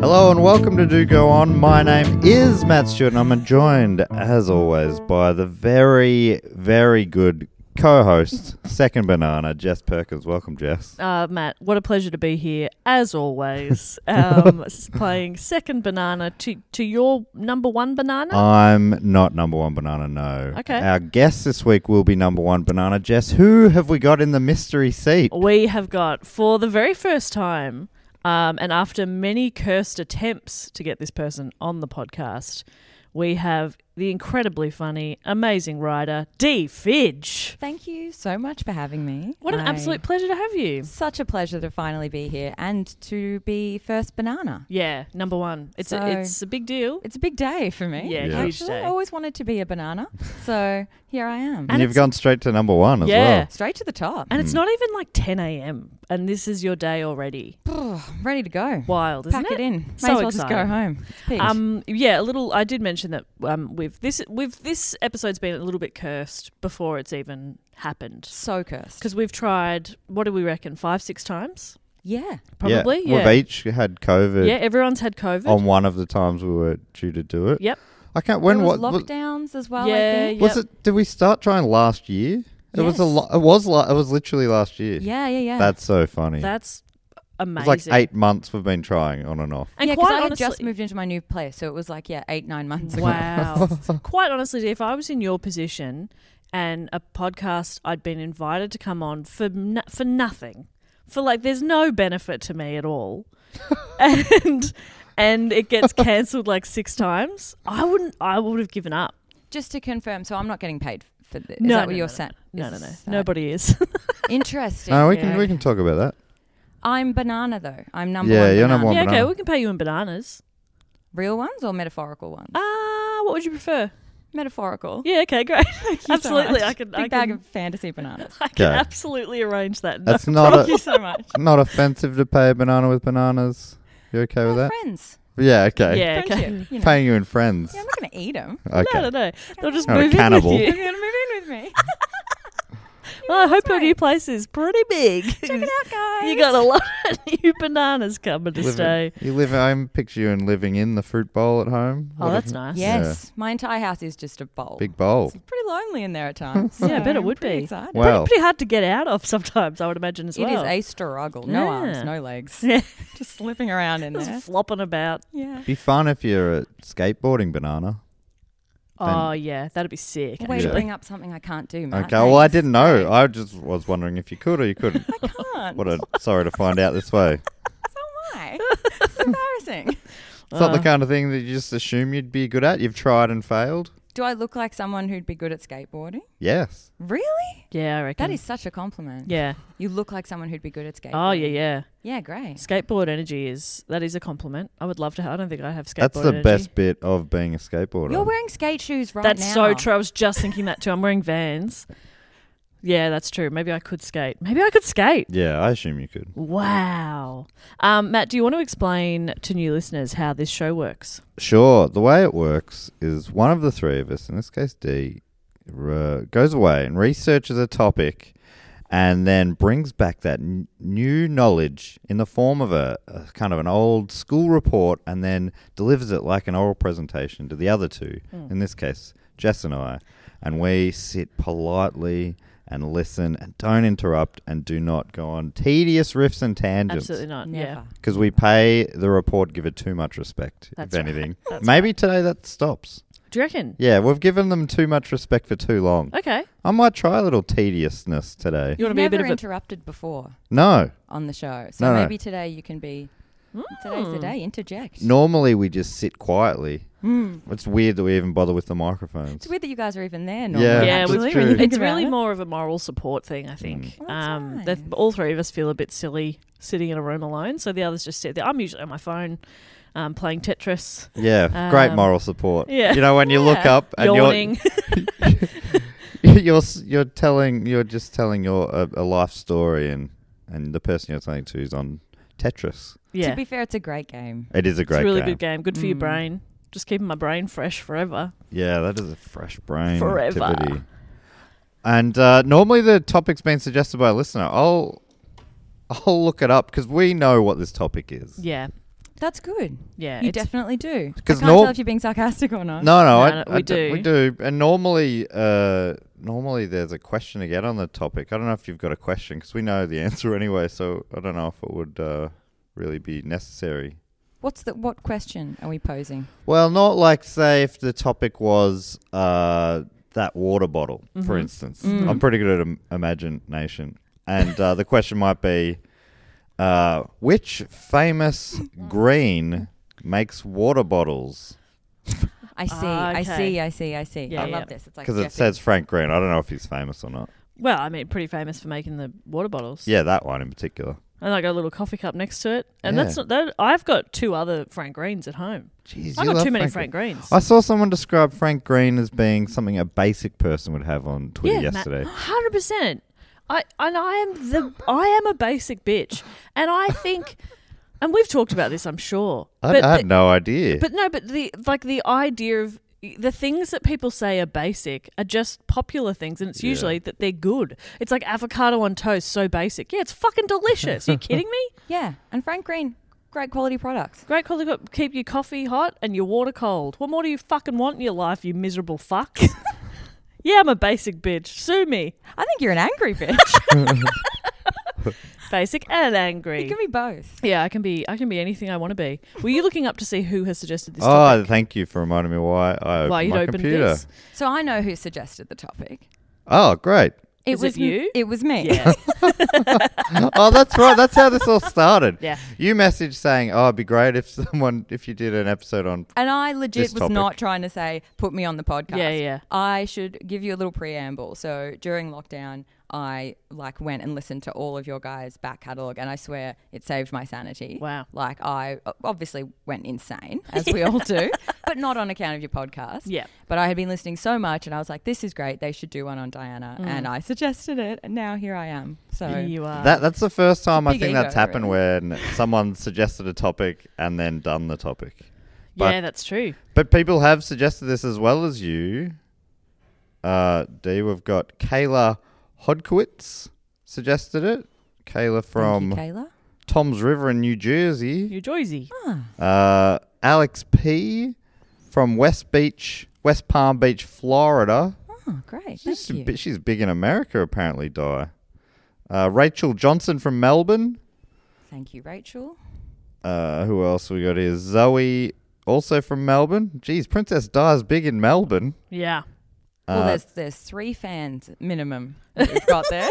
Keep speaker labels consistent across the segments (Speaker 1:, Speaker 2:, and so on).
Speaker 1: Hello and welcome to Do Go On. My name is Matt Stewart and I'm joined, as always, by the very, very good co host, Second Banana, Jess Perkins. Welcome, Jess.
Speaker 2: Uh, Matt, what a pleasure to be here as always. Um, s- playing second banana to to your number one banana.
Speaker 1: I'm not number one banana, no.
Speaker 2: Okay.
Speaker 1: Our guest this week will be number one banana. Jess, who have we got in the mystery seat?
Speaker 3: Oh.
Speaker 2: we have got for the very first time, um, and after many cursed attempts to get this person on the podcast, we have the incredibly funny, amazing writer Dee Fidge.
Speaker 3: Thank you so much for having me.
Speaker 2: What an
Speaker 3: I-
Speaker 2: absolute pleasure to have you.
Speaker 3: Such a pleasure to finally be here and to be first banana.
Speaker 2: Yeah, number one. It's
Speaker 3: So-
Speaker 2: a, it's a big deal.
Speaker 3: It's a big day for me.
Speaker 2: Yeah,
Speaker 1: Yeah.
Speaker 2: huge
Speaker 3: Actually,
Speaker 2: day.
Speaker 3: I always wanted to be a banana, so here I am.
Speaker 1: And
Speaker 2: And
Speaker 1: you've
Speaker 2: it's-
Speaker 1: gone straight to number one as
Speaker 2: Yeah.
Speaker 1: well.
Speaker 3: Straight to the top.
Speaker 2: And it's not even like 10 a.m. and this is your day already.
Speaker 3: I'm ready to go.
Speaker 2: Wild, isn't
Speaker 3: Pack it in. May
Speaker 2: So
Speaker 3: as well just go
Speaker 2: exciting.
Speaker 3: home. It's peak.
Speaker 2: Um, yeah, a little. I did mention that um, with this, with this episode's been a little bit cursed before it's even happened
Speaker 3: so cursed.
Speaker 2: because we've tried. What do we reckon? Five, six times,
Speaker 3: yeah.
Speaker 1: Yeah.
Speaker 2: probably. Yeah,
Speaker 1: We've each had COVID
Speaker 2: yeah. Everyone's had COVID.
Speaker 3: Oh,
Speaker 1: on one of the times we were due to do it.
Speaker 2: Yep.
Speaker 1: I can't, when,
Speaker 3: there was
Speaker 1: what, what-
Speaker 3: lockdowns as well. I
Speaker 2: Yeah,
Speaker 3: think.
Speaker 2: yeah.
Speaker 1: Was it? Did we start trying last year? It was a.
Speaker 3: Yes.
Speaker 1: Lo- it was. Lo- it was literally last year.
Speaker 3: yeah, yeah, yeah.
Speaker 1: That's so funny.
Speaker 2: That's
Speaker 1: it's
Speaker 2: amazing.
Speaker 1: like eight months we've been trying on and off.
Speaker 2: And
Speaker 3: yeah, because
Speaker 2: quite
Speaker 3: I had
Speaker 2: honestly,
Speaker 3: just moved into my new place, so it was like yeah, eight nine months. ago.
Speaker 2: Wow. Quite honestly, if I was in your position and a podcast I'd been invited to come on for n- for nothing, for like there's no benefit to me at all, and and it gets cancelled like six times, I wouldn't. I would have given up.
Speaker 3: Just to confirm, so I'm not getting paid for this. Is
Speaker 2: no,
Speaker 3: that
Speaker 2: no,
Speaker 3: what you're
Speaker 2: no,
Speaker 3: saying?
Speaker 2: No, no,
Speaker 3: Is
Speaker 2: no.
Speaker 3: that-
Speaker 2: Nobody is.
Speaker 3: Interesting.
Speaker 1: No, we can
Speaker 2: Yeah.
Speaker 1: we can talk about that.
Speaker 3: I'm banana though. I'm number
Speaker 1: Yeah,
Speaker 3: one.
Speaker 1: you're
Speaker 3: banana.
Speaker 1: number one.
Speaker 2: yeah. Okay.
Speaker 1: banana.
Speaker 2: We can pay you in bananas.
Speaker 3: Real ones or metaphorical ones?
Speaker 2: Ah, what would you prefer?
Speaker 3: metaphorical.
Speaker 2: Yeah. Okay. Great. absolutely. I can.
Speaker 3: Big
Speaker 2: I
Speaker 3: bag
Speaker 2: can,
Speaker 3: of fantasy bananas.
Speaker 2: I can
Speaker 1: Okay.
Speaker 2: absolutely arrange that. No
Speaker 1: That's not
Speaker 3: Thank you
Speaker 1: a,
Speaker 3: so much.
Speaker 1: not offensive to pay a banana with bananas. You okay with
Speaker 3: We're
Speaker 1: that?
Speaker 3: friends.
Speaker 1: Yeah. Okay.
Speaker 2: Yeah, okay.
Speaker 3: Friendship, you know.
Speaker 1: Paying you in friends.
Speaker 3: Yeah, I'm not going to eat them.
Speaker 1: okay.
Speaker 2: I don't know. They'll just
Speaker 1: Not a
Speaker 2: move in with
Speaker 1: cannibal.
Speaker 2: you.
Speaker 3: They're going to move in with me.
Speaker 2: Well, I hope your
Speaker 3: right.
Speaker 2: new place is pretty big.
Speaker 3: Check it out, guys.
Speaker 2: You got a lot of new bananas coming to
Speaker 1: Live in-
Speaker 2: stay.
Speaker 1: you live. I picture you in living in the fruit bowl at home.
Speaker 2: Oh,
Speaker 1: What a
Speaker 2: that's nice.
Speaker 3: Yes, my entire house is just a bowl.
Speaker 1: Big bowl.
Speaker 3: It's pretty lonely in there at times.
Speaker 2: Yeah, I bet
Speaker 3: so
Speaker 2: it would
Speaker 3: pretty
Speaker 2: be.
Speaker 3: Excited.
Speaker 1: Wow.
Speaker 2: Pretty, pretty hard to get out of sometimes, I would imagine as
Speaker 3: It
Speaker 2: well.
Speaker 3: is a struggle. No
Speaker 2: Yeah.
Speaker 3: arms, no legs.
Speaker 2: Yeah.
Speaker 3: just slipping around in there.
Speaker 2: Just flopping about.
Speaker 3: Yeah.
Speaker 1: Be fun if you're a skateboarding banana.
Speaker 2: Oh yeah, that'd be sick.
Speaker 3: Way
Speaker 1: Yeah.
Speaker 3: to bring up something I can't do, Matt.
Speaker 1: Okay. Well, I
Speaker 3: Thanks.
Speaker 1: didn't know. I just was wondering if you could or you couldn't.
Speaker 3: Can't.
Speaker 1: What a sorry to find out this way.
Speaker 3: So am I. It's embarrassing. Uh.
Speaker 1: It's not the kind of thing that you just assume you'd be good at. You've tried and failed.
Speaker 3: Do I look like someone who'd be good at skateboarding?
Speaker 1: Yes.
Speaker 3: Really?
Speaker 2: Yeah, I reckon.
Speaker 3: That is such a compliment.
Speaker 2: Hmm. Yeah.
Speaker 3: You look like someone who'd be good at skateboarding.
Speaker 2: Oh yeah, yeah.
Speaker 3: Yeah, great.
Speaker 2: Skateboard energy is that is a compliment. I would love to. have I don't think I have skateboard.
Speaker 1: That's the
Speaker 2: energy.
Speaker 1: best bit of being a skateboarder.
Speaker 3: You're wearing skate shoes right
Speaker 2: That's
Speaker 3: now.
Speaker 2: so true. I was just thinking that too. I'm wearing Vans. Yeah, that's true. Maybe I could skate. Maybe I could skate.
Speaker 1: yeah, I assume you could.
Speaker 2: Wow. Um, Matt, do you want to explain to new listeners how this show works?
Speaker 1: Sure. The way it works is one of the three of us, in this case D, re- goes away and researches a topic and then brings back that n- new knowledge in the form of a, a kind of an old school report and then delivers it like an oral presentation to the other two, in this case, Jess and I. And we sit politely and listen and don't interrupt and do not go on tedious riffs and tangents.
Speaker 2: Absolutely not.
Speaker 3: Never.
Speaker 2: Uh, Yeah.
Speaker 1: Because we pay the report giver too much respect,
Speaker 2: That's
Speaker 1: if
Speaker 2: right.
Speaker 1: anything.
Speaker 2: That's
Speaker 1: Maybe today that stops.
Speaker 2: Do you reckon?
Speaker 1: Yeah, we've given them too much respect for too long.
Speaker 2: Okay.
Speaker 1: I might try a little tediousness today.
Speaker 2: You want to
Speaker 3: You've
Speaker 2: be a
Speaker 3: never
Speaker 2: bit of a
Speaker 3: interrupted before
Speaker 1: No.
Speaker 3: on the show, so
Speaker 1: No, no.
Speaker 3: maybe today you can be. Today's
Speaker 2: Hmm.
Speaker 3: the day. Interject.
Speaker 1: Normally we just sit quietly.
Speaker 2: Hmm.
Speaker 1: It's weird that we even bother with the microphones.
Speaker 3: It's weird that you guys are even there. Normally.
Speaker 1: Yeah,
Speaker 2: yeah,
Speaker 1: that's
Speaker 2: we-
Speaker 1: true.
Speaker 2: it's
Speaker 3: Think about
Speaker 2: really
Speaker 3: it. Mm.
Speaker 2: more of a moral support thing, I think.
Speaker 3: Well, that's
Speaker 2: um,
Speaker 3: nice.
Speaker 2: that all three of us feel a bit silly sitting in a room alone, so the others just sit there. I'm usually on my phone, um, playing Tetris.
Speaker 1: Yeah, great
Speaker 2: Um,
Speaker 1: moral support.
Speaker 2: yeah.
Speaker 1: You know, when you look
Speaker 2: Yeah.
Speaker 1: up and
Speaker 2: yawning.
Speaker 1: you're you're s- you're telling you're just telling your a, a life story and and the person you're telling to is on Tetris.
Speaker 2: yeah,
Speaker 3: To be fair, it's a great game.
Speaker 1: It is a
Speaker 2: it's
Speaker 1: great
Speaker 2: a really
Speaker 1: game.
Speaker 2: good game. Good for
Speaker 3: Mm.
Speaker 2: your brain. Just keeping my brain fresh forever.
Speaker 1: Yeah, that is a fresh brain
Speaker 2: Forever.
Speaker 1: activity. And uh, normally the topic's been suggested by a listener. I'll I'll look it up because we know what this topic is.
Speaker 2: Yeah,
Speaker 3: That's good.
Speaker 2: yeah.
Speaker 3: you
Speaker 2: it's-
Speaker 3: definitely do. I
Speaker 1: 'Cause
Speaker 3: can't
Speaker 1: nor-
Speaker 3: tell if you're being sarcastic or not.
Speaker 1: No, no,
Speaker 2: No,
Speaker 1: I,
Speaker 2: no,
Speaker 1: I
Speaker 2: we
Speaker 1: d- We do, and normally, uh, normally there's a question to get on the topic. I don't know if you've got a question because we know the answer anyway. So I don't know if it would uh, really be necessary.
Speaker 3: What's the what question are we posing?
Speaker 1: Well, not like say if the topic was uh, that water bottle,
Speaker 2: Mm-hmm.
Speaker 1: for instance.
Speaker 2: Mm.
Speaker 1: I'm pretty good at Im- imagination, and uh, the question might be, uh, which famous green makes water bottles?
Speaker 3: I see.
Speaker 2: Ah,
Speaker 3: I
Speaker 2: okay.
Speaker 3: see. I see. I see.
Speaker 2: Yeah,
Speaker 3: I
Speaker 2: yeah.
Speaker 3: love this. It's like
Speaker 1: Because it
Speaker 3: Jeffy.
Speaker 1: says Frank Green. I don't know if he's famous or not.
Speaker 2: well, I mean, pretty famous for making the water bottles.
Speaker 1: Yeah, that one in particular.
Speaker 2: and I got a little coffee cup next to it, and
Speaker 1: Yeah.
Speaker 2: that's not, that. I've got two other Frank Greens at home.
Speaker 1: Jeez,
Speaker 2: I
Speaker 1: you
Speaker 2: got
Speaker 1: love
Speaker 2: too many Frank Greens.
Speaker 1: I saw someone describe Frank Green as being something a basic person would have on Twitter yesterday.
Speaker 2: Hundred percent. I and I am the I am a basic bitch, and I think, and we've talked about this, I'm sure.
Speaker 1: I,
Speaker 2: but,
Speaker 1: I had
Speaker 2: but,
Speaker 1: no idea.
Speaker 2: but no, but the like the idea of the things that people say are basic are just popular things, and it's usually that they're good. It's like avocado on toast, so basic. Yeah, it's fucking delicious. Are you kidding me?
Speaker 3: Yeah, and Frank Green, great quality products.
Speaker 2: Great quality. Keep your coffee hot and your water cold. What more do you fucking want in your life, you miserable fuck? yeah, I'm a basic bitch. Sue me.
Speaker 3: I think you're an angry bitch.
Speaker 2: Basic and angry.
Speaker 3: you can be both.
Speaker 2: Yeah, I can be. I can be anything I want to be. Were you looking up to see who has suggested this?
Speaker 1: oh, thank you for reminding me why I opened
Speaker 2: Why you'd
Speaker 1: my
Speaker 2: opened
Speaker 1: computer.
Speaker 2: this?
Speaker 3: So I know who suggested the topic.
Speaker 1: Oh, great.
Speaker 3: It
Speaker 2: Is it
Speaker 3: was m-
Speaker 2: you?
Speaker 3: It was me.
Speaker 2: Yeah.
Speaker 1: oh, that's right. That's how this all started.
Speaker 2: Yeah.
Speaker 1: You messaged saying, "Oh, it'd be great if someone if you did an episode on."
Speaker 3: And I legit
Speaker 1: This
Speaker 3: was
Speaker 1: topic.
Speaker 3: not trying to say put me on the podcast.
Speaker 2: Yeah, yeah.
Speaker 3: I should give you a little preamble. So during lockdown, I like went and listened to all of your guys' back catalogue, and I swear it saved my sanity.
Speaker 2: Wow.
Speaker 3: Like I o- obviously went insane, as we all do, but not on account of your podcast.
Speaker 2: Yeah.
Speaker 3: But I had been listening so much, and I was like, "This is great. They should do one on Diana," and I suggested it, and now here I am. So
Speaker 2: Mm. you are.
Speaker 1: That that's the first time I
Speaker 3: big
Speaker 1: think
Speaker 3: ego,
Speaker 1: that's happened
Speaker 3: really.
Speaker 1: when someone suggested a topic and then done the topic.
Speaker 2: yeah, that's true.
Speaker 1: But people have suggested this as well as you. Uh, D, we've got Kayla Hodkowitz suggested it. Kayla
Speaker 3: Thank
Speaker 1: from
Speaker 3: you, Kayla.
Speaker 1: Tom's River in New Jersey.
Speaker 2: You're Joyzy.
Speaker 1: Uh, Alex P from West Beach, West Palm Beach, Florida.
Speaker 3: Oh, great.
Speaker 1: She's,
Speaker 3: Thank you.
Speaker 1: bi- she's big in America, apparently, Di. Uh, Rachel Johnson from Melbourne.
Speaker 3: Thank you, Rachel.
Speaker 1: Uh, who else we got here? Zoe, also from Melbourne. Geez, Princess Di's big in Melbourne.
Speaker 2: Yeah. Uh,
Speaker 3: Well, there's there's three fans minimum that we've got there.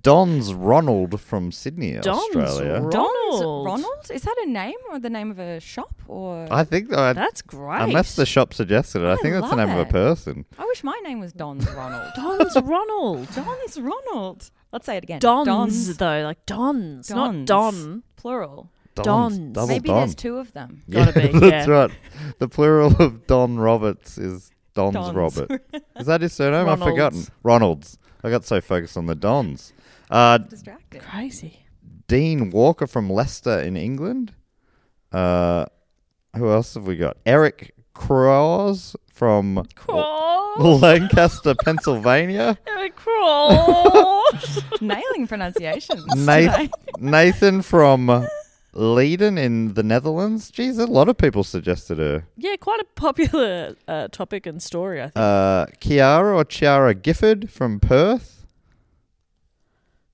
Speaker 1: Don's Ronald from Sydney,
Speaker 2: Don's
Speaker 1: Australia.
Speaker 2: Ron-
Speaker 3: Don's
Speaker 2: Ronald.
Speaker 3: Ronald? Is that a name or the name of a shop or?
Speaker 1: I think that I,
Speaker 2: That's great.
Speaker 1: unless the shop suggested it, I,
Speaker 3: I
Speaker 1: think that's the
Speaker 3: love
Speaker 1: name of a
Speaker 3: it.
Speaker 1: person.
Speaker 3: I wish my name was Don's Ronald.
Speaker 2: Don's Ronald.
Speaker 3: Don's Ronald. Let's say it again.
Speaker 2: Dons, though, like Dons, not Don.
Speaker 3: Plural.
Speaker 1: Don's,
Speaker 2: Don's.
Speaker 1: double
Speaker 3: Maybe
Speaker 1: Don.
Speaker 3: there's two of them.
Speaker 2: Gotta be,
Speaker 1: that's
Speaker 2: yeah.
Speaker 1: right. The plural of Don Roberts is Don's,
Speaker 3: Don's.
Speaker 1: Robert. Is that his surname? I've forgotten.
Speaker 2: Ronalds.
Speaker 1: Ronalds. I got so focused on the Dons. Uh,
Speaker 3: Distracted.
Speaker 2: Crazy.
Speaker 1: Dean Walker from Leicester in England. Uh, who else have we got? Eric Cross from
Speaker 2: Crawl.
Speaker 1: Lancaster, Pennsylvania.
Speaker 2: Eric Crawl.
Speaker 3: Nailing pronunciations.
Speaker 1: Nathan, Nathan from Leiden in the Netherlands. Geez, a lot of people suggested her.
Speaker 2: yeah, quite a popular uh, topic and story, I think.
Speaker 1: uh, Kiara or Chiara Gifford from Perth.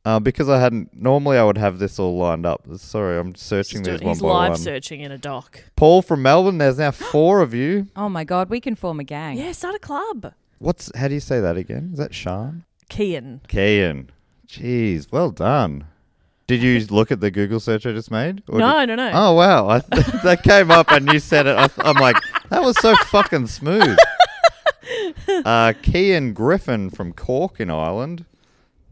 Speaker 1: Uh, because I hadn't normally I would have this all lined up. Sorry, I'm searching
Speaker 2: He's
Speaker 1: these
Speaker 2: doing-
Speaker 1: one
Speaker 2: he's
Speaker 1: by
Speaker 2: live
Speaker 1: one.
Speaker 2: searching in a dock.
Speaker 1: Paul from Melbourne. There's now four of you.
Speaker 3: Oh my god, we can form a gang.
Speaker 2: Yeah, start a club.
Speaker 1: What's how do you say that again? Is that Sean?
Speaker 2: Kian.
Speaker 1: Kian. Jeez, well done. Did you look at the Google search I just made? Or
Speaker 2: No,
Speaker 1: did-
Speaker 2: no, no.
Speaker 1: Oh wow, I, that came up and you said it. I, th- I'm like, that was so fucking smooth. Uh, Kean Griffin from Cork in Ireland.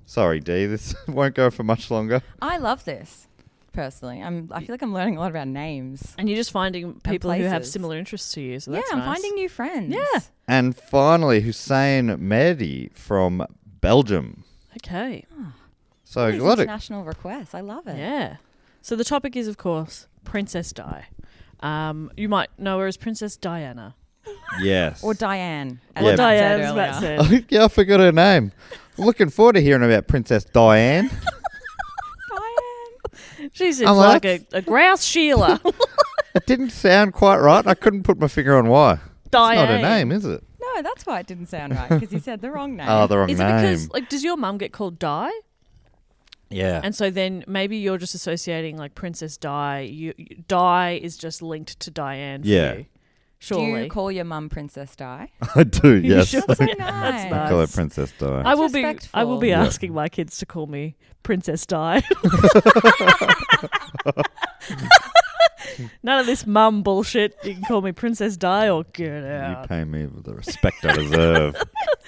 Speaker 1: Sorry, D. This won't go for much longer.
Speaker 3: I love this. Personally, I'm. I feel like I'm learning a lot about names.
Speaker 2: And you're just finding people who have
Speaker 3: places.
Speaker 2: similar interests to you. So that's
Speaker 3: yeah, I'm
Speaker 2: nice.
Speaker 3: finding new friends.
Speaker 2: Yeah.
Speaker 1: And finally, Hussein Mehdi from Belgium.
Speaker 2: Okay.
Speaker 1: So a
Speaker 3: These
Speaker 1: lot of
Speaker 3: international requests. I love it.
Speaker 2: Yeah. So the topic is, of course, Princess Di. Um, you might know her as Princess Diana.
Speaker 1: yes.
Speaker 3: Or Diane. as
Speaker 1: Or
Speaker 3: Matt said
Speaker 2: Diane, as Matt
Speaker 3: earlier.
Speaker 2: said.
Speaker 1: yeah, I forgot her name. Looking forward to hearing about Princess Diane.
Speaker 3: Diane.
Speaker 2: She seems
Speaker 1: I'm
Speaker 2: like
Speaker 1: like-
Speaker 2: a, a grouse Sheila.
Speaker 1: It didn't sound quite right. I couldn't put my finger on why. It's not her
Speaker 2: Diane.
Speaker 1: name, is it?
Speaker 3: No, that's why it didn't sound right because you said the wrong name.
Speaker 1: Oh, the wrong
Speaker 2: Is it
Speaker 1: name.
Speaker 2: because like does your mum get called Di?
Speaker 1: yeah.
Speaker 2: And so then maybe you're just associating like Princess Di. You, you Di is just linked to Diane. For
Speaker 1: Yeah.
Speaker 2: You,
Speaker 3: Do
Speaker 2: surely.
Speaker 3: you call your mum Princess Di?
Speaker 1: I do, yes.
Speaker 2: should.
Speaker 1: I
Speaker 3: So nice.
Speaker 2: That's nice.
Speaker 1: call her Princess Di.
Speaker 2: I will be. I will be
Speaker 3: Disrespectful.
Speaker 2: asking my kids to call me Princess Di. None of this mum bullshit. You can call me Princess Di or get
Speaker 1: You
Speaker 2: out.
Speaker 1: pay me with the respect I deserve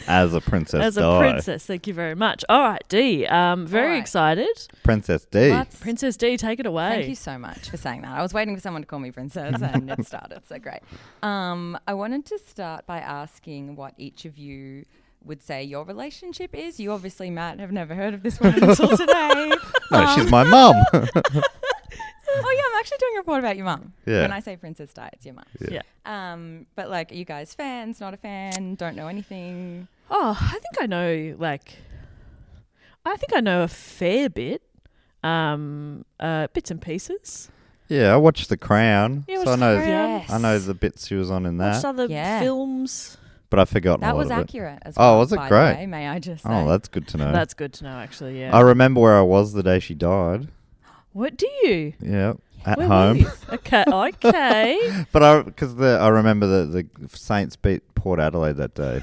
Speaker 1: as a Princess
Speaker 2: As a
Speaker 1: Di.
Speaker 2: princess, thank you very much. All right, D. Um, very
Speaker 3: right.
Speaker 2: excited.
Speaker 1: Princess D.
Speaker 3: Let's-
Speaker 2: Princess D, take it away.
Speaker 3: Thank you so much for saying that. I was waiting for someone to call me princess, and it started. So great. Um, I wanted to start by asking what each of you would say your relationship is. You obviously, Matt, have never heard of this one until today.
Speaker 1: No, she's
Speaker 3: Um,
Speaker 1: my mum.
Speaker 3: Oh yeah, I'm actually doing a report about your mum.
Speaker 1: Yeah.
Speaker 3: When I say princess Di, it's your mum.
Speaker 2: Yeah.
Speaker 3: Um, but like, are you guys fans? Not a fan? Don't know anything?
Speaker 2: Oh, I think I know like I think I know a fair bit. Um uh bits and pieces.
Speaker 1: yeah, I watched The Crown,
Speaker 2: Yeah,
Speaker 1: so I
Speaker 2: watched The
Speaker 1: know
Speaker 2: Crown. Yeah.
Speaker 1: I know the bits she was on in
Speaker 2: Watched
Speaker 1: that,
Speaker 2: other
Speaker 3: Yeah.
Speaker 2: films.
Speaker 1: but I've forgotten
Speaker 3: That
Speaker 1: a lot
Speaker 3: was
Speaker 1: of
Speaker 3: accurate as
Speaker 1: Oh,
Speaker 3: well.
Speaker 1: was it
Speaker 3: by the
Speaker 1: great?
Speaker 3: way, may I just
Speaker 1: it.
Speaker 3: say?
Speaker 1: Oh, that's good to know.
Speaker 2: That's good to know actually, yeah.
Speaker 1: I remember where I was the day she died.
Speaker 2: what do you?
Speaker 1: Yeah, at
Speaker 2: Where were
Speaker 1: home.
Speaker 2: you? Okay, okay.
Speaker 1: But I because the I remember the the Saints beat Port Adelaide that day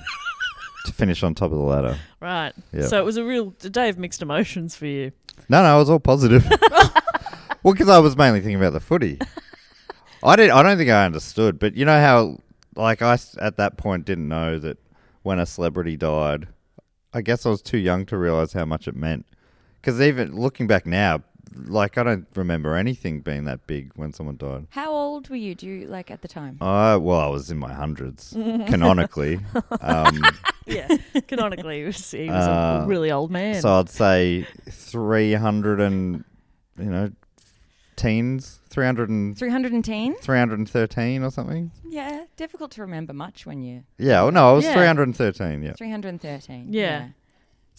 Speaker 1: to finish on top of the ladder.
Speaker 2: right.
Speaker 1: Yeah.
Speaker 2: So it was a real a day of mixed emotions for you.
Speaker 1: No, no, I was all positive. well, because I was mainly thinking about the footy. I did. I don't think I understood, but you know how, like, I s- at that point didn't know that when a celebrity died. I guess I was too young to realize how much it meant. Because even looking back now, like, I don't remember anything being that big when someone died.
Speaker 3: How old were you? Do you like at the time?
Speaker 1: I well, I was in my hundreds canonically, um,
Speaker 2: Yeah. Canonically he was, he was a
Speaker 1: Uh,
Speaker 2: really old man.
Speaker 1: so I'd say three hundred and you know teens, three hundred and
Speaker 3: 310?
Speaker 1: 313 or something.
Speaker 3: Yeah, difficult to remember much when you're
Speaker 1: Yeah, well, no, I was
Speaker 2: Yeah.
Speaker 1: 313. Yeah.
Speaker 3: 313.
Speaker 2: Yeah.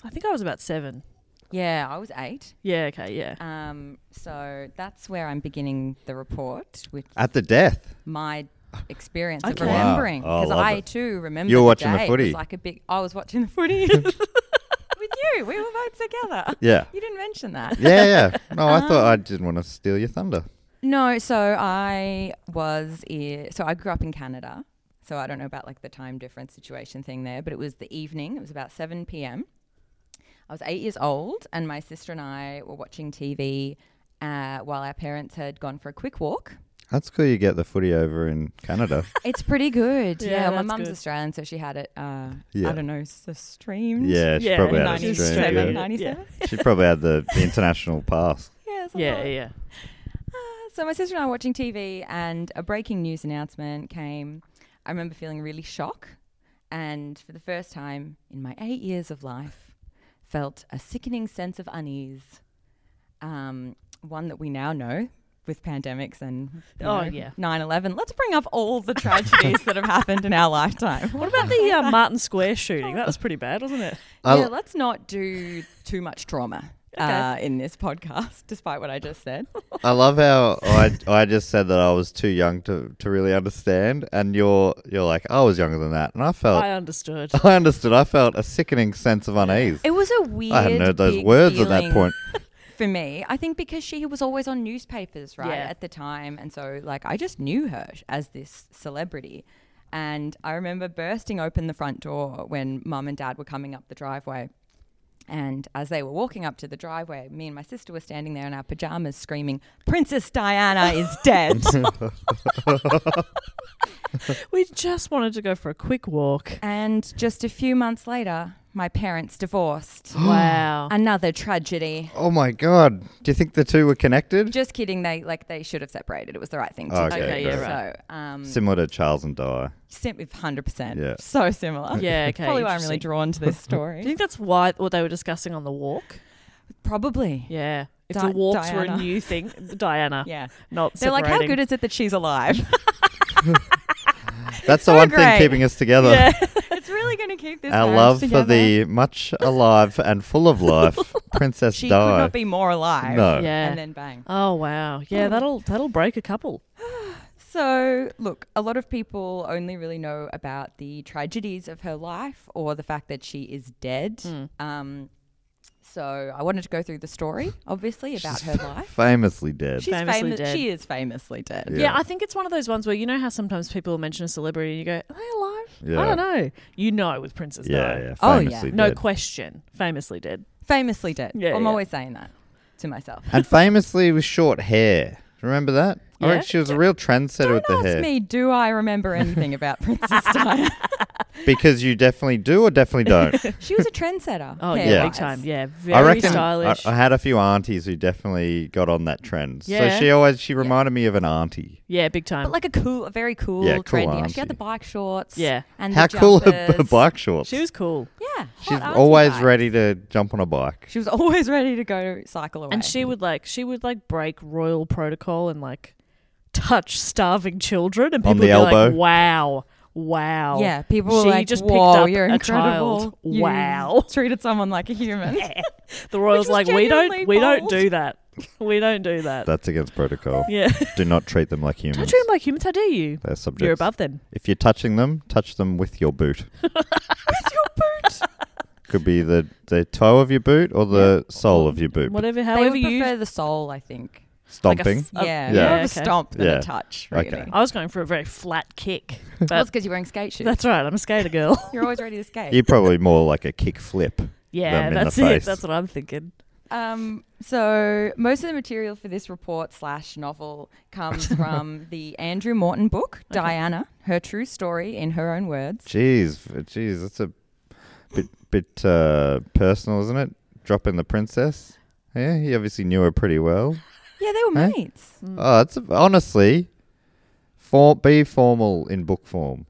Speaker 2: I think I was about seven.
Speaker 3: Yeah, I was eight.
Speaker 2: Yeah, okay, yeah.
Speaker 3: Um, so that's where I'm beginning the report with
Speaker 1: At the death.
Speaker 3: my experience of
Speaker 2: Okay.
Speaker 1: Wow.
Speaker 3: remembering.
Speaker 1: Oh, I
Speaker 3: Because
Speaker 1: love
Speaker 3: I,
Speaker 1: it.
Speaker 3: too remember.
Speaker 1: You were
Speaker 3: the
Speaker 1: watching the
Speaker 3: day. It
Speaker 1: footy.
Speaker 3: was like a big. I was watching the footy with you. We were both together.
Speaker 1: Yeah.
Speaker 3: You didn't mention that.
Speaker 1: Yeah, yeah. No, I thought I didn't want to steal your thunder.
Speaker 3: No, so I was i so I grew up in Canada. So I don't know about like the time difference situation thing there, but it was the evening. It was about 7 p.m. I was eight years old, and my sister and I were watching TV uh, while our parents had gone for a quick walk.
Speaker 1: That's cool. You get the footy over in Canada.
Speaker 3: It's pretty good.
Speaker 2: Yeah,
Speaker 3: yeah, my
Speaker 2: that's
Speaker 3: mum's
Speaker 2: good.
Speaker 3: Australian, so she had it. Uh,
Speaker 1: Yeah.
Speaker 3: I don't know, s- streamed.
Speaker 1: yeah, she probably
Speaker 2: in
Speaker 1: had a
Speaker 3: Australia.
Speaker 1: stream. Yeah.
Speaker 3: 97?
Speaker 1: She probably had the international pass.
Speaker 3: Yeah, it's a
Speaker 2: Yeah,
Speaker 3: lot.
Speaker 2: yeah.
Speaker 3: So my sister and I were watching TV, and a breaking news announcement came. I remember feeling really shock, and for the first time in my eight years of life, felt a sickening sense of unease. Um, one that we now know with pandemics and you
Speaker 2: Oh,
Speaker 3: know,
Speaker 2: yeah.
Speaker 3: 9/11. Let's bring up all the tragedies that have happened in our lifetime.
Speaker 2: What about the uh, Martin Square shooting? That was pretty bad, wasn't it?
Speaker 3: yeah, let's not do too much trauma uh, in this podcast, despite what I just said.
Speaker 1: I love how I I just said that I was too young to, to really understand, and you're you're like I was younger than that, and I felt
Speaker 2: I
Speaker 1: I,
Speaker 2: understood.
Speaker 1: understood. I felt a sickening sense of unease.
Speaker 3: It was a weird.
Speaker 1: I hadn't heard those
Speaker 3: big
Speaker 1: words at that
Speaker 3: feeling
Speaker 1: point.
Speaker 3: For me, I think because she was always on newspapers, right,
Speaker 2: Yeah.
Speaker 3: at the time. And so, like, I just knew her as this celebrity. And I remember bursting open the front door when mum and dad were coming up the driveway. And as they were walking up to the driveway, me and my sister were standing there in our pajamas screaming, Princess Diana is dead.
Speaker 2: We just wanted to go for a quick walk.
Speaker 3: and just a few months later, my parents divorced.
Speaker 2: Wow.
Speaker 3: Another tragedy.
Speaker 1: Oh my god! Do you think the two were connected?
Speaker 3: Just kidding. They like they should have separated. It was the right thing to
Speaker 1: Oh,
Speaker 3: do.
Speaker 1: okay, Okay,
Speaker 2: yeah, right.
Speaker 3: So, um,
Speaker 1: Similar to Charles and Di.
Speaker 3: sim- hundred percent.
Speaker 1: Yeah.
Speaker 3: So similar.
Speaker 2: Yeah, okay,
Speaker 3: Probably why I'm really
Speaker 2: interesting.
Speaker 3: drawn to this
Speaker 2: Do you
Speaker 3: story.
Speaker 2: think that's why what they were discussing on the walk?
Speaker 3: Probably. Yeah.
Speaker 2: Yeah. If
Speaker 3: Di-
Speaker 2: the walks were a
Speaker 3: Diana.
Speaker 2: new thing, Diana. Not
Speaker 3: They're like, how
Speaker 2: separating.
Speaker 3: good is it that she's alive?
Speaker 1: That's the
Speaker 3: so
Speaker 1: one
Speaker 3: Oh, great.
Speaker 1: thing keeping us together.
Speaker 3: it's really going to keep this.
Speaker 1: Our
Speaker 3: marriage
Speaker 1: love
Speaker 3: together.
Speaker 1: for the much alive and full of life Princess
Speaker 3: She could
Speaker 1: Di.
Speaker 3: not be more alive.
Speaker 1: No.
Speaker 2: Yeah.
Speaker 3: And then bang.
Speaker 2: Oh wow. Yeah, that'll that'll break a couple.
Speaker 3: So, look, a lot of people only really know about the tragedies of her life or the fact that she is dead.
Speaker 2: Hmm.
Speaker 3: Um, so, I wanted to go through the story, obviously, about her life.
Speaker 1: Famously dead.
Speaker 3: She's
Speaker 2: Famously
Speaker 3: famous.
Speaker 2: dead.
Speaker 3: She is famously dead.
Speaker 2: Yeah. I think it's one of those ones where you know how sometimes people mention a celebrity and you go, Are they alive? I
Speaker 1: Yeah.
Speaker 2: don't know. You know with Princess
Speaker 1: yeah,
Speaker 2: Di.
Speaker 1: yeah.
Speaker 3: Oh, yeah.
Speaker 1: Famously
Speaker 2: No
Speaker 1: dead.
Speaker 2: question. Famously dead.
Speaker 3: Famously dead.
Speaker 2: Yeah,
Speaker 3: I'm
Speaker 2: yeah.
Speaker 3: always saying that to myself.
Speaker 1: and famously with short hair. Remember that? I
Speaker 2: Yeah.
Speaker 1: reckon she was a real trendsetter with the
Speaker 3: Don't ask
Speaker 1: hair.
Speaker 3: me, do I remember anything about Princess Diana?
Speaker 1: Because you definitely do or definitely don't.
Speaker 3: She was a trendsetter.
Speaker 2: Oh yeah,
Speaker 1: Yeah.
Speaker 2: big time. Yeah. Very
Speaker 1: I reckon
Speaker 2: stylish.
Speaker 1: I, I had a few aunties who definitely got on that trend.
Speaker 2: Yeah.
Speaker 1: So she always she reminded me of an auntie.
Speaker 2: yeah, big time.
Speaker 3: But like a cool, a very cool,
Speaker 1: Yeah, cool
Speaker 3: trendy.
Speaker 1: auntie.
Speaker 3: She had the bike shorts.
Speaker 2: Yeah.
Speaker 3: And
Speaker 1: How
Speaker 3: the
Speaker 1: cool are b-
Speaker 3: jumpers.
Speaker 1: bike shorts?
Speaker 2: she was cool.
Speaker 3: Yeah.
Speaker 1: She's
Speaker 3: hot auntie
Speaker 1: always
Speaker 3: vibes.
Speaker 1: ready to jump on a bike.
Speaker 3: She was always ready to go cycle away.
Speaker 2: And she would like she would like break royal protocol and like touch starving children and people
Speaker 1: On
Speaker 2: would
Speaker 1: the
Speaker 2: be like,
Speaker 1: elbow.
Speaker 2: Wow. Wow.
Speaker 3: Yeah, people were
Speaker 2: she
Speaker 3: like,
Speaker 2: just
Speaker 3: "Whoa,
Speaker 2: picked up
Speaker 3: you're
Speaker 2: a
Speaker 3: incredible!
Speaker 2: child.
Speaker 3: You
Speaker 2: Wow.
Speaker 3: treated someone like a human."
Speaker 2: The royals
Speaker 3: was
Speaker 2: like we don't
Speaker 3: genuinely
Speaker 2: we don't
Speaker 3: bold.
Speaker 2: do that. We don't do that.
Speaker 1: That's against protocol.
Speaker 2: yeah.
Speaker 1: Do not treat them like humans.
Speaker 2: Don't treat them like humans. How dare you?
Speaker 1: They're subjects.
Speaker 2: You're above them.
Speaker 1: If you're touching them, touch them with your boot. Could be the, the toe of your boot or the sole of your boot.
Speaker 2: Whatever,
Speaker 3: they
Speaker 2: however
Speaker 3: would
Speaker 2: you.
Speaker 3: prefer the soul, I think.
Speaker 1: Stomping.
Speaker 2: Uh,
Speaker 3: yeah,
Speaker 1: yeah.
Speaker 3: more of a
Speaker 2: okay.
Speaker 3: stomp than
Speaker 1: Yeah.
Speaker 3: a touch. Really.
Speaker 1: Okay.
Speaker 3: Okay.
Speaker 2: I was going for a very flat kick,
Speaker 3: That's
Speaker 2: but
Speaker 3: because you're wearing skate shoes.
Speaker 2: that's right. I'm a skater girl.
Speaker 3: you're always ready to skate.
Speaker 1: You're probably more like a kick flip.
Speaker 2: yeah,
Speaker 1: Them in the
Speaker 2: that's it.
Speaker 1: face.
Speaker 2: That's what I'm thinking.
Speaker 3: Um, so most of the material for this report slash novel comes from the Andrew Morton book, Diana: Her True Story in Her Own Words.
Speaker 1: Jeez, f- jeez, that's a bit bit uh, personal, isn't it? Dropping the princess. Yeah, he obviously knew her pretty well.
Speaker 3: Yeah, they were
Speaker 1: Huh?
Speaker 3: mates.
Speaker 2: Hmm.
Speaker 1: Oh, that's a, honestly, for, be formal in book form.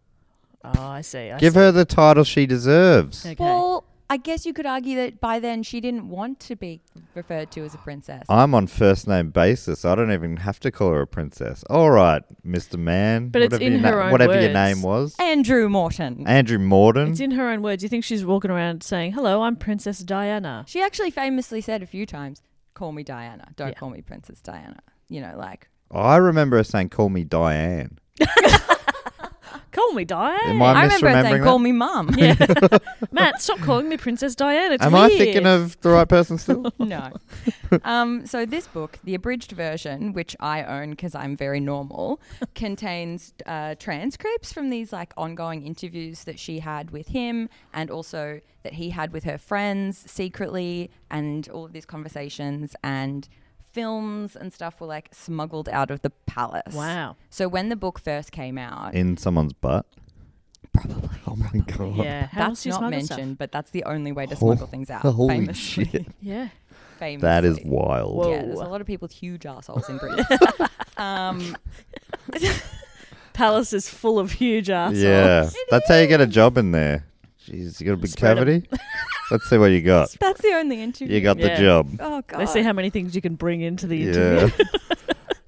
Speaker 2: Oh, I see. I
Speaker 1: Give
Speaker 2: see.
Speaker 1: her the title she deserves.
Speaker 2: Okay.
Speaker 3: Well, I guess you could argue that by then she didn't want to be referred to as a princess.
Speaker 1: I'm on first name basis. I don't even have to call her a princess. All right, Mr. Man.
Speaker 2: But it's
Speaker 1: your
Speaker 2: in her own
Speaker 1: Whatever
Speaker 2: words.
Speaker 1: your name was.
Speaker 3: Andrew Morton.
Speaker 1: Andrew Morden.
Speaker 2: it's in her own words. You think she's walking around saying, "Hello, I'm Princess Diana."
Speaker 3: She actually famously said a few times, "Call me Diana. Don't call me Princess Diana." You know, like
Speaker 1: I remember her saying, call me Diane.
Speaker 2: Call me Diane.
Speaker 1: Am I
Speaker 3: I remember her saying,
Speaker 1: misremembering
Speaker 3: "Call
Speaker 1: that?
Speaker 3: me mum."
Speaker 2: Yeah. Matt, stop calling me Princess Diane. It's
Speaker 1: Am
Speaker 2: weird.
Speaker 1: I thinking of the right person still?
Speaker 3: no. Um, so this book, the abridged version, which I own because I'm very normal, contains uh, transcripts from these like ongoing interviews that she had with him, and also that he had with her friends secretly, and all of these conversations and films and stuff were like smuggled out of the palace.
Speaker 2: Wow.
Speaker 3: So when the book first came out,
Speaker 1: In someone's butt?
Speaker 3: probably
Speaker 1: Oh my god.
Speaker 2: Yeah. How else
Speaker 3: that's
Speaker 2: do you
Speaker 3: not
Speaker 2: smuggle
Speaker 3: mentioned,
Speaker 2: stuff?
Speaker 3: but that's the only way to
Speaker 1: Hol-
Speaker 3: smuggle things out.
Speaker 1: holy
Speaker 3: famously.
Speaker 1: shit.
Speaker 2: Yeah.
Speaker 3: famously.
Speaker 1: That is wild.
Speaker 2: Whoa.
Speaker 3: Yeah, there's a lot of people with huge assholes in Britain. um,
Speaker 2: Palace is full of huge ass.
Speaker 1: Yeah. That's how you get a job in there. Jeez, you got a big
Speaker 2: Spread 'em.
Speaker 1: cavity? Let's see what you got.
Speaker 3: that's the only interview.
Speaker 1: You got
Speaker 2: Yeah.
Speaker 1: the job.
Speaker 3: Oh god.
Speaker 2: They see how many things you can bring into the interview.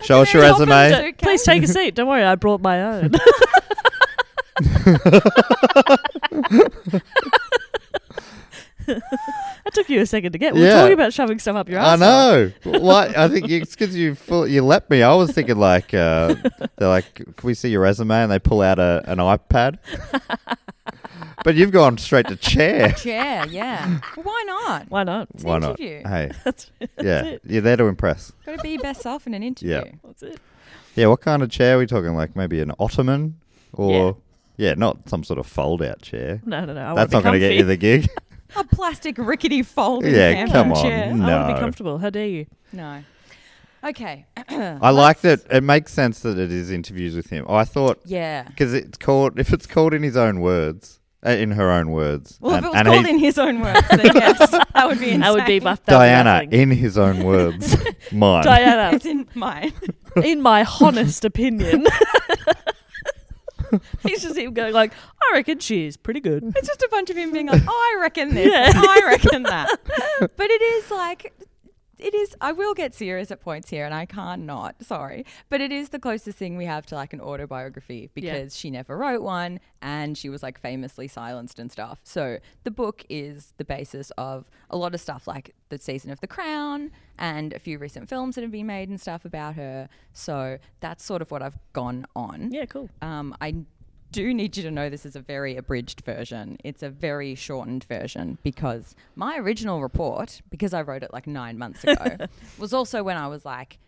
Speaker 1: Yeah. Show us your
Speaker 3: Very often
Speaker 1: resume.
Speaker 3: Okay.
Speaker 2: Please take a seat. Don't worry, I brought my own. that took you a second to get. We We're
Speaker 1: Yeah.
Speaker 2: talking about shoving stuff up your
Speaker 1: I
Speaker 2: ass.
Speaker 1: know. Why? I think you- it's because you full, you let me. I was thinking like uh, they're like, can we see your resume? And they pull out a, an iPad. but you've gone straight to chair.
Speaker 3: Chair, yeah. Why not?
Speaker 2: Why not?
Speaker 3: It's an
Speaker 1: Why not?
Speaker 3: interview.
Speaker 1: Hey,
Speaker 2: That's, that's
Speaker 1: yeah,
Speaker 2: it.
Speaker 1: you're there to impress.
Speaker 3: Got to be your best self in an interview.
Speaker 2: That's it.
Speaker 1: Yeah, what kind of chair are we talking? Like maybe an ottoman, or yeah, not some sort of fold-out chair.
Speaker 2: No, no, no. I
Speaker 1: That's not
Speaker 2: going
Speaker 1: going
Speaker 2: to
Speaker 1: to get you the gig.
Speaker 3: A plastic rickety folding
Speaker 1: yeah,
Speaker 3: camera
Speaker 1: come on. Mm.
Speaker 3: chair.
Speaker 2: I want to be
Speaker 1: No,
Speaker 2: comfortable. How dare you?
Speaker 3: No. Okay.
Speaker 1: I like that. It makes sense that it is interviews with him. I thought
Speaker 3: Yeah.
Speaker 1: Because it's called if it's called in his own words, uh, in her own words.
Speaker 3: Well, if it was
Speaker 1: he-
Speaker 3: called in his own words, then yes, that would be insane.
Speaker 2: I would be buffed up.
Speaker 1: Diana
Speaker 2: nothing.
Speaker 1: in his own words, mine.
Speaker 2: Diana,
Speaker 3: It's in mine.
Speaker 2: in my honest opinion. He's just even going like, I reckon she's pretty good.
Speaker 3: It's just a bunch of him being like, "Oh, I reckon this.
Speaker 2: Yeah.
Speaker 3: I reckon that." But it is like it is I will get serious at points here and I can't not. Sorry. But it is the closest thing we have to like an autobiography because she never wrote one and she was like famously silenced and stuff. So the book is the basis of a lot of stuff like The Season of the Crown and a few recent films that have been made and stuff about her. So that's sort of what I've gone on.
Speaker 2: Yeah, cool.
Speaker 3: Um, I do need you to know this is a very abridged version. It's a very shortened version because my original report, because I wrote it like nine months ago, was also when I was like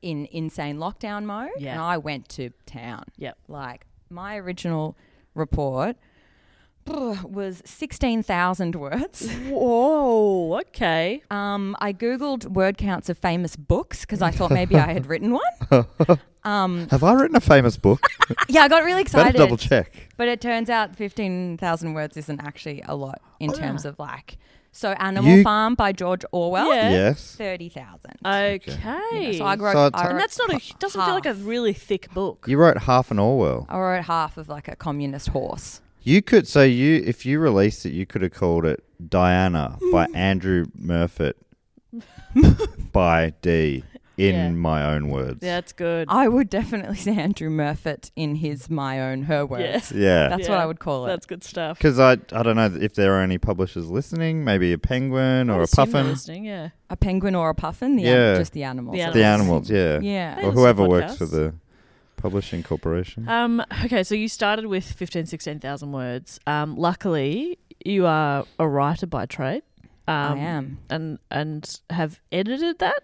Speaker 3: in insane lockdown mode
Speaker 2: Yeah.
Speaker 3: and I went to town.
Speaker 2: Yep.
Speaker 3: Like my original report was 16,000 words.
Speaker 2: Whoa, okay.
Speaker 3: Um, I Googled word counts of famous books because I thought maybe I had written one.
Speaker 1: Have I written a famous book?
Speaker 3: Yeah, I got really
Speaker 1: Better
Speaker 3: excited.
Speaker 1: double check.
Speaker 3: But it turns out 15,000 words isn't actually a lot in terms of like. So, Animal
Speaker 1: You-
Speaker 3: Farm by George Orwell,
Speaker 2: Yeah.
Speaker 1: Yes.
Speaker 3: 30,000.
Speaker 2: Okay.
Speaker 3: Yeah, so I wrote,
Speaker 1: So it's-
Speaker 3: I wrote,
Speaker 2: and that's not a hu- doesn't feel like a
Speaker 3: half.
Speaker 2: really thick book.
Speaker 1: You wrote half an Orwell.
Speaker 3: I wrote half of like a communist horse.
Speaker 1: You could so you if you released it, you could have called it Diana by Andrew Murfitt by D in
Speaker 2: Yeah.
Speaker 1: my own words.
Speaker 2: Yeah, that's good.
Speaker 3: I would definitely say Andrew Murfitt in his my own her words.
Speaker 2: Yeah.
Speaker 1: Yeah.
Speaker 3: That's what
Speaker 2: Yeah.
Speaker 3: I would call it.
Speaker 2: That's good stuff.
Speaker 1: Because I I don't know if there are any publishers listening. Maybe a penguin or a
Speaker 2: Assume they're
Speaker 1: puffin.
Speaker 2: listening, Yeah.
Speaker 3: a penguin or a puffin? The
Speaker 1: Yeah.
Speaker 3: an- just the animals.
Speaker 2: The
Speaker 1: The animals, yeah.
Speaker 3: Yeah.
Speaker 2: They
Speaker 1: Or
Speaker 2: listen to
Speaker 1: whoever works
Speaker 2: podcasts.
Speaker 1: for the publishing corporation.
Speaker 2: Um, okay, so you started with 15, 16,000 words. Um, luckily, you are a writer by trade. Um,
Speaker 3: I am.
Speaker 2: And and have edited that.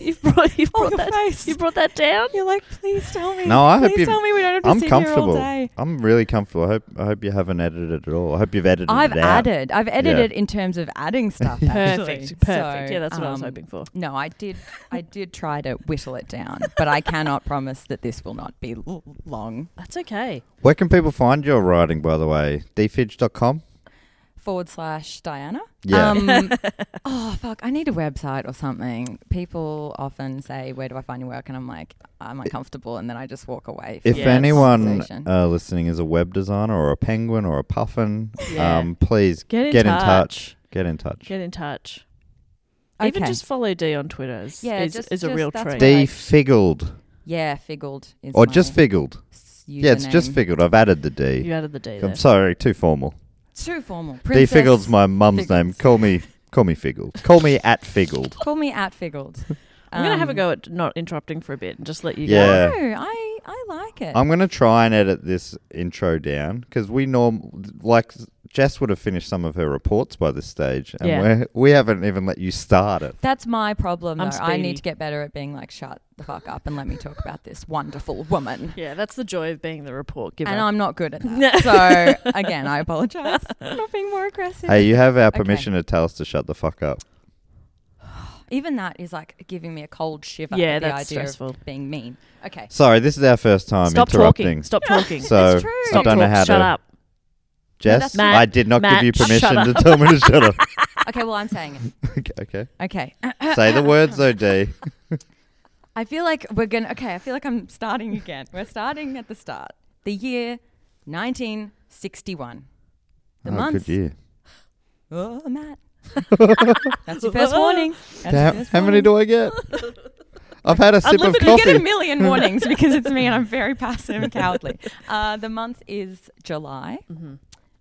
Speaker 2: you've brought you've
Speaker 3: Oh,
Speaker 2: brought
Speaker 3: your
Speaker 2: that
Speaker 3: face.
Speaker 2: you brought that down.
Speaker 3: You're like, please tell me.
Speaker 1: No, I hope
Speaker 3: please
Speaker 1: you've-
Speaker 3: tell me we don't have to
Speaker 1: I'm
Speaker 3: sit
Speaker 1: comfortable.
Speaker 3: here all day.
Speaker 1: I'm really comfortable. I hope I hope you haven't edited at all. I hope you've edited
Speaker 3: I've
Speaker 1: it out.
Speaker 3: added. I've edited in terms of adding stuff. actually.
Speaker 2: Perfect, perfect.
Speaker 3: So,
Speaker 2: yeah, that's what I was
Speaker 3: um,
Speaker 2: hoping for.
Speaker 3: No, I did. I did try to whittle it down, but I cannot promise that this will not be l- long.
Speaker 2: That's okay.
Speaker 1: Where can people find your writing, by the way? Dfidge.com?
Speaker 3: Forward slash Diana.
Speaker 1: Yeah.
Speaker 3: Um, oh fuck! I need a website or something. People often say, "Where do I find your work?" And I'm like, "I'm uncomfortable," and then I just walk away. from
Speaker 1: If
Speaker 3: the
Speaker 2: Yes.
Speaker 1: anyone
Speaker 3: conversation.
Speaker 1: uh, listening is a web designer or a penguin or a puffin,
Speaker 2: Yeah.
Speaker 1: um, please
Speaker 2: Get in touch.
Speaker 1: Get in touch.
Speaker 2: Get in touch. Even
Speaker 3: Okay.
Speaker 2: just follow D on Twitter is
Speaker 3: Yeah,
Speaker 2: is,
Speaker 3: just-
Speaker 2: is a
Speaker 3: just-
Speaker 2: real
Speaker 3: that's
Speaker 2: treat.
Speaker 3: what-
Speaker 1: Defiggled.
Speaker 3: yeah, figgled is
Speaker 1: Or
Speaker 3: my
Speaker 1: just figgled.
Speaker 3: s-
Speaker 1: Yeah, it's just
Speaker 3: username.
Speaker 1: figgled. I've added the D.
Speaker 2: You added the D there.
Speaker 1: am sorry, too formal.
Speaker 3: Too formal. Princess,
Speaker 1: Defiggled's my mum's
Speaker 3: Figgles.
Speaker 1: name. Call me call me figgled. Call me at figgled.
Speaker 3: Call me at figgled.
Speaker 2: I'm gonna have a
Speaker 3: Um,
Speaker 2: go at not interrupting for a bit and just let you
Speaker 1: Yeah.
Speaker 2: go.
Speaker 3: No, I, I like it.
Speaker 1: I'm going to try and edit this intro down because we norm like Jess would have finished some of her reports by this stage, and
Speaker 4: Yeah.
Speaker 1: we're, we haven't even let you start it.
Speaker 3: That's my problem,
Speaker 4: I'm
Speaker 3: though. I
Speaker 4: speedy.
Speaker 3: need to get better at being like, shut the fuck up and let me talk about this wonderful woman.
Speaker 4: Yeah, that's the joy of being the report giver.
Speaker 3: And I'm not good at that. so, again, I apologize for being more aggressive.
Speaker 1: Hey, you have our permission to tell us to shut the fuck up.
Speaker 3: Even that is like giving me a cold shiver.
Speaker 4: Yeah,
Speaker 3: at the
Speaker 4: that's
Speaker 3: idea
Speaker 4: stressful.
Speaker 3: of being mean. Okay.
Speaker 1: Sorry, this is our first time
Speaker 4: Stop talking.
Speaker 1: interrupting.
Speaker 4: Stop talking.
Speaker 1: So
Speaker 3: It's true.
Speaker 1: I
Speaker 4: Stop
Speaker 1: don't know
Speaker 4: talking.
Speaker 1: how
Speaker 4: Shut
Speaker 1: to.
Speaker 4: up.
Speaker 1: Jess,
Speaker 4: Matt,
Speaker 1: I did not
Speaker 4: Matt,
Speaker 1: give you
Speaker 4: shut
Speaker 1: permission to
Speaker 4: up.
Speaker 1: tell me to shut up.
Speaker 3: Okay, well, I'm saying it.
Speaker 1: okay, okay.
Speaker 3: Okay.
Speaker 1: Say the words though, D. Oh,
Speaker 3: I feel like we're going to. Okay, I feel like I'm starting again. We're starting at the start. The year 1961. The
Speaker 1: oh,
Speaker 3: month.
Speaker 1: Good year.
Speaker 3: Oh, Matt. That's your first warning. That's your
Speaker 1: How,
Speaker 3: first
Speaker 1: how many
Speaker 3: warning.
Speaker 1: do I get? I've had a sip of
Speaker 3: You get a
Speaker 1: coffee.
Speaker 3: million warnings because it's me and I'm very passive and cowardly. Uh, the month is July,
Speaker 1: Mm-hmm.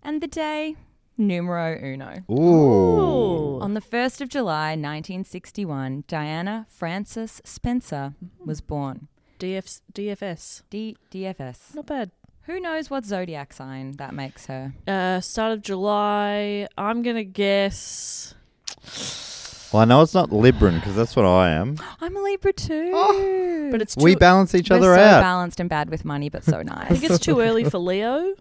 Speaker 3: and the day numero uno.
Speaker 1: Ooh.
Speaker 3: On the 1st of July 1961, Diana Frances Spencer was born.
Speaker 4: DFS, DFS.
Speaker 3: D- DFS.
Speaker 4: Not bad.
Speaker 3: Who knows what zodiac sign that makes her?
Speaker 4: Uh, start of July. I'm gonna guess.
Speaker 1: Well, I know it's not Libran because that's what I am.
Speaker 3: I'm a Libra too.
Speaker 4: But it's too,
Speaker 1: We balance Oh, each
Speaker 3: We're
Speaker 1: other
Speaker 3: so
Speaker 1: out.
Speaker 3: balanced and bad with money, but so
Speaker 4: I
Speaker 3: nice.
Speaker 4: think it's too early for Leo.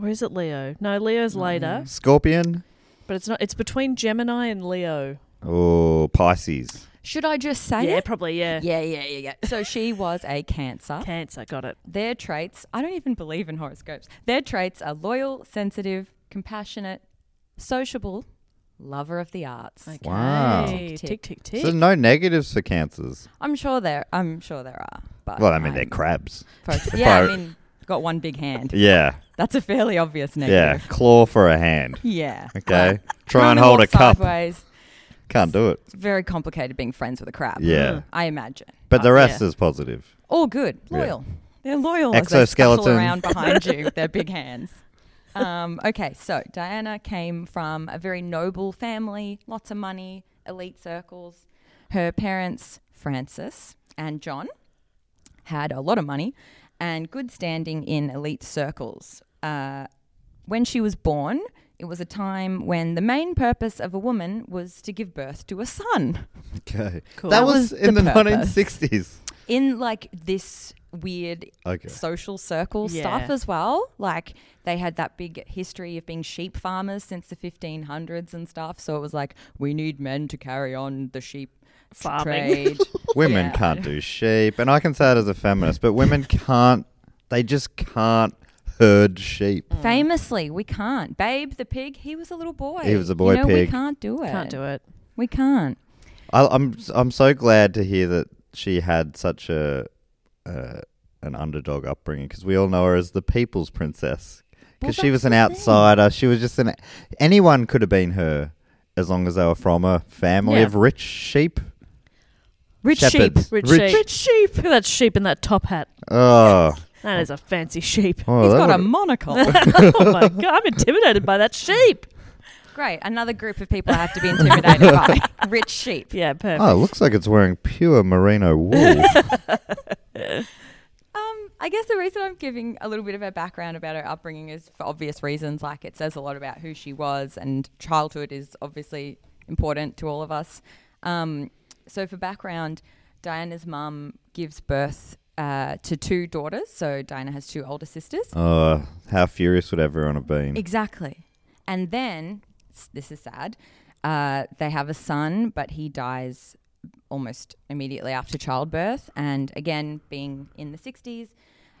Speaker 4: Or is it Leo? No, Leo's later.
Speaker 1: Scorpion
Speaker 4: But it's not. It's between Gemini and Leo.
Speaker 1: or Oh, Pisces?
Speaker 3: Should I just say
Speaker 4: Yeah,
Speaker 3: it?
Speaker 4: probably. Yeah.
Speaker 3: yeah, yeah, yeah, yeah. So she was a Cancer.
Speaker 4: Cancer. Got it.
Speaker 3: Their traits, I don't even believe in horoscopes. Their traits are loyal, sensitive, compassionate, sociable, lover of the arts.
Speaker 1: Wow.
Speaker 4: Hey, Oh, tick
Speaker 3: Tick,
Speaker 4: tick
Speaker 1: So
Speaker 4: tick.
Speaker 1: there's no negatives for cancers.
Speaker 3: I'm sure there I'm sure there are. But
Speaker 1: Well, I mean,
Speaker 3: I'm
Speaker 1: they're crabs.
Speaker 3: focused- Yeah, I
Speaker 1: fire-
Speaker 3: mean, got one big hand.
Speaker 1: Yeah.
Speaker 3: That's a fairly obvious
Speaker 1: Yeah.
Speaker 3: negative.
Speaker 1: Claw for a hand.
Speaker 3: Yeah.
Speaker 1: Okay. Try
Speaker 3: Trying
Speaker 1: and
Speaker 3: to
Speaker 1: hold a
Speaker 3: walk
Speaker 1: cup.
Speaker 3: Sideways.
Speaker 1: Can't do it.
Speaker 3: It's very complicated being friends with a crab.
Speaker 1: Yeah.
Speaker 3: I imagine.
Speaker 1: But the
Speaker 3: yeah.
Speaker 1: rest is positive.
Speaker 3: All good.
Speaker 1: Yeah.
Speaker 3: Loyal. They're loyal. as they scuttle
Speaker 1: Exoskeleton.
Speaker 3: around behind you. with Their big hands. Um, okay, so Diana came from a very noble family, lots of money, elite circles. Her parents, Francis and John, had a lot of money and good standing in elite circles. Uh, when she was born, it was a time when the main purpose of a woman was to give birth to a son.
Speaker 1: Okay. That
Speaker 3: That
Speaker 1: was
Speaker 3: was
Speaker 1: in
Speaker 3: the
Speaker 1: the
Speaker 3: purpose.
Speaker 1: 1960s.
Speaker 3: in like this weird
Speaker 1: Okay.
Speaker 3: social circle
Speaker 4: Yeah.
Speaker 3: stuff as well. Like they had that big history of being sheep farmers since the 1500s and stuff. So it was like we need men to carry on the sheep t-
Speaker 4: Farming.
Speaker 3: trade.
Speaker 1: Women
Speaker 3: Yeah.
Speaker 1: can't do sheep. And I can say it as a feminist, but women can't, they just can't herd sheep.
Speaker 4: Hmm.
Speaker 3: Famously, we can't. Babe the pig, he was a little boy.
Speaker 1: He was a boy
Speaker 3: you know,
Speaker 1: pig.
Speaker 3: We can't do it.
Speaker 4: Can't do it.
Speaker 3: We can't.
Speaker 1: I, I'm I'm so glad to hear that she had such a uh, an underdog upbringing because we all know her as the people's princess because
Speaker 3: Well,
Speaker 1: she was an
Speaker 3: that's the thing.
Speaker 1: outsider. She was just an anyone could have been her as long as they were from a family
Speaker 4: Yeah.
Speaker 1: of rich sheep.
Speaker 3: Rich
Speaker 1: Shepherds.
Speaker 3: sheep.
Speaker 4: Rich,
Speaker 1: Rich-
Speaker 4: sheep. Rich sheep. Look at that sheep in that top hat.
Speaker 1: Oh,
Speaker 4: That is a fancy sheep.
Speaker 1: oh
Speaker 3: He's
Speaker 1: that
Speaker 3: got a
Speaker 1: would-
Speaker 3: monocle.
Speaker 4: oh my god, I'm intimidated by that sheep.
Speaker 3: Great. Another group of people I have to be intimidated by. Rich sheep.
Speaker 4: Yeah, perfect.
Speaker 1: Oh, it looks like it's wearing pure merino wool.
Speaker 3: Um, I guess the reason I'm giving a little bit of her background about her upbringing is for obvious reasons. Like it says a lot about who she was, and childhood is obviously important to all of us. Um, so for background, Diana's mum gives birth uh, to two daughters. So Diana has two older sisters.
Speaker 1: oh, how furious would everyone have been?
Speaker 3: Exactly. And then s- this is sad. Uh, they have a son, but he dies almost immediately after childbirth. And again, being in the 60s,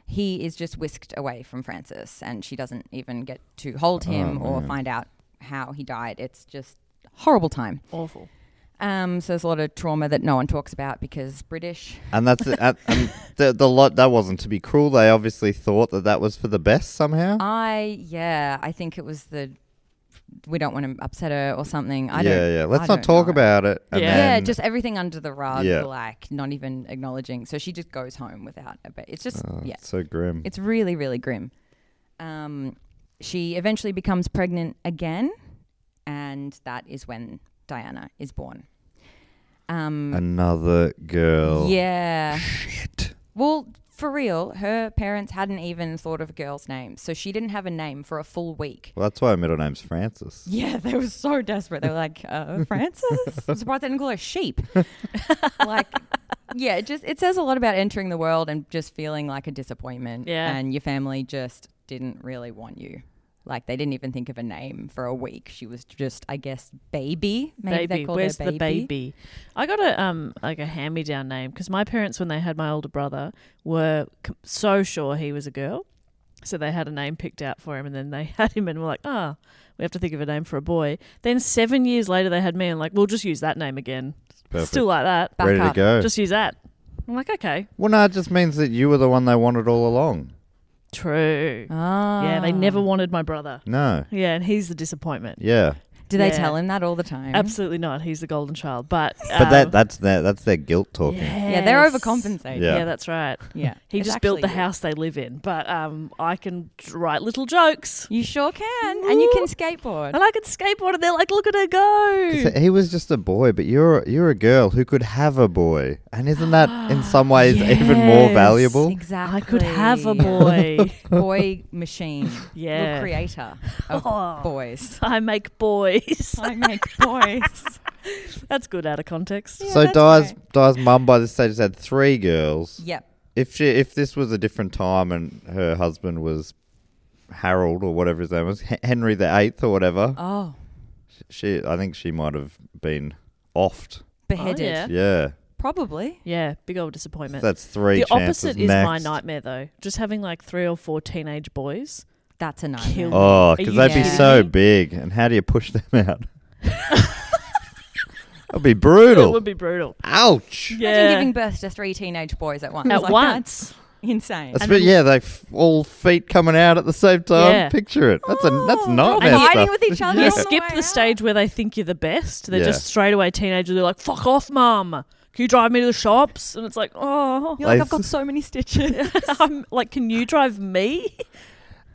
Speaker 3: he is just whisked away from Francis, and she doesn't even get to hold
Speaker 1: Oh,
Speaker 3: him or find out how he died. It's just horrible time.
Speaker 4: Awful.
Speaker 3: Um, so there's a lot of trauma that no one talks about because British.
Speaker 1: And that's it. and, and the the lot that wasn't to be cruel. They obviously thought that that was for the best somehow.
Speaker 3: I yeah, I think it was the we don't want to upset her or something. I
Speaker 1: yeah,
Speaker 3: don't,
Speaker 1: yeah.
Speaker 3: I
Speaker 1: Let's not
Speaker 3: don't
Speaker 1: talk
Speaker 3: know.
Speaker 1: about it. and
Speaker 4: Yeah.
Speaker 3: Yeah,
Speaker 1: then-
Speaker 3: just everything under the rug,
Speaker 1: Yeah.
Speaker 3: like not even acknowledging. So she just goes home without a bit. It's just, yeah,
Speaker 1: It's so grim.
Speaker 3: it's really, really grim. Um, she eventually becomes pregnant again, and that is when Diana is born. Um,
Speaker 1: Another girl.
Speaker 3: yeah.
Speaker 1: Shit.
Speaker 3: Well, for real, her parents hadn't even thought of a girl's name, so she didn't have a name for a full week.
Speaker 1: Well, that's why her middle name's Francis.
Speaker 3: Yeah, they were so desperate. They were like, uh, Francis? I'm surprised they didn't call her sheep. like, yeah, it just it says a lot about entering the world and just feeling like a disappointment.
Speaker 2: Yeah.
Speaker 3: And your family just didn't really want you. Like they didn't even think of a name for a week. She was just, I guess, baby. Maybe they
Speaker 2: baby.
Speaker 3: called
Speaker 2: Where's
Speaker 3: her baby.
Speaker 2: the baby? I got a um like a hand me down name because my parents, when they had my older brother, were c- so sure he was a girl, so they had a name picked out for him, and then they had him, and were like, ah, we have to think of a name for a boy. Then seven years later, they had me, and like, we'll just use that name again.
Speaker 1: Perfect.
Speaker 2: Still like that.
Speaker 3: Back
Speaker 1: Ready
Speaker 3: up.
Speaker 1: to go.
Speaker 2: Just use that. I'm like, okay,
Speaker 1: well, no, it just means that you were the one they wanted all along.
Speaker 2: true.
Speaker 3: Ah.
Speaker 2: Yeah, they never wanted my brother.
Speaker 1: No.
Speaker 2: Yeah, and he's the disappointment.
Speaker 1: Yeah.
Speaker 3: Do they
Speaker 2: Yeah.
Speaker 3: tell him that all the time?
Speaker 2: Absolutely not. He's the golden child. But
Speaker 1: But
Speaker 3: Oh.
Speaker 2: um,
Speaker 1: that that's their that's their guilt talking.
Speaker 3: Yeah, they're
Speaker 2: yes.
Speaker 3: overcompensating.
Speaker 1: Yeah.
Speaker 2: Yeah. that's right.
Speaker 3: Yeah.
Speaker 2: He
Speaker 3: It's
Speaker 2: just built the
Speaker 3: actually-
Speaker 2: house they live in, but um, I can write little jokes
Speaker 3: You sure can. And you can skateboard.
Speaker 2: and I can skateboard, and they're like, "Look at her go!"
Speaker 1: So He was just a boy, but you're you're a girl who could have a boy, and isn't that in some ways even more
Speaker 2: Yes.
Speaker 1: valuable?
Speaker 3: Exactly.
Speaker 2: I could have a boy.
Speaker 3: boy machine.
Speaker 2: Yeah.
Speaker 3: Your creator of
Speaker 2: Oh.
Speaker 3: boys.
Speaker 2: I make boys.
Speaker 3: I make boys.
Speaker 2: that's good out of context.
Speaker 1: so
Speaker 3: that's
Speaker 1: Di's
Speaker 3: right.
Speaker 1: Di's mum by this stage has had three girls.
Speaker 3: yep.
Speaker 1: If she if this was a different time and her husband was Harold or whatever his name was, H- Henry the Eighth or whatever,
Speaker 3: Oh,
Speaker 1: she I think she might have been offed.
Speaker 3: beheaded.
Speaker 2: yeah.
Speaker 1: Yeah,
Speaker 3: Probably.
Speaker 2: Yeah, big old disappointment.
Speaker 1: that's three.
Speaker 2: the
Speaker 1: chances.
Speaker 2: opposite is my
Speaker 1: Next.
Speaker 2: nightmare, though. Just having like three or four teenage boys.
Speaker 3: That's a nightmare.
Speaker 2: Kill-
Speaker 1: Oh,
Speaker 2: Are
Speaker 1: because
Speaker 2: you
Speaker 1: they'd be
Speaker 3: kidding
Speaker 1: so
Speaker 2: me?
Speaker 1: big, and how do you push them out? That'd be brutal.
Speaker 2: It would be brutal.
Speaker 1: Ouch.
Speaker 2: Yeah,
Speaker 3: Imagine giving birth to three teenage boys at once.
Speaker 2: at
Speaker 3: Like,
Speaker 2: once.
Speaker 3: That's insane.
Speaker 1: That's but yeah, they f- all feet coming out at the same time.
Speaker 2: Yeah.
Speaker 1: Picture it. That's a that's
Speaker 3: Oh,
Speaker 1: nightmare
Speaker 3: they're
Speaker 1: stuff.
Speaker 3: fighting with each other.
Speaker 2: You
Speaker 3: Yeah.
Speaker 2: skip
Speaker 3: Way
Speaker 2: the
Speaker 3: out.
Speaker 2: stage where they think you're the best. They're
Speaker 1: Yeah.
Speaker 2: just straight away teenagers. They're like, "Fuck off, mum! Can you drive me to the shops?" And it's like, "Oh,
Speaker 3: You're like,
Speaker 1: I
Speaker 3: I've got
Speaker 1: s-
Speaker 3: so many stitches.
Speaker 2: I'm like, can you drive me?"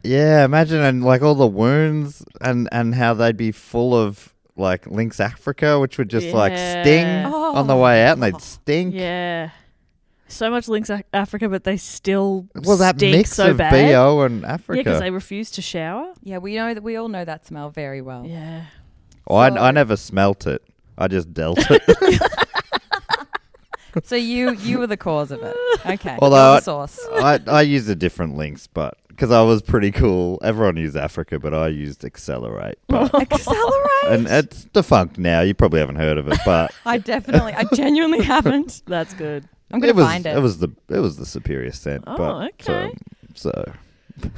Speaker 1: Yeah, imagine and like all the wounds and and how they'd be full of like Lynx Africa, which would just like sting
Speaker 2: Yeah. Oh.
Speaker 1: on the way out, and they'd stink.
Speaker 2: Yeah, so much links Ac- Africa, but they still
Speaker 1: Well, that
Speaker 2: stink
Speaker 1: mix
Speaker 2: so
Speaker 1: of
Speaker 2: bad.
Speaker 1: bo and
Speaker 2: Yeah, because they
Speaker 1: Africa.
Speaker 2: refuse to shower.
Speaker 3: yeah, we know that we all know that smell very well.
Speaker 2: Yeah,
Speaker 1: Oh, I I never smelt it. I just dealt it.
Speaker 3: So you you were the cause of it. Okay.
Speaker 1: Although
Speaker 3: You're
Speaker 1: I-
Speaker 3: the source.
Speaker 1: I I used a different Lynx, but because I was pretty cool. Everyone used Africa, but I used Accelerate. But,
Speaker 3: Accelerate.
Speaker 1: and it's defunct now. You probably haven't heard of it, but
Speaker 3: I definitely, I genuinely haven't.
Speaker 2: that's good.
Speaker 3: I'm gonna
Speaker 1: it was
Speaker 3: find it.
Speaker 1: was the it was the superior scent.
Speaker 2: Oh,
Speaker 1: but,
Speaker 2: okay.
Speaker 1: So, so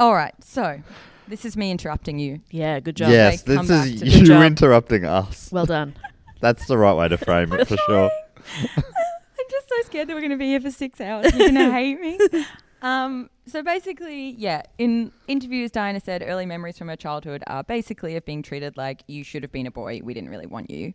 Speaker 3: All right, so this is me interrupting you.
Speaker 2: Yeah, good job.
Speaker 1: yes,
Speaker 3: they come
Speaker 1: this is
Speaker 3: back to-
Speaker 1: you
Speaker 2: Good job.
Speaker 1: interrupting us.
Speaker 2: Well done.
Speaker 1: That's the right way to frame it for sure.
Speaker 3: I'm just so scared that we're gonna be here for six hours. You're gonna hate me. Um, so basically, yeah, in interviews, Diana said early memories from her childhood are basically of being treated like you should have been a boy. We didn't really want you.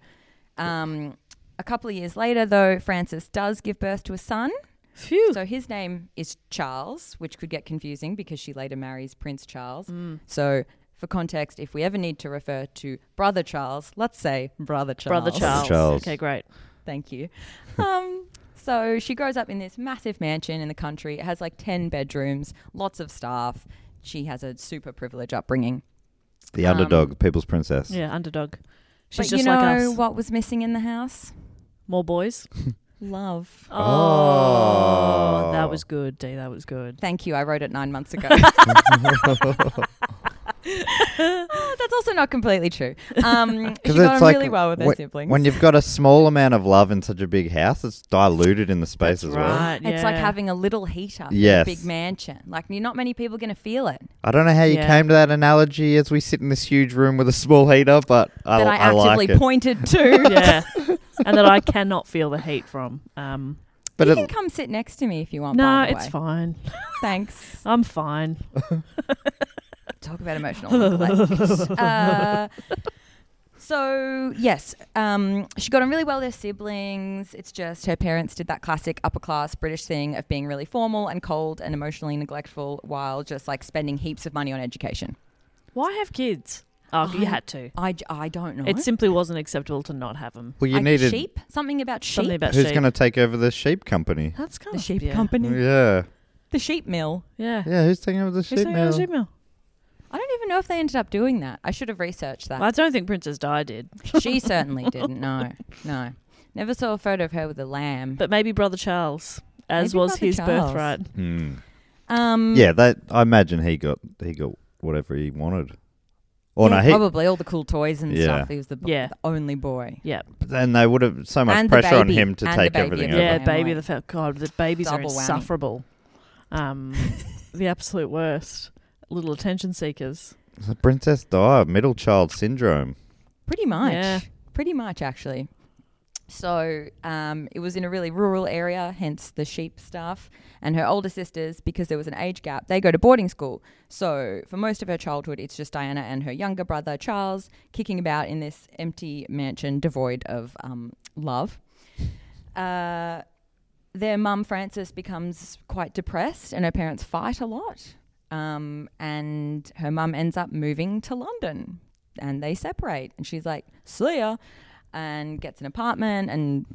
Speaker 3: Um, a couple of years later, though, Francis does give birth to a son.
Speaker 2: Phew.
Speaker 3: So his name is Charles, which could get confusing because she later marries Prince Charles. So, for context, if we ever need to refer to brother Charles, let's say brother Charles.
Speaker 2: Brother Charles.
Speaker 1: Charles.
Speaker 2: Okay, great.
Speaker 3: Thank you. Um, so she grows up in this massive mansion in the country. It has like 10 bedrooms, lots of staff. She has a super privileged upbringing.
Speaker 1: The
Speaker 3: Um,
Speaker 1: underdog, people's princess.
Speaker 2: Yeah, underdog. She's
Speaker 3: but
Speaker 2: just
Speaker 3: you know
Speaker 2: like us.
Speaker 3: what was missing in the house?
Speaker 2: More boys.
Speaker 3: Love.
Speaker 2: Oh, that was good, D. That was good.
Speaker 3: Thank you. I wrote it nine months ago. Ah, That's also not completely true. Um, she got on really well with her
Speaker 1: when,
Speaker 3: siblings.
Speaker 1: when you've got a small amount of love in such a big house, it's diluted in the space as well.
Speaker 2: Right.
Speaker 3: it's like
Speaker 2: Uh, yeah.
Speaker 3: having a little heater
Speaker 1: Yes.
Speaker 3: in a big mansion. Like, you're not many people going to feel it.
Speaker 1: I don't know how you
Speaker 2: Yeah.
Speaker 1: came to that analogy as we sit in this huge room with a small heater, but I,
Speaker 3: that I,
Speaker 1: I
Speaker 3: actively
Speaker 1: like it.
Speaker 3: pointed to.
Speaker 2: yeah, and that I cannot feel the heat from. Um,
Speaker 1: but
Speaker 3: you
Speaker 1: it-
Speaker 3: can come sit next to me if you want.
Speaker 2: no,
Speaker 3: by the
Speaker 2: it's
Speaker 3: way.
Speaker 2: fine.
Speaker 3: Thanks.
Speaker 2: I'm fine.
Speaker 3: Talk about emotional. lookalikes. uh, so yes, um, she got on really well with her siblings. It's just her parents did that classic upper class British thing of being really formal and cold and emotionally neglectful while just like spending heaps of money on education.
Speaker 2: Why have kids? Oh, you had to.
Speaker 3: I, j- I don't know.
Speaker 2: It simply wasn't acceptable to not have them.
Speaker 1: Well, you
Speaker 3: I-
Speaker 1: needed
Speaker 3: sheep. Something about sheep.
Speaker 2: Something about
Speaker 1: who's
Speaker 2: sheep.
Speaker 1: going to take over the sheep company?
Speaker 2: That's kind
Speaker 3: the
Speaker 2: of
Speaker 3: sheep
Speaker 2: yeah.
Speaker 3: company.
Speaker 1: Yeah,
Speaker 3: The sheep mill.
Speaker 2: Yeah.
Speaker 1: yeah. Who's taking over the sheep
Speaker 2: Who's saying
Speaker 1: now?
Speaker 2: about sheep mill?
Speaker 3: I don't even know if they ended up doing that. I should have researched that.
Speaker 2: I don't think Princess Di did,
Speaker 3: she certainly didn't. No, no. Never saw a photo of her with a lamb.
Speaker 2: but maybe Brother Charles, as
Speaker 3: Maybe
Speaker 2: was
Speaker 3: Brother
Speaker 2: his
Speaker 3: Charles.
Speaker 2: birthright.
Speaker 1: Hmm.
Speaker 3: um,
Speaker 1: Yeah, that I imagine he got he got whatever he wanted. Or
Speaker 3: yeah,
Speaker 1: no, he,
Speaker 3: probably all the cool toys and
Speaker 1: Yeah.
Speaker 3: stuff. He was the, bo-
Speaker 2: Yeah.
Speaker 3: the only boy.
Speaker 2: Yeah,
Speaker 1: then they would have so much
Speaker 3: And the
Speaker 1: pressure on
Speaker 3: baby.
Speaker 1: him to
Speaker 3: And the
Speaker 1: take
Speaker 3: baby
Speaker 1: everything
Speaker 3: of
Speaker 1: over.
Speaker 3: the
Speaker 2: yeah,
Speaker 3: Family.
Speaker 2: baby. The fa- God, the babies are
Speaker 3: Double whammy.
Speaker 2: insufferable. Um, the absolute worst. Little attention seekers.
Speaker 1: The Princess Di, middle child syndrome.
Speaker 3: Pretty much.
Speaker 2: Yeah.
Speaker 3: Pretty much, actually. So um, it was in a really rural area, hence the sheep stuff. And her older sisters, because there was an age gap, they go to boarding school. So for most of her childhood, it's just Diana and her younger brother, Charles, kicking about in this empty mansion devoid of um, love. Uh, their mum, Frances, becomes quite depressed, and her parents fight a lot. Um, and her mum ends up moving to London and they separate. And she's like, see ya, and gets an apartment and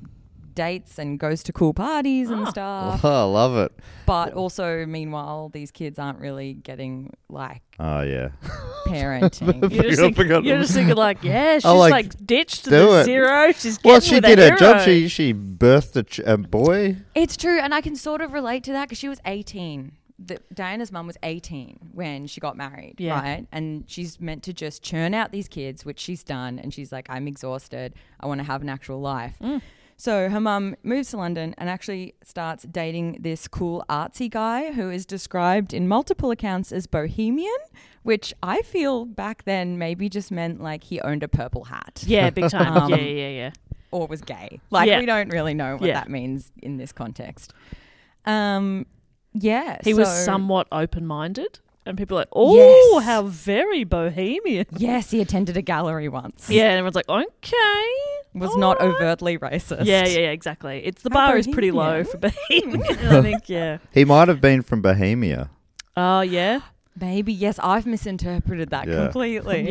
Speaker 3: dates and goes to cool parties and stuff.
Speaker 1: Oh, I love it.
Speaker 3: But also, meanwhile, these kids aren't really getting like
Speaker 1: Oh yeah.
Speaker 3: parenting.
Speaker 2: You're just,
Speaker 1: I
Speaker 2: think,
Speaker 1: forgot.
Speaker 2: you're just thinking like, yeah, she's
Speaker 1: like,
Speaker 2: like, ditched
Speaker 1: do
Speaker 2: the
Speaker 1: it.
Speaker 2: zero. She's getting
Speaker 1: Well, she
Speaker 2: with
Speaker 1: did
Speaker 2: a
Speaker 1: her job.
Speaker 2: hero.
Speaker 1: She she birthed a, ch- a boy.
Speaker 3: it's true. And I can sort of relate to that because she was 18. The, Diana's mum was 18 when she got married,
Speaker 2: Yeah.
Speaker 3: right? And she's meant to just churn out these kids, which she's done. And she's like, I'm exhausted. I want to have an actual life. So her mum moves to London and actually starts dating this cool artsy guy who is described in multiple accounts as bohemian, which I feel back then maybe just meant like he owned a purple hat
Speaker 2: yeah, big time.
Speaker 3: Um,
Speaker 2: yeah, yeah, yeah.
Speaker 3: or was gay. Like
Speaker 2: Yeah.
Speaker 3: we don't really know what
Speaker 2: Yeah.
Speaker 3: that means in this context. Um, yeah,
Speaker 2: He was
Speaker 3: so-
Speaker 2: somewhat open-minded, and people are like, oh,
Speaker 3: Yes.
Speaker 2: how very bohemian.
Speaker 3: Yes, he attended a gallery once.
Speaker 2: Yeah, and everyone's like, okay.
Speaker 3: was
Speaker 2: all
Speaker 3: not
Speaker 2: right."
Speaker 3: overtly racist.
Speaker 2: Yeah, yeah, yeah, exactly. It's the
Speaker 3: How
Speaker 2: bar is pretty low
Speaker 3: bohemian.
Speaker 2: for Bohemian, I think. Yeah.
Speaker 1: He might have been from Bohemia.
Speaker 2: Oh yeah,
Speaker 3: Maybe yes, I've misinterpreted that
Speaker 1: Yeah.
Speaker 3: completely.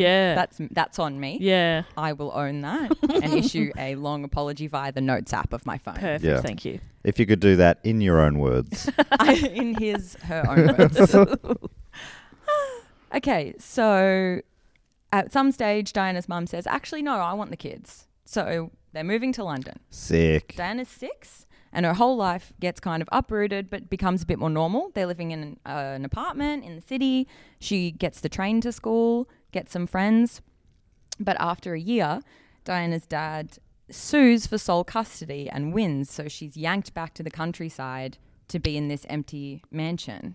Speaker 2: Yeah.
Speaker 3: that's that's on me.
Speaker 2: yeah.
Speaker 3: I will own that and issue a long apology via the notes app of my phone.
Speaker 2: Perfect.
Speaker 1: Yeah.
Speaker 2: Thank you.
Speaker 1: If you could do that in your own words.
Speaker 3: I, in his her own words. okay, so at some stage, Diana's mum says, "Actually, no, I want the kids." So they're moving to London.
Speaker 1: Sick.
Speaker 3: Diana's six, and her whole life gets kind of uprooted, but becomes a bit more normal. They're living in an, uh, an apartment in the city. She gets the train to school, gets some friends, but after a year, Diana's dad sues for sole custody and wins, so she's yanked back to the countryside to be in this empty mansion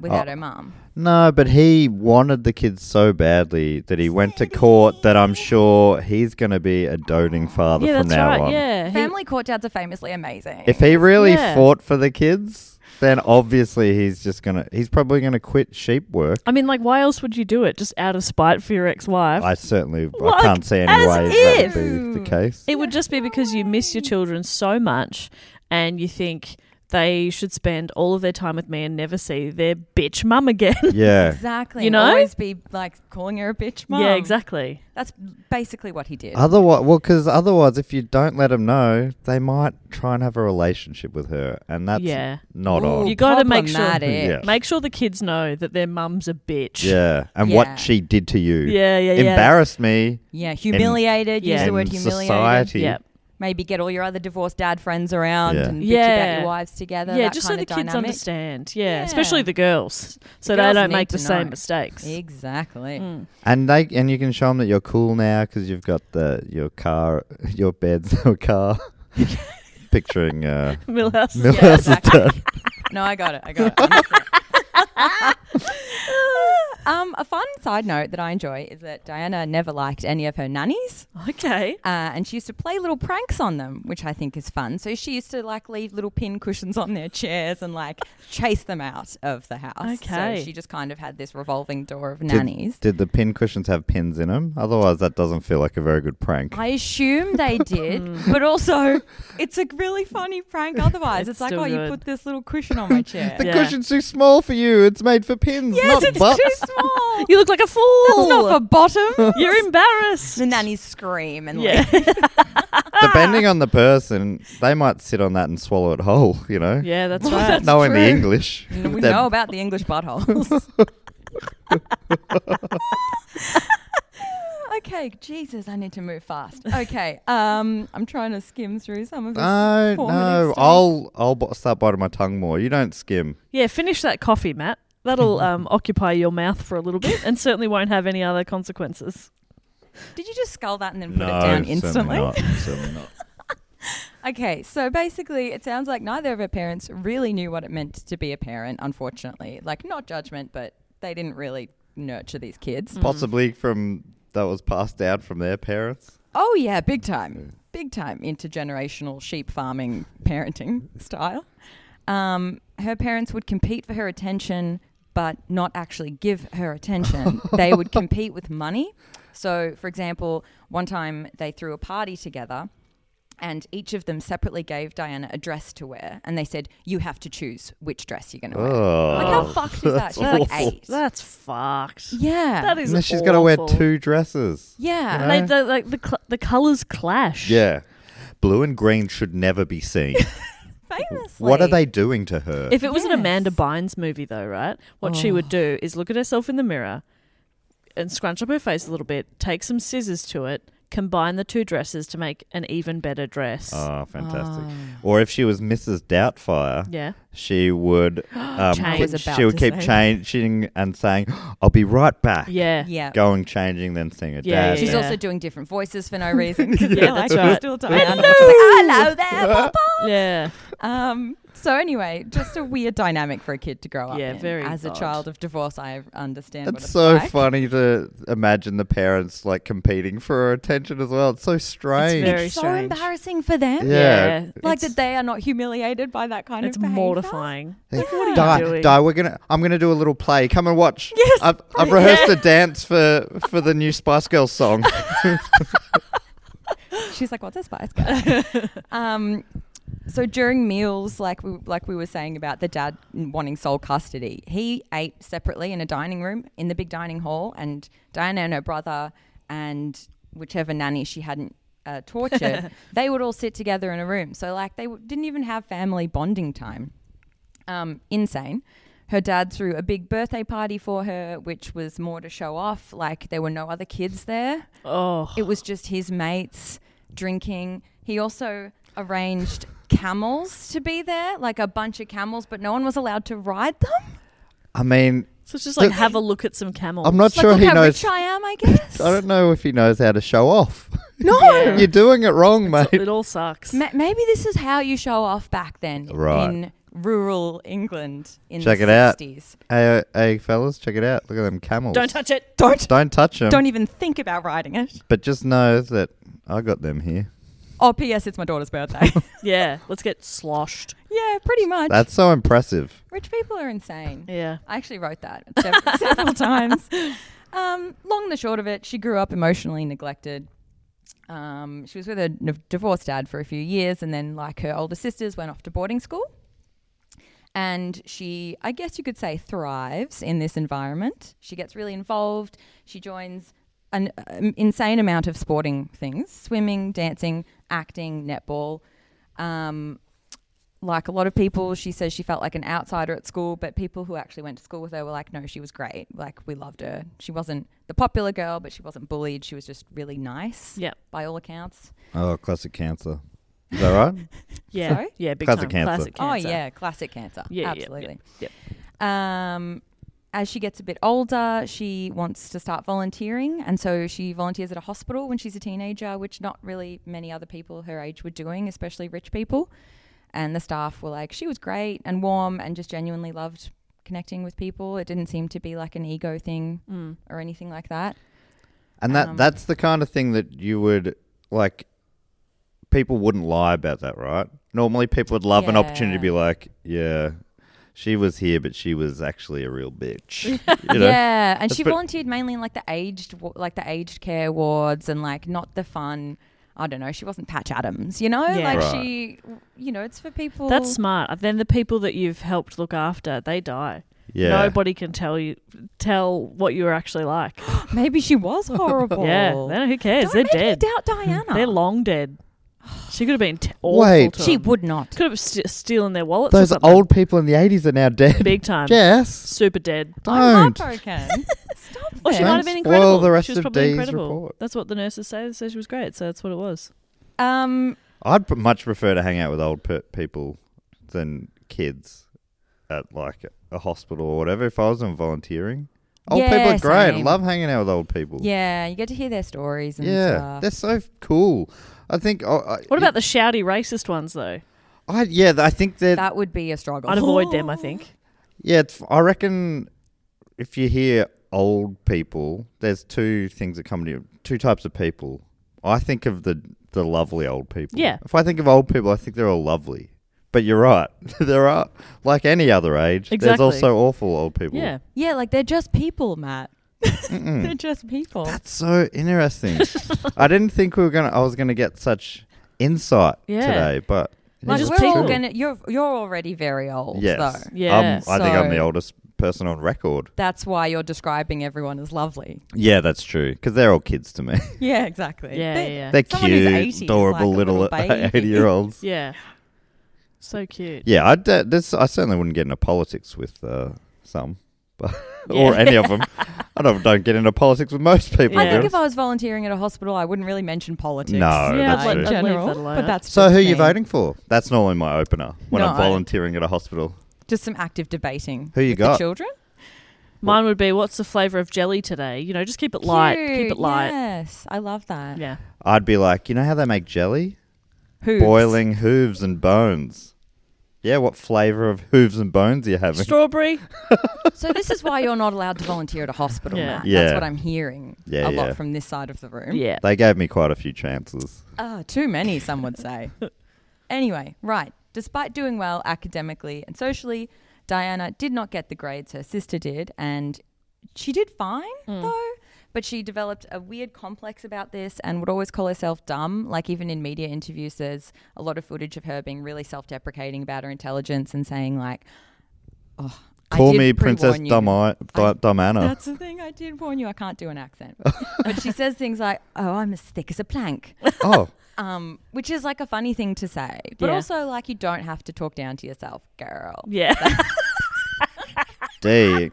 Speaker 3: without
Speaker 1: Oh.
Speaker 3: her mum.
Speaker 1: No, but he wanted the kids so badly that he went to court that I'm sure he's going to be a doting father
Speaker 2: yeah,
Speaker 1: from
Speaker 2: that's
Speaker 1: now
Speaker 2: right.
Speaker 1: on.
Speaker 2: Yeah. He-
Speaker 3: Family court dads are famously amazing.
Speaker 1: If he really
Speaker 2: Yeah.
Speaker 1: fought for the kids, then obviously he's just going to, he's probably going to quit sheep work.
Speaker 2: I mean, like, why else would you do it? Just out of spite for your ex-wife?
Speaker 1: I certainly, I
Speaker 2: Like,
Speaker 1: can't see any
Speaker 2: as
Speaker 1: way that
Speaker 2: if.
Speaker 1: would be the case.
Speaker 2: It would just be because you miss your children so much and you think they should spend all of their time with me and never see their bitch mum again.
Speaker 1: yeah.
Speaker 3: exactly,
Speaker 2: You know?
Speaker 3: always be like calling her a bitch mum.
Speaker 2: yeah, exactly.
Speaker 3: That's basically what he did.
Speaker 1: Otherwise, well, because otherwise, if you don't let them know, they might try and have a relationship with her, and that's
Speaker 2: Yeah.
Speaker 1: not
Speaker 3: Ooh,
Speaker 1: on.
Speaker 2: You gotta make sure-
Speaker 3: problematic.
Speaker 1: Yeah.
Speaker 2: Make sure the kids know that their mum's a bitch.
Speaker 1: Yeah, and
Speaker 3: Yeah.
Speaker 1: what she did to you.
Speaker 2: Yeah, yeah, yeah.
Speaker 1: Embarrassed me.
Speaker 3: Yeah, humiliated. use
Speaker 2: Yeah.
Speaker 3: the word
Speaker 1: in
Speaker 3: humiliated.
Speaker 1: society.
Speaker 2: Yeah.
Speaker 3: Maybe get all your other divorced dad friends around
Speaker 1: Yeah.
Speaker 3: and bitch about
Speaker 2: Yeah.
Speaker 3: your wives together.
Speaker 2: yeah,
Speaker 3: that
Speaker 2: just so
Speaker 3: kind
Speaker 2: the
Speaker 3: of
Speaker 2: kids
Speaker 3: dynamic.
Speaker 2: understand. Yeah,
Speaker 3: Yeah.
Speaker 2: especially the girls, so they
Speaker 3: girls
Speaker 2: don't
Speaker 3: need
Speaker 2: make
Speaker 3: to
Speaker 2: the same
Speaker 3: know.
Speaker 2: mistakes.
Speaker 3: Exactly.
Speaker 2: Mm.
Speaker 1: And they and you can show them that you're cool now because you've got the your car, your bed's your car. Picturing uh,
Speaker 2: Millhouse.
Speaker 1: Millhouse's
Speaker 3: Yeah, exactly. no, I got it. I got it. I'm just kidding. um, a fun side note that I enjoy is that Diana never liked any of her nannies.
Speaker 2: Okay.
Speaker 3: uh, and she used to play little pranks on them, which I think is fun. So she used to like leave little pin cushions on their chairs and like chase them out of the house.
Speaker 2: Okay.
Speaker 3: So she just kind of had this revolving door of
Speaker 1: did-
Speaker 3: nannies.
Speaker 1: Did, the pin cushions have pins in them? Otherwise, that doesn't feel like a very good prank.
Speaker 3: I assume they did, but also it's a really funny prank. Otherwise, it's,
Speaker 2: It's
Speaker 3: like,
Speaker 2: still
Speaker 3: oh, you
Speaker 2: good.
Speaker 3: put this little cushion on my chair.
Speaker 1: the
Speaker 2: Yeah.
Speaker 1: cushion's too small for you. It's made for pins,
Speaker 3: yes,
Speaker 1: not
Speaker 3: it's
Speaker 1: butts.
Speaker 3: too
Speaker 4: You look like a fool.
Speaker 3: That's not for bottom.
Speaker 4: You're embarrassed.
Speaker 3: the nannies scream and
Speaker 4: Yeah.
Speaker 3: like, ah.
Speaker 1: Depending on the person, they might sit on that and swallow it whole, you know?
Speaker 4: yeah, that's
Speaker 3: Well,
Speaker 4: right.
Speaker 3: that's-
Speaker 1: Knowing the
Speaker 3: true.
Speaker 1: English.
Speaker 3: we
Speaker 1: They're-
Speaker 3: know about the English buttholes. okay, Jesus, I need to move fast. Okay, um, I'm trying to skim through some of this.
Speaker 1: No,
Speaker 3: Four minutes
Speaker 1: no.
Speaker 3: to-
Speaker 1: I'll I'll bo- start biting my tongue more. You don't skim.
Speaker 4: yeah, finish that coffee, Matt. That'll um, occupy your mouth for a little bit and certainly won't have any other consequences.
Speaker 3: Did you just scull that and then put it down instantly?
Speaker 1: Certainly not.
Speaker 3: Okay, so basically, it sounds like neither of her parents really knew what it meant to be a parent, unfortunately. Like, not judgment, but they didn't really nurture these kids.
Speaker 1: Possibly from that was passed down from their parents.
Speaker 3: Oh, yeah, big time. Big time intergenerational sheep farming parenting style. Um, her parents would compete for her attention, but not actually give her attention. they would compete with money. So, for example, one time they threw a party together. And each of them separately gave Diana a dress to wear, and they said, "You have to choose which dress you're going to wear."
Speaker 1: Oh.
Speaker 3: like how fucked is that? She's like eight.
Speaker 4: That's fucked.
Speaker 3: yeah,
Speaker 4: That is
Speaker 1: And then she's
Speaker 4: awful.
Speaker 1: got to wear two dresses.
Speaker 3: yeah.
Speaker 4: They, they, like the cl- the colors clash.
Speaker 1: Yeah. Blue and green should never be seen.
Speaker 3: Famously,
Speaker 1: what are they doing to her?
Speaker 4: If it was
Speaker 3: Yes. Oh.
Speaker 4: an Amanda Bynes movie, though, right? What she would do is look at herself in the mirror and scrunch up her face a little bit, take some scissors to it, combine the two dresses to make an even better dress.
Speaker 1: oh, fantastic. Or if she was Mrs. Doubtfire,
Speaker 4: yeah.
Speaker 1: she would um,
Speaker 4: Change. I
Speaker 1: keep-
Speaker 4: was
Speaker 3: about
Speaker 1: she would
Speaker 3: to
Speaker 1: keep
Speaker 3: say that.
Speaker 1: changing and saying, I'll be right back.
Speaker 4: Yeah.
Speaker 3: Yeah,
Speaker 1: Going, changing, then singing.
Speaker 4: Yeah, yeah,
Speaker 1: Dad,
Speaker 3: She's
Speaker 4: yeah.
Speaker 3: also doing different voices for no reason. yeah,
Speaker 4: Yeah,
Speaker 3: like
Speaker 4: that's right.
Speaker 3: still Diana. She's like, Hello there, Papa.
Speaker 4: Yeah.
Speaker 3: Um, so anyway, just a weird dynamic for a kid to grow up.
Speaker 4: Yeah,
Speaker 3: in.
Speaker 4: very
Speaker 3: As a
Speaker 4: odd.
Speaker 3: child of divorce, I understand. what
Speaker 1: It's
Speaker 3: it's
Speaker 1: so
Speaker 3: like.
Speaker 1: funny to imagine the parents like competing for her attention as well. It's so strange.
Speaker 4: very-
Speaker 3: It's so
Speaker 4: strange.
Speaker 3: embarrassing for them.
Speaker 1: Yeah.
Speaker 3: Like
Speaker 4: it's,
Speaker 3: that they are not humiliated by that kind
Speaker 4: it's
Speaker 3: of behavior.
Speaker 4: mortifying. what
Speaker 1: Like,
Speaker 4: are you
Speaker 1: Di,
Speaker 4: doing?
Speaker 1: Di, we're gonna. I'm gonna do a little play. Come and watch.
Speaker 3: Yes,
Speaker 1: I've, I've rehearsed a dance for for the new Spice Girls song.
Speaker 3: She's like, "What's a spice guy?" um, so during meals, like we like we were saying about the dad wanting sole custody, he ate separately in a dining room in the big dining hall, and Diana and her brother and whichever nanny she hadn't. Uh, tortured, they would all sit together in a room. So, like, they w- didn't even have family bonding time um, insane. Her dad threw a big birthday party for her, which was more to show off. Like there were no other kids there. Oh, it was just his mates drinking. He also arranged camels to be there, like a bunch of camels, but no one was allowed to ride them.
Speaker 1: I mean,
Speaker 4: So it's just like have a look at some camels.
Speaker 1: I'm not
Speaker 3: Like,
Speaker 1: sure
Speaker 3: look
Speaker 1: he
Speaker 3: how
Speaker 1: knows.
Speaker 3: rich I am, I guess.
Speaker 1: I don't know if he knows how to show off.
Speaker 3: no.
Speaker 1: You're doing it wrong, mate.
Speaker 4: It all sucks.
Speaker 3: Ma- maybe this is how you show off back then
Speaker 1: Right.
Speaker 3: in rural England in
Speaker 1: Check
Speaker 3: the
Speaker 1: it out.
Speaker 3: 60s.
Speaker 1: Hey, uh, hey, fellas, check it out. Look at them camels.
Speaker 4: Don't e-, touch it.
Speaker 3: Don't
Speaker 1: Don't touch them.
Speaker 3: don't even think about riding it.
Speaker 1: But just know that I got them here.
Speaker 3: Oh, P.S. It's my daughter's birthday.
Speaker 4: Yeah. Let's get sloshed.
Speaker 3: yeah, pretty much.
Speaker 1: That's so impressive.
Speaker 3: Rich people are insane.
Speaker 4: Yeah.
Speaker 3: I actually wrote that several, several times. Um, long and the short of it, she grew up emotionally neglected. Um, she was with her n- divorced dad for a few years, and then, like her older sisters, went off to boarding school. And she, I guess you could say, thrives in this environment. She gets really involved. She joins an um, insane amount of sporting things swimming, dancing, acting, netball. Um, like a lot of people, she says she felt like an outsider at school, but people who actually went to school with her were like, no, she was great. Like, we loved her. She wasn't the popular girl, but she wasn't bullied. She was just really nice
Speaker 4: Yep.
Speaker 3: by all accounts.
Speaker 1: Oh, classic cancer. Is that right?
Speaker 4: Yeah.
Speaker 3: Sorry?
Speaker 4: Yeah. Big
Speaker 1: Classic
Speaker 4: time.
Speaker 1: cancer.
Speaker 4: Classic cancer.
Speaker 3: Oh, yeah, classic cancer.
Speaker 4: Yeah, yeah,
Speaker 3: Absolutely.
Speaker 4: yeah,
Speaker 3: Um, as she gets a bit older, she wants to start volunteering. And so she volunteers at a hospital when she's a teenager, which not really many other people her age were doing, especially rich people. And the staff were like, she was great and warm and just genuinely loved connecting with people. It didn't seem to be like an ego thing
Speaker 4: Mm.
Speaker 3: or anything like that.
Speaker 1: And that
Speaker 3: Um,
Speaker 1: that's the kind of thing that you would like people wouldn't lie about that, right? Normally people would love an opportunity to be
Speaker 3: Yeah.
Speaker 1: like, yeah, she was here but she was actually a real bitch. you know?
Speaker 3: Yeah, and
Speaker 1: That's
Speaker 3: she
Speaker 1: bit-
Speaker 3: volunteered mainly in like the aged, wa- like the aged care wards, and like not the fun. I don't know. She wasn't Patch Adams, you know.
Speaker 4: Yeah.
Speaker 3: Like
Speaker 1: Right.
Speaker 3: she, you know, it's for people.
Speaker 4: That's smart. Then the people that you've helped look after, they die.
Speaker 1: Yeah.
Speaker 2: Nobody can tell you tell what you're actually like.
Speaker 3: Maybe she was horrible.
Speaker 2: Yeah, then who cares?
Speaker 3: Oh. Don't
Speaker 2: They're
Speaker 3: make me
Speaker 2: dead.
Speaker 3: doubt Diana.
Speaker 2: They're long dead. She could have been t- awful.
Speaker 1: Wait.
Speaker 2: to
Speaker 3: She
Speaker 2: them.
Speaker 3: would not.
Speaker 2: could have st- stealing their wallets. or
Speaker 1: Those
Speaker 2: something.
Speaker 1: old people in the 80s are now dead.
Speaker 2: big time.
Speaker 1: Jess.
Speaker 2: super dead.
Speaker 3: I'm
Speaker 1: Don't.
Speaker 3: heartbroken. Stop
Speaker 2: Or she
Speaker 3: this.
Speaker 2: might have been
Speaker 1: spoil
Speaker 2: incredible.
Speaker 1: the rest
Speaker 2: she was
Speaker 1: of
Speaker 2: probably
Speaker 1: Dee's
Speaker 2: incredible.
Speaker 1: report.
Speaker 2: That's what the nurses say. They say she was great, so that's what it was.
Speaker 3: Um,
Speaker 1: I'd p- much prefer to hang out with old pe- people than kids at like a hospital or whatever if I was in volunteering. Old people
Speaker 3: Yeah,
Speaker 1: are great.
Speaker 3: same.
Speaker 1: Love hanging out with old people.
Speaker 3: yeah, you get to hear their stories and
Speaker 1: Yeah. They're
Speaker 3: stuff.
Speaker 1: so f- cool. I think. Oh, I,
Speaker 2: What about the shouty racist ones though?
Speaker 1: I, yeah, I think that.
Speaker 3: That would be a struggle.
Speaker 2: I'd avoid them. I think.
Speaker 1: Yeah, it's, I reckon if you hear old people, there's two things that come to you, two types of people. I think of the the lovely old people.
Speaker 2: Yeah.
Speaker 1: If I think of old people, I think they're all lovely. But you're right. there are like any other age. There's
Speaker 2: Exactly.
Speaker 1: also awful old people.
Speaker 2: Yeah.
Speaker 3: Yeah, like they're just people, Matt. they're just people.
Speaker 1: That's so interesting. I didn't think we were gonna. I was gonna get such insight
Speaker 2: Yeah.
Speaker 1: today, but
Speaker 2: Like,
Speaker 1: it
Speaker 2: just
Speaker 1: is
Speaker 3: we're all
Speaker 2: people.
Speaker 3: gonna. You're you're already very old,
Speaker 1: Yes.
Speaker 3: though.
Speaker 2: Yeah,
Speaker 1: I'm- I think I'm the
Speaker 3: so-
Speaker 1: oldest person on record.
Speaker 3: That's why you're describing everyone as lovely.
Speaker 1: Yeah, that's true. Because they're all kids to me.
Speaker 3: Yeah, exactly.
Speaker 2: Yeah,
Speaker 3: They-
Speaker 2: yeah, yeah.
Speaker 1: They're
Speaker 3: Someone
Speaker 1: cute,
Speaker 3: who's 80 is
Speaker 1: adorable
Speaker 3: like a
Speaker 1: little, uh,
Speaker 3: little baby.
Speaker 1: 80 year olds.
Speaker 2: Yeah. So cute.
Speaker 1: Yeah, I'd, uh, this, I certainly wouldn't get into politics with uh, some, but, or any of them. I don't, don't get into politics with most people.
Speaker 2: Yeah.
Speaker 3: I think
Speaker 1: do
Speaker 3: if I was volunteering at a hospital, I wouldn't really mention politics.
Speaker 1: No,
Speaker 2: Yeah,
Speaker 1: that's
Speaker 2: I'd
Speaker 3: like
Speaker 2: leave-
Speaker 1: true.
Speaker 2: I'd leave
Speaker 3: general,
Speaker 2: that alone.
Speaker 3: but that's
Speaker 1: So
Speaker 3: just
Speaker 1: who are you
Speaker 3: me.
Speaker 1: voting for? That's normally my opener when I'm
Speaker 3: No, I-
Speaker 1: volunteering at a hospital.
Speaker 3: Just some active debating.
Speaker 1: Who you
Speaker 3: with
Speaker 1: got?
Speaker 3: The children.
Speaker 2: Mine would be what's the flavor of jelly today? You know, just keep it light. Keep
Speaker 3: Cute,
Speaker 2: it light.
Speaker 3: Yes, I love that.
Speaker 2: Yeah.
Speaker 1: I'd be like, you know how they make jelly?
Speaker 3: Who
Speaker 1: Boiling hooves and bones. Yeah, what flavour of hooves and bones are you having?
Speaker 2: Strawberry.
Speaker 3: So this is why you're not allowed to volunteer at a hospital,
Speaker 2: Yeah.
Speaker 3: Matt.
Speaker 1: Yeah.
Speaker 3: That's what I'm hearing
Speaker 1: Yeah,
Speaker 3: a
Speaker 1: yeah.
Speaker 3: lot from this side of the room.
Speaker 2: Yeah.
Speaker 1: they gave me quite a few chances.
Speaker 3: Ah, too many, some would say. anyway, right. Despite doing well academically and socially, Diana did not get the grades her sister did, and she did fine though. But she developed a weird complex about this and would always call herself dumb. Like, even in media interviews, there's a lot of footage of her being really self deprecating about her intelligence and saying, like, oh, I
Speaker 1: Call
Speaker 3: did
Speaker 1: me Princess
Speaker 3: pre-warn you.
Speaker 1: Dumb, I, Di- Dumb Anna.
Speaker 3: That's the thing. I did warn you. I can't do an accent. but she says things like, "Oh, I'm as thick as a plank,"
Speaker 1: oh,
Speaker 3: um, which is like a funny thing to say, but
Speaker 2: Yeah.
Speaker 3: also like you don't have to talk down to yourself, girl.
Speaker 2: Yeah.
Speaker 1: D.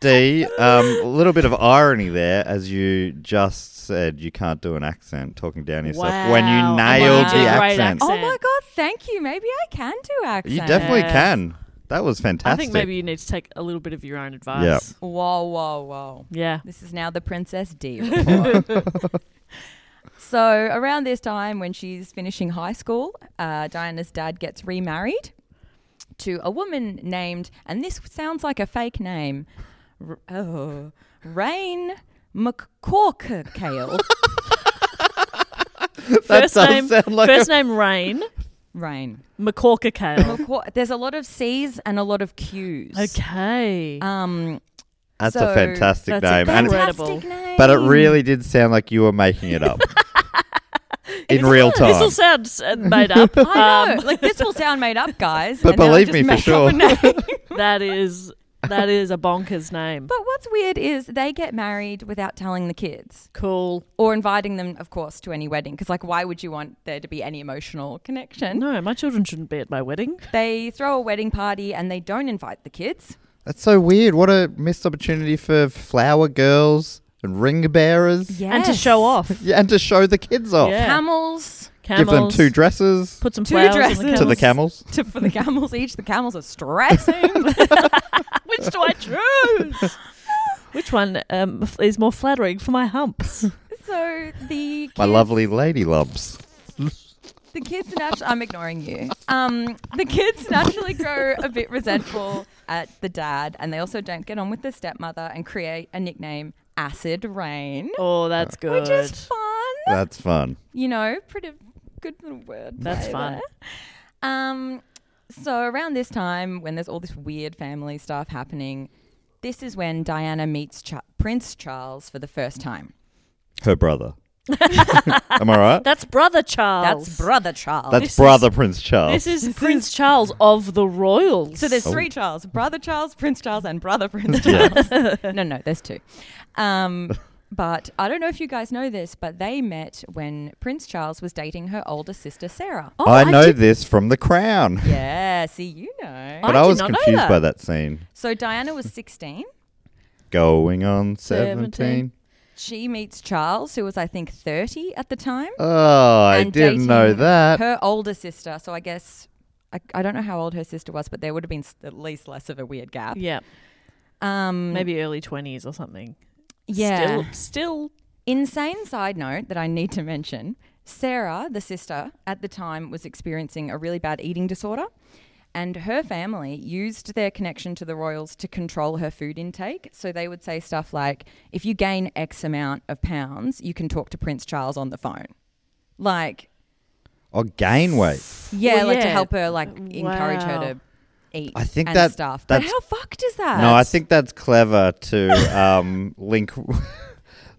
Speaker 1: D. Um, a little bit of irony there, as you just said, you can't do an accent talking down yourself when you
Speaker 2: Wow.
Speaker 1: nailed
Speaker 2: Wow.
Speaker 1: the
Speaker 2: Great
Speaker 1: accent.
Speaker 2: accent.
Speaker 3: Oh my god! Thank you. Maybe I can do accent.
Speaker 1: You definitely
Speaker 2: Yeah.
Speaker 1: can. That was fantastic.
Speaker 2: I think maybe you need to take a little bit of your own advice.
Speaker 1: Yeah.
Speaker 3: Whoa, whoa, whoa.
Speaker 2: Yeah.
Speaker 3: This is now the Princess D report. so, around this time, when she's finishing high school, uh, Diana's dad gets remarried to a woman named, and this sounds like a fake name, R- oh, Rain McCorkale.
Speaker 1: that
Speaker 2: First
Speaker 1: does
Speaker 2: name
Speaker 1: sound like
Speaker 2: first
Speaker 1: a-
Speaker 2: name Rain.
Speaker 3: Rain.
Speaker 2: McCorker Kale.
Speaker 3: McCor- There's a lot of C's and a lot of Q's.
Speaker 2: okay.
Speaker 3: Um,
Speaker 1: That's
Speaker 3: so-
Speaker 1: a fantastic
Speaker 2: That's a
Speaker 1: name. And,
Speaker 2: great-
Speaker 3: fantastic name.
Speaker 1: but it really did sound like you were making it up in real
Speaker 2: this
Speaker 1: time.
Speaker 2: all sounds uh, made up.
Speaker 3: I know.
Speaker 2: Um,
Speaker 3: like this will sound made up, guys.
Speaker 1: But
Speaker 3: and they'll
Speaker 1: believe
Speaker 3: just
Speaker 1: me, for
Speaker 3: make up
Speaker 1: sure.
Speaker 3: a name.
Speaker 2: Um, that is that is a bonkers name.
Speaker 3: But what's weird is they get married without telling the kids
Speaker 2: Cool.
Speaker 3: or inviting them, of course, to any wedding. Because, like, why would you want there to be any emotional connection?
Speaker 2: No, my children shouldn't be at my wedding.
Speaker 3: They throw a wedding party and they don't invite the kids.
Speaker 1: That's so weird. What a missed opportunity for flower girls and ring bearers.
Speaker 3: Yes.
Speaker 2: And to show off.
Speaker 1: Yeah, and to show the kids off.
Speaker 2: Yeah.
Speaker 3: Camels
Speaker 1: Give them
Speaker 2: Camels.
Speaker 1: two dresses
Speaker 2: Put some
Speaker 3: Two
Speaker 2: flowers
Speaker 3: dresses.
Speaker 2: on the
Speaker 1: to the camels.
Speaker 3: to, for the camels each. The camels are stressing.
Speaker 2: Which do I choose? Which one um, f- is more flattering for my humps?
Speaker 3: so the kids,
Speaker 1: My lovely lady lumps.
Speaker 3: the kids naturally. I'm ignoring you. Um, the kids naturally grow a bit resentful at the dad, and they also don't get on with the stepmother and create a nickname, Acid Rain.
Speaker 2: Oh, that's good.
Speaker 3: which is fun.
Speaker 1: That's fun.
Speaker 3: You know, pretty good little word.
Speaker 2: That's
Speaker 3: play
Speaker 2: fun.
Speaker 3: there. Um, so around this time, when there's all this weird family stuff happening, this is when Diana meets Cha- Prince Charles for the first time.
Speaker 1: Her brother. Am I right?
Speaker 4: That's brother Charles.
Speaker 3: That's brother Charles.
Speaker 1: That's
Speaker 4: is-
Speaker 1: brother Prince Charles.
Speaker 4: This is Prince Charles of the Royals.
Speaker 3: so there's
Speaker 1: Oh.
Speaker 3: three Charles: brother Charles, Prince Charles, and brother Prince Charles. no, no, there's two. Um, but I don't know if you guys know this, but they met when Prince Charles was dating her older sister Sarah.
Speaker 4: Oh,
Speaker 1: I know
Speaker 4: did-
Speaker 1: this from The Crown.
Speaker 3: Yeah, see, you know.
Speaker 1: But
Speaker 4: I
Speaker 1: I,
Speaker 4: did
Speaker 1: was
Speaker 4: not know
Speaker 1: confused
Speaker 4: that.
Speaker 1: by that scene.
Speaker 3: So Diana was 16.
Speaker 1: Going on 17.
Speaker 4: Seventeen.
Speaker 3: She meets Charles, who was, I think, 30 at the time.
Speaker 1: Oh, I
Speaker 3: and
Speaker 1: didn't know
Speaker 3: dating
Speaker 1: that.
Speaker 3: Her older sister. So I guess, I, I don't know how old her sister was, but there would have been s- at least less of a weird gap.
Speaker 4: yeah,
Speaker 3: Um,
Speaker 4: maybe early twenties or something.
Speaker 3: Yeah.
Speaker 4: Still, still
Speaker 3: Insane side note that I need to mention Sarah, the sister, at the time was experiencing a really bad eating disorder. And her family used their connection to the royals to control her food intake. So they would say stuff like, if you gain X amount of pounds, you can talk to Prince Charles on the phone. Like,
Speaker 1: Oh, gain weight.
Speaker 3: yeah,
Speaker 4: Well,
Speaker 3: like to
Speaker 4: yeah.
Speaker 3: help her, like encourage her
Speaker 4: Wow.
Speaker 3: to eat
Speaker 1: I think
Speaker 3: and
Speaker 1: that-
Speaker 3: stuff.
Speaker 1: that's-
Speaker 3: but how fucked is that?
Speaker 1: No, I think that's clever to um, link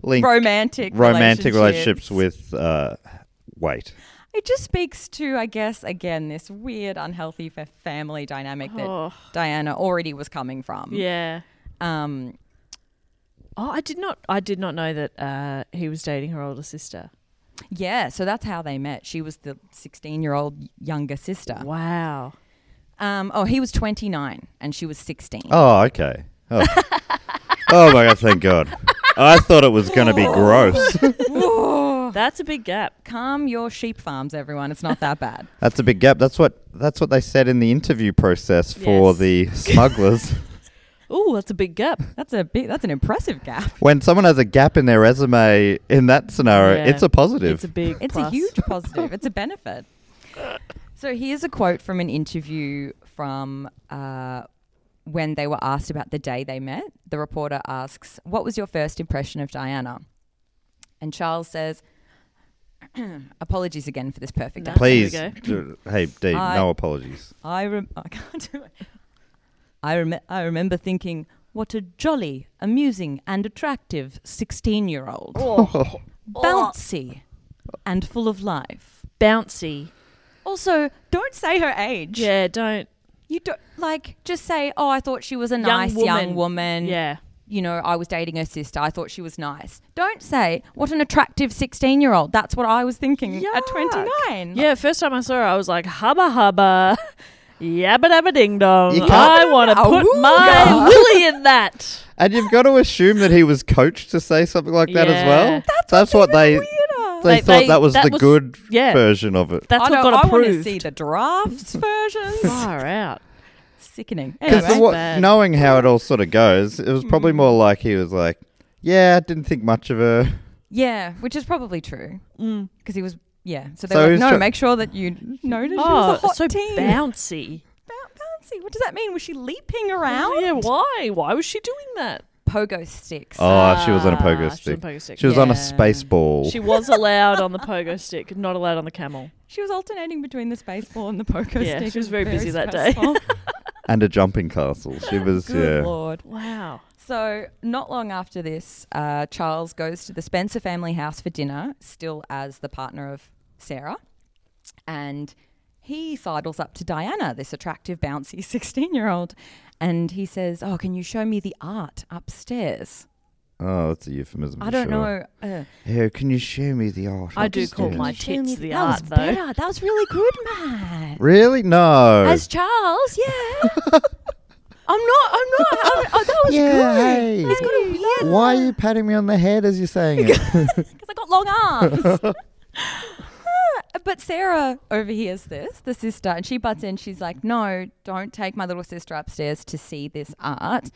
Speaker 1: link
Speaker 3: romantic
Speaker 1: romantic relationships with uh, weight.
Speaker 3: It just speaks to, I guess, again, this weird, unhealthy fa- family dynamic that
Speaker 4: Oh.
Speaker 3: Diana already was coming from.
Speaker 4: yeah.
Speaker 3: Um,
Speaker 4: Oh, I did not. I did not know that uh, he was dating her older sister.
Speaker 3: yeah. So that's how they met. She was the 16 year old younger sister.
Speaker 4: Wow.
Speaker 3: Um, oh, he was 29 and she was 16.
Speaker 1: Oh, okay. Oh, oh my god! Thank God. I thought it was going to be
Speaker 4: Oh.
Speaker 1: gross.
Speaker 3: Oh.
Speaker 4: That's a big gap.
Speaker 3: Calm your sheep farms, everyone. It's not that bad.
Speaker 1: That's a big gap. That's what that's what they said in the interview process for
Speaker 4: Yes.
Speaker 1: the smugglers.
Speaker 4: Oh, that's a big gap.
Speaker 3: That's a big, that's an impressive gap.
Speaker 1: when someone has a gap in their resume in that scenario,
Speaker 4: Yeah.
Speaker 1: it's a positive.
Speaker 4: It's a big.
Speaker 3: It's a
Speaker 4: plus.
Speaker 3: huge positive. It's a benefit. So here's a quote from an interview from uh, when they were asked about the day they met. The reporter asks, "What was your first impression of Diana?" And Charles says, "Apologies again for this perfect.
Speaker 4: No.
Speaker 3: accent.
Speaker 1: Please,
Speaker 4: There
Speaker 1: d- hey Dave,
Speaker 3: I-
Speaker 1: no apologies.
Speaker 3: I rem- I can't do it. I rem- I remember thinking." What a jolly, amusing, and attractive 16 year old.
Speaker 4: Oh.
Speaker 3: Bouncy and full of life.
Speaker 4: bouncy.
Speaker 3: Also, don't say her age.
Speaker 4: Yeah. Don't.
Speaker 3: You don't like just say, "Oh, I thought she was a
Speaker 4: Young
Speaker 3: nice young
Speaker 4: woman.
Speaker 3: woman."
Speaker 4: Yeah.
Speaker 3: You know, I was dating her sister. I thought she was nice. Don't say, "What an attractive 16-year-old." That's what I was thinking at
Speaker 4: Yuck.
Speaker 3: 29.
Speaker 4: Yeah. First time I saw her, I was like, hubba hubba, yabba dabba ding dong.
Speaker 1: You can't-
Speaker 4: I want to
Speaker 3: Oh,
Speaker 4: put my willy in that.
Speaker 1: And you've got to assume that he was coached to say something like that as well.
Speaker 4: Yeah.
Speaker 1: That's, what they they
Speaker 4: They-
Speaker 1: thought
Speaker 4: they-
Speaker 1: that was
Speaker 4: that
Speaker 1: the
Speaker 4: was-
Speaker 1: good
Speaker 4: yeah.
Speaker 1: version of it.
Speaker 4: That's
Speaker 3: I
Speaker 4: what
Speaker 3: know,
Speaker 4: got
Speaker 3: I want to
Speaker 4: approved.
Speaker 3: see the drafts versions.
Speaker 4: Far out.
Speaker 3: Sickening.
Speaker 1: Because
Speaker 3: Anyway.
Speaker 4: bad. Hmm.
Speaker 1: knowing how it all sort of goes, it was probably more like he was like, "Yeah, I didn't think much of her."
Speaker 3: yeah, which is probably true.
Speaker 4: Mm.
Speaker 3: Because he was yeah. So they
Speaker 1: So
Speaker 3: were
Speaker 1: he
Speaker 3: like,
Speaker 1: was
Speaker 3: "No,
Speaker 1: tr-
Speaker 3: make sure that you notice she was a
Speaker 4: Oh,
Speaker 3: hot
Speaker 4: so
Speaker 3: teen."
Speaker 4: bouncy.
Speaker 3: Boun- bouncy. What does that mean? Was she leaping around?
Speaker 4: Oh, yeah, why? Why was she doing that?
Speaker 3: Pogo sticks.
Speaker 1: Oh, she was on a
Speaker 4: Ah, she
Speaker 1: pogo
Speaker 4: was on
Speaker 1: stick.
Speaker 4: a pogo stick,
Speaker 1: She was on a
Speaker 3: yeah.
Speaker 1: space ball.
Speaker 4: She was allowed on the pogo stick, not allowed on the camel.
Speaker 3: She was alternating between the space ball and the poker
Speaker 4: Yeah,
Speaker 3: stick.
Speaker 4: she was
Speaker 3: It
Speaker 4: very busy that day.
Speaker 3: stressful.
Speaker 1: and a jumping castle. She was
Speaker 3: Good
Speaker 1: yeah.
Speaker 3: lord.
Speaker 4: Wow.
Speaker 3: So, not long after this, uh, Charles goes to the Spencer family house for dinner, still as the partner of Sarah. And he sidles up to Diana, this attractive, bouncy 16 year old, and he says, Oh, can you show me the art upstairs?
Speaker 1: Oh, that's a euphemism.
Speaker 3: I
Speaker 1: for
Speaker 3: don't
Speaker 1: sure.
Speaker 3: know. Uh,
Speaker 1: Here, can you show me the art?
Speaker 4: I do call
Speaker 1: upstairs?
Speaker 4: my
Speaker 3: show me
Speaker 4: tits the
Speaker 3: that
Speaker 4: art,
Speaker 3: was
Speaker 4: though.
Speaker 3: better. That was really good, Matt.
Speaker 1: Really? No.
Speaker 3: As Charles, yeah. I'm not. I'm not. I'm, oh, that was
Speaker 1: Yeah,
Speaker 3: good.
Speaker 1: hey.
Speaker 3: It's got a weird.
Speaker 1: Why are you patting me on the head as you're saying it?
Speaker 3: Because I got long arms. Ah, but Sarah overhears this, the sister, and she butts in. She's like, "No, don't take my little sister upstairs to see this art."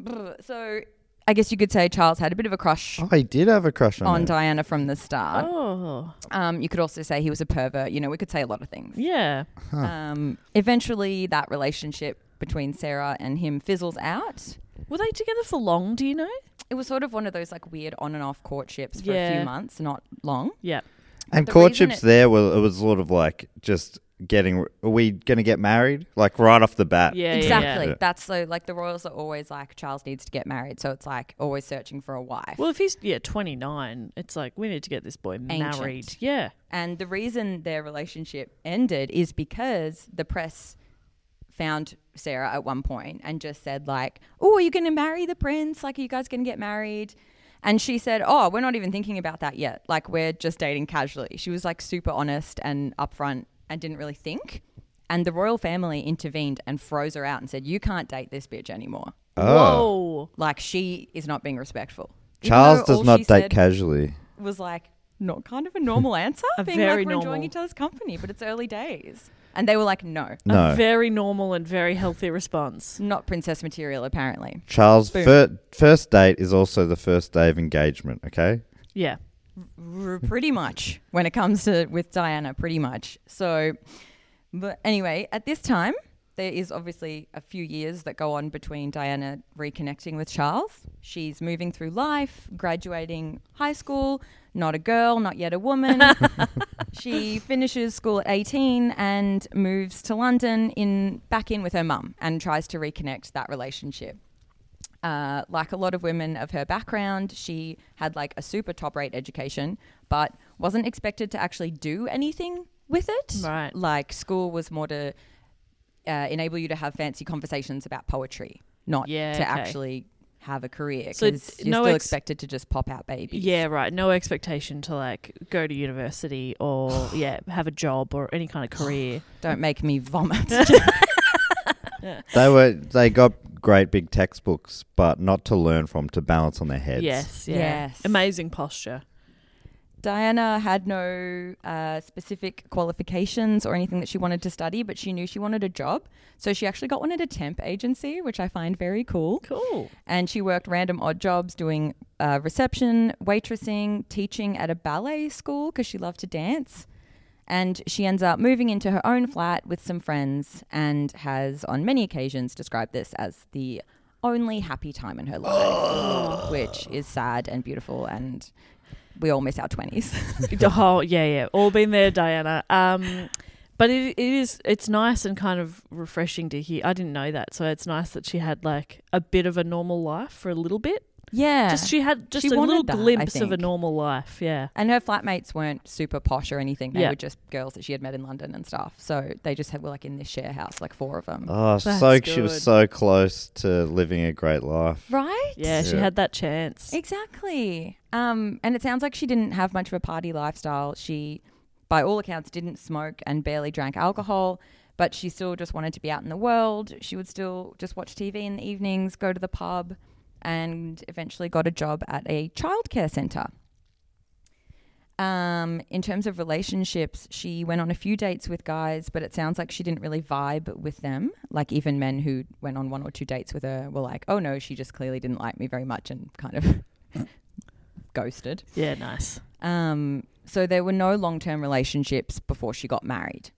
Speaker 3: Brr. So, I guess you could say Charles had a bit of a crush
Speaker 1: I did have a crush on,
Speaker 3: on
Speaker 1: her.
Speaker 3: Diana from the start.
Speaker 4: Oh,
Speaker 3: Um, you could also say he was a pervert. You know, we could say a lot of things.
Speaker 4: yeah.
Speaker 3: Um, eventually, that relationship between Sarah and him fizzles out.
Speaker 4: Were they together for long? Do you know?
Speaker 3: It was sort of one of those like weird on and off courtships for a
Speaker 4: Yeah.
Speaker 3: few months, not long.
Speaker 4: Yeah.
Speaker 1: And
Speaker 3: The reason
Speaker 1: courtships
Speaker 3: it-
Speaker 1: there were it was sort of like just getting? Are we gonna get married? Like right off the bat?
Speaker 4: Yeah, yeah,
Speaker 3: Exactly.
Speaker 1: Yeah.
Speaker 3: That's so like the royals are always like Charles needs to get married, so it's like always searching for a wife.
Speaker 4: Well, if he's yeah twenty nine, it's like we need to get this boy
Speaker 3: Ancient.
Speaker 4: married. Yeah,
Speaker 3: And the reason their relationship ended is because the press found Sarah at one point and just said like, "Oh, are you going to marry the prince? Like, are you guys going to get married?" And she said, "Oh, we're not even thinking about that yet. Like, we're just dating casually." She was like super honest and upfront and didn't really think. And the royal family intervened and froze her out and said, "You can't date this bitch anymore.
Speaker 4: Whoa.
Speaker 3: Like, she is not being respectful." Even
Speaker 1: Charles
Speaker 3: though
Speaker 1: does
Speaker 3: all
Speaker 1: not
Speaker 3: she
Speaker 1: date
Speaker 3: said-
Speaker 1: casually.
Speaker 3: was like not kind of a normal answer,
Speaker 4: A
Speaker 3: being
Speaker 4: very
Speaker 3: like we're enjoying
Speaker 4: normal.
Speaker 3: each other's company, but it's early days. And they were like, no,
Speaker 4: A
Speaker 1: No,
Speaker 4: very normal and very healthy response.
Speaker 3: not princess material apparently.
Speaker 1: Charles' fir- first date is also the first day of engagement. Okay,
Speaker 4: Yeah.
Speaker 3: R- pretty much when it comes to with Diana, pretty much. So, but anyway, at this time, there is obviously a few years that go on between Diana reconnecting with Charles. She's moving through life, graduating high school, not a girl, not yet a woman. she finishes school at 18 and moves to London in back in with her mum and tries to reconnect that relationship. Uh, like a lot of women of her background, she had like a super top rate education, but wasn't expected to actually do anything with it.
Speaker 4: Right.
Speaker 3: Like school was more to uh, enable you to have fancy conversations about poetry, not
Speaker 4: Yeah,
Speaker 3: to
Speaker 4: okay.
Speaker 3: actually have a career.
Speaker 4: So
Speaker 3: Because
Speaker 4: d-
Speaker 3: you're
Speaker 4: no
Speaker 3: still
Speaker 4: ex-
Speaker 3: expected to just pop out babies.
Speaker 4: Yeah, right. No expectation to like go to university or yeah, have a job or any kind of career.
Speaker 3: Don't make me vomit.
Speaker 1: they were they got great big textbooks, but not to learn from to balance on their heads.
Speaker 4: Yes, yeah.
Speaker 3: Yes.
Speaker 4: Amazing posture.
Speaker 3: Diana had no uh, specific qualifications or anything that she wanted to study, but she knew she wanted a job. So she actually got one at a temp agency, which I find very cool.
Speaker 4: Cool.
Speaker 3: And she worked random odd jobs doing uh, reception, waitressing, teaching at a ballet school because she loved to dance. And she ends up moving into her own flat with some friends and has, on many occasions, described this as the only happy time in her life, which is sad and beautiful. And we all miss our 20s.
Speaker 4: the whole yeah yeah all been there diana um but it, it is it's nice and kind of refreshing to hear i didn't know that so it's nice that she had like a bit of a normal life for a little bit
Speaker 3: Yeah.
Speaker 4: just she had just
Speaker 3: She
Speaker 4: a little
Speaker 3: wanted that, I
Speaker 4: glimpse of a
Speaker 3: think.
Speaker 4: normal life yeah
Speaker 3: and her flatmates weren't super posh or anything. They
Speaker 4: Yeah.
Speaker 3: were just girls that she had met in London and stuff. So they just had, were like in this share house, like four of them.
Speaker 1: Oh,
Speaker 4: That's
Speaker 1: so she was
Speaker 4: good.
Speaker 1: so close to living a great life.
Speaker 3: Right?
Speaker 4: yeah she
Speaker 1: Yeah.
Speaker 4: had that chance
Speaker 3: Exactly. Um, and it sounds like she didn't have much of a party lifestyle. She, by all accounts, didn't smoke and barely drank alcohol, but she still just wanted to be out in the world. She would still just watch TV in the evenings, go to the pub, and eventually got a job at a childcare centre. Um, in terms of relationships, she went on a few dates with guys, but it sounds like she didn't really vibe with them. Like even men who went on one or two dates with her were like, "Oh no, she just clearly didn't like me very much and kind of ghosted."
Speaker 4: yeah nice
Speaker 3: Um, so there were no long-term relationships before she got married.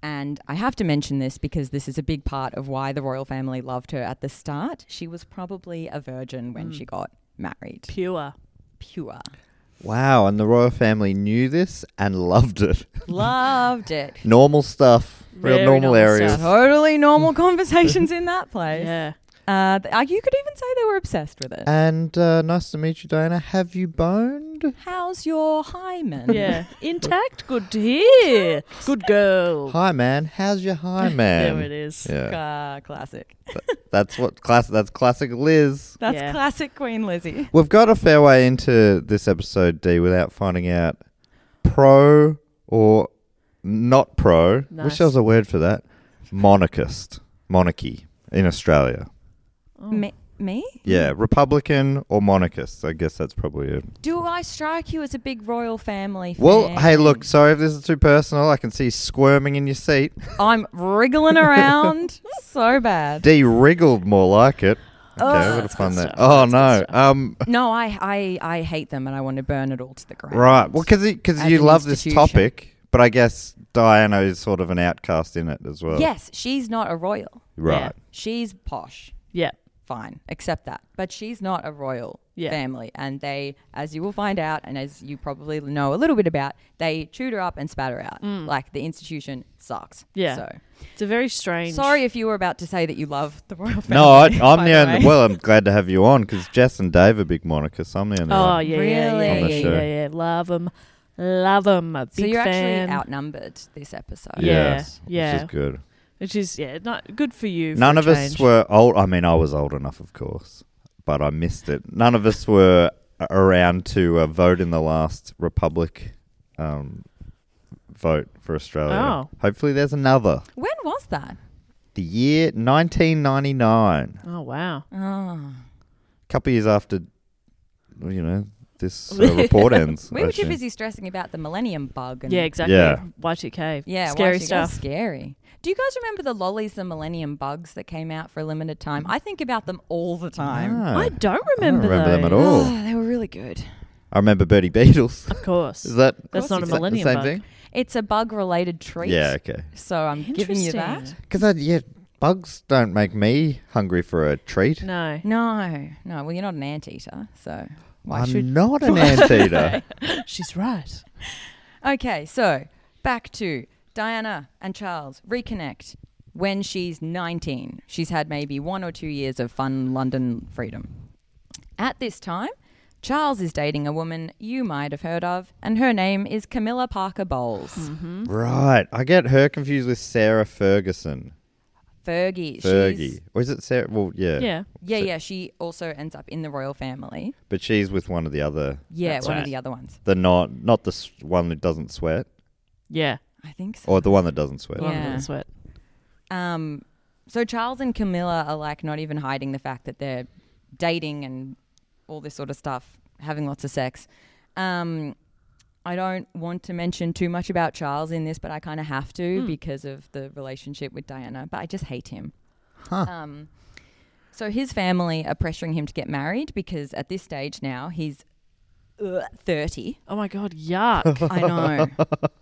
Speaker 3: And I have to mention this because this is a big part of why the royal family loved her at the start. She was probably a virgin when she got married.
Speaker 4: Mm. pure
Speaker 3: Pure.
Speaker 1: Wow, and the royal family knew this and loved it.
Speaker 3: Loved it.
Speaker 1: Normal stuff, real
Speaker 4: Very
Speaker 1: normal,
Speaker 4: normal
Speaker 1: areas.
Speaker 4: stuff.
Speaker 3: totally normal conversations in that place.
Speaker 4: yeah
Speaker 3: Uh, th- uh, you could even say they were obsessed with it.
Speaker 1: And uh, nice to meet you, Diana. Have you boned?
Speaker 3: How's your hymen?
Speaker 4: yeah intact good to hear good girl
Speaker 1: Hi, man. How's your hi, man?
Speaker 4: there it is
Speaker 1: Yeah,
Speaker 3: Uh, classic.
Speaker 1: that's what class. That's classic, Liz.
Speaker 3: That's
Speaker 4: Yeah.
Speaker 3: classic Queen Lizzie.
Speaker 1: We've got a fair way into this episode, D, without finding out pro or not pro. Wish
Speaker 4: Nice.
Speaker 1: there was a word for that. Monarchist, monarchy in Australia.
Speaker 4: Oh.
Speaker 3: Me, me?
Speaker 1: Yeah,
Speaker 4: Hmm.
Speaker 1: Republican or monarchist. I guess that's probably it.
Speaker 3: Do I strike you as a big royal family fan?
Speaker 1: Well, hey, look, sorry if this is too personal. I can see you squirming in your seat.
Speaker 3: I'm wriggling around so bad.
Speaker 1: D wriggled more like it. Okay,
Speaker 3: Oh,
Speaker 1: what a fun that.
Speaker 4: stuff.
Speaker 1: Oh,
Speaker 4: That's
Speaker 1: no. Um,
Speaker 3: No, I, I, I hate them and I want to burn it all to the ground.
Speaker 1: right. Well, because
Speaker 3: As
Speaker 1: you
Speaker 3: an
Speaker 1: love this
Speaker 3: institution.
Speaker 1: topic, but I guess Diana is sort of an outcast in it as well.
Speaker 3: Yes, she's not a royal.
Speaker 1: Right.
Speaker 4: Yeah.
Speaker 3: She's posh.
Speaker 4: yeah
Speaker 3: Fine. Accept that. But she's not a royal.
Speaker 2: Yeah.
Speaker 3: family. And they, as you will find out, and as you probably know a little bit about, they chewed her up and spat her out. Like the institution sucks.
Speaker 2: Mm. Yeah.
Speaker 3: So
Speaker 2: It's a very strange.
Speaker 3: sorry if you were about to say that you love the royal family.
Speaker 1: No, I, I'm
Speaker 3: by
Speaker 1: the
Speaker 3: way.
Speaker 1: only. Well, I'm glad to have you on because Jess and Dave are big monikers. So I'm the only. one.
Speaker 2: Oh yeah, yeah, yeah,
Speaker 1: Really?
Speaker 2: yeah, yeah, yeah. Love them, love them. A big
Speaker 3: So you're
Speaker 2: fan.
Speaker 3: actually outnumbered this episode.
Speaker 2: Yeah.
Speaker 1: Which
Speaker 2: yeah.
Speaker 1: is good.
Speaker 2: Which is yeah, not good for you. for
Speaker 1: None
Speaker 2: a
Speaker 1: of us
Speaker 2: change.
Speaker 1: were old. I mean, I was old enough, of course, but I missed it. None of us were around to uh, vote in the last Republic um, vote for Australia.
Speaker 2: Oh.
Speaker 1: Hopefully, there's another.
Speaker 3: When was that?
Speaker 1: The year 1999,
Speaker 2: Oh wow.
Speaker 3: Oh.
Speaker 1: a couple years after, well, you know, this uh, report ends.
Speaker 3: We were too
Speaker 1: actually.
Speaker 3: busy stressing about the millennium bug. And
Speaker 2: Yeah, exactly.
Speaker 1: Yeah.
Speaker 2: Y2K.
Speaker 3: Yeah,
Speaker 2: Scary
Speaker 3: YCS,
Speaker 2: stuff.
Speaker 3: Scary. Do you guys remember the lollies, the Millennium Bugs that came out for a limited time? I think about them all the time.
Speaker 1: No,
Speaker 2: I don't
Speaker 1: I don't
Speaker 2: remember,
Speaker 1: remember them at
Speaker 2: those.
Speaker 1: all.
Speaker 3: Oh, they were really good.
Speaker 1: I remember Birdie Beatles.
Speaker 2: Of course.
Speaker 1: Is that
Speaker 2: That's not a
Speaker 1: is that the
Speaker 2: millennium
Speaker 1: same
Speaker 2: bug.
Speaker 1: thing?
Speaker 3: It's a bug-related treat.
Speaker 1: Yeah, okay.
Speaker 3: So I'm giving you that.
Speaker 2: Interesting.
Speaker 1: Because yeah, bugs don't make me hungry for a treat.
Speaker 2: No.
Speaker 3: No, no. Well, you're not an anteater, so why
Speaker 1: I'm
Speaker 3: should?
Speaker 1: not an anteater.
Speaker 2: She's right.
Speaker 3: Okay, so back to Diana and Charles reconnect when she's 19. She's had maybe one or two years of fun London freedom. At this time, Charles is dating a woman you might have heard of, and her name is Camilla Parker Bowles.
Speaker 2: Hmm.
Speaker 1: right. I get her confused with Sarah Ferguson.
Speaker 3: Fergie. She's,
Speaker 1: Fergie. Or is it Sarah? Well, yeah.
Speaker 2: Yeah.
Speaker 3: yeah, yeah. She also ends up in the royal family.
Speaker 1: But she's with one of the other.
Speaker 3: Yeah,
Speaker 2: That's
Speaker 3: one
Speaker 2: right.
Speaker 3: of the other ones.
Speaker 1: The not not the s- one that doesn't sweat
Speaker 2: Yeah.
Speaker 3: I think so.
Speaker 1: or the one that doesn't sweat.
Speaker 2: Well,
Speaker 3: Yeah.
Speaker 2: Sweat.
Speaker 3: Um, so Charles and Camilla are like not even hiding the fact that they're dating and all this sort of stuff, having lots of sex. Um, I don't want to mention too much about Charles in this, but I kind of have to because of the relationship with Diana. But I just hate him. Um, so his family are pressuring him to get married because at this stage now he's uh, thirty.
Speaker 2: Oh my God. Yuck.
Speaker 3: I know.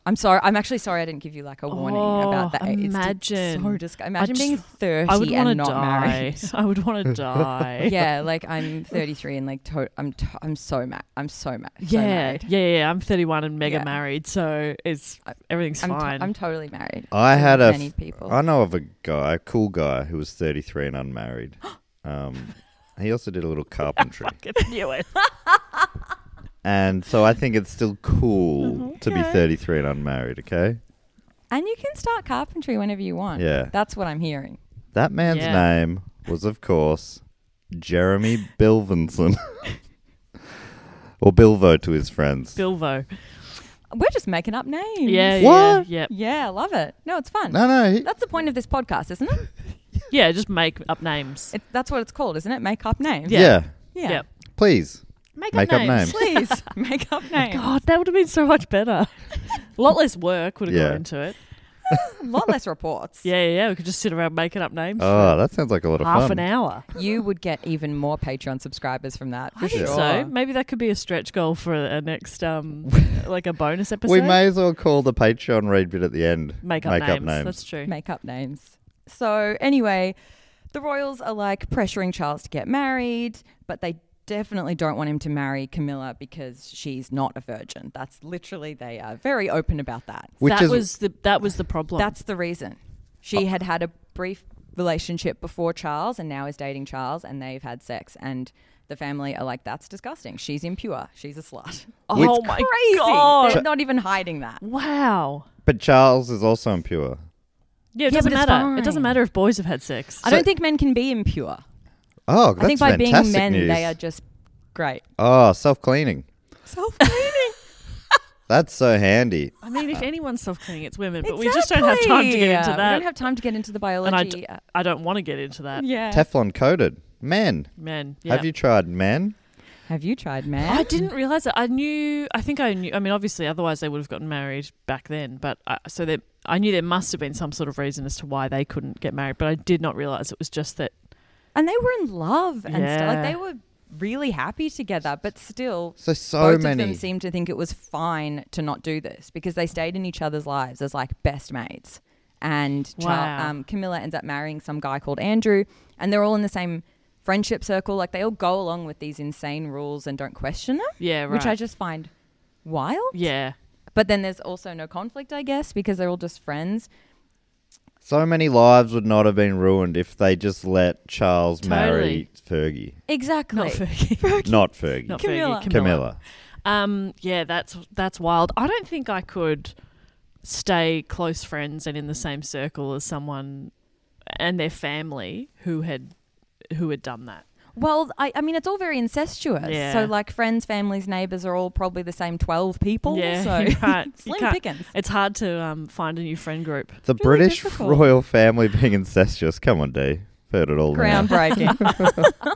Speaker 3: I'm sorry. I'm actually sorry I didn't give you like a warning
Speaker 2: Oh,
Speaker 3: about that. It's just
Speaker 2: imagine.
Speaker 3: so disgusting. Imagine being
Speaker 2: just-
Speaker 3: 30
Speaker 2: I would want to
Speaker 3: and
Speaker 2: die.
Speaker 3: not married.
Speaker 2: I would want to die.
Speaker 3: yeah, like I'm 33 and like to- I'm to- I'm so mad. I'm so mad. So
Speaker 2: Yeah,
Speaker 3: married.
Speaker 2: yeah, yeah. I'm 31 and mega
Speaker 3: Yeah.
Speaker 2: married, so it's everything's
Speaker 3: I'm, to-
Speaker 2: fine.
Speaker 3: I'm totally married.
Speaker 1: I
Speaker 3: to
Speaker 1: had a.
Speaker 3: many
Speaker 1: f-
Speaker 3: people.
Speaker 1: I know of a guy, a cool guy who was 33 and unmarried. um, he also did a little carpentry.
Speaker 2: I knew it.
Speaker 1: And so I think it's still cool to be 33 and unmarried, okay?
Speaker 3: and you can start carpentry whenever you want.
Speaker 1: Yeah.
Speaker 3: That's what I'm hearing.
Speaker 1: That man's
Speaker 2: Yeah.
Speaker 1: name was, of course, Jeremy Bilvinson. or Bilvo to his friends.
Speaker 2: Bilvo.
Speaker 3: We're just making up names.
Speaker 2: Yeah,
Speaker 1: What?
Speaker 2: yeah, yeah.
Speaker 3: Yeah, love it. No, it's fun.
Speaker 1: no, no. He,
Speaker 3: That's the point of this podcast, isn't it?
Speaker 2: Yeah, just make up names.
Speaker 3: it? That's what it's called, isn't it? Make up names.
Speaker 1: yeah.
Speaker 3: Yeah.
Speaker 2: Yep.
Speaker 1: Please. Make up names.
Speaker 3: Please make up names.
Speaker 2: God, that would have been so much better. A lot less work would have
Speaker 1: Yeah.
Speaker 2: gone into it.
Speaker 3: A lot less reports.
Speaker 2: Yeah, yeah, yeah. We could just sit around making up names
Speaker 1: Oh, that sounds like a lot
Speaker 2: for
Speaker 1: of
Speaker 2: half
Speaker 1: fun.
Speaker 2: an hour.
Speaker 3: You would get even more Patreon subscribers from that. For
Speaker 2: I think
Speaker 3: sure.
Speaker 2: so. Maybe that could be a stretch goal for a next, um, like a bonus episode.
Speaker 1: We may as well call the Patreon read bit at the end.
Speaker 2: make up names. That's true.
Speaker 3: make up names. So anyway, the royals are like pressuring Charles to get married, but they definitely don't want him to marry Camilla because she's not a virgin. That's literally they are very open about that.
Speaker 1: Which
Speaker 2: that
Speaker 1: is
Speaker 2: was the that was the problem.
Speaker 3: That's the reason. She
Speaker 2: Oh.
Speaker 3: had had a brief relationship before Charles and now is dating Charles and they've had sex and the family are like that's disgusting. She's impure. She's a slut.
Speaker 2: oh my
Speaker 3: Crazy.
Speaker 2: god!
Speaker 3: They're not even hiding that.
Speaker 2: Wow.
Speaker 1: But Charles is also impure.
Speaker 2: Yeah, it
Speaker 3: Yeah,
Speaker 2: doesn't
Speaker 3: but it's
Speaker 2: matter.
Speaker 3: fine.
Speaker 2: It doesn't matter if boys have had sex.
Speaker 3: I don't think men can be impure.
Speaker 1: Oh, that's
Speaker 3: I think by being
Speaker 1: fantastic
Speaker 3: men
Speaker 1: news.
Speaker 3: they are just great.
Speaker 1: Oh, self cleaning.
Speaker 2: Oh,
Speaker 3: Self cleaning.
Speaker 1: That's so handy.
Speaker 2: I mean, if anyone's self cleaning, it's women, but we just don't have time to get into
Speaker 3: We
Speaker 2: that.
Speaker 3: don't have time to get into the
Speaker 2: and I,
Speaker 3: biology. Uh,
Speaker 2: d- I don't want to get into that.
Speaker 3: yeah.
Speaker 1: Teflon coated. Men.
Speaker 2: Man,
Speaker 1: Have you tried men?
Speaker 3: Have you tried man?
Speaker 2: I didn't realize that. I knew. I think I knew. I mean, obviously, otherwise they would have gotten married back then. But I, so there, I knew there must have been some sort of reason as to why they couldn't get married. But I did not realize it was just that.
Speaker 3: and they were in love and stuff. Like
Speaker 2: Yeah.
Speaker 3: they were really happy together, but still,
Speaker 1: So, so
Speaker 3: both
Speaker 1: many.
Speaker 3: of them seemed to think it was fine to not do this because they stayed in each other's lives as like best mates. And Char-
Speaker 2: Wow.
Speaker 3: um, Camilla ends up marrying some guy called Andrew, and they're all in the same friendship circle. Like they all go along with these insane rules and don't question them,
Speaker 2: Yeah, right.
Speaker 3: which I just find wild.
Speaker 2: yeah.
Speaker 3: But then there's also no conflict, I guess, because they're all just friends.
Speaker 1: So many lives would not have been ruined if they just let Charles marry Fergie.
Speaker 3: Exactly.
Speaker 2: Not Fergie.
Speaker 1: Not Fergie.
Speaker 2: Not
Speaker 3: Camilla.
Speaker 2: Fergie, Camilla.
Speaker 1: Camilla.
Speaker 2: Um, yeah, that's that's wild. I don't think I could stay close friends and in the same circle as someone and their family who had who had done that.
Speaker 3: Well, I, I mean, it's all very incestuous.
Speaker 2: Yeah.
Speaker 3: So, like, friends, families, neighbors are all probably the same 12 people.
Speaker 2: yeah,
Speaker 3: So,
Speaker 2: right. You
Speaker 3: slim
Speaker 2: can't-
Speaker 3: pickings.
Speaker 2: It's hard to um, find a new friend group.
Speaker 1: The
Speaker 3: Really
Speaker 1: British
Speaker 3: difficult.
Speaker 1: royal family being incestuous. Come on, D. Heard it all. now.
Speaker 3: Groundbreaking.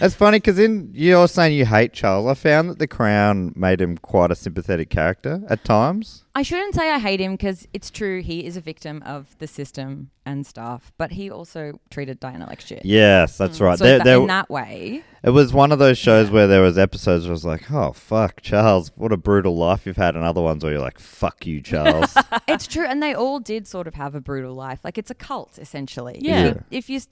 Speaker 1: It's funny because in you're saying you hate Charles. I found that the Crown made him quite a sympathetic character at times.
Speaker 3: I shouldn't say I hate him because it's true. He is a victim of the system and stuff, but he also treated Diana like shit.
Speaker 1: Yes, that's right.
Speaker 3: Mm. So,
Speaker 1: There-
Speaker 3: tha-
Speaker 1: there-
Speaker 3: in that way,
Speaker 1: It was one of those shows where there was episodes where I was like, "Oh fuck, Charles, what a brutal life you've had," and other ones where you're like, "Fuck you, Charles."
Speaker 3: it's true. And they all did sort of have a brutal life. Like, it's a cult, essentially. If
Speaker 2: Yeah.
Speaker 3: you- If you, s-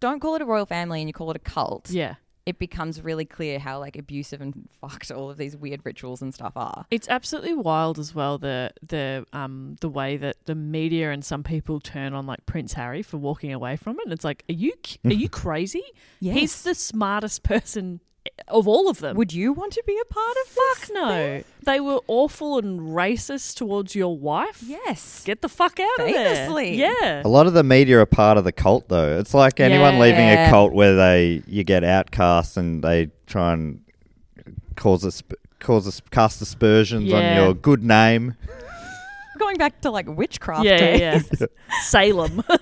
Speaker 3: don't call it a royal family and you call it a cult,
Speaker 2: Yeah.
Speaker 3: it becomes really clear how, like, abusive and fucked all of these weird rituals and stuff are.
Speaker 2: It's absolutely wild as well the the um the way that the media and some people turn on like Prince Harry for walking away from it. It's like, are you are you crazy? He's
Speaker 3: Yes.
Speaker 2: the smartest person of all of them.
Speaker 3: Would you want to be a part of
Speaker 2: fuck
Speaker 3: this
Speaker 2: no? They were awful and racist towards your wife.
Speaker 3: Yes.
Speaker 2: Get the fuck out
Speaker 3: Famously.
Speaker 2: of there. Yeah.
Speaker 1: a lot of the media are part of the cult, though. It's like anyone
Speaker 2: Yeah.
Speaker 1: leaving a
Speaker 3: Yeah.
Speaker 1: cult where they you get outcasts and they try and cause us cause us cast aspersions
Speaker 2: Yeah.
Speaker 1: on your good name.
Speaker 3: Going back to like witchcraft
Speaker 2: Yeah,
Speaker 3: days.
Speaker 2: yeah, yeah. Salem.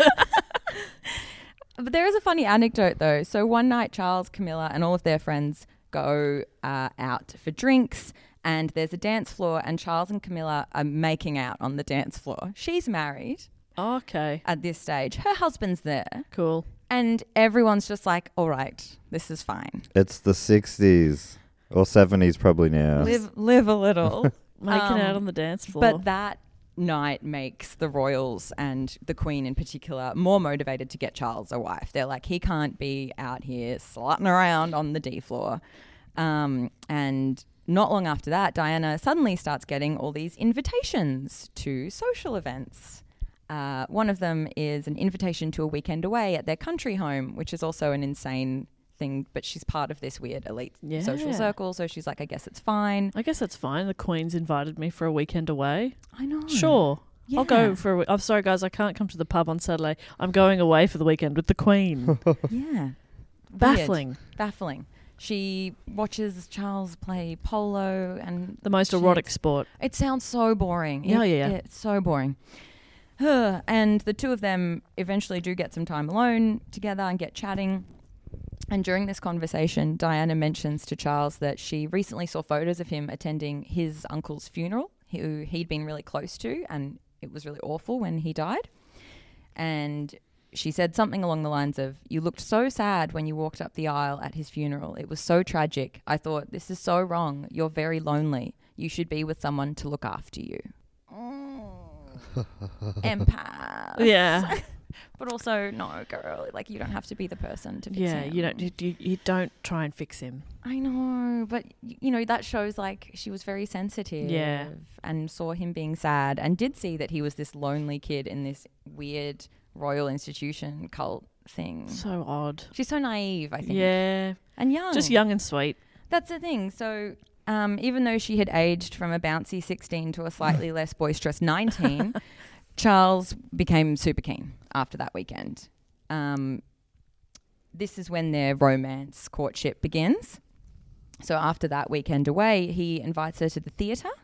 Speaker 3: But there is a funny anecdote though. So one night, Charles, Camilla, and all of their friends go uh, out for drinks, and there's a dance floor, and Charles and Camilla are making out on the dance floor. She's married
Speaker 2: okay.
Speaker 3: at this stage. Her husband's there,
Speaker 2: Cool.
Speaker 3: and everyone's just like, "All right, this is fine.
Speaker 1: It's the '60s or '70s, probably now.
Speaker 3: Live, live a little."
Speaker 2: Making
Speaker 3: Um,
Speaker 2: out on the dance floor.
Speaker 3: But that night makes the royals and the queen in particular more motivated to get Charles a wife. They're like, he can't be out here slutting around on the D floor. Um, and not long after that, Diana suddenly starts getting all these invitations to social events. Uh, one of them is an invitation to a weekend away at their country home, which is also an insane thing, but she's part of this weird elite social
Speaker 2: Yeah.
Speaker 3: circle. So she's like, I guess it's fine.
Speaker 2: I guess that's fine. The Queen's invited me for a weekend away.
Speaker 3: I know.
Speaker 2: Sure. I'll
Speaker 3: Yeah.
Speaker 2: go for a wee- I'm sorry, guys. I can't come to the pub on Saturday. I'm going away for the weekend with the Queen.
Speaker 3: Yeah.
Speaker 2: Baffling.
Speaker 3: baffling. She watches Charles play polo, and
Speaker 2: The most
Speaker 3: she-
Speaker 2: erotic sport.
Speaker 3: It sounds so boring.
Speaker 2: Yeah,
Speaker 3: It-
Speaker 2: yeah, yeah.
Speaker 3: It's so boring. and the two of them eventually do get some time alone together and get chatting. And during this conversation, Diana mentions to Charles that she recently saw photos of him attending his uncle's funeral, who he'd been really close to, and it was really awful when he died. And she said something along the lines of, You looked so sad when you walked up the aisle at his funeral. It was so tragic. I thought, This is so wrong. You're very lonely. You should be with someone to look after you. Empath.
Speaker 2: Yeah.
Speaker 3: But also, no, girl, like you don't have to be the person to fix
Speaker 2: yeah.
Speaker 3: him.
Speaker 2: You don't, you, you- you don't try and fix him.
Speaker 3: I know, but y- you know that shows like she was very sensitive.
Speaker 2: Yeah.
Speaker 3: and saw him being sad, and did see that he was this lonely kid in this weird royal institution cult thing.
Speaker 2: So odd.
Speaker 3: She's so naive, Mm. I think. Hmm.
Speaker 2: Yeah.
Speaker 3: and young.
Speaker 2: Just young and sweet.
Speaker 3: That's the thing. So. Um, even though she had aged from a bouncy 16 to a slightly less boisterous 19, Charles became super keen after that weekend. Um, this is when their romance courtship begins. So after that weekend away, he invites her to the theatre.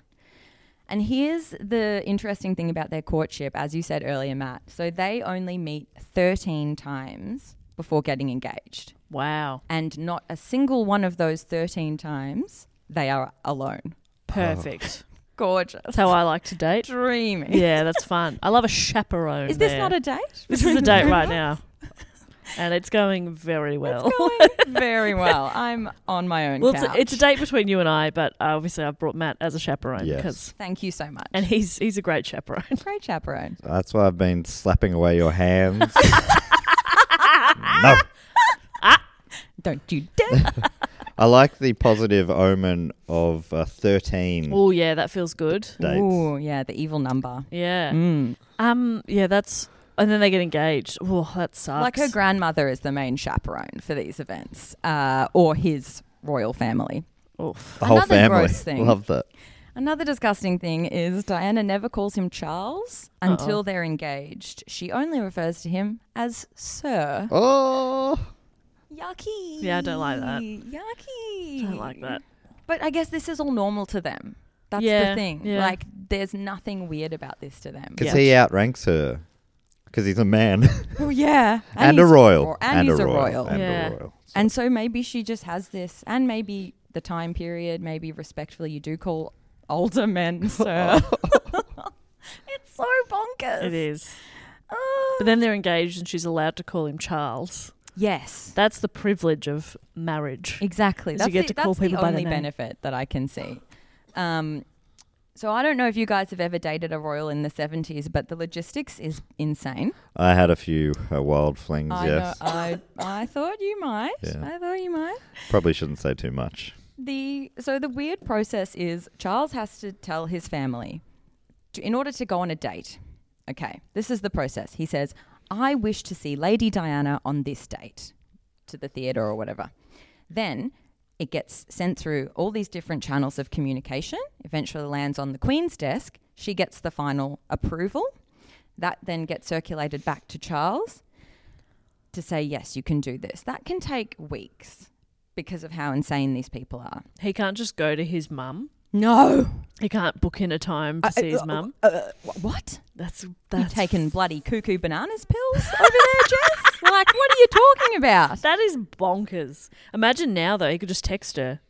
Speaker 3: And here's the interesting thing about their courtship, as you said earlier, Matt. So they only meet 13 times before getting engaged.
Speaker 2: Wow.
Speaker 3: And not a single one of those 13 times they are alone.
Speaker 2: Perfect.
Speaker 3: Gorgeous.
Speaker 2: That's how I like to date.
Speaker 3: Dreamy.
Speaker 2: Yeah, that's fun. I love a chaperone.
Speaker 3: Is this
Speaker 2: there.
Speaker 3: not a date?
Speaker 2: This is a date right now. And it's going very well.
Speaker 3: Going very well. I'm on my own
Speaker 2: well, it's
Speaker 3: couch.
Speaker 2: a, it's a date between you and I, but uh, obviously I've brought Matt as a chaperone
Speaker 1: Yes.
Speaker 2: because
Speaker 3: Thank you so much.
Speaker 2: and he's he's a great chaperone.
Speaker 3: great chaperone.
Speaker 1: That's why I've been slapping away your hands. no,
Speaker 3: Don't you dare.
Speaker 1: I like the positive omen of uh, 13
Speaker 2: Oh yeah, that feels good.
Speaker 1: dates.
Speaker 3: Ooh, yeah, the evil number.
Speaker 2: Yeah.
Speaker 3: Mm.
Speaker 2: Um. Yeah. That's. And then they get engaged. Oh, that sucks.
Speaker 3: Like her grandmother is the main chaperone for these events, uh, or his royal family.
Speaker 2: Oof.
Speaker 1: The whole
Speaker 3: Another
Speaker 1: family.
Speaker 3: gross thing.
Speaker 1: Love that.
Speaker 3: Another disgusting thing is Diana never calls him Charles until they're engaged. She only refers to him as Sir.
Speaker 1: Oh.
Speaker 3: Yucky.
Speaker 2: Yeah, I don't like that.
Speaker 3: Yucky.
Speaker 2: Don't like that.
Speaker 3: But I guess this is all normal to them. That's
Speaker 2: Yeah,
Speaker 3: the thing.
Speaker 2: yeah.
Speaker 3: Like, there's nothing weird about this to them.
Speaker 1: Because
Speaker 2: Yeah.
Speaker 1: he outranks her. Because he's a man.
Speaker 3: Oh, yeah.
Speaker 1: and, a
Speaker 3: he's
Speaker 1: royal.
Speaker 3: ro- And, he's a royal.
Speaker 1: And
Speaker 2: Yeah.
Speaker 1: a royal.
Speaker 3: And so maybe she just has this, and maybe the time period, maybe respectfully, you do call older men sir. it's so bonkers.
Speaker 2: It is.
Speaker 3: Oh.
Speaker 2: But then they're engaged, and she's allowed to call him Charles.
Speaker 3: yes,
Speaker 2: That's the privilege of marriage.
Speaker 3: exactly.
Speaker 2: Is
Speaker 3: That's
Speaker 2: you get to
Speaker 3: the,
Speaker 2: call
Speaker 3: that's the
Speaker 2: people by their
Speaker 3: only
Speaker 2: name.
Speaker 3: benefit that I can see. Um, so I don't know if you guys have ever dated a royal in the seventies, but the logistics is insane.
Speaker 1: I had a few uh, wild flings,
Speaker 3: I know. uh,
Speaker 1: yes.
Speaker 3: I I thought you might.
Speaker 1: Yeah.
Speaker 3: I thought you might.
Speaker 1: Probably shouldn't say too much.
Speaker 3: The so the weird process is Charles has to tell his family to, in order to go on a date. Okay, this is the process. He says, "I wish to see Lady Diana on this date," to the theater or whatever. Then it gets sent through all these different channels of communication. Eventually lands on the Queen's desk. She gets the final approval. That then gets circulated back to Charles to say, "Yes, you can do this." That can take weeks because of how insane these people are.
Speaker 2: He can't just go to his mum.
Speaker 3: No.
Speaker 2: He can't book in a time to
Speaker 3: uh,
Speaker 2: see his mum.
Speaker 3: What?
Speaker 2: That's
Speaker 3: you
Speaker 2: that's
Speaker 3: taking bloody cuckoo bananas pills over there, Jess? Like, what are you talking about?
Speaker 2: That is bonkers. Imagine now though, he could just text her.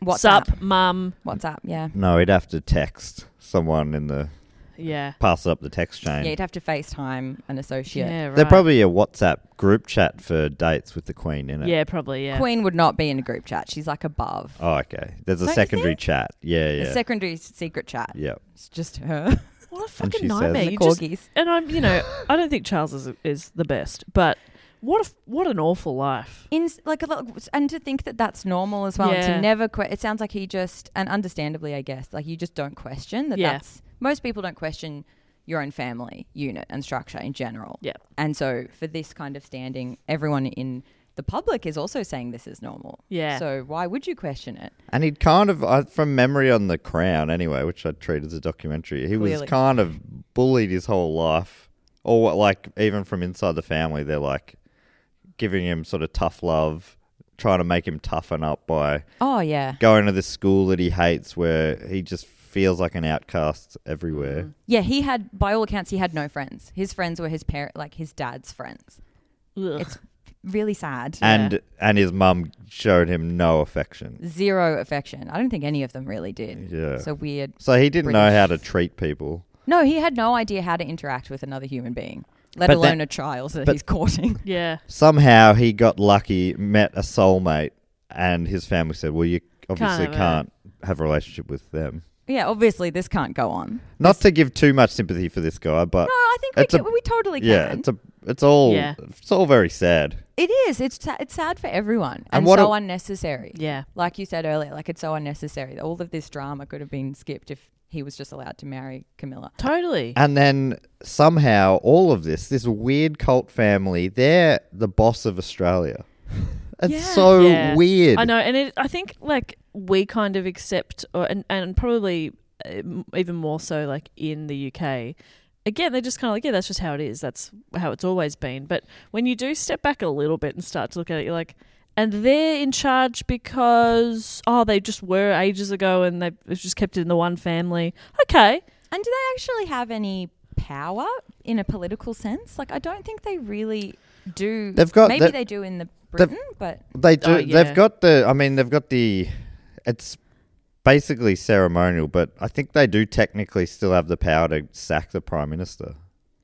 Speaker 3: What's
Speaker 2: Sup,
Speaker 3: up?
Speaker 2: mum?
Speaker 3: What's up? Yeah.
Speaker 1: No, he'd have to text someone in the.
Speaker 2: Yeah.
Speaker 1: Pass up the text chain.
Speaker 3: Yeah, you'd have to FaceTime an associate.
Speaker 2: Yeah. Right.
Speaker 1: They're probably a WhatsApp group chat for dates with the Queen in it.
Speaker 2: Yeah. Probably. Yeah.
Speaker 3: Queen would not be in a group chat. She's like above.
Speaker 1: Oh, okay. There's a
Speaker 3: Don't you
Speaker 1: secondary
Speaker 3: think?
Speaker 1: chat. Yeah, yeah.
Speaker 3: A secondary s- secret chat.
Speaker 1: yeah.
Speaker 3: It's just her.
Speaker 2: What a
Speaker 1: And
Speaker 2: fucking
Speaker 1: she says-
Speaker 2: nightmare!
Speaker 3: The
Speaker 2: You just,
Speaker 3: corgis.
Speaker 2: and I'm, you know, I don't think Charles is is the best, but what a, what an awful life.
Speaker 3: In s- like, a lo- and to think that that's normal as well. and
Speaker 2: Yeah.
Speaker 3: To never, que- it sounds like he just, and understandably, I guess, like you just don't question that.
Speaker 2: Yeah.
Speaker 3: That's most people don't question your own family unit and structure in general.
Speaker 2: Yeah.
Speaker 3: And so for this kind of standing, everyone in the public is also saying this is normal.
Speaker 2: Yeah.
Speaker 3: So why would you question it?
Speaker 1: And he'd kind of, I from memory on The Crown anyway, which I'd treat as a documentary, he
Speaker 3: Clearly.
Speaker 1: was kind of bullied his whole life. Or like, even from inside the family, they're like giving him sort of tough love, trying to make him toughen up by
Speaker 3: Oh yeah.
Speaker 1: going to this school that he hates where he just feels like an outcast everywhere.
Speaker 3: Yeah, he had by all accounts he had no friends. His friends were his parent like his dad's friends.
Speaker 2: Ugh.
Speaker 3: It's really sad.
Speaker 1: And and his mum showed him no affection.
Speaker 3: Zero affection. I don't think any of them really did.
Speaker 1: Yeah.
Speaker 3: So weird.
Speaker 1: So he didn't know
Speaker 3: British.
Speaker 1: how to treat people.
Speaker 3: No, he had no idea how to interact with another human being, let
Speaker 1: But
Speaker 3: alone
Speaker 1: that-
Speaker 3: a child that
Speaker 1: but-
Speaker 3: he's courting.
Speaker 2: yeah.
Speaker 1: somehow he got lucky, met a soulmate, and his family said, "Well, you obviously
Speaker 2: have
Speaker 1: can't,
Speaker 2: a-
Speaker 1: have a relationship with them."
Speaker 3: yeah, obviously this can't go on.
Speaker 1: Not to give too much sympathy for this guy, but
Speaker 3: No, I think we,
Speaker 1: It's a-
Speaker 3: ca- we totally can.
Speaker 1: yeah, it's a, it's all,
Speaker 2: Yeah.
Speaker 1: it's all very sad.
Speaker 3: It is. It's sa- it's sad for everyone and,
Speaker 1: And what
Speaker 3: so
Speaker 1: a-
Speaker 3: unnecessary.
Speaker 2: Yeah.
Speaker 3: Like you said earlier, like it's so unnecessary. All of this drama could have been skipped if he was just allowed to marry Camilla.
Speaker 2: Totally.
Speaker 1: And then somehow all of this, this weird cult family, they're the boss of Australia. It's
Speaker 3: Yeah.
Speaker 1: so
Speaker 2: Yeah.
Speaker 1: weird.
Speaker 2: I know, and it, I think like we kind of accept, or and, and probably uh, m- even more so, like in the UK. Again, they're just kind of like, yeah, that's just how it is. That's how it's always been. But when you do step back a little bit and start to look at it, you're like, and they're in charge because oh, they just were ages ago, and they've it's just kept it in the one family. Okay,
Speaker 3: And do they actually have any power in a political sense? Like I don't think they really do.
Speaker 1: They've got-
Speaker 3: maybe
Speaker 1: they-
Speaker 3: they do in the
Speaker 1: they've-
Speaker 3: Britain, but
Speaker 1: They do.
Speaker 2: Oh, yeah.
Speaker 1: They've got the. I mean, they've got the. It's basically ceremonial, but I think they do technically still have the power to sack the prime minister.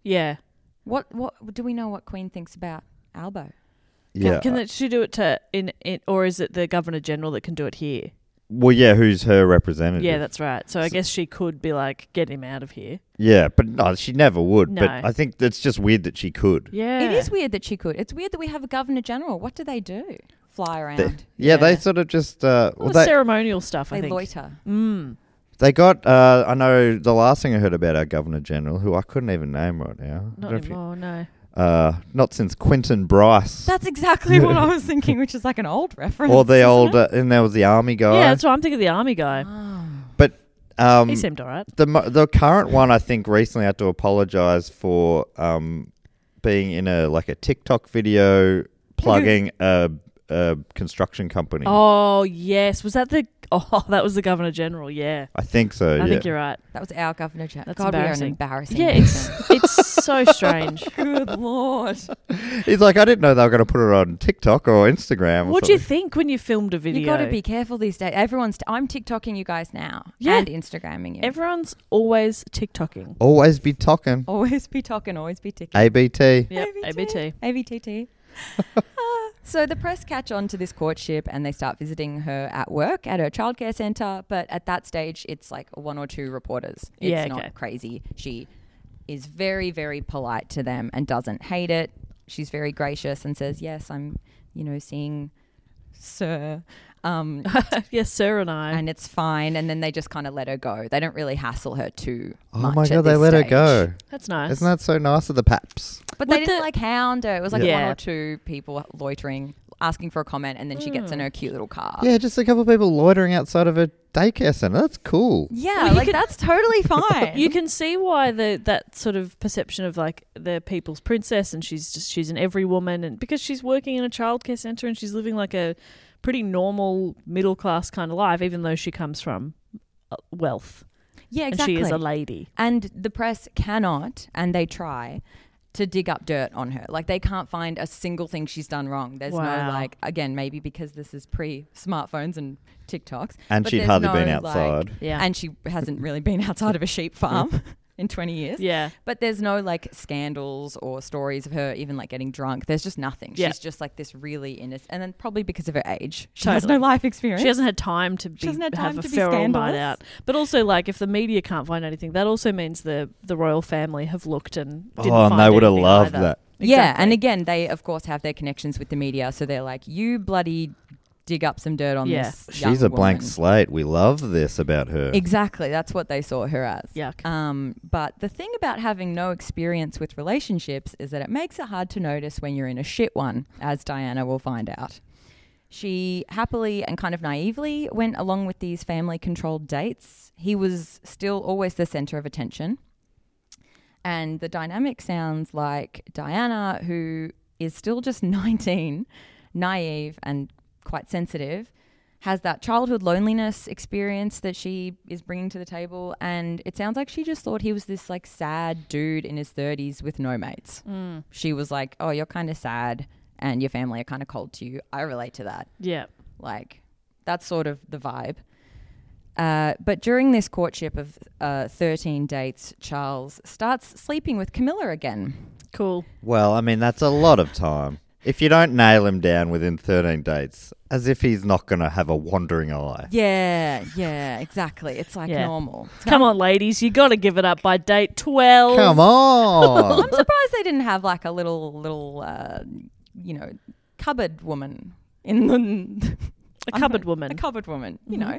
Speaker 2: yeah,
Speaker 3: what what do we know what Queen thinks about Albo?
Speaker 2: Can-
Speaker 1: Yeah.
Speaker 2: Can, that she do it to in, in or is it the governor general that can do it here?
Speaker 1: well, yeah. Who's her representative?
Speaker 2: Yeah, that's right. So I guess she could be like, get him out of here.
Speaker 1: yeah, but no, she never would. But
Speaker 2: No.
Speaker 1: I think that's just weird that she could.
Speaker 2: Yeah,
Speaker 3: It is weird that she could. It's weird that we have a governor general. What do they do? fly around.
Speaker 1: They- yeah, they sort of just uh,
Speaker 2: All
Speaker 1: well,
Speaker 2: the
Speaker 1: they,
Speaker 2: ceremonial stuff, I
Speaker 3: They
Speaker 2: think.
Speaker 3: loiter.
Speaker 2: Mm.
Speaker 1: they got. Uh, I know the last thing I heard about our governor general, who I couldn't even name right now. I don't
Speaker 2: Not
Speaker 1: know if you-
Speaker 2: anymore, no.
Speaker 1: uh, not since Quentin Bryce
Speaker 3: That's exactly what I was thinking, which is like an old reference.
Speaker 1: or the
Speaker 3: isn't
Speaker 1: old,
Speaker 3: it?
Speaker 1: uh, and there was the army guy.
Speaker 2: Yeah, that's what I'm thinking of the army guy.
Speaker 3: Ah.
Speaker 1: but um,
Speaker 2: he seemed all right.
Speaker 1: the mo- the current one, I think, recently had to apologize for um, being in a like a TikTok video plugging a, a construction company.
Speaker 2: Oh, yes. Was that the. Oh, that was the Governor General, yeah.
Speaker 1: I think so.
Speaker 2: I
Speaker 1: yeah.
Speaker 2: think you're right.
Speaker 3: That was our governor general.
Speaker 2: That's
Speaker 3: God, we are an
Speaker 2: embarrassing.
Speaker 3: embarrassing.
Speaker 2: Yeah, it's, it's so strange.
Speaker 3: good lord.
Speaker 1: He's like, I didn't know they were going to put it on TikTok or Instagram. Or
Speaker 2: What do you
Speaker 1: something."
Speaker 2: think when you filmed a video?
Speaker 3: You got to be careful these days. Everyone's. T- I'm TikToking you guys now.
Speaker 2: Yeah.
Speaker 3: And Instagramming you.
Speaker 2: Everyone's always TikToking.
Speaker 1: Always be
Speaker 2: Oh.
Speaker 1: talking.
Speaker 3: always be talking. Always be ticking.
Speaker 1: ABT.
Speaker 2: Yep,
Speaker 3: ABT.
Speaker 2: ABT.
Speaker 3: ABTT. Ah, so the press catch on to this courtship and they start visiting her at work at her childcare center. But at that stage, it's like one or two reporters. It's
Speaker 2: Yeah, okay.
Speaker 3: not crazy. She is very, very polite to them and doesn't hate it. She's very gracious and says, Yes, I'm, you know, seeing Sir. Um,
Speaker 2: yes, sir and I.
Speaker 3: and it's fine. And then they just kind of let her go. They don't really hassle her too
Speaker 1: Oh
Speaker 3: much.
Speaker 1: my
Speaker 3: at
Speaker 1: god, they
Speaker 3: this
Speaker 1: let
Speaker 3: stage.
Speaker 1: her go.
Speaker 2: That's nice.
Speaker 1: Isn't that so nice of the Paps?
Speaker 3: But they
Speaker 2: With
Speaker 3: didn't
Speaker 2: the-
Speaker 3: like hound her. It was like
Speaker 2: Yeah.
Speaker 3: one or two people loitering, asking for a comment, and then she gets in
Speaker 2: Mm.
Speaker 3: her cute little car.
Speaker 1: Yeah, just a couple of people loitering outside of a daycare center. That's cool.
Speaker 3: Yeah,
Speaker 2: Well, you
Speaker 3: like
Speaker 2: could-
Speaker 3: that's totally fine.
Speaker 2: you can see why the that sort of perception of like the people's princess and she's just she's an every woman and because she's working in a childcare center and she's living like a pretty normal middle class kind of life even though she comes from uh, wealth
Speaker 3: yeah,
Speaker 2: and she is a
Speaker 3: exactly.
Speaker 2: lady
Speaker 3: And the press cannot, and they try to dig up dirt on her. Like they can't find a single thing she's done wrong. There's
Speaker 2: Wow.
Speaker 3: no like again, maybe because this is pre smartphones and TikToks.
Speaker 1: And
Speaker 3: but
Speaker 1: she'd
Speaker 3: there's
Speaker 1: hardly been
Speaker 3: no, like-
Speaker 1: outside.
Speaker 2: Yeah.
Speaker 3: And she hasn't really been outside of a sheep farm in 20 years.
Speaker 2: yeah
Speaker 3: But there's no like scandals or stories of her even like getting drunk. There's just nothing.
Speaker 2: Yeah.
Speaker 3: She's just like this really innocent. And then probably because of her age, she has no
Speaker 2: Totally.
Speaker 3: life experience.
Speaker 2: she hasn't had time to be,
Speaker 3: hasn't had time
Speaker 2: have a
Speaker 3: to be
Speaker 2: feral night
Speaker 3: scandalous.
Speaker 2: out but also like if the media can't find anything that also means the the royal family have looked and didn't
Speaker 1: Oh, and
Speaker 2: find
Speaker 1: they would have
Speaker 2: anything
Speaker 1: loved
Speaker 2: either.
Speaker 1: that.
Speaker 3: Yeah. And
Speaker 2: Exactly.
Speaker 3: again, they of course have their connections with the media. So they're like, you bloody dig up some dirt on
Speaker 2: Yeah.
Speaker 3: this.
Speaker 1: She's
Speaker 3: young
Speaker 1: a blank
Speaker 3: woman."
Speaker 1: slate. We love this about her.
Speaker 3: Exactly. That's what they saw her as.
Speaker 2: Yuck.
Speaker 3: Um, but the thing about having no experience with relationships is that it makes it hard to notice when you're in a shit one, as Diana will find out. She happily and kind of naively went along with these family controlled dates. He was still always the center of attention. And the dynamic sounds like Diana, who is still just 19, naive and quite sensitive, has that childhood loneliness experience that she is bringing to the table. And it sounds like she just thought he was this like sad dude in his 30s with no mates. She was like, Oh, you're kind of sad and your family are kind of cold to you. I relate to that.
Speaker 2: yeah
Speaker 3: Like, that's sort of the vibe. Uh, but during this courtship of uh, 13 dates, Charles starts sleeping with Camilla again.
Speaker 2: cool
Speaker 1: Well, I mean, that's a lot of time. If you don't nail him down within 13 dates, as if he's not going to have a wandering eye.
Speaker 3: Yeah, yeah, exactly. It's like
Speaker 2: Yeah.
Speaker 3: normal.
Speaker 2: come on ladies you gotta give it up by date 12
Speaker 1: Come on.
Speaker 3: I'm surprised they didn't have like a little, little, uh, you know, cupboard woman in the.
Speaker 2: a cupboard woman
Speaker 3: A cupboard woman, Mm-hmm. you know.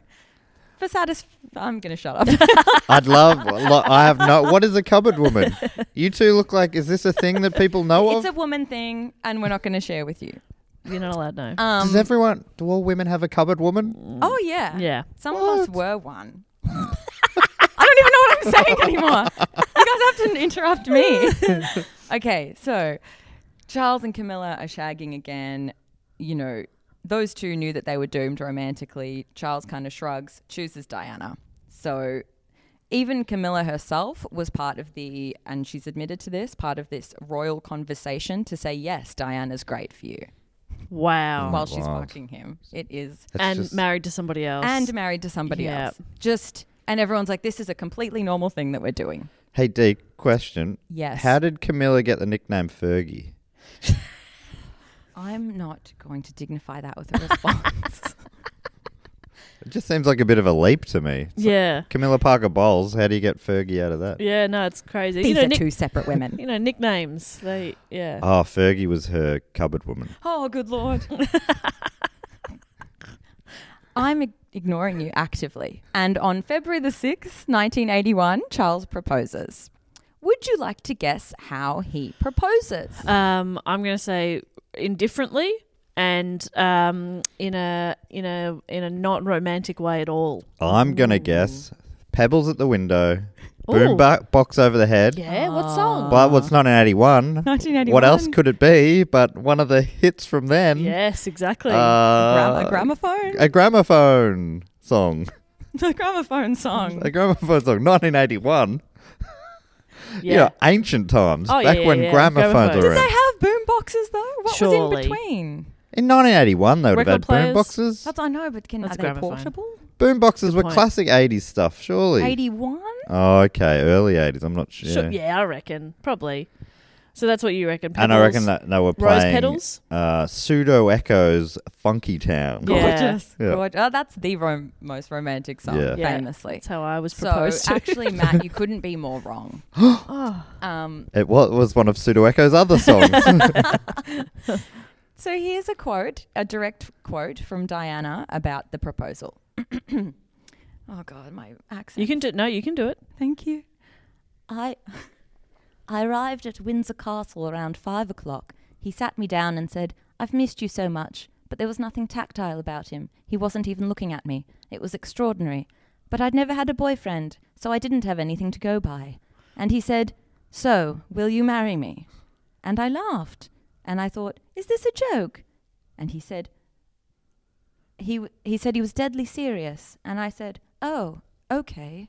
Speaker 3: For satisf- I'm going to shut up.
Speaker 1: I'd love. lo- I have no. What is a cupboard woman? You two look like. Is this a thing that people know
Speaker 3: it's a
Speaker 1: of?
Speaker 3: woman thing, and we're not going to share with you.
Speaker 2: you're not allowed no
Speaker 3: Um,
Speaker 1: Does everyone? Do all women have a cupboard woman?
Speaker 3: oh, yeah.
Speaker 2: yeah
Speaker 3: Some of us were one. I don't even know what I'm saying anymore. You guys have to interrupt me. okay, so Charles and Camilla are shagging again. You know, those two knew that they were doomed romantically. Charles kind of shrugs, chooses Diana. So even Camilla herself was part of the, and she's admitted to this, part of this royal conversation to say, yes, Diana's great for you
Speaker 2: wow
Speaker 3: while she's
Speaker 1: wow.
Speaker 3: fucking him. It is
Speaker 1: That's
Speaker 2: and
Speaker 1: just-
Speaker 2: married to somebody else.
Speaker 3: and married to somebody
Speaker 2: Yeah.
Speaker 3: else. Just and everyone's like, this is a completely normal thing that we're doing.
Speaker 1: hey, D. Question.
Speaker 3: Yes.
Speaker 1: How did Camilla get the nickname Fergie?
Speaker 3: I'm not going to dignify that with a response.
Speaker 1: It just seems like a bit of a leap to me. It's like,
Speaker 2: yeah,
Speaker 1: Camilla Parker Bowles. How do you get Fergie out of that?
Speaker 2: yeah, no, it's crazy.
Speaker 3: These
Speaker 2: you know,
Speaker 3: are
Speaker 2: nick-
Speaker 3: two separate women.
Speaker 2: you know,
Speaker 1: Ah,
Speaker 2: nicknames. They, yeah.
Speaker 1: Oh, Fergie was her cupboard woman.
Speaker 3: oh, good lord. I'm ig- ignoring you actively. And on February the 6th, 1981, Charles proposes. Would you like to guess how he proposes?
Speaker 1: Uh,
Speaker 4: Um, I'm going to say indifferently and um, in a in a in a not romantic way at all.
Speaker 1: I'm gonna guess pebbles at the window,
Speaker 4: Ooh.
Speaker 1: boom bo- box over the head.
Speaker 4: Yeah, what song?
Speaker 1: But what's not an 81?
Speaker 3: 1981.
Speaker 1: What else could it be but one of the hits from then?
Speaker 4: Yes, exactly.
Speaker 1: Mm. Uh,
Speaker 3: Gram- a gramophone?
Speaker 1: a gramophone song.
Speaker 3: A gramophone song.
Speaker 1: A gramophone song, 1981.
Speaker 4: yeah.
Speaker 1: You know, ancient times,
Speaker 4: Oh,
Speaker 1: back
Speaker 4: yeah,
Speaker 1: when
Speaker 4: yeah,
Speaker 1: gramophones
Speaker 4: gramophones. Did
Speaker 1: were
Speaker 3: Did they
Speaker 1: around.
Speaker 3: have boom boxes though? What was
Speaker 4: Surely.
Speaker 3: in between?
Speaker 1: In 1981, they would
Speaker 4: Record
Speaker 1: have had
Speaker 4: players.
Speaker 1: boom boxes.
Speaker 3: That's I know, but can
Speaker 4: That's
Speaker 3: are they
Speaker 4: gramophone.
Speaker 3: portable?
Speaker 1: Boom boxes were
Speaker 4: point.
Speaker 1: classic 80s stuff, surely.
Speaker 3: Eighty one.
Speaker 1: Oh, okay, early 80s. I'm not sure.
Speaker 4: Sure, yeah, I reckon probably. So that's what you reckon.
Speaker 1: And I
Speaker 4: Pebbles,
Speaker 1: reckon that they were
Speaker 4: rose
Speaker 1: playing
Speaker 4: petals.
Speaker 1: uh, Pseudo Echoes Funky Town.
Speaker 4: Yeah.
Speaker 3: Gorgeous.
Speaker 1: Yeah.
Speaker 3: Gorgeous. Oh, that's the rom- most romantic song,
Speaker 1: Yeah.
Speaker 4: Yeah,
Speaker 3: famously.
Speaker 4: that's how I was
Speaker 3: So
Speaker 4: proposed. to.
Speaker 3: actually, Matt, you couldn't be more wrong.
Speaker 1: Oh.
Speaker 3: um,
Speaker 1: It wa- was one of Pseudo Echo's other songs.
Speaker 3: so here's a quote, a direct quote from Diana about the proposal. oh God, my accent.
Speaker 4: you can do no, you can do it.
Speaker 3: Thank you. I I arrived at Windsor Castle around five o'clock. He sat me down and said, I've missed you so much, but there was nothing tactile about him. He wasn't even looking at me. It was extraordinary. But I'd never had a boyfriend, so I didn't have anything to go by. And he said, So, will you marry me? And I laughed. And I thought, Is this a joke? And he said, he, w- he said he was deadly serious. And I said, Oh, okay.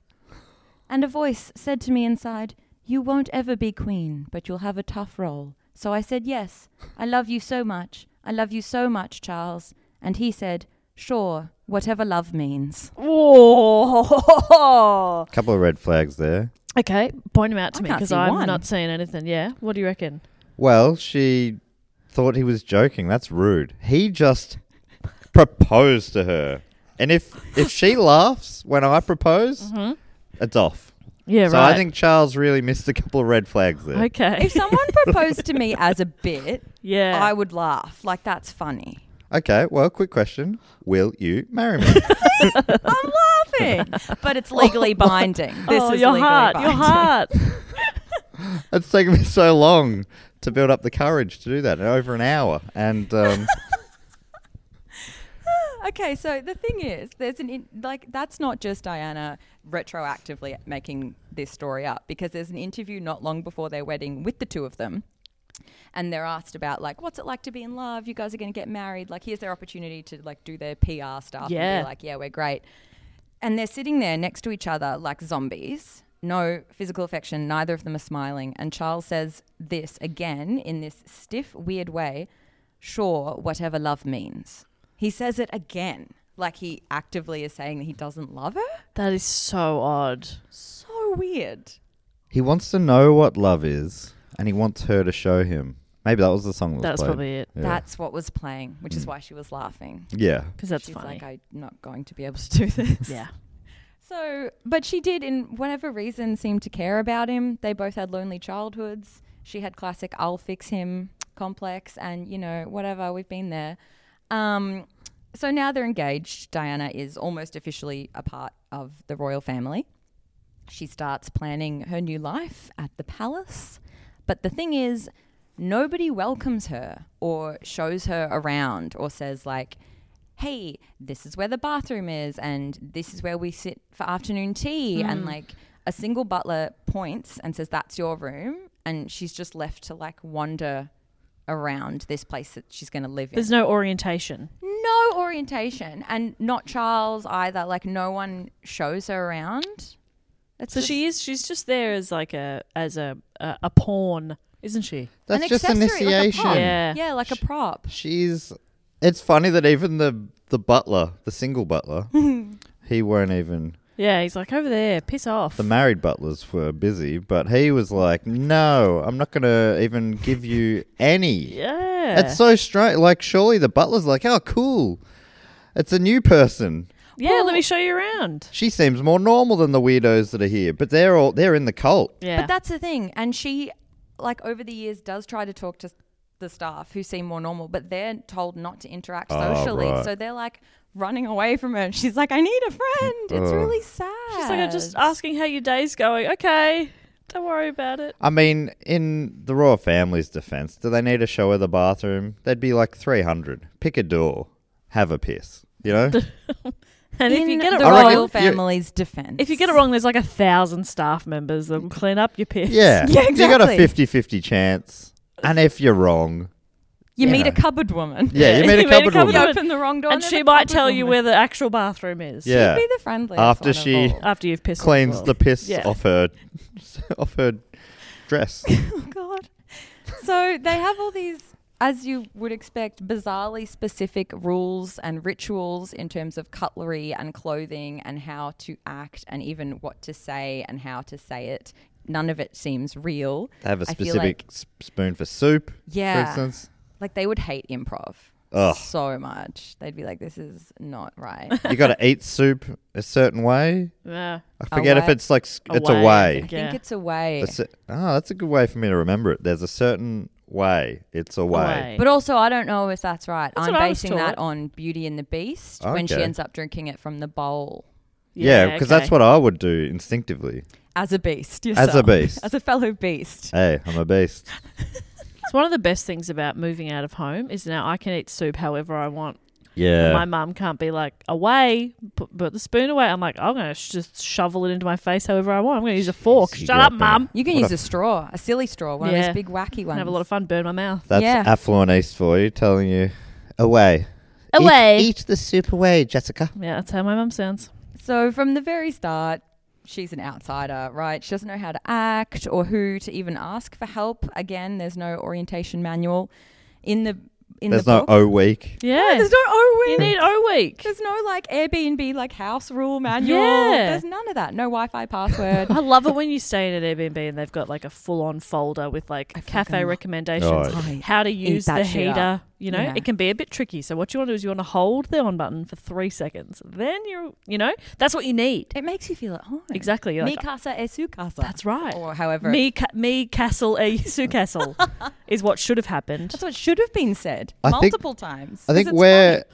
Speaker 3: And a voice said to me inside, You won't ever be queen, but you'll have a tough role. So I said, Yes, I love you so much. I love you so much, Charles. And he said, Sure, whatever love means.
Speaker 4: Whoa.
Speaker 1: couple of red flags there.
Speaker 4: Okay, point them out to
Speaker 3: I
Speaker 4: me
Speaker 3: can't
Speaker 4: because
Speaker 3: see
Speaker 4: I'm
Speaker 3: one.
Speaker 4: not seeing anything. Yeah, what do you reckon?
Speaker 1: Well, she thought he was joking. That's rude. He just proposed to her. And if if she laughs when I propose, it's off.
Speaker 4: Yeah,
Speaker 1: so
Speaker 4: Mm-hmm. right.
Speaker 1: I think Charles really missed a couple of red flags there.
Speaker 4: okay.
Speaker 3: someone proposed to me as a bit,
Speaker 4: yeah,
Speaker 3: would laugh. Like, that's funny.
Speaker 1: Okay, well, quick question. Will you marry me?
Speaker 3: I'm laughing. But it's legally binding. This
Speaker 4: oh,
Speaker 3: is
Speaker 4: your
Speaker 3: legally
Speaker 4: heart,
Speaker 3: binding.
Speaker 4: your heart.
Speaker 1: it's taken me so long to build up the courage to do that, over an hour. And um,
Speaker 3: Okay, so the thing is, there's an in, like that's not just Diana retroactively making this story up because there's an interview not long before their wedding with the two of them. And they're asked about like what's it like to be in love? You guys are going to get married. Like here's their opportunity to like do their PR stuff and
Speaker 4: Yeah.
Speaker 3: be like, yeah, we're great. And they're sitting there next to each other like zombies. No physical affection, neither of them are smiling. And Charles says this again in this stiff, weird way sure, whatever love means. He says it again. Like he actively is saying that he doesn't love her.
Speaker 4: That is so odd.
Speaker 3: So weird.
Speaker 1: he wants to know what love is, and he wants her to show him. Maybe that was the song that was
Speaker 4: That's
Speaker 1: played.
Speaker 4: probably it
Speaker 1: Yeah.
Speaker 3: That's what was playing, which is why she was laughing.
Speaker 1: yeah.
Speaker 4: because that's
Speaker 3: She's
Speaker 4: funny.
Speaker 3: like, I'm not going to be able to do this.
Speaker 4: yeah.
Speaker 3: So, but she did, in whatever reason, seem to care about him. They both had lonely childhoods. She had classic "I'll fix him" complex, and you know, whatever. We've been there. Um, so now they're engaged. Diana is almost officially a part of the royal family. She starts planning her new life at the palace. But the thing is, nobody welcomes her or shows her around or says, like, hey, this is where the bathroom is and this is where we sit for afternoon tea.
Speaker 4: Hmm.
Speaker 3: And like a single butler points and says, that's your room. And she's just left to like wander around this place that she's going to live in
Speaker 4: There's no orientation.
Speaker 3: no orientation and not Charles either. Like no one shows her around. It's
Speaker 4: So
Speaker 3: just
Speaker 4: she is. She's just there as like a as a a, a pawn, isn't she?
Speaker 1: That's
Speaker 3: an
Speaker 1: just
Speaker 3: accessory, like a
Speaker 1: initiation.
Speaker 3: prop.
Speaker 4: Yeah.
Speaker 3: yeah, like a prop.
Speaker 1: She's. It's funny that even the the butler, the single butler, he weren't even.
Speaker 4: Yeah. He's like over there. Piss off.
Speaker 1: The married butlers were busy, but he was like, "No, I'm not gonna even give you any."
Speaker 4: yeah.
Speaker 1: It's so strange. Like, surely the butler's like, "Oh, cool, it's a new person.
Speaker 4: yeah. let me show you around.
Speaker 1: She seems more normal than the weirdos that are here." But they're all they're in the cult.
Speaker 4: Yeah.
Speaker 3: But that's the thing. And she, like over the years, does try to talk to the staff who seem more normal, but they're told not to interact
Speaker 1: Oh,
Speaker 3: socially.
Speaker 1: right.
Speaker 3: So they're like running away from her. And she's like, I need a friend. It's
Speaker 1: Ugh.
Speaker 3: really sad.
Speaker 2: She's like, I'm just asking how your day's going. Okay, don't worry about it.
Speaker 1: I mean, in the royal family's defense, do they need to show her the bathroom? They'd be like 300. Pick a door, have a piss, you know?
Speaker 2: And if you
Speaker 3: In
Speaker 2: get it
Speaker 3: the
Speaker 1: I
Speaker 2: wrong,
Speaker 1: reckon-
Speaker 3: royal
Speaker 1: you're-
Speaker 3: family's defense.
Speaker 2: if you get it wrong, there's like a thousand staff members that will clean up your piss.
Speaker 1: yeah.
Speaker 3: Yeah,
Speaker 1: You got a
Speaker 3: exactly.
Speaker 1: 50 50 chance. And if you're wrong,
Speaker 3: you
Speaker 1: you
Speaker 3: meet
Speaker 1: know.
Speaker 3: a cupboard woman.
Speaker 1: yeah, you made a cupboard
Speaker 2: cupboard
Speaker 3: You
Speaker 1: woman.
Speaker 2: woman.
Speaker 3: open the wrong door,
Speaker 2: And
Speaker 3: there's
Speaker 2: she
Speaker 3: a
Speaker 2: might
Speaker 3: cupboard
Speaker 2: tell you
Speaker 3: woman.
Speaker 2: where the actual bathroom is.
Speaker 1: Yeah.
Speaker 3: She'd be the friendliest
Speaker 1: After
Speaker 3: one
Speaker 1: she-
Speaker 3: of all.
Speaker 2: After you've pissed.
Speaker 1: Cleans
Speaker 2: off.
Speaker 1: the piss
Speaker 2: Yeah.
Speaker 1: off her off her dress.
Speaker 3: Oh God. So they have all these, as you would expect, bizarrely specific rules and rituals in terms of cutlery and clothing and how to act and even what to say and how to say it. None of it seems real.
Speaker 1: They have a
Speaker 3: I feel
Speaker 1: specific
Speaker 3: like,
Speaker 1: s- spoon for soup, for
Speaker 3: yeah,
Speaker 1: instance.
Speaker 3: like they would hate improv
Speaker 1: Ugh.
Speaker 3: so much. They'd be like, "This is not right."
Speaker 1: You got to eat soup a certain way.
Speaker 2: Yeah.
Speaker 1: I forget if
Speaker 3: way.
Speaker 1: it's like s- it's a
Speaker 2: way, I
Speaker 1: way.
Speaker 2: think.
Speaker 3: I think
Speaker 2: Yeah.
Speaker 3: it's a way.
Speaker 1: A cer- oh, that's a good way for me to remember it. There's a certain way. It's a way.
Speaker 2: way.
Speaker 3: But also, I don't know if that's right.
Speaker 2: That's
Speaker 3: I'm
Speaker 2: what I was
Speaker 3: basing that
Speaker 2: taught.
Speaker 3: on Beauty and the Beast when she
Speaker 1: Okay.
Speaker 3: ends up drinking it from the bowl.
Speaker 1: Yeah, because that's what I would do instinctively.
Speaker 3: as a beast
Speaker 1: As
Speaker 3: yourself.
Speaker 1: a beast. Uh,
Speaker 3: as a fellow beast
Speaker 1: Hey, I'm a beast.
Speaker 2: It's one of the best things about moving out of home is now I can eat soup however I want. My
Speaker 1: Yeah.
Speaker 2: mum can't be like, away, put, put the spoon away. I'm like, I'm going to sh- just shovel it into my face however I want. I'm going to use a fork.
Speaker 1: Jeez, you
Speaker 2: Shut up,
Speaker 1: reckon?
Speaker 2: mum.
Speaker 3: you can
Speaker 1: What
Speaker 3: use
Speaker 1: a
Speaker 3: a, straw a silly straw one of
Speaker 2: Yeah.
Speaker 3: those big wacky
Speaker 2: Can
Speaker 3: ones
Speaker 2: Have a lot of fun, burn my mouth.
Speaker 1: That's
Speaker 3: Yeah.
Speaker 1: affluent East for you, telling you away. Eat-
Speaker 2: Away.
Speaker 1: Eat, the soup away, Jessica.
Speaker 2: Yeah, that's how my mum sounds.
Speaker 3: so from the very start she's an outsider right she doesn't know how to act or who to even ask for help again there's no orientation manual in the in
Speaker 1: There's
Speaker 3: the
Speaker 1: no
Speaker 3: book
Speaker 1: O week.
Speaker 2: Yeah.
Speaker 3: there's no o
Speaker 2: you need O week.
Speaker 3: there's no like airbnb like house rule manual
Speaker 2: Yeah.
Speaker 3: there's none of that no wi-fi password
Speaker 2: I love it when you stay in an Airbnb and they've got like a full on folder with like
Speaker 3: I
Speaker 2: cafe
Speaker 3: fucking-
Speaker 2: recommendations,
Speaker 1: Oh,
Speaker 3: yeah.
Speaker 2: how to use
Speaker 3: that
Speaker 2: the
Speaker 3: shit up.
Speaker 2: heater. You know,
Speaker 3: Yeah.
Speaker 2: it can be a bit tricky. So what you want to do is you want to hold the on button for three seconds. Then you, you know, that's what you need.
Speaker 3: it makes you feel at home
Speaker 2: Exactly. You're
Speaker 3: mi
Speaker 2: like,
Speaker 3: casa es su casa
Speaker 2: that's right.
Speaker 3: or however
Speaker 2: Me, ca- me castle, a Yusu castle is what should have happened.
Speaker 3: That's what should have been said
Speaker 1: I think-
Speaker 3: multiple times.
Speaker 1: I
Speaker 3: 'cause
Speaker 1: think
Speaker 3: it's
Speaker 1: where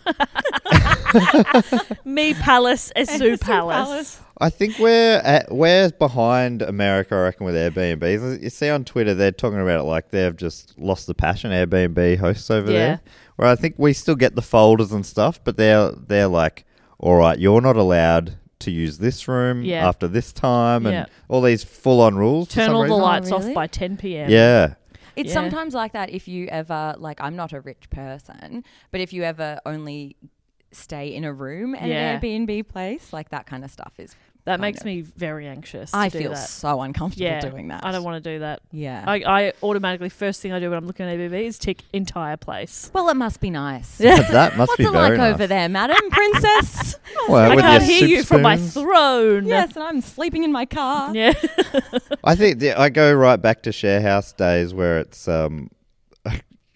Speaker 2: Me palace, a Zoo
Speaker 3: Esu
Speaker 2: palace.
Speaker 3: palace.
Speaker 1: I think we're at, we're behind America, I reckon, with Airbnb. You see on Twitter, they're talking about it like they've just lost the passion. Airbnb hosts over
Speaker 2: Yeah.
Speaker 1: there, where I think we still get the folders and stuff, but they're they're like, all right, you're not allowed to use this room
Speaker 2: Yeah.
Speaker 1: after this time, and
Speaker 2: Yeah.
Speaker 1: all these full on rules. for
Speaker 2: Turn
Speaker 1: some
Speaker 2: all the
Speaker 1: reason.
Speaker 2: lights off
Speaker 3: Oh, really?
Speaker 2: by 10 p.m.
Speaker 1: Yeah,
Speaker 3: It's
Speaker 2: Yeah.
Speaker 3: sometimes like that if you ever like I'm not a rich person, but if you ever only stay in a room at
Speaker 2: Yeah.
Speaker 3: an Airbnb place, like that kind of stuff is
Speaker 2: That
Speaker 3: kind
Speaker 2: makes
Speaker 3: of-
Speaker 2: me very anxious. to
Speaker 3: I
Speaker 2: do
Speaker 3: feel
Speaker 2: that.
Speaker 3: so uncomfortable
Speaker 2: yeah,
Speaker 3: doing that.
Speaker 2: I don't want to do that.
Speaker 3: Yeah.
Speaker 2: I, I automatically first thing I do when I'm looking at ABB is tick entire place.
Speaker 3: well, it must be nice.
Speaker 1: that must
Speaker 3: What's
Speaker 1: be
Speaker 3: it like
Speaker 1: very nice.
Speaker 3: over there, madam princess?
Speaker 1: Well,
Speaker 2: I
Speaker 1: with
Speaker 2: can't
Speaker 1: your
Speaker 2: hear
Speaker 1: Uh, soup
Speaker 2: you from my
Speaker 1: spoons.
Speaker 2: throne.
Speaker 3: yes, and I'm sleeping in my car.
Speaker 2: Yeah.
Speaker 1: I think the, I go right back to sharehouse days where it's um,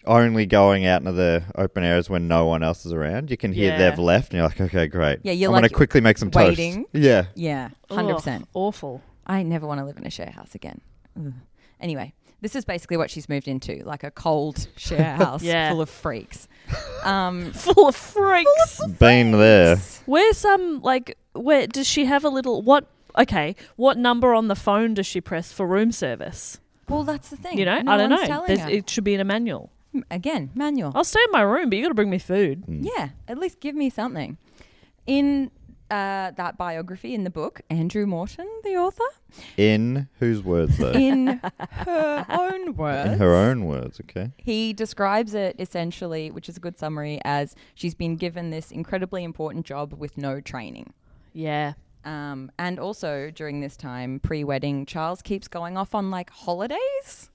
Speaker 1: only going out into the open areas when no one else is around. You can hear
Speaker 2: Yeah.
Speaker 1: they've left, and you're like, okay, great.
Speaker 3: Yeah, you're
Speaker 1: I'm
Speaker 3: like
Speaker 1: gonna quickly make some
Speaker 3: waiting.
Speaker 1: toast. Yeah,
Speaker 3: Yeah, hundred percent.
Speaker 2: Ugh, awful.
Speaker 3: I never want to live in a share house again. Ugh. Anyway, this is basically what she's moved into, like a cold share house
Speaker 2: Yeah.
Speaker 3: full of freaks. Um,
Speaker 2: Full of freaks.
Speaker 1: been there.
Speaker 2: Where's some like where does she have a little what okay, what number on the phone does she press for room service?
Speaker 3: well, that's the thing.
Speaker 2: You know,
Speaker 3: no
Speaker 2: I don't
Speaker 3: one's
Speaker 2: know.
Speaker 3: telling
Speaker 2: There's-
Speaker 3: her.
Speaker 2: It Oh. should be in a manual.
Speaker 3: M- Again, manual.
Speaker 2: I'll stay in my room, but you got to bring me food.
Speaker 1: Mm.
Speaker 3: Yeah, at least give me something. In uh, that biography in the book, Andrew Morton, the author,
Speaker 1: In whose words though?
Speaker 3: in her own words,
Speaker 1: In her own words. Okay.
Speaker 3: He describes it essentially, which is a good summary, as she's been given this incredibly important job with no training.
Speaker 2: Yeah.
Speaker 3: Um, and also during this time, pre wedding, Charles keeps going off on like holidays.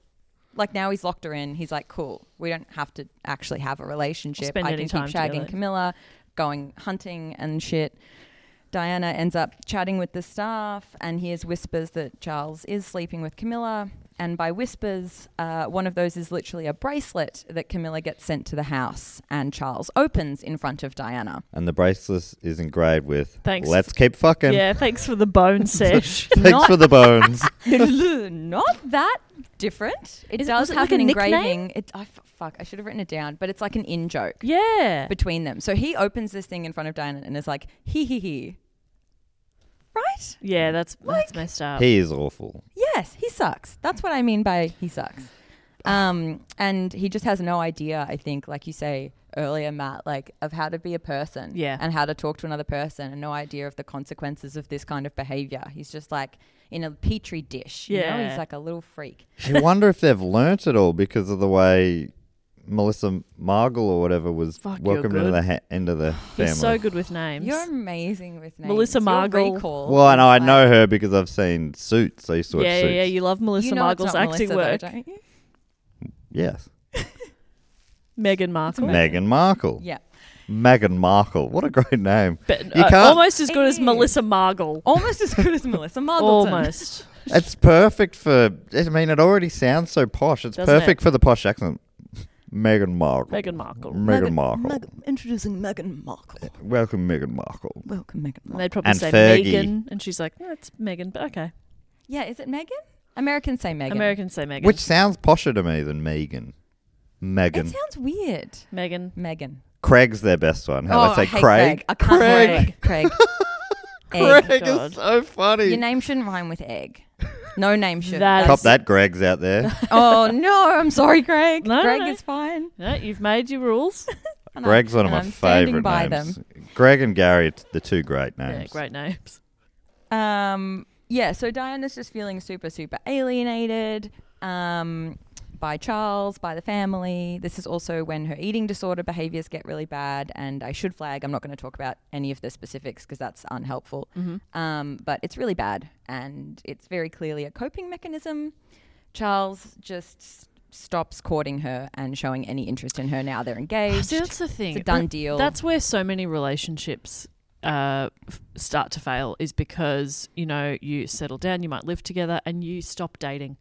Speaker 3: Like now he's locked her in. He's like, cool, we don't have to actually have a relationship.
Speaker 2: Spend
Speaker 3: I
Speaker 2: any
Speaker 3: can
Speaker 2: time
Speaker 3: keep shagging
Speaker 2: together."
Speaker 3: Camilla, going hunting and shit. Diana ends up chatting with the staff and hears whispers that Charles is sleeping with Camilla. And by whispers, uh, one of those is literally a bracelet that Camilla gets sent to the house, and Charles opens in front of Diana.
Speaker 1: And the bracelet is engraved with
Speaker 2: Thanks.
Speaker 1: Let's keep fucking.
Speaker 2: Yeah, thanks for the bone sesh.
Speaker 1: Thanks
Speaker 3: Not-
Speaker 1: for the bones.
Speaker 3: Not that different. It
Speaker 2: Is it-
Speaker 3: does
Speaker 2: was it
Speaker 3: have
Speaker 2: like
Speaker 3: an
Speaker 2: a nickname?
Speaker 3: engraving. It, I f- fuck, I should have written it down, but it's like an in joke
Speaker 2: yeah.
Speaker 3: between them. So he opens this thing in front of Diana and is like, hee hee hee. Right?
Speaker 2: Yeah, that's that's messed up.
Speaker 1: he is awful.
Speaker 3: Yes, he sucks. That's what I mean by he sucks. Um, and he just has no idea, I think, like you say earlier, Matt, like of how to be a person
Speaker 2: Yeah.
Speaker 3: and how to talk to another person and no idea of the consequences of this kind of behavior. He's just like in a petri dish. You know,
Speaker 2: Yeah.
Speaker 3: he's like a little freak.
Speaker 1: I wonder if they've learnt it all because of the way Melissa Margle or whatever was
Speaker 2: Fuck, you're
Speaker 1: welcomed into
Speaker 2: good.
Speaker 1: the ha- into the
Speaker 2: You're
Speaker 1: family.
Speaker 2: so good with names.
Speaker 3: You're amazing with names.
Speaker 2: Melissa
Speaker 3: Your
Speaker 2: Margle.
Speaker 3: recall
Speaker 1: Well, I know I
Speaker 3: is
Speaker 1: know
Speaker 3: like-
Speaker 1: her because I've seen Suits. I used to watch
Speaker 2: yeah, yeah,
Speaker 1: Suits.
Speaker 2: yeah, you love Melissa
Speaker 3: You know it's
Speaker 2: Margle's
Speaker 3: not
Speaker 2: acting
Speaker 3: Melissa,
Speaker 2: work.
Speaker 3: though, don't you?
Speaker 1: Yes,
Speaker 2: Meghan Markle.
Speaker 1: Meghan Markle.
Speaker 3: Yeah.
Speaker 1: Meghan Markle. What a great name.
Speaker 2: But,
Speaker 1: you
Speaker 2: uh,
Speaker 1: can't.
Speaker 2: almost as good as
Speaker 3: Hey.
Speaker 2: Melissa Margle.
Speaker 3: Almost as good as Melissa Margle.
Speaker 2: Almost.
Speaker 1: It's perfect for. I mean, it already sounds so posh. It's
Speaker 2: Doesn't
Speaker 1: perfect
Speaker 2: it?
Speaker 1: for the posh accent. Meghan Markle.
Speaker 2: Meghan Markle.
Speaker 1: Meghan Markle. Uh,
Speaker 3: introducing Meghan Markle.
Speaker 1: Welcome, Meghan Markle.
Speaker 3: Welcome, Meghan Markle.
Speaker 2: And they'd probably
Speaker 1: And
Speaker 2: say
Speaker 1: Fergie.
Speaker 2: Megan, and she's like, "That's Megan." But okay,
Speaker 3: Yeah, is it Megan? Americans say Megan.
Speaker 2: Americans say Megan.
Speaker 1: Which sounds posher to me than Megan.
Speaker 3: It
Speaker 1: Megan.
Speaker 3: sounds weird.
Speaker 2: Megan.
Speaker 3: Megan. Oh,
Speaker 1: Craig's their best one. How
Speaker 2: Oh,
Speaker 3: I
Speaker 1: they say
Speaker 3: hate
Speaker 1: Craig.
Speaker 3: I can't Craig. Craig. Egg.
Speaker 1: Craig
Speaker 2: Oh, God.
Speaker 1: is so funny.
Speaker 3: Your name shouldn't rhyme with egg. No name should.
Speaker 2: That
Speaker 1: Cop
Speaker 2: is-
Speaker 1: that, Greg's out there.
Speaker 3: Oh no, I'm sorry, Craig.
Speaker 2: No, no,
Speaker 3: Craig
Speaker 2: no.
Speaker 3: is fine.
Speaker 2: Yeah, you've made your rules.
Speaker 3: And I-
Speaker 1: Greg's one of
Speaker 3: and
Speaker 1: my
Speaker 3: I'm standing
Speaker 1: favorite
Speaker 3: by
Speaker 1: names. Greg and Gary, are t- the two great
Speaker 2: yeah,
Speaker 1: names.
Speaker 2: great names.
Speaker 3: Them. Um, yeah. So Diana's just feeling super, super alienated. Um, by Charles, by the family. This is also when her eating disorder behaviors get really bad. And I should flag, I'm not going to talk about any of the specifics because that's unhelpful.
Speaker 2: Mm-hmm.
Speaker 3: Um, but it's really bad. And it's very clearly a coping mechanism. Charles just s- stops courting her and showing any interest in her now. They're engaged.
Speaker 2: Oh, See, that's the thing.
Speaker 3: It's a done
Speaker 2: That-
Speaker 3: deal.
Speaker 2: That's where so many relationships uh, f- start to fail is because you know you settle down, you might live together, and you stop dating.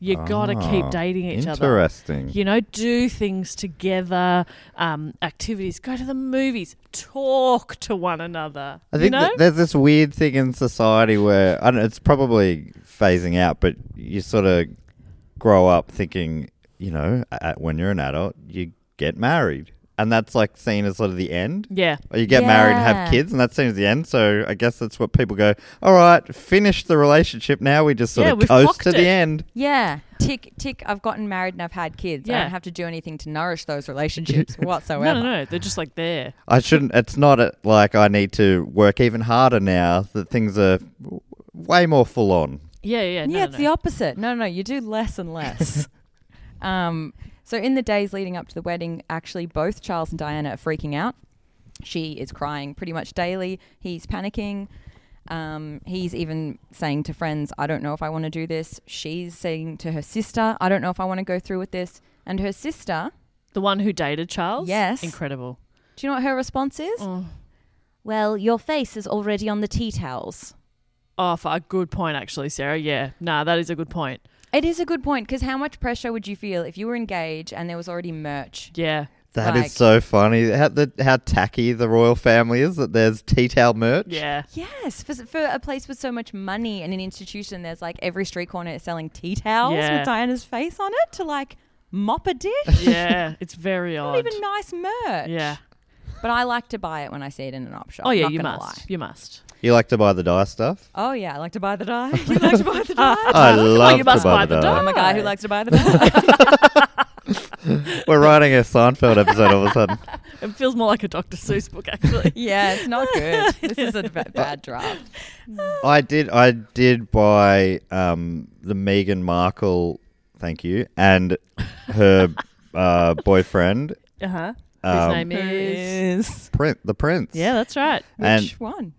Speaker 2: You gotta keep
Speaker 1: Ah,
Speaker 2: dating each other.
Speaker 1: Interesting.
Speaker 2: You know, do things together, um, activities, go to the movies, talk to one another.
Speaker 1: I
Speaker 2: you
Speaker 1: think
Speaker 2: know?
Speaker 1: that there's this weird thing in society where I don't, it's probably phasing out, but you sort of grow up thinking, you know, at, when you're an adult, you get married, and that's like seen as sort of the end.
Speaker 2: yeah.
Speaker 1: Or you get married and have
Speaker 3: Yeah.
Speaker 1: kids, and that's seen as the end. So I guess that's what people go. All right, finish the relationship. Now we just sort
Speaker 2: Yeah,
Speaker 1: of
Speaker 2: we've
Speaker 1: coast
Speaker 2: clocked
Speaker 1: to
Speaker 2: it.
Speaker 1: the end.
Speaker 3: Yeah. Tick, tick. I've gotten married and I've had kids. I
Speaker 2: Yeah.
Speaker 3: don't have to do anything to nourish those relationships whatsoever.
Speaker 2: No, no, no. They're just like there.
Speaker 1: I shouldn't. It's not uh, like I need to work even harder now that things are w- way more full on.
Speaker 2: Yeah, yeah. no,
Speaker 3: yeah,
Speaker 2: no,
Speaker 3: it's
Speaker 2: no.
Speaker 3: the opposite. No, no, you do less and less. um, so in the days leading up to the wedding, actually, both Charles and Diana are freaking out. She is crying pretty much daily. He's panicking. Um, he's even saying to friends, "I don't know if I want to do this." She's saying to her sister, "I don't know if I want to go through with this." And her sister,
Speaker 2: The one who dated Charles?
Speaker 3: Yes. Oh.
Speaker 2: Incredible.
Speaker 3: do you know what her response is? Well, your face is already on the tea towels.
Speaker 2: Oh, for a good point, actually, Sarah. Yeah. Nah, that is a good point.
Speaker 3: It is a good point because how much pressure would you feel if you were engaged and there was already merch?
Speaker 2: Yeah.
Speaker 1: That is
Speaker 3: Like-
Speaker 1: so funny. How the how tacky the royal family is that there's tea towel merch.
Speaker 2: Yeah.
Speaker 3: Yes, for, for a place with so much money and an institution, there's like every street corner is selling tea towels
Speaker 2: Yeah.
Speaker 3: with Diana's face on it to like mop a dish.
Speaker 2: Yeah. it's very odd.
Speaker 3: Not even nice merch.
Speaker 2: yeah.
Speaker 3: But I like to buy it when I see it in an op shop.
Speaker 2: Oh, yeah,
Speaker 3: not
Speaker 2: you
Speaker 3: gonna
Speaker 2: must.
Speaker 3: lie.
Speaker 2: You must.
Speaker 1: You like to buy the dye stuff?
Speaker 3: Oh, yeah, I like to buy the dye. you like to buy the dye?
Speaker 2: Uh,
Speaker 1: I love
Speaker 2: you
Speaker 1: to
Speaker 2: must
Speaker 1: buy
Speaker 2: buy
Speaker 1: the
Speaker 2: the
Speaker 1: dye.
Speaker 3: I'm a guy who likes to buy the dye.
Speaker 1: We're writing a Seinfeld episode all of a sudden.
Speaker 2: It feels more like a Dr. Seuss book, actually.
Speaker 3: yeah, it's not good. This is a b- bad draft.
Speaker 1: I did. I did buy um, the Meghan Markle. Thank you, and her uh, boyfriend,
Speaker 2: Uh huh.
Speaker 3: Uh-huh.
Speaker 1: Um,
Speaker 2: His name is.
Speaker 1: Prince, the Prince.
Speaker 2: Yeah, that's right.
Speaker 1: and
Speaker 3: Which one?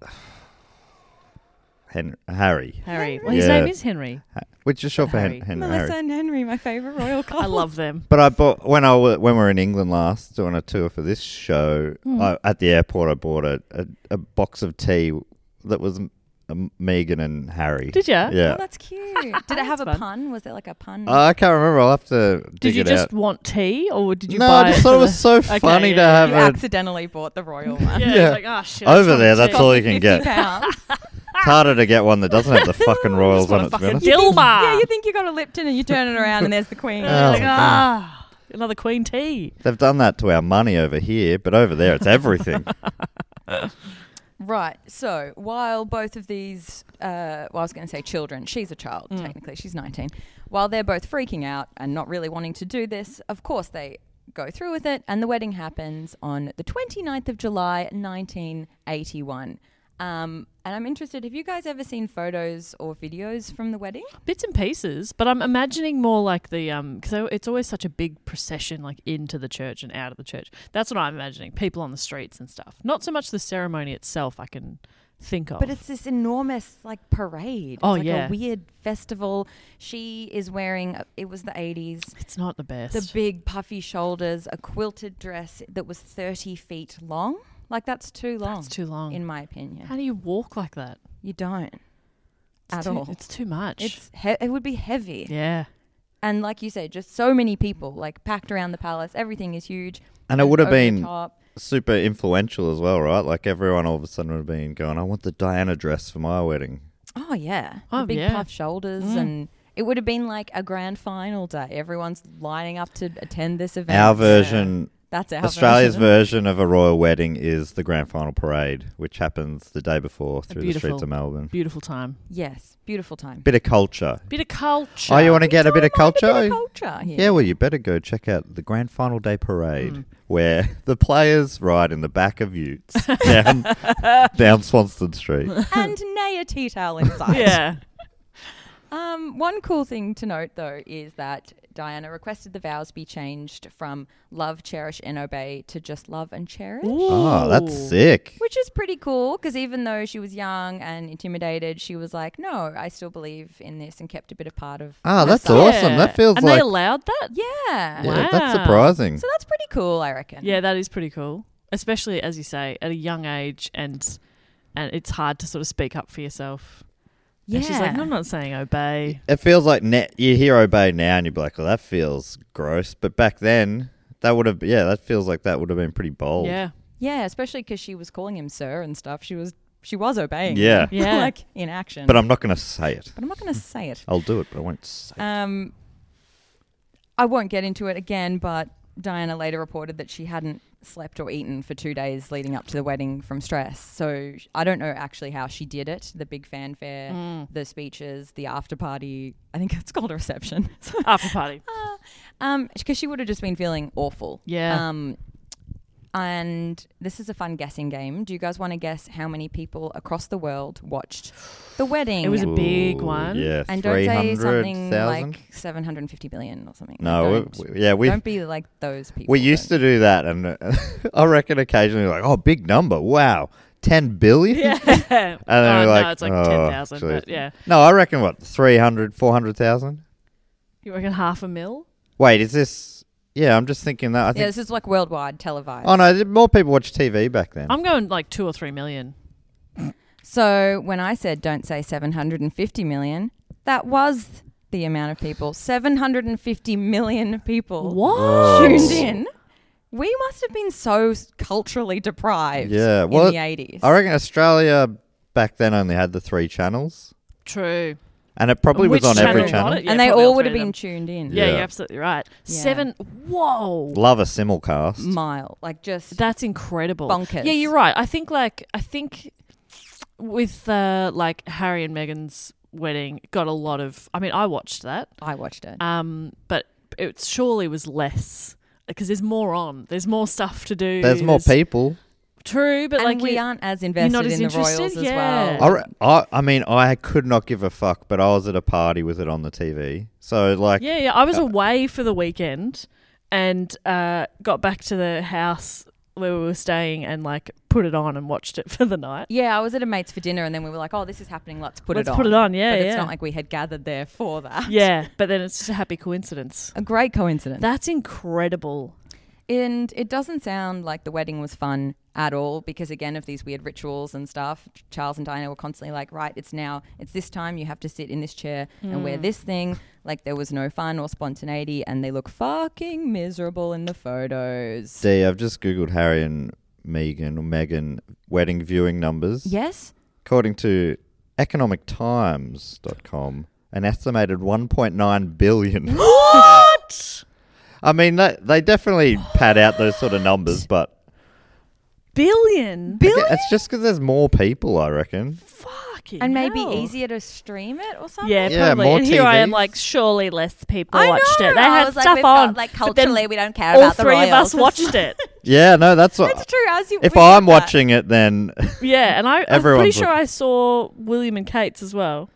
Speaker 1: Hen- Harry,
Speaker 2: Harry. Well, his
Speaker 1: Yeah.
Speaker 2: name is Henry.
Speaker 1: Ha- which is short for Hen-
Speaker 2: Harry.
Speaker 1: Hen-
Speaker 3: Melissa
Speaker 1: Harry.
Speaker 3: and Henry, my favorite royal couple.
Speaker 2: I love them.
Speaker 1: But I bought when I wa- when we were in England last doing a tour for this
Speaker 2: Hmm.
Speaker 1: show I, at the airport. I bought a, a, a box of tea that was um, Megan and Harry.
Speaker 2: Did ya?
Speaker 1: Yeah.
Speaker 3: Oh, that's cute. Did it have a
Speaker 2: fun.
Speaker 3: pun? Was it like a pun?
Speaker 1: Uh, I can't remember. I'll have to dig
Speaker 2: Did you
Speaker 1: it
Speaker 2: just
Speaker 1: out.
Speaker 2: want tea, or did you?
Speaker 1: no,
Speaker 2: buy
Speaker 1: I just
Speaker 2: it
Speaker 1: thought
Speaker 2: for
Speaker 1: it was
Speaker 2: the-
Speaker 1: so
Speaker 2: Okay,
Speaker 1: funny to
Speaker 2: yeah,
Speaker 1: have
Speaker 3: you
Speaker 1: a
Speaker 3: accidentally bought the royal one.
Speaker 2: Yeah,
Speaker 1: Yeah.
Speaker 2: It's like, oh, shit,
Speaker 1: Over
Speaker 2: it's not
Speaker 1: there, that's
Speaker 2: tea.
Speaker 1: all you can get.
Speaker 3: Fifty
Speaker 1: It's
Speaker 3: pounds.
Speaker 1: harder to get one that doesn't have the fucking royals on it. To be honest.
Speaker 2: Dilma.
Speaker 3: yeah, you think you got a Lipton and you turn it around and there's the Queen.
Speaker 1: Oh,
Speaker 2: Like,
Speaker 1: my God.
Speaker 2: ah, another queen tea.
Speaker 1: They've done that to our money over here, but over there it's everything.
Speaker 3: Right. So while both of these, uh, well, I was going to say children, she's a child,
Speaker 2: Mm.
Speaker 3: technically, she's 19. While they're both freaking out and not really wanting to do this, of course they go through with it. And the wedding happens on the 29th of July, 1981. Um, and I'm interested, have you guys ever seen photos or videos from the wedding?
Speaker 2: bits and pieces but i'm imagining more like the um because it's always such a big procession like into the church and out of the church that's what i'm imagining people on the streets and stuff not so much the ceremony itself i can think of
Speaker 3: But it's this enormous like parade.
Speaker 2: Oh,
Speaker 3: it's like
Speaker 2: yeah.
Speaker 3: a weird festival. She is wearing, it was the 80s.
Speaker 2: it's not the best
Speaker 3: The big puffy shoulders, a quilted dress that was 30 feet long. Like that's too long.
Speaker 2: That's too long.
Speaker 3: In my opinion.
Speaker 2: how do you walk like that
Speaker 3: you don't.
Speaker 2: it's
Speaker 3: at
Speaker 2: too,
Speaker 3: all.
Speaker 2: it's too much
Speaker 3: It's he- it would be heavy.
Speaker 2: yeah
Speaker 3: And like you said, just so many people like packed around the palace. Everything is huge.
Speaker 1: And it would have
Speaker 3: over the
Speaker 1: been-
Speaker 3: top.
Speaker 1: Super influential as well, right? Like everyone all of a sudden would have been going, I want the Diana dress for my wedding.
Speaker 3: Oh yeah.
Speaker 2: Oh,
Speaker 3: the big
Speaker 2: yeah. Mm.
Speaker 3: puff shoulders and it would have been like a grand final day. Everyone's lining up to attend this event.
Speaker 1: Our version,
Speaker 3: That's our
Speaker 1: Australia's
Speaker 3: version.
Speaker 1: version of a royal wedding is the grand final parade, which happens the day before through the
Speaker 2: beautiful-
Speaker 1: streets of Melbourne.
Speaker 2: beautiful time
Speaker 3: Yes. Beautiful time.
Speaker 1: Bit of culture.
Speaker 2: bit of culture
Speaker 1: Oh, you want to get a bit of culture?
Speaker 3: A bit of culture here.
Speaker 1: Yeah, well, you better go check out the grand final day parade where the players ride in the back of utes down, down Swanston Street.
Speaker 3: and nay a tea towel inside.
Speaker 2: yeah
Speaker 3: Um, one cool thing to note, though, is that Diana requested the vows be changed from love, cherish, and obey to just love and cherish.
Speaker 1: Oh, that's sick.
Speaker 3: Which is pretty cool because even though she was young and intimidated, she was like, "No, I still believe in this," and kept a bit of part of.
Speaker 1: Ah, that's
Speaker 3: myself.
Speaker 1: awesome. That feels
Speaker 2: and
Speaker 1: like
Speaker 2: they allowed that
Speaker 3: Yeah.
Speaker 1: yeah, that's
Speaker 2: Wow.
Speaker 1: surprising.
Speaker 3: So that's pretty cool, I reckon.
Speaker 2: Yeah, that is pretty cool. Especially as you say, at a young age and and it's hard to sort of speak up for yourself.
Speaker 3: yeah.
Speaker 2: And she's like, no, I'm not saying obey.
Speaker 1: It feels like net. You hear obey now, and you're like, "Well, that feels gross." But back then, that would have yeah, that feels like that would have been pretty bold.
Speaker 2: Yeah.
Speaker 3: yeah, especially because she was calling him sir and stuff. She was she was obeying.
Speaker 1: Yeah.
Speaker 2: Yeah.
Speaker 3: like in action.
Speaker 1: But I'm not going to say it.
Speaker 3: but I'm not going to say it.
Speaker 1: I'll do it, but I won't say. it.
Speaker 3: Um, I won't get into it again, but Diana later reported that she hadn't slept or eaten for two days leading up to the wedding from stress. So sh- I don't know actually how she did it. The big fanfare,
Speaker 2: Mm.
Speaker 3: the speeches, the after party. I think it's called a reception. So,
Speaker 2: After party.
Speaker 3: um, because she would have just been feeling awful.
Speaker 2: Yeah.
Speaker 3: Um, and this is a fun guessing game. Do you guys want to guess how many people across the world watched the wedding?
Speaker 2: It was a big one.
Speaker 1: Yeah,
Speaker 3: And don't
Speaker 1: three
Speaker 3: say
Speaker 1: hundred
Speaker 3: something
Speaker 1: thousand.
Speaker 3: like 750 billion or something.
Speaker 1: No,
Speaker 3: Don't.
Speaker 1: we, we- yeah, we
Speaker 3: Don't be like those people.
Speaker 1: we used to do that, and uh, I reckon occasionally like, oh, big number, wow, ten billion.
Speaker 2: Yeah.
Speaker 1: And then
Speaker 2: oh,
Speaker 1: we're
Speaker 2: no,
Speaker 1: like,
Speaker 2: it's like
Speaker 1: "Oh,
Speaker 2: 10,000.
Speaker 1: geez."
Speaker 2: But yeah.
Speaker 1: No, I reckon what 300, 400,000?
Speaker 2: You reckon half a mil?
Speaker 1: Wait, is this? Yeah, I'm just thinking that. I
Speaker 3: Yeah,
Speaker 1: think.
Speaker 3: this is like worldwide televised.
Speaker 1: oh no, th- more people watch TV back then.
Speaker 2: I'm going like two or three million.
Speaker 3: So when I said don't say 750 million, that was the amount of people. 750 million people tuned in. We must have been so s- culturally deprived
Speaker 1: yeah,
Speaker 3: in
Speaker 1: well,
Speaker 3: the 80s.
Speaker 1: I reckon Australia back then only had the three channels,
Speaker 2: True.
Speaker 1: and it probably
Speaker 2: Which
Speaker 1: was on every
Speaker 2: channel
Speaker 1: channel.
Speaker 2: got it? Yeah,
Speaker 3: and they
Speaker 2: probably
Speaker 3: all
Speaker 2: all
Speaker 3: would
Speaker 2: three
Speaker 3: have
Speaker 2: of
Speaker 3: been
Speaker 2: them.
Speaker 3: tuned in.
Speaker 2: Yeah,
Speaker 1: Yeah.
Speaker 2: you're absolutely right.
Speaker 3: Yeah.
Speaker 2: Seven. Whoa.
Speaker 1: Love a simulcast.
Speaker 3: Mile. Like just.
Speaker 2: That's incredible.
Speaker 3: Bonkers.
Speaker 2: Yeah, you're right. I think like I think with uh, like Harry and Meghan's wedding got a lot of. I mean, I watched that.
Speaker 3: I watched it.
Speaker 2: Um, but it surely was less because there's more on. There's more stuff to do.
Speaker 1: There's more people.
Speaker 2: True, but
Speaker 3: and
Speaker 2: like
Speaker 3: we
Speaker 2: you-
Speaker 3: aren't as
Speaker 2: not
Speaker 3: invested
Speaker 2: as
Speaker 3: in the
Speaker 2: interested?
Speaker 3: royals as
Speaker 2: Yeah.
Speaker 3: well.
Speaker 1: I, re- I, I mean, I could not give a fuck, but I was at a party with it on the TV. So, like,
Speaker 2: Yeah, yeah. I was away for the weekend and uh, got back to the house where we were staying and like put it on and watched it for the night.
Speaker 3: Yeah, I was at a mate's for dinner, and then we were like, "Oh, this is happening. Let's put
Speaker 2: Let's
Speaker 3: it on."
Speaker 2: put it on, yeah,
Speaker 3: but
Speaker 2: yeah.
Speaker 3: it's not like we had gathered there for that.
Speaker 2: Yeah, but then it's just a happy coincidence.
Speaker 3: a great coincidence.
Speaker 2: That's incredible.
Speaker 3: And it doesn't sound like the wedding was fun at all because again of these weird rituals and stuff. Ch- Charles and Diana were constantly like, right, it's now, it's this time. You have to sit in this chair and
Speaker 2: Hmm.
Speaker 3: wear this thing. Like there was no fun or spontaneity, and they look fucking miserable in the photos.
Speaker 1: D, I've just googled Harry and Megan or Megan wedding viewing numbers.
Speaker 3: Yes.
Speaker 1: According to economictimes.com, an estimated 1.9 billion.
Speaker 2: What?
Speaker 1: I mean, that, they definitely pad out those sort of numbers, but
Speaker 2: Billion.
Speaker 1: I gue- it's just because there's more people, I reckon.
Speaker 2: Fucking
Speaker 3: And maybe
Speaker 2: hell.
Speaker 3: easier to stream it or something.
Speaker 2: Yeah,
Speaker 1: Yeah,
Speaker 2: probably.
Speaker 1: more
Speaker 2: and here I am,
Speaker 1: TVs.
Speaker 2: like, surely less people
Speaker 3: I
Speaker 2: watched
Speaker 3: know.
Speaker 2: it. They
Speaker 3: I
Speaker 2: had
Speaker 3: was like,
Speaker 2: stuff
Speaker 3: we've
Speaker 2: on.
Speaker 3: got, like
Speaker 2: but then
Speaker 3: culturally, we don't care
Speaker 2: all
Speaker 3: about the
Speaker 2: three of us
Speaker 3: royals.
Speaker 2: watched it.
Speaker 1: Yeah, no, that's what.
Speaker 3: That's true. As you,
Speaker 1: If
Speaker 3: we
Speaker 1: I'm
Speaker 3: did that.
Speaker 1: watching it, then
Speaker 2: Yeah, and I, I'm pretty
Speaker 1: Everyone's
Speaker 2: sure
Speaker 1: looking.
Speaker 2: I saw William and Kate's as well.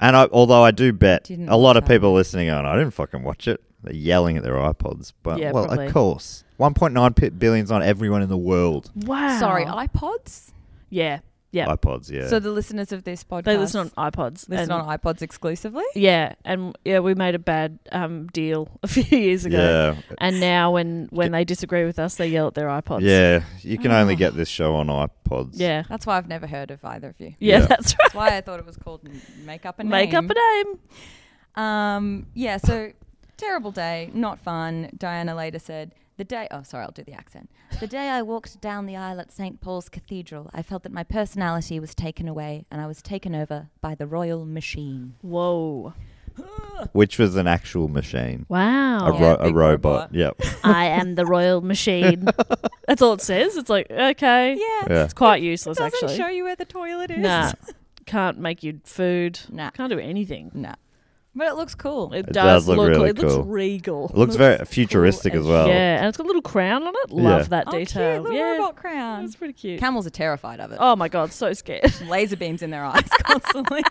Speaker 1: And I, although I do bet
Speaker 3: Didn't
Speaker 1: a lot
Speaker 3: watch
Speaker 1: of
Speaker 3: that.
Speaker 1: people listening on, I didn't fucking watch it. They're yelling at their iPods. But,
Speaker 2: Yeah,
Speaker 1: well,
Speaker 2: probably.
Speaker 1: of course. 1.9 pi- billions on everyone in the world.
Speaker 2: Wow.
Speaker 3: Sorry, iPods.
Speaker 2: Yeah, yeah.
Speaker 1: iPods, yeah.
Speaker 3: So the listeners of this podcast
Speaker 2: they listen on iPods. and-
Speaker 3: listen on iPods exclusively.
Speaker 2: Yeah, and yeah, we made a bad um, deal a few years ago.
Speaker 1: yeah.
Speaker 2: And now, when when they disagree with us, they yell at their iPods.
Speaker 1: Yeah. You can
Speaker 3: Ah.
Speaker 1: only get this show on iPods.
Speaker 2: yeah,
Speaker 3: That's why I've never heard of either of you.
Speaker 2: yeah.
Speaker 1: Yeah.
Speaker 2: That's right.
Speaker 3: That's why I thought it was called N- Make Up a Name.
Speaker 2: Make up a name.
Speaker 3: Um, yeah, so terrible day, not fun. Diana later said, the day, oh, sorry, I'll do the accent. The day I walked down the aisle at St. Paul's Cathedral, I felt that my personality was taken away and I was taken over by the royal machine.
Speaker 2: Whoa!
Speaker 1: Which was an actual machine. A,
Speaker 2: Wow!
Speaker 3: Yeah,
Speaker 1: ro- a
Speaker 3: big
Speaker 1: robot.
Speaker 3: robot.
Speaker 1: Yep.
Speaker 2: I am the royal machine. that's all it says. It's like okay,
Speaker 3: Yeah.
Speaker 1: Yeah.
Speaker 2: it's quite useless
Speaker 3: Doesn't
Speaker 2: actually.
Speaker 3: show you where the toilet is.
Speaker 2: Nah, can't make you food.
Speaker 3: Nah.
Speaker 2: can't do anything.
Speaker 3: Nah. But it looks cool.
Speaker 2: It,
Speaker 1: It
Speaker 2: does,
Speaker 1: does look
Speaker 2: look.
Speaker 1: really
Speaker 2: it looks
Speaker 1: cool.
Speaker 2: regal.
Speaker 1: It looks very futuristic
Speaker 3: cool
Speaker 1: as
Speaker 3: as
Speaker 1: well.
Speaker 2: Yeah, and it's got a little crown on it. Love
Speaker 1: Yeah.
Speaker 2: that
Speaker 3: Oh, cute
Speaker 2: detail.
Speaker 3: little
Speaker 2: yeah,
Speaker 3: robot crown.
Speaker 2: it's pretty cute.
Speaker 3: Camels are terrified of it.
Speaker 2: Oh my god, so scared.
Speaker 3: laser beams in their eyes constantly.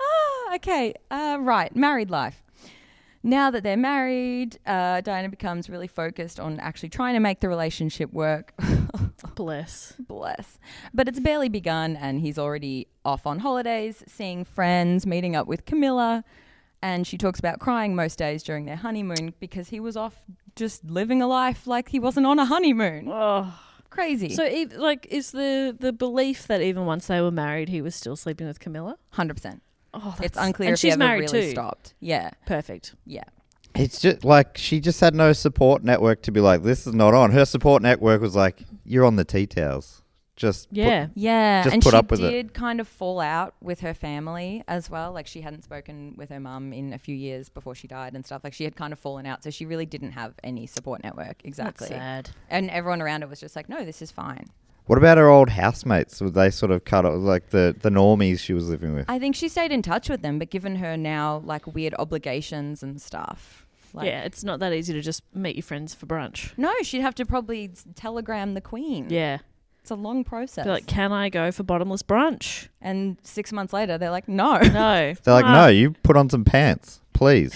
Speaker 3: ah, okay, uh, right. Married life. Now that they're married, uh, Diana becomes really focused on actually trying to make the relationship work.
Speaker 2: Bless.
Speaker 3: Bless. But it's barely begun, and he's already off on holidays, seeing friends, meeting up with Camilla. And she talks about crying most days during their honeymoon because he was off just living a life like he wasn't on a honeymoon.
Speaker 2: Oh.
Speaker 3: Crazy.
Speaker 2: So, ev- like, is the the belief that even once they were married, he was still sleeping with Camilla?
Speaker 3: 100%.
Speaker 2: Oh,
Speaker 3: It's unclear
Speaker 2: and
Speaker 3: if
Speaker 2: she's
Speaker 3: he ever
Speaker 2: married
Speaker 3: really
Speaker 2: too.
Speaker 3: stopped. Yeah.
Speaker 2: perfect.
Speaker 3: Yeah.
Speaker 1: It's just like she just had no support network to be like, this is not on. Her support network was like, you're on the tea towels. Just put-
Speaker 2: Yeah.
Speaker 3: Yeah,
Speaker 1: Just
Speaker 3: and
Speaker 1: put
Speaker 3: she
Speaker 1: up with it.
Speaker 3: did kind of fall out with her family as well. Like she hadn't spoken with her mum in a few years before she died and stuff. Like she had kind of fallen out, so she really didn't have any support network. Exactly.
Speaker 2: sad.
Speaker 3: And everyone around her was just like, "No, this is fine."
Speaker 1: What about her old housemates? Would they sort of cut it like the, the normies she was living with?
Speaker 3: I think she stayed in touch with them, but given her now like weird obligations and stuff. Like,
Speaker 2: yeah, it's not that easy to just meet your friends for brunch.
Speaker 3: No, she'd have to probably s- telegram the queen.
Speaker 2: Yeah,
Speaker 3: It's a long process.
Speaker 2: Be like, can I go for bottomless brunch?
Speaker 3: and six months later, they're like, no.
Speaker 2: No,
Speaker 1: They're like, no,
Speaker 2: Ah,
Speaker 1: you put on some pants, please.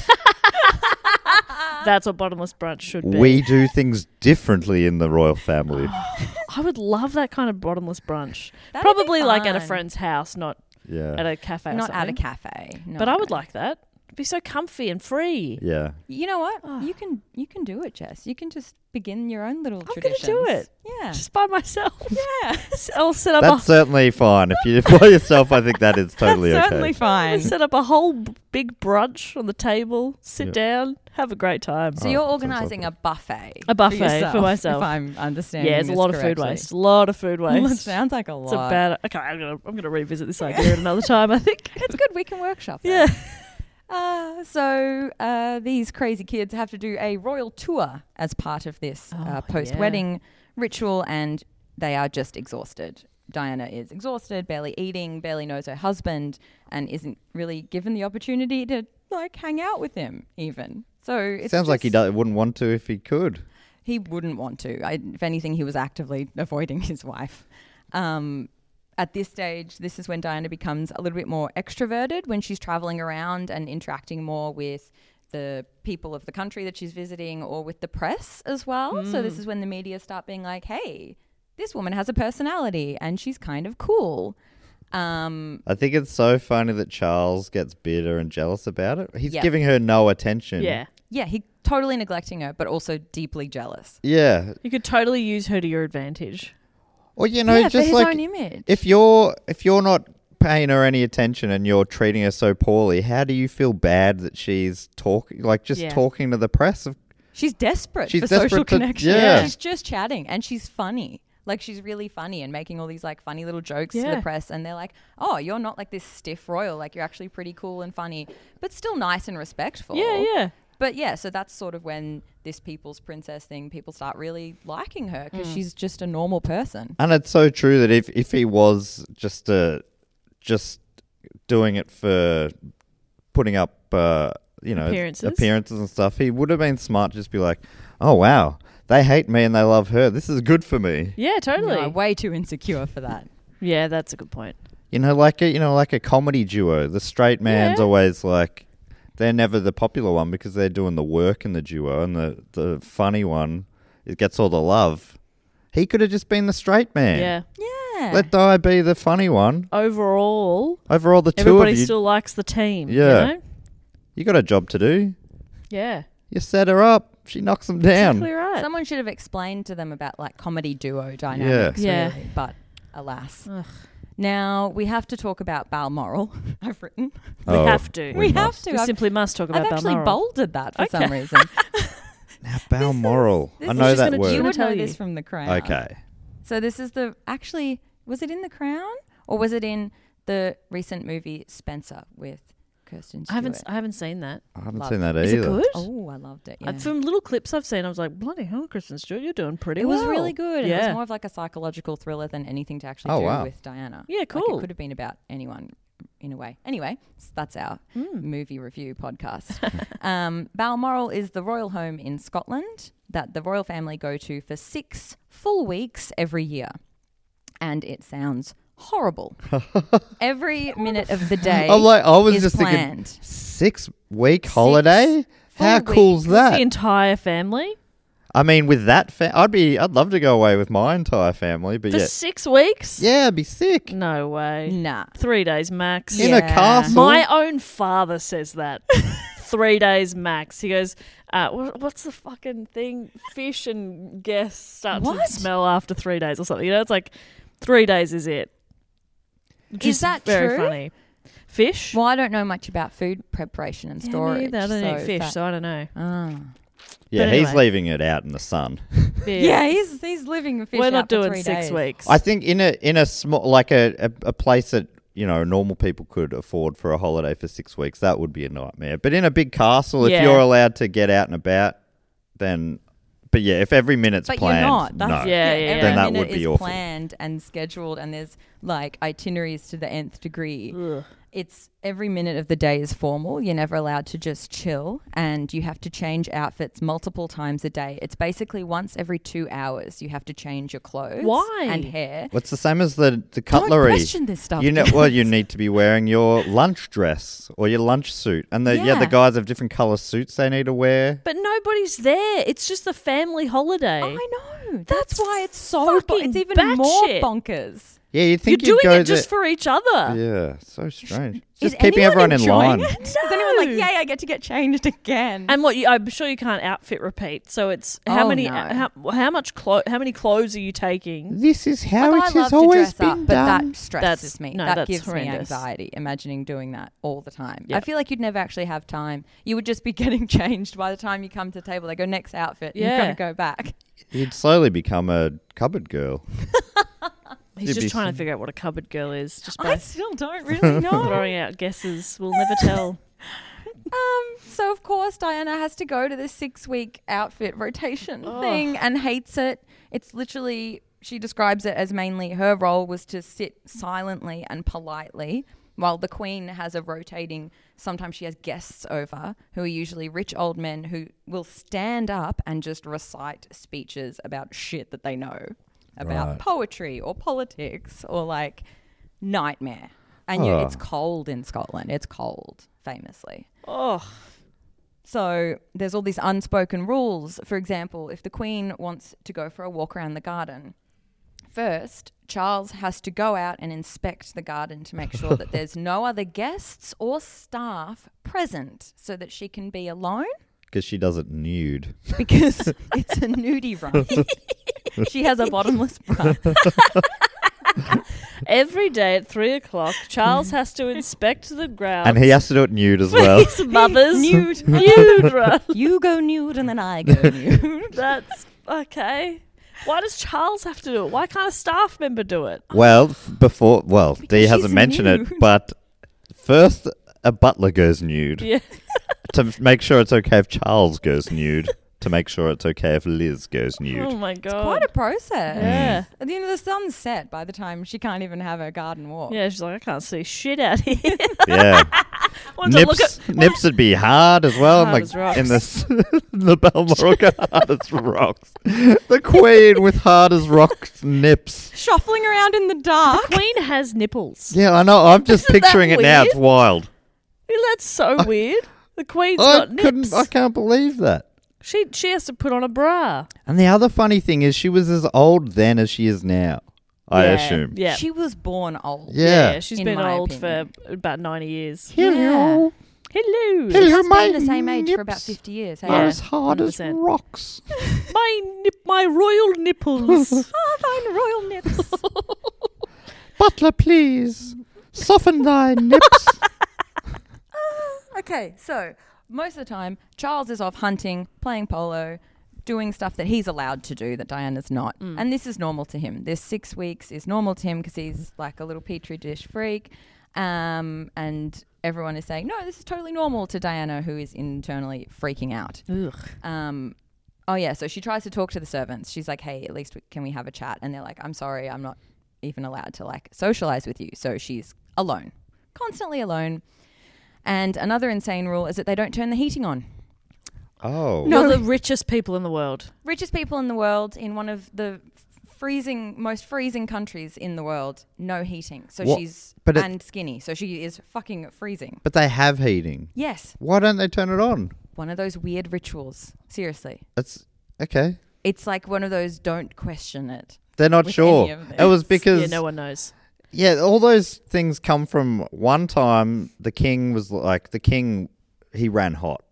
Speaker 2: Ah, That's what bottomless brunch should be.
Speaker 1: we do things differently in the royal family.
Speaker 2: I would love that kind of bottomless brunch.
Speaker 3: That'd be
Speaker 2: Probably like at a
Speaker 3: fun.
Speaker 2: friend's house, not at
Speaker 1: Yeah.
Speaker 2: a cafe. Or
Speaker 3: Not at a
Speaker 2: something.
Speaker 3: cafe. No,
Speaker 2: But I would
Speaker 3: no.
Speaker 2: like that. It'd be so comfy and free.
Speaker 1: Yeah.
Speaker 3: You know what? You can you can do it, Jess. You can just begin your own little
Speaker 2: gonna do
Speaker 3: traditions.
Speaker 2: it.
Speaker 3: Yeah.
Speaker 2: Just by myself.
Speaker 3: yeah.
Speaker 2: I'll set up a
Speaker 1: That's certainly fine. If you by yourself, I think that is totally
Speaker 3: That's
Speaker 1: okay.
Speaker 3: certainly fine.
Speaker 2: set up a whole b- big brunch on the table, sit down, have a great time.
Speaker 3: So you're organising a buffet.
Speaker 2: A buffet for
Speaker 3: yourself,
Speaker 2: myself.
Speaker 3: If I'm understanding.
Speaker 2: yeah, it's a
Speaker 3: this
Speaker 2: lot of food
Speaker 3: correctly.
Speaker 2: waste. A lot of food
Speaker 3: Well,
Speaker 2: waste.
Speaker 3: it sounds like a lot.
Speaker 2: it's a bad. Okay, I'm gonna I'm gonna revisit this idea at another time. I think.
Speaker 3: It's good. We can workshop. That.
Speaker 2: Yeah.
Speaker 3: Uh, so uh, these crazy kids have to do a royal tour as part of this uh, post-wedding ritual, and they are just exhausted. Diana is exhausted, barely eating, barely knows her husband, and isn't really given the opportunity to like hang out with him even. So it
Speaker 1: Sounds like he
Speaker 3: does.
Speaker 1: do- wouldn't want to if he could.
Speaker 3: He wouldn't want to. I, if anything, he was actively avoiding his wife. Um, at this stage, this is when Diana becomes a little bit more extroverted when she's traveling around and interacting more with the people of the country that she's visiting or with the press as well. So, this is when the media start being like, hey, this woman has a personality and she's kind of cool. Um,
Speaker 1: I think it's so funny that Charles gets bitter and jealous about it. He's
Speaker 3: Yeah.
Speaker 1: giving her no attention.
Speaker 2: Yeah.
Speaker 3: yeah, he totally neglecting her, but also deeply jealous.
Speaker 1: Yeah.
Speaker 2: You could totally use her to your advantage.
Speaker 1: Or you know,
Speaker 3: yeah, for
Speaker 1: just
Speaker 3: his
Speaker 1: like
Speaker 3: own image.
Speaker 1: if you're if you're not paying her any attention and you're treating her so poorly, how do you feel bad that she's talking like just
Speaker 2: Yeah.
Speaker 1: talking to the press? Of,
Speaker 3: She's desperate
Speaker 1: She's
Speaker 3: for social
Speaker 1: desperate to-
Speaker 3: connection.
Speaker 1: yeah.
Speaker 3: She's just chatting and she's funny. Like she's really funny and making all these like funny little jokes to
Speaker 2: Yeah.
Speaker 3: the press and they're like, "Oh, you're not like this stiff royal. Like you're actually pretty cool and funny, but still nice and respectful."
Speaker 2: Yeah, yeah.
Speaker 3: But yeah, so that's sort of when this people's princess thing, people start really liking her because she's just a normal person.
Speaker 1: and it's so true that if if he was just uh just doing it for putting up uh, you know
Speaker 2: Appearances.
Speaker 1: appearances and stuff, he would have been smart. to Just be like, oh wow, they hate me and they love her. This is good for me.
Speaker 2: Yeah, totally.
Speaker 3: No, way too insecure for that.
Speaker 2: yeah, that's a good point.
Speaker 1: You know, like a you know, like a comedy duo. The straight man's
Speaker 2: Yeah.
Speaker 1: always like they're never the popular one because they're doing the work in the duo, and the the funny one it gets all the love. He could have just been the straight man.
Speaker 2: Yeah.
Speaker 3: Yeah.
Speaker 1: Let Di be the funny one.
Speaker 2: Overall,
Speaker 1: Overall, the two
Speaker 2: everybody
Speaker 1: of you,
Speaker 2: still likes the team.
Speaker 1: Yeah.
Speaker 2: You know?
Speaker 1: you got a job to do.
Speaker 2: Yeah.
Speaker 1: You set her up. She knocks them
Speaker 2: Exactly
Speaker 1: down.
Speaker 2: right.
Speaker 3: Someone should have explained to them about like comedy duo dynamics,
Speaker 2: Yeah.
Speaker 3: really. But alas. Now we have to talk about Balmoral. I've written.
Speaker 2: we
Speaker 1: Oh.
Speaker 2: have to.
Speaker 3: We,
Speaker 2: We,
Speaker 3: have to. I've,
Speaker 2: simply must talk about
Speaker 3: I've actually
Speaker 2: Balmoral.
Speaker 3: bolded that for some
Speaker 2: Okay.
Speaker 3: reason.
Speaker 1: Now, Balmoral.
Speaker 3: This
Speaker 1: I
Speaker 3: is
Speaker 1: know
Speaker 2: just
Speaker 1: that
Speaker 2: gonna-
Speaker 3: You
Speaker 2: Gonna
Speaker 1: word.
Speaker 3: would know
Speaker 2: tell
Speaker 3: this
Speaker 2: you.
Speaker 3: from the Crown.
Speaker 1: Okay.
Speaker 3: So this is the actually was it in the Crown or was it in the recent movie Spencer with Kirsten Stewart?
Speaker 2: I haven't, I haven't seen that.
Speaker 1: I haven't
Speaker 3: Love
Speaker 1: seen that
Speaker 2: Is
Speaker 1: either.
Speaker 2: it good?
Speaker 3: Oh, I loved it.
Speaker 2: Uh,
Speaker 3: Yeah.
Speaker 2: From little clips I've seen, I was like, bloody hell, Kristen Stewart, you're doing pretty
Speaker 3: It
Speaker 2: well.
Speaker 3: was really good. and
Speaker 2: Yeah.
Speaker 3: It was more of like a psychological thriller than anything to actually
Speaker 1: Oh,
Speaker 3: do
Speaker 1: wow.
Speaker 3: with Diana.
Speaker 2: Yeah,
Speaker 3: Like,
Speaker 2: cool.
Speaker 3: it could have been about anyone in a way. Anyway, s- that's our
Speaker 2: Hmm.
Speaker 3: movie review podcast. um, Balmoral is the royal home in Scotland that the royal family go to for six full weeks every year. And it sounds horrible. every minute of the day
Speaker 1: I'm Oh, like, I was
Speaker 3: is
Speaker 1: just thinking-
Speaker 3: planned.
Speaker 1: Six week holiday.
Speaker 3: full
Speaker 1: How cool's that?
Speaker 2: The entire family
Speaker 1: I mean, with that, fa- I'd be, I'd love to go away with my entire family, but
Speaker 2: for
Speaker 1: yeah,
Speaker 2: six weeks?
Speaker 1: yeah, it'd be sick
Speaker 2: No way.
Speaker 3: Nah.
Speaker 2: Three days max.
Speaker 1: in a
Speaker 3: Yeah.
Speaker 1: castle.
Speaker 2: My own father says that. Three days max. He goes, uh, wh- what's the fucking thing? Fish and gas start
Speaker 3: What?
Speaker 2: to smell after three days or something. You know, it's like three days is it. Which
Speaker 3: Is that
Speaker 2: very
Speaker 3: true?
Speaker 2: funny. Fish?
Speaker 3: Well, I don't know much about food preparation and
Speaker 2: Yeah, me
Speaker 3: storage.
Speaker 2: either. I don't
Speaker 3: so
Speaker 2: eat fish,
Speaker 3: that-
Speaker 2: so I don't know.
Speaker 3: Ah.
Speaker 1: yeah,
Speaker 2: but
Speaker 1: he's
Speaker 2: anyway.
Speaker 1: leaving it out in the sun.
Speaker 3: Yeah, he's he's living the fish.
Speaker 2: We're
Speaker 3: out
Speaker 2: not
Speaker 3: for
Speaker 2: doing
Speaker 3: three
Speaker 2: six
Speaker 3: days.
Speaker 2: weeks.
Speaker 1: I think in a in a small like a, a a place that you know normal people could afford for a holiday for six weeks, that would be a nightmare. But in a big castle,
Speaker 2: Yeah.
Speaker 1: if you're allowed to get out and about, then, but yeah, if every minute's
Speaker 3: But
Speaker 1: planned,
Speaker 3: you're not. That's,
Speaker 1: no,
Speaker 2: Yeah, yeah,
Speaker 3: Every
Speaker 2: Then
Speaker 1: that
Speaker 3: minute
Speaker 1: would be
Speaker 3: is
Speaker 1: awful.
Speaker 3: planned and scheduled, and there's like itineraries to the nth degree. It's every minute of the day is formal. You're never allowed to just chill, and you have to change outfits multiple times a day. It's basically once every two hours you have to change your clothes,
Speaker 2: Why?
Speaker 3: and hair.
Speaker 1: It's the same as the the cutlery.
Speaker 3: question this stuff,
Speaker 1: You know, well, you
Speaker 3: guys.
Speaker 1: need to be wearing your lunch dress or your lunch suit, and the yeah,
Speaker 3: Yeah.
Speaker 1: the guys have different color suits they need to wear.
Speaker 2: But nobody's there. It's just a family holiday.
Speaker 3: I know.
Speaker 2: That's
Speaker 3: That's, why it's so. Bon-
Speaker 2: fucking
Speaker 3: it's even
Speaker 2: batshit.
Speaker 3: more bonkers.
Speaker 1: Yeah, you
Speaker 2: You're
Speaker 1: think
Speaker 2: doing
Speaker 1: you'd go
Speaker 2: it just
Speaker 1: there-
Speaker 2: for each other.
Speaker 1: yeah, so strange.
Speaker 3: Is
Speaker 1: Just keeping everyone
Speaker 3: anyone
Speaker 1: in
Speaker 3: enjoying
Speaker 1: line.
Speaker 3: it? Is anyone like,
Speaker 2: No.
Speaker 3: yay, I get to get changed again?
Speaker 2: And what you, I'm sure you can't outfit repeat. So it's how
Speaker 3: Oh,
Speaker 2: many
Speaker 3: no. Mm-hmm.
Speaker 2: how, how much clo- how many clothes are you taking?
Speaker 1: This is how
Speaker 3: Although
Speaker 1: it has
Speaker 3: Oh, to
Speaker 1: always
Speaker 3: dress
Speaker 1: been
Speaker 3: but
Speaker 1: done.
Speaker 3: that stresses
Speaker 2: That's-
Speaker 3: me.
Speaker 2: no,
Speaker 3: that
Speaker 2: that's
Speaker 3: gives me
Speaker 2: horrendous.
Speaker 3: anxiety imagining doing that all the time.
Speaker 2: Yeah.
Speaker 3: I feel like you'd never actually have time. You would just be getting changed by the time you come to the table. They go next outfit. and You've got
Speaker 2: Yeah.
Speaker 3: to go back.
Speaker 1: You'd slowly become a cupboard girl.
Speaker 2: He's
Speaker 1: You'd be
Speaker 2: just trying
Speaker 1: some-
Speaker 2: to figure out what a cupboard girl is. Just
Speaker 3: I
Speaker 2: by
Speaker 3: still don't really know.
Speaker 2: throwing out guesses, we'll never tell.
Speaker 3: um, so of course Diana has to go to this six week outfit rotation thing and hates it. It's literally she describes it as mainly her role was to sit silently and politely while the queen has a rotating sometimes she has guests over who are usually rich old men who will stand up and just recite speeches about shit that they know about poetry or politics or like nightmare and you, it's cold in Scotland it's cold famously
Speaker 2: Oh,
Speaker 3: so there's all these unspoken rules. For example, if the Queen wants to go for a walk around the garden, first Charles has to go out and inspect the garden to make sure that there's no other guests or staff present so that she can be alone
Speaker 1: because she does it nude.
Speaker 3: because it's a nudie run. she has a bottomless bra.
Speaker 2: Every day at three o'clock,
Speaker 3: Mm.
Speaker 2: Charles has to inspect the ground.
Speaker 1: And he has to do it nude as well.
Speaker 2: his mother's
Speaker 3: Nude.
Speaker 2: nude run.
Speaker 3: You go nude and then I go nude.
Speaker 2: That's okay. Why does Charles have to do it? Why can't a staff member do it?
Speaker 1: well, f- before, well, Dee
Speaker 3: Because
Speaker 1: hasn't
Speaker 3: she's
Speaker 1: mentioned
Speaker 3: nude.
Speaker 1: it, but first a butler goes nude
Speaker 2: Yeah.
Speaker 1: to f- make sure it's okay if Charles goes nude, to make sure it's okay if Liz goes nude.
Speaker 2: Oh my god.
Speaker 3: Quite a process.
Speaker 2: yeah.
Speaker 3: At the end of the sun's set by the time she can't even have her garden walk.
Speaker 2: Yeah, she's like, I can't see shit out here.
Speaker 1: Yeah.
Speaker 2: Want to look
Speaker 1: nips,
Speaker 2: at-
Speaker 1: nips would be hard as well.
Speaker 2: Hard
Speaker 1: like
Speaker 2: as rocks.
Speaker 1: in this, in the Balmoral hard as rocks. The Queen with hard as rocks nips.
Speaker 3: Shuffling around in the dark.
Speaker 2: Queen has nipples.
Speaker 1: Yeah, I know. I'm just
Speaker 2: Isn't that
Speaker 1: picturing it now. It's
Speaker 2: weird?
Speaker 1: wild.
Speaker 2: Yeah, That's so weird. The Queen's
Speaker 1: I
Speaker 2: got nips.
Speaker 1: couldn't. I can't believe that.
Speaker 2: She she has to put on a bra.
Speaker 1: And the other funny thing is, she was as old then as she is now. I
Speaker 2: Yeah,
Speaker 1: assume.
Speaker 2: Yeah.
Speaker 3: She was born old.
Speaker 1: Yeah.
Speaker 2: she's
Speaker 3: In
Speaker 2: been
Speaker 3: my
Speaker 2: old
Speaker 3: opinion.
Speaker 2: for about 90 years.
Speaker 1: Hello.
Speaker 2: Hello.
Speaker 1: Hello,
Speaker 3: She's
Speaker 1: my
Speaker 3: been the same age for about
Speaker 1: nips
Speaker 3: 50 years. hey?
Speaker 1: Are as hard as
Speaker 2: 100%.
Speaker 1: rocks.
Speaker 2: My nip, my royal nipples.
Speaker 3: Oh, thine royal nips.
Speaker 1: Butler, please soften thy nips.
Speaker 3: okay, so most of the time, Charles is off hunting, playing polo, doing stuff that he's allowed to do that Diana's not. And this is normal to him. This six weeks is normal to him because he's like a little petri dish freak. Um, and everyone is saying, no, this is totally normal to Diana, who is internally freaking out. Um, oh yeah, so she tries to talk to the servants. She's like, "Hey, at least we, can we have a chat?" And they're like, "I'm sorry, I'm not even allowed to like socialize with you." So she's alone, constantly alone. And another insane rule is that they don't turn the heating on.
Speaker 1: Oh.
Speaker 2: You're the richest people in the world.
Speaker 3: Richest people in the world in one of the freezing most freezing countries in the world, no heating. So
Speaker 1: What?
Speaker 3: she's
Speaker 1: But it-
Speaker 3: and skinny. So she is fucking freezing.
Speaker 1: But they have heating.
Speaker 3: Yes,
Speaker 1: Why don't they turn it on?
Speaker 3: one of those weird rituals. Seriously.
Speaker 1: That's okay.
Speaker 3: It's like one of those don't question it.
Speaker 1: They're not
Speaker 3: With
Speaker 1: sure.
Speaker 3: any of
Speaker 1: It was
Speaker 3: this.
Speaker 1: because
Speaker 2: Yeah, no one knows.
Speaker 1: Yeah, all those things come from one time the king was like the king he ran hot.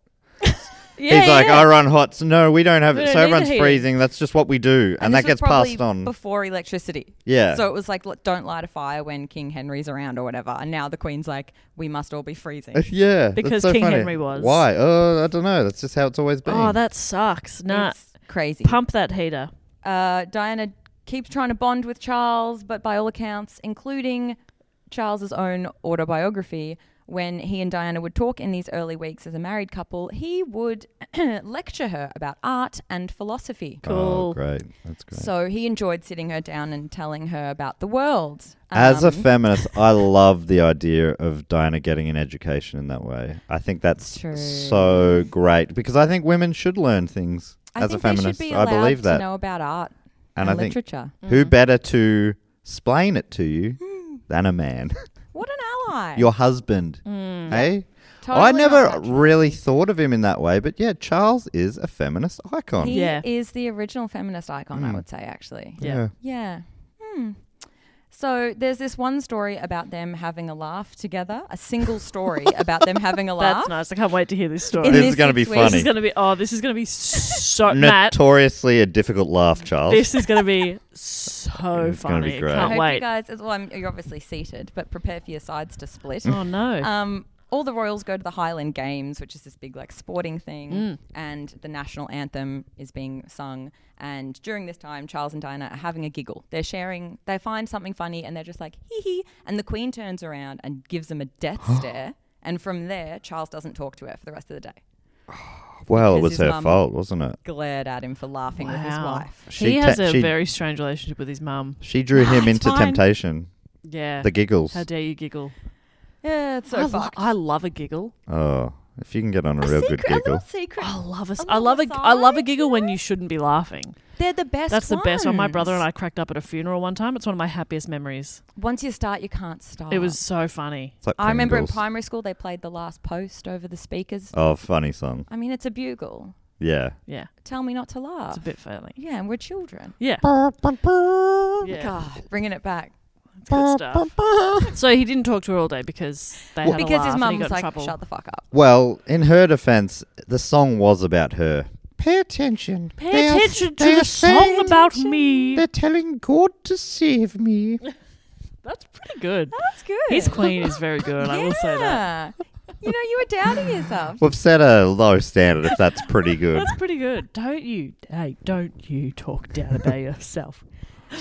Speaker 2: Yeah,
Speaker 1: He's like, I run hot. So no, we don't have
Speaker 2: We
Speaker 1: it.
Speaker 2: don't
Speaker 1: so
Speaker 2: need
Speaker 1: everyone's
Speaker 2: the heat.
Speaker 1: freezing. That's just what we do. And, that
Speaker 3: this was
Speaker 1: gets passed
Speaker 3: probably
Speaker 1: on.
Speaker 3: before electricity.
Speaker 1: Yeah.
Speaker 3: So it was like, l- don't light a fire when King Henry's around or whatever. And now the Queen's like, we must all be freezing.
Speaker 1: yeah. that's
Speaker 2: Because
Speaker 1: so
Speaker 2: King
Speaker 1: funny.
Speaker 2: Henry was.
Speaker 1: Why? Oh, I don't know. That's just how it's always been.
Speaker 2: oh, that sucks. Nah.
Speaker 3: It's crazy.
Speaker 2: Pump that heater.
Speaker 3: Uh, Diana keeps trying to bond with Charles, but by all accounts, including Charles's own autobiography, when he and Diana would talk in these early weeks as a married couple, he would lecture her about art and philosophy.
Speaker 1: Oh,
Speaker 2: Cool.
Speaker 1: great. That's great.
Speaker 3: So he enjoyed sitting her down and telling her about the world.
Speaker 1: As a
Speaker 3: Um,
Speaker 1: feminist, I love the idea of Diana getting an education in that way. I think that's
Speaker 3: True.
Speaker 1: so great because I think women should learn things
Speaker 3: I
Speaker 1: as
Speaker 3: think
Speaker 1: a feminist.
Speaker 3: they should be
Speaker 1: I
Speaker 3: allowed
Speaker 1: believe that.
Speaker 3: to know Mm. about art
Speaker 1: and
Speaker 3: and,
Speaker 1: I think
Speaker 3: literature.
Speaker 1: Who better to explain it to you
Speaker 3: Hmm.
Speaker 1: than a man?
Speaker 3: What an ally!
Speaker 1: Your husband. Hey?
Speaker 3: Hmm. Totally
Speaker 1: I never
Speaker 3: unnatural.
Speaker 1: really thought of him in that way, but yeah, Charles is a feminist icon.
Speaker 3: he
Speaker 2: Yeah.
Speaker 3: is the original feminist icon,
Speaker 1: Hmm.
Speaker 3: I would say, actually.
Speaker 2: Yeah.
Speaker 3: Yeah. Hmm. So there's this one story about them having a laugh together, a single story about them having a laugh.
Speaker 2: That's nice. I can't wait to hear this story.
Speaker 3: In
Speaker 1: This
Speaker 2: This
Speaker 1: is
Speaker 3: this
Speaker 1: gonna be
Speaker 3: six weeks-
Speaker 2: is
Speaker 1: funny.
Speaker 2: going to be, oh, this is going to be so, Matt,
Speaker 1: Notoriously a difficult laugh, Charles.
Speaker 2: this is going to be so
Speaker 1: It's gonna be
Speaker 2: funny. I
Speaker 1: great.
Speaker 3: I
Speaker 2: can't
Speaker 3: hope you
Speaker 2: wait.
Speaker 3: guys, as well, I'm, you're obviously seated, but prepare for your sides to split.
Speaker 2: Oh, no.
Speaker 3: Um, all the royals go to the Highland Games, which is this big like sporting thing,
Speaker 2: Mm.
Speaker 3: and the national anthem is being sung. And during this time, Charles and Diana are having a giggle. They're sharing. They find something funny, and they're just like hee hee. And the Queen turns around and gives them a death stare. And from there, Charles doesn't talk to her for the rest of the day.
Speaker 1: well, it
Speaker 3: because
Speaker 1: was
Speaker 3: his
Speaker 1: her
Speaker 3: mum-
Speaker 1: fault, wasn't it?
Speaker 3: Glared at him for laughing with his
Speaker 2: Wow.
Speaker 3: wife.
Speaker 1: She
Speaker 2: he has
Speaker 1: ta-
Speaker 2: a
Speaker 1: she-
Speaker 2: very strange relationship with his mum.
Speaker 1: She drew him
Speaker 3: it's
Speaker 1: into
Speaker 3: fine.
Speaker 1: temptation.
Speaker 2: Yeah.
Speaker 1: The giggles.
Speaker 2: How dare you giggle?
Speaker 3: Yeah, it's so
Speaker 2: I, lo-
Speaker 3: fucked.
Speaker 2: I love a giggle.
Speaker 1: Oh, if you can get on a, real
Speaker 3: secret,
Speaker 1: good
Speaker 3: a little
Speaker 1: giggle.
Speaker 3: secret.
Speaker 2: I love a, s-
Speaker 3: A
Speaker 2: I love a,
Speaker 3: little
Speaker 2: I love a
Speaker 3: side,
Speaker 2: giggle when
Speaker 3: yeah.
Speaker 2: you shouldn't be laughing.
Speaker 3: They're the best.
Speaker 2: That's the best one. My brother and
Speaker 3: ones.
Speaker 2: I cracked up at a funeral one time. It's one of my happiest memories.
Speaker 3: Once you start, you can't stop.
Speaker 2: It was so funny.
Speaker 1: It's like
Speaker 3: I remember in
Speaker 1: Pringles.
Speaker 3: primary school they played the last post over the speakers.
Speaker 1: Oh, funny song.
Speaker 3: I mean, it's a bugle.
Speaker 1: Yeah.
Speaker 2: Yeah,
Speaker 3: Tell me not to laugh.
Speaker 2: it's a bit funny.
Speaker 3: yeah, and we're children.
Speaker 1: Oh
Speaker 2: Yeah. yeah.
Speaker 3: God, bringing it back.
Speaker 2: It's good stuff. so he didn't talk to her all day because they had a
Speaker 3: because
Speaker 2: laugh and
Speaker 3: his
Speaker 2: he
Speaker 3: mum
Speaker 2: got
Speaker 3: was
Speaker 2: in
Speaker 3: like,
Speaker 2: trouble.
Speaker 3: "Shut the fuck up."
Speaker 1: Well, in her defense, the song was about her. Pay attention.
Speaker 2: Pay
Speaker 1: They are-
Speaker 2: attention to
Speaker 1: they are
Speaker 2: the song
Speaker 1: saying-
Speaker 2: about me.
Speaker 1: They're telling God to save me.
Speaker 2: That's pretty
Speaker 1: Oh,
Speaker 2: good.
Speaker 3: That's good.
Speaker 2: His queen is very good. I will say that.
Speaker 3: Yeah. You know, you were doubting yourself.
Speaker 1: We've set a low standard if that's pretty good.
Speaker 2: That's pretty good. Don't you? Hey, don't you talk down about yourself?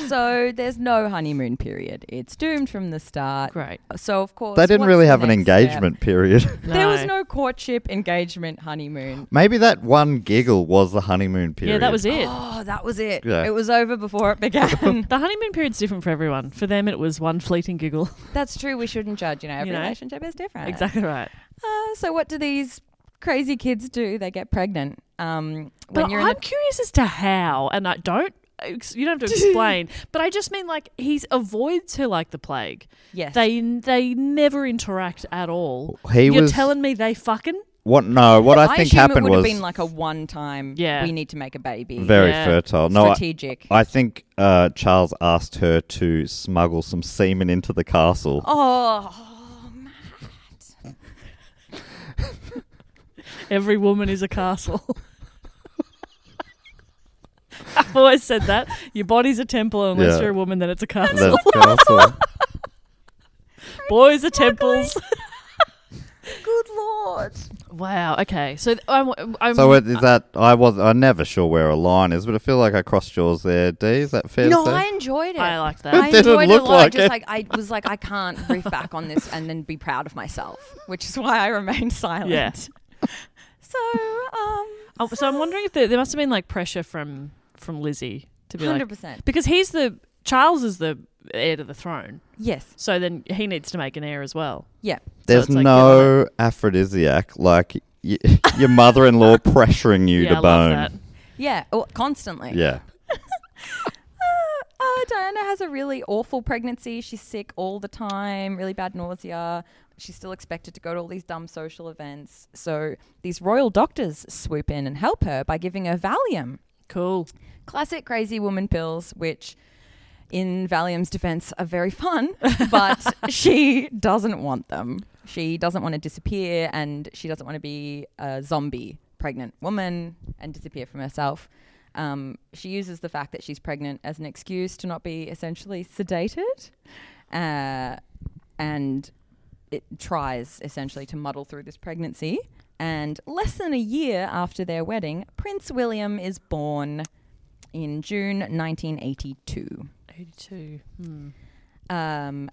Speaker 3: So there's no honeymoon period. It's doomed from the start.
Speaker 2: Great.
Speaker 3: So of course
Speaker 1: They didn't
Speaker 3: what's
Speaker 1: really
Speaker 3: the
Speaker 1: have an
Speaker 3: next step?
Speaker 1: engagement period.
Speaker 3: There was no courtship, engagement, honeymoon.
Speaker 1: Maybe that one giggle was the honeymoon period.
Speaker 2: Yeah, that was it.
Speaker 3: Oh, that was it.
Speaker 1: Yeah.
Speaker 3: It was over before it began.
Speaker 2: The honeymoon period's different for everyone. For them, it was one fleeting giggle.
Speaker 3: That's true. We shouldn't judge. You know, every
Speaker 2: You know?
Speaker 3: relationship is different.
Speaker 2: Exactly right.
Speaker 3: Uh, so what do these crazy kids do? They get pregnant. Um, when
Speaker 2: But
Speaker 3: you're in
Speaker 2: I'm
Speaker 3: a
Speaker 2: curious as to how, and I don't. ex- You don't have to explain, but I just mean like he's avoids her like the plague.
Speaker 3: Yes.
Speaker 2: they they never interact at all.
Speaker 1: He
Speaker 2: You're
Speaker 1: was-
Speaker 2: telling me they fucking
Speaker 1: What? No, what I think
Speaker 3: assume
Speaker 1: happened
Speaker 3: it would
Speaker 1: was
Speaker 3: have been like a one-time.
Speaker 2: Yeah.
Speaker 3: we need to make a baby.
Speaker 1: very
Speaker 2: Yeah.
Speaker 1: fertile. No, I-
Speaker 3: strategic.
Speaker 1: I, think uh, Charles asked her to smuggle some semen into the castle.
Speaker 3: oh, man.
Speaker 2: every woman is a castle. I've always said that your body's a temple unless
Speaker 1: Yeah.
Speaker 2: you're a woman, then it's a castle.
Speaker 1: That's castle.
Speaker 2: Boys are temples.
Speaker 3: good lord!
Speaker 2: wow. Okay. So th- I'm. I'm
Speaker 1: So it- is that I was I'm never sure where a line is, but I feel like I crossed yours there. D, is that fair?
Speaker 3: No,
Speaker 1: to say?
Speaker 3: I enjoyed it.
Speaker 2: I like that.
Speaker 3: I
Speaker 1: It didn't
Speaker 3: enjoyed it
Speaker 1: look
Speaker 3: a lot.
Speaker 1: like
Speaker 3: just
Speaker 1: it.
Speaker 3: like I was like, I can't riff back on this and then be proud of myself, which is why I remained silent.
Speaker 2: yeah.
Speaker 3: So, um,
Speaker 2: Oh, so I'm wondering if there, there must have been like pressure from from Lizzie to be
Speaker 3: hundred
Speaker 2: like
Speaker 3: percent.
Speaker 2: because he's the Charles is the heir to the throne,
Speaker 3: Yes.
Speaker 2: so then he needs to make an heir as well.
Speaker 3: Yeah.
Speaker 1: There's
Speaker 2: it's like,
Speaker 1: no aphrodisiac like y- your mother-in-law pressuring you
Speaker 2: yeah,
Speaker 1: to
Speaker 2: I
Speaker 1: bone.
Speaker 2: love that.
Speaker 3: Yeah. Oh, constantly.
Speaker 1: Yeah.
Speaker 3: Uh, Diana has a really awful pregnancy. She's sick all the time, really bad nausea. She's still expected to go to all these dumb social events. So these royal doctors swoop in and help her by giving her Valium.
Speaker 2: Cool.
Speaker 3: Classic crazy woman pills, which in Valium's defense are very fun, but she doesn't want them. She doesn't want to disappear and she doesn't want to be a zombie pregnant woman and disappear from herself. Um, she uses the fact that she's pregnant as an excuse to not be essentially sedated uh, and it tries essentially to muddle through this pregnancy. And less than a year after their wedding, Prince William is born in June 1982.
Speaker 2: Eighty-two. Hmm.
Speaker 3: Um,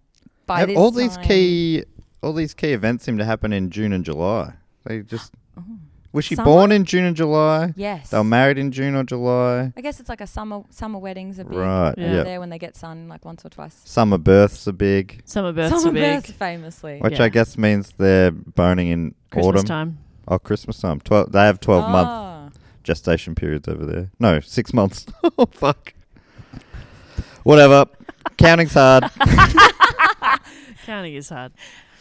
Speaker 3: by
Speaker 1: Have
Speaker 3: this
Speaker 1: all these
Speaker 3: time-
Speaker 1: key all these key events seem to happen in June and July. They just
Speaker 2: Oh.
Speaker 1: Was she
Speaker 3: Summer?
Speaker 1: born in June and July?
Speaker 3: Yes.
Speaker 1: They were married in June or July.
Speaker 3: I guess it's like a summer summer weddings are big
Speaker 1: Right.
Speaker 2: Yeah.
Speaker 1: Yeah.
Speaker 3: there when they get sun like once or twice.
Speaker 1: Summer births are big,
Speaker 2: Summer births
Speaker 3: summer
Speaker 2: are big.
Speaker 3: births famously.
Speaker 1: which
Speaker 2: Yeah.
Speaker 1: I guess means they're boning in
Speaker 2: Christmas
Speaker 1: autumn.
Speaker 2: time. Oh.
Speaker 1: Oh, Christmas time. Twelve. They have twelve month
Speaker 3: Ah.
Speaker 1: gestation periods over there. No, six months. oh fuck. Whatever. Counting's hard.
Speaker 2: Counting is hard.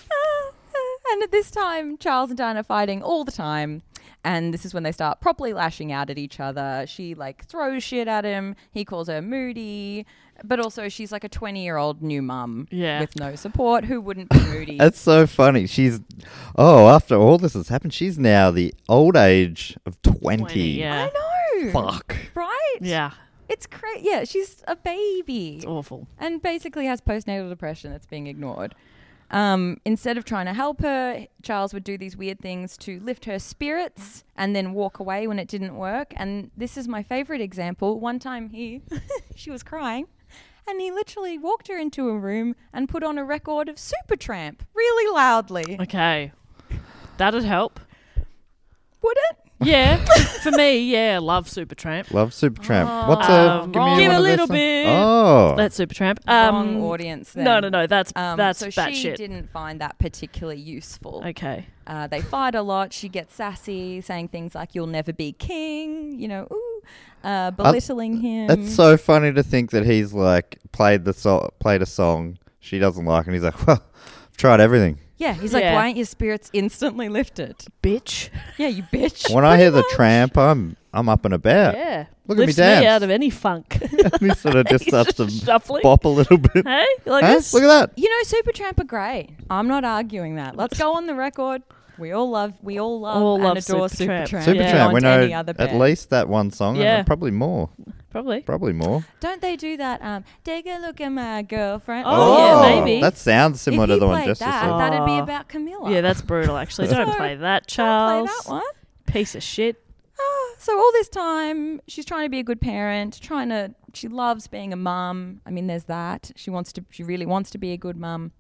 Speaker 3: and at this time, Charles and Diana are fighting all the time. And this is when they start properly lashing out at each other. She like throws shit at him. He calls her moody, but also she's like a twenty-year-old new mum
Speaker 2: Yeah.
Speaker 3: with no support. Who wouldn't be moody?
Speaker 1: That's so funny. She's oh, after all this has happened, she's now the old age of twenty.
Speaker 2: Yeah.
Speaker 3: I know.
Speaker 1: Fuck.
Speaker 3: Right?
Speaker 2: Yeah.
Speaker 3: It's crazy. Yeah, she's a baby.
Speaker 2: It's awful.
Speaker 3: and basically has postnatal depression that's being ignored. Um, instead of trying to help her, Charles would do these weird things to lift her spirits and then walk away when it didn't work. And this is my favorite example. One time he, she was crying, and he literally walked her into a room and put on a record of Supertramp really loudly.
Speaker 2: Okay. That'd help.
Speaker 3: Would it?
Speaker 2: Yeah. for me, yeah. Love Supertramp.
Speaker 1: Love Supertramp. What's a
Speaker 4: Oh,
Speaker 2: Um,
Speaker 1: give
Speaker 2: wrong.
Speaker 1: me
Speaker 2: Give
Speaker 1: one
Speaker 2: a
Speaker 1: of their
Speaker 2: little
Speaker 1: songs.
Speaker 2: bit.
Speaker 1: Oh,
Speaker 2: That's Supertramp. Um,
Speaker 3: Wrong audience. Then.
Speaker 2: No, no, no. That's
Speaker 3: Um,
Speaker 2: that's
Speaker 3: so
Speaker 2: batshit.
Speaker 3: she didn't find that particularly useful.
Speaker 2: Okay.
Speaker 3: Uh, they fight a lot. She gets sassy, saying things like "You'll never be king," you know, ooh, uh, belittling him.
Speaker 1: that's so funny to think that he's like played the so- played a song she doesn't like, and he's like, well, I've tried everything.
Speaker 3: Yeah, he's like,
Speaker 4: Yeah.
Speaker 3: why aren't your spirits instantly lifted?
Speaker 4: Bitch.
Speaker 3: Yeah, you bitch.
Speaker 1: When I hear the
Speaker 3: Pretty much.
Speaker 1: tramp, I'm I'm up and about.
Speaker 4: Yeah.
Speaker 1: Look at me
Speaker 4: Lifts
Speaker 1: dance.
Speaker 4: out of any funk.
Speaker 1: he sort of just
Speaker 4: He's
Speaker 1: starts to
Speaker 4: just shuffling.
Speaker 1: bop a little bit.
Speaker 4: hey? Like
Speaker 1: Huh?
Speaker 4: this?
Speaker 1: Look at that.
Speaker 3: You know, Supertramp are great. I'm not arguing that. Let's go on the record. We all love, we all love,
Speaker 4: All
Speaker 3: and
Speaker 4: love
Speaker 3: adore
Speaker 4: Supertramp.
Speaker 3: Supertramp.
Speaker 4: Yeah.
Speaker 1: Supertramp.
Speaker 3: beyond
Speaker 1: We know
Speaker 3: any other
Speaker 1: at
Speaker 3: band.
Speaker 1: least that one song.
Speaker 4: Yeah.
Speaker 1: And probably more.
Speaker 4: Probably.
Speaker 1: Probably more.
Speaker 3: Don't they do that? Um, take a look at my girlfriend.
Speaker 4: Oh, yeah, maybe.
Speaker 1: That sounds similar
Speaker 3: if
Speaker 1: to
Speaker 3: you
Speaker 1: the one
Speaker 3: played
Speaker 1: just
Speaker 3: that,
Speaker 1: before.
Speaker 3: that'd be
Speaker 4: Oh.
Speaker 3: about Camilla.
Speaker 4: Yeah, that's brutal, actually. Don't play that,
Speaker 3: Don't
Speaker 4: Charles.
Speaker 3: play that one.
Speaker 4: Piece of shit.
Speaker 3: Ah, So all this time, she's trying to be a good parent, trying to. She loves being a mum. I mean, there's that. She wants to. She really wants to be a good mum.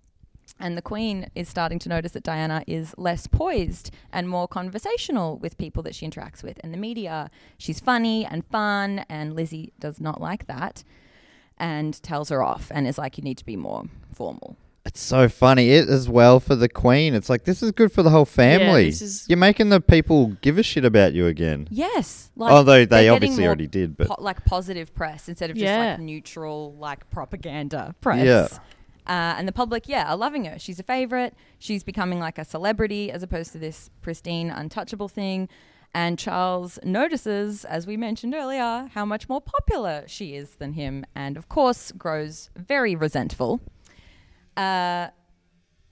Speaker 3: And the Queen is starting to notice that Diana is less poised and more conversational with people that she interacts with and the media. She's funny and fun, and Lizzie does not like that and tells her off and is like, You need to be more formal.
Speaker 1: It's so funny. It as well for the queen. It's like this is good for the whole family.
Speaker 4: this is-
Speaker 1: You're making the people give a shit about you again.
Speaker 3: Yes. Like
Speaker 1: Although they
Speaker 3: they're getting
Speaker 1: obviously
Speaker 3: more
Speaker 1: already did, but-
Speaker 3: po- like positive press instead of just
Speaker 4: Yeah.
Speaker 3: like neutral, like propaganda press.
Speaker 1: Yeah.
Speaker 3: Uh, and the public, yeah, are loving her. She's a favorite. She's becoming like a celebrity as opposed to this pristine, untouchable thing. And Charles notices, as we mentioned earlier, how much more popular she is than him, and of course grows very resentful. Uh,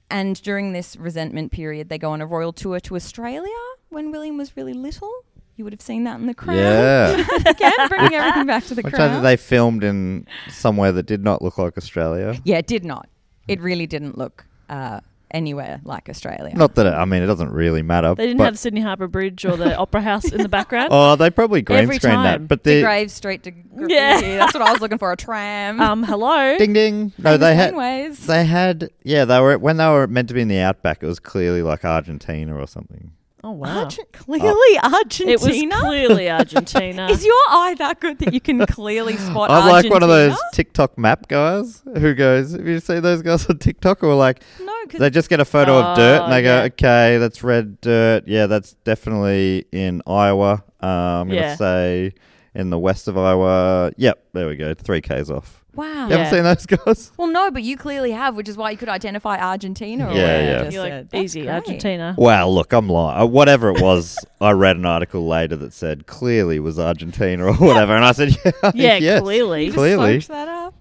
Speaker 3: and during this resentment period, they go on a royal tour to Australia when William was really little. You would have seen that in the crown.
Speaker 1: Yeah.
Speaker 3: Again, bringing everything back to the
Speaker 1: Which I
Speaker 3: crown.
Speaker 1: think they filmed in somewhere that did not look like Australia.
Speaker 3: yeah, it did not. It really didn't look uh, anywhere like Australia.
Speaker 1: Not that it, I mean it doesn't really matter.
Speaker 4: They didn't
Speaker 1: but-
Speaker 4: have Sydney Harbour Bridge or the Opera House in the background.
Speaker 1: Oh, they probably green
Speaker 4: Every
Speaker 1: screened
Speaker 4: time.
Speaker 1: that. But
Speaker 3: the
Speaker 1: the
Speaker 3: Grave Street to graffiti.
Speaker 4: Yeah.
Speaker 3: That's what I was looking for. A tram.
Speaker 4: Um, hello.
Speaker 1: ding ding. No, they had
Speaker 3: Anyways,
Speaker 1: they had yeah, they were when they were meant to be in the outback, it was clearly like Argentina or something.
Speaker 4: Oh, wow.
Speaker 3: clearly Argentina.
Speaker 4: It was clearly Argentina.
Speaker 3: Is your eye that good that you can clearly spot?
Speaker 1: I'm like one of those
Speaker 3: Argentina?
Speaker 1: TikTok map guys who goes, Have you seen those guys on TikTok who are like
Speaker 3: No, because
Speaker 1: They just get a photo of dirt and
Speaker 4: Oh,
Speaker 1: they go,
Speaker 4: yeah.
Speaker 1: okay, that's red dirt. Yeah, that's definitely in Iowa. Uh, I'm going to
Speaker 4: Yeah.
Speaker 1: say in the west of Iowa. Yep, there we go. Three Ks off.
Speaker 3: wow.
Speaker 1: You haven't
Speaker 4: Yeah.
Speaker 1: seen those guys?
Speaker 3: Well, no, but you clearly have, which is why you could identify Argentina. Or
Speaker 1: Yeah,
Speaker 3: whatever you
Speaker 1: yeah.
Speaker 3: just
Speaker 4: You're like,
Speaker 3: said. That's
Speaker 4: easy,
Speaker 3: great.
Speaker 4: Argentina.
Speaker 1: Wow, look, I'm lying. Uh, whatever it was, I read an article later that said clearly was Argentina or whatever. And I said, yeah,
Speaker 4: Yeah,
Speaker 1: yes.
Speaker 4: clearly.
Speaker 3: Just
Speaker 1: Clearly.
Speaker 3: soaked that up.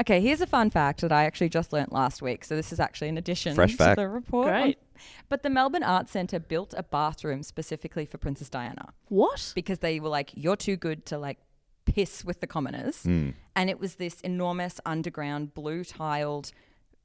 Speaker 3: Okay, here's a fun fact that I actually just learnt last week. So this is actually an addition
Speaker 1: Fresh
Speaker 3: to
Speaker 1: fact.
Speaker 3: the report.
Speaker 4: Great.
Speaker 3: But the Melbourne Arts Centre built a bathroom specifically for Princess Diana
Speaker 4: What?
Speaker 3: because they were like, "You're too good to like piss with the commoners,"
Speaker 1: Hmm.
Speaker 3: and it was this enormous underground blue tiled.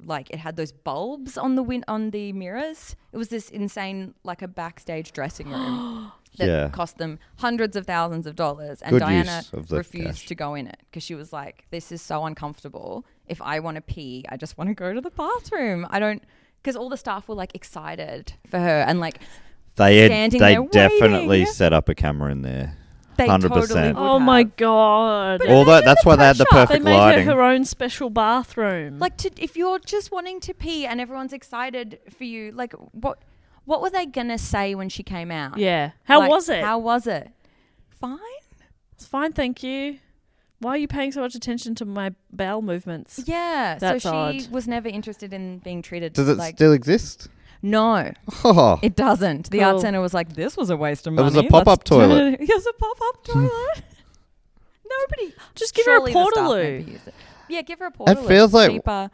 Speaker 3: Like it had those bulbs on the win- on the mirrors. It was this insane, like a backstage dressing room that
Speaker 1: Yeah.
Speaker 3: cost them hundreds of thousands of dollars. And
Speaker 1: Good
Speaker 3: Diana
Speaker 1: use of the
Speaker 3: refused
Speaker 1: cash.
Speaker 3: to go in it because she was like, "This is so uncomfortable. If I want to pee, I just want to go to the bathroom. I don't." Because all the staff were like excited for her and like
Speaker 1: They, had,
Speaker 3: Standing
Speaker 1: they
Speaker 3: there
Speaker 1: definitely
Speaker 3: waiting.
Speaker 1: set up a camera in there.
Speaker 3: they
Speaker 1: 100%.
Speaker 3: totally. Would
Speaker 4: Oh, my
Speaker 3: have.
Speaker 4: God.
Speaker 1: Although that's why they had the
Speaker 3: pressure.
Speaker 4: They
Speaker 1: perfect
Speaker 4: made
Speaker 1: lighting.
Speaker 4: her her own special bathroom.
Speaker 3: Like, to, if you're just wanting to pee and everyone's excited for you, like, what what were they gonna say when she came out?
Speaker 4: yeah. How
Speaker 3: uh, Like,
Speaker 4: was it?
Speaker 3: How was it? Fine.
Speaker 4: It's fine, thank you. Why are you paying so much attention to my bowel movements?
Speaker 3: Yeah.
Speaker 4: That's
Speaker 3: so she
Speaker 4: odd.
Speaker 3: was never interested in being treated.
Speaker 1: Does it
Speaker 3: like,
Speaker 1: still exist?
Speaker 3: No,
Speaker 1: Oh,
Speaker 3: it doesn't. The art
Speaker 4: Cool.
Speaker 3: center was like, this was a waste of
Speaker 1: It
Speaker 3: money.
Speaker 1: was a pop-up toilet.
Speaker 3: it was a pop up toilet. Nobody.
Speaker 4: Just give her a
Speaker 3: surely the staff
Speaker 4: Portaloo.
Speaker 3: never used it. Yeah, give her a portaloo.
Speaker 1: feels like-
Speaker 3: cheaper.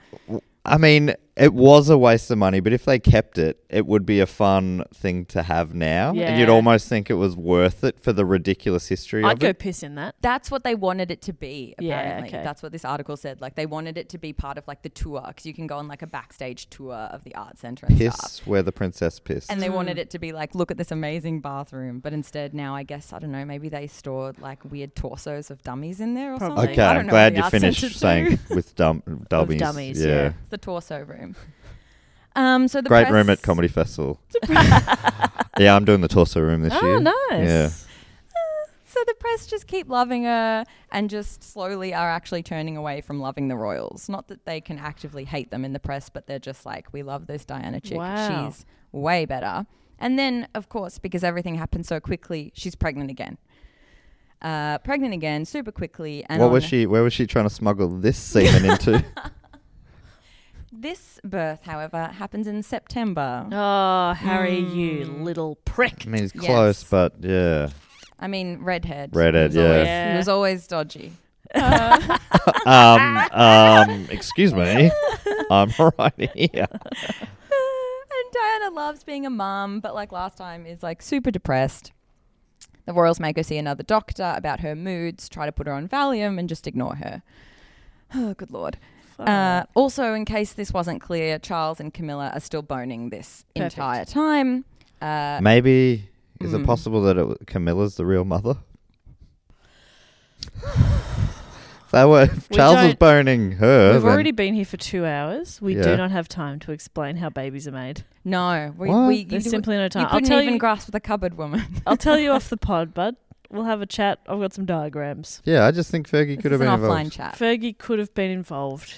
Speaker 1: I mean, it was a waste of money, but if they kept it, it would be a fun thing to have now. And you'd
Speaker 4: Yeah.
Speaker 1: almost think it was worth it for the ridiculous history
Speaker 4: I'd
Speaker 1: of
Speaker 4: go
Speaker 1: it.
Speaker 4: piss in that.
Speaker 3: That's what they wanted it to be.
Speaker 4: Yeah,
Speaker 3: Apparently,
Speaker 4: okay.
Speaker 3: that's what this article said. Like they wanted it to be part of like the tour because you can go on like a backstage tour of the art center and stuff.
Speaker 1: Piss where the princess pissed.
Speaker 4: Hmm.
Speaker 3: And they wanted it to be like, look at this amazing bathroom. But instead, now I guess I don't know. Maybe they stored like weird torsos of dummies in there or
Speaker 4: Probably.
Speaker 3: something.
Speaker 1: okay,
Speaker 3: I don't
Speaker 1: I'm
Speaker 3: know
Speaker 1: glad you
Speaker 3: what the art
Speaker 1: finished
Speaker 3: centers do.
Speaker 1: saying with dum- dummies.
Speaker 4: dummies,
Speaker 1: yeah.
Speaker 4: yeah.
Speaker 3: It's the torso room. Um, so the
Speaker 1: Great room at
Speaker 3: press-
Speaker 1: Comedy Festival. yeah, I'm doing the torso room this year.
Speaker 4: Oh, nice.
Speaker 1: Yeah.
Speaker 3: So the press just keep loving her and just slowly are actually turning away from loving the royals. Not that they can actively hate them in the press, but they're just like, we love this Diana chick.
Speaker 4: Wow.
Speaker 3: She's way better. And then, of course, because everything happened so quickly, she's pregnant again. Uh, pregnant again, super quickly. And
Speaker 1: What was
Speaker 3: on-
Speaker 1: she? Where was she trying to smuggle this semen into?
Speaker 3: This birth, however, happens in September.
Speaker 4: Oh, Harry, you little prick.
Speaker 1: I mean, he's
Speaker 3: Yes.
Speaker 1: close, but yeah.
Speaker 3: I mean, redhead.
Speaker 1: Redhead,
Speaker 3: He was always-
Speaker 4: yeah.
Speaker 3: He was always dodgy.
Speaker 1: Um, um, excuse me. I'm right here.
Speaker 3: and Diana loves being a mum, but like last time is like super depressed. The royals make her see another doctor about her moods, try to put her on Valium, and just ignore her. Oh, good lord. Uh, also, in case this wasn't clear, Charles and Camilla are still boning this
Speaker 4: Perfect.
Speaker 3: entire time. Uh,
Speaker 1: Maybe is it possible that it was Camilla's the real mother? that were if
Speaker 4: We
Speaker 1: Charles was
Speaker 4: don't-
Speaker 1: boning her.
Speaker 4: We've
Speaker 1: then-
Speaker 4: already been here for two hours. We
Speaker 1: Yeah.
Speaker 4: do not have time to explain how babies are made.
Speaker 3: no, we,
Speaker 1: What?
Speaker 3: we
Speaker 4: There's
Speaker 3: you-
Speaker 4: simply no
Speaker 3: You
Speaker 4: time. I'll
Speaker 3: couldn't
Speaker 4: tell
Speaker 3: even
Speaker 4: you.
Speaker 3: grasp the cupboard woman.
Speaker 4: I'll tell you off the pod, bud. We'll have a chat. I've got some diagrams.
Speaker 1: yeah, I just think Fergie
Speaker 3: This
Speaker 1: could have
Speaker 3: is an
Speaker 1: been
Speaker 3: offline
Speaker 1: involved.
Speaker 3: chat.
Speaker 4: Fergie could have been involved.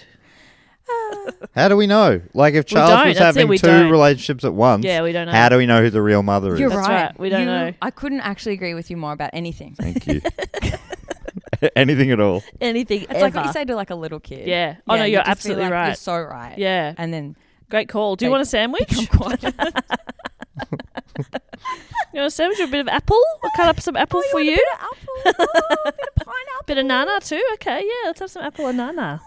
Speaker 1: How do we know? Like if
Speaker 4: We
Speaker 1: Charles
Speaker 4: don't,
Speaker 1: was
Speaker 4: that's it,
Speaker 1: having
Speaker 4: we
Speaker 1: 2
Speaker 4: don't.
Speaker 1: relationships at once,
Speaker 4: Yeah, we don't know.
Speaker 1: how do we know who the real mother is?
Speaker 3: You're
Speaker 4: That's
Speaker 3: right.
Speaker 4: right, we don't
Speaker 3: You-
Speaker 4: know.
Speaker 3: I couldn't actually agree with you more about anything.
Speaker 1: Thank you. Anything at all.
Speaker 4: Anything
Speaker 3: It's like what you say to like a little kid.
Speaker 4: Yeah. Oh, no,
Speaker 3: you'd
Speaker 4: you're
Speaker 3: just be
Speaker 4: absolutely
Speaker 3: like, You're
Speaker 4: right.
Speaker 3: so right.
Speaker 4: Yeah.
Speaker 3: And then
Speaker 4: Great call. Do you
Speaker 3: They
Speaker 4: want a sandwich?
Speaker 3: become
Speaker 4: you
Speaker 3: quiet.
Speaker 4: want a sandwich or a bit of apple? I'll cut up some
Speaker 3: Oh,
Speaker 4: apple for you.
Speaker 3: Apple, Oh, a bit of pineapple.
Speaker 4: Bit of nana too? Okay, yeah, let's have some apple and nana.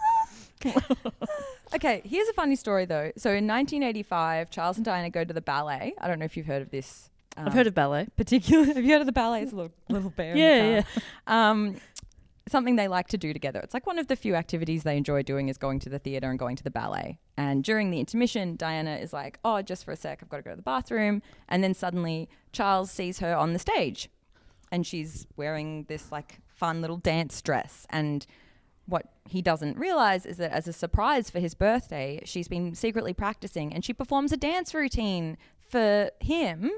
Speaker 3: Okay, here's a funny story though. So in 1985, Charles and Diana go to the ballet. I don't know if you've heard of this. um,
Speaker 4: I've heard of ballet.
Speaker 3: particular. Have you heard of the ballet? It's a little, little bear. in
Speaker 4: Yeah,
Speaker 3: the car. Um, something they like to do together. It's like one of the few activities they enjoy doing is going to the theater and going to the ballet. And during the intermission, Diana is like, "Oh, just for a sec, I've got to go to the bathroom." And then suddenly, Charles sees her on the stage, and she's wearing this like fun little dance dress and. What he doesn't realize is that as a surprise for his birthday, she's been secretly practicing and she performs a dance routine for him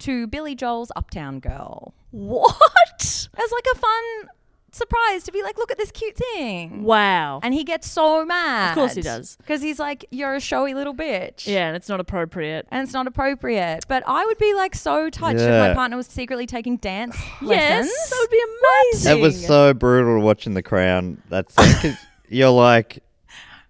Speaker 3: to Billy Joel's Uptown Girl
Speaker 4: What?
Speaker 3: as like a fun surprise to be like, look at this cute thing.
Speaker 4: Wow.
Speaker 3: And he gets so mad.
Speaker 4: Of course he does.
Speaker 3: Because he's like, you're a showy little bitch.
Speaker 4: yeah, and it's not appropriate.
Speaker 3: And it's not appropriate. But I would be like so touched if
Speaker 1: Yeah.
Speaker 3: my partner was secretly taking dance
Speaker 4: Yes,
Speaker 3: lessons.
Speaker 4: that would be amazing.
Speaker 1: That was so brutal watching The Crown. That's because you're like,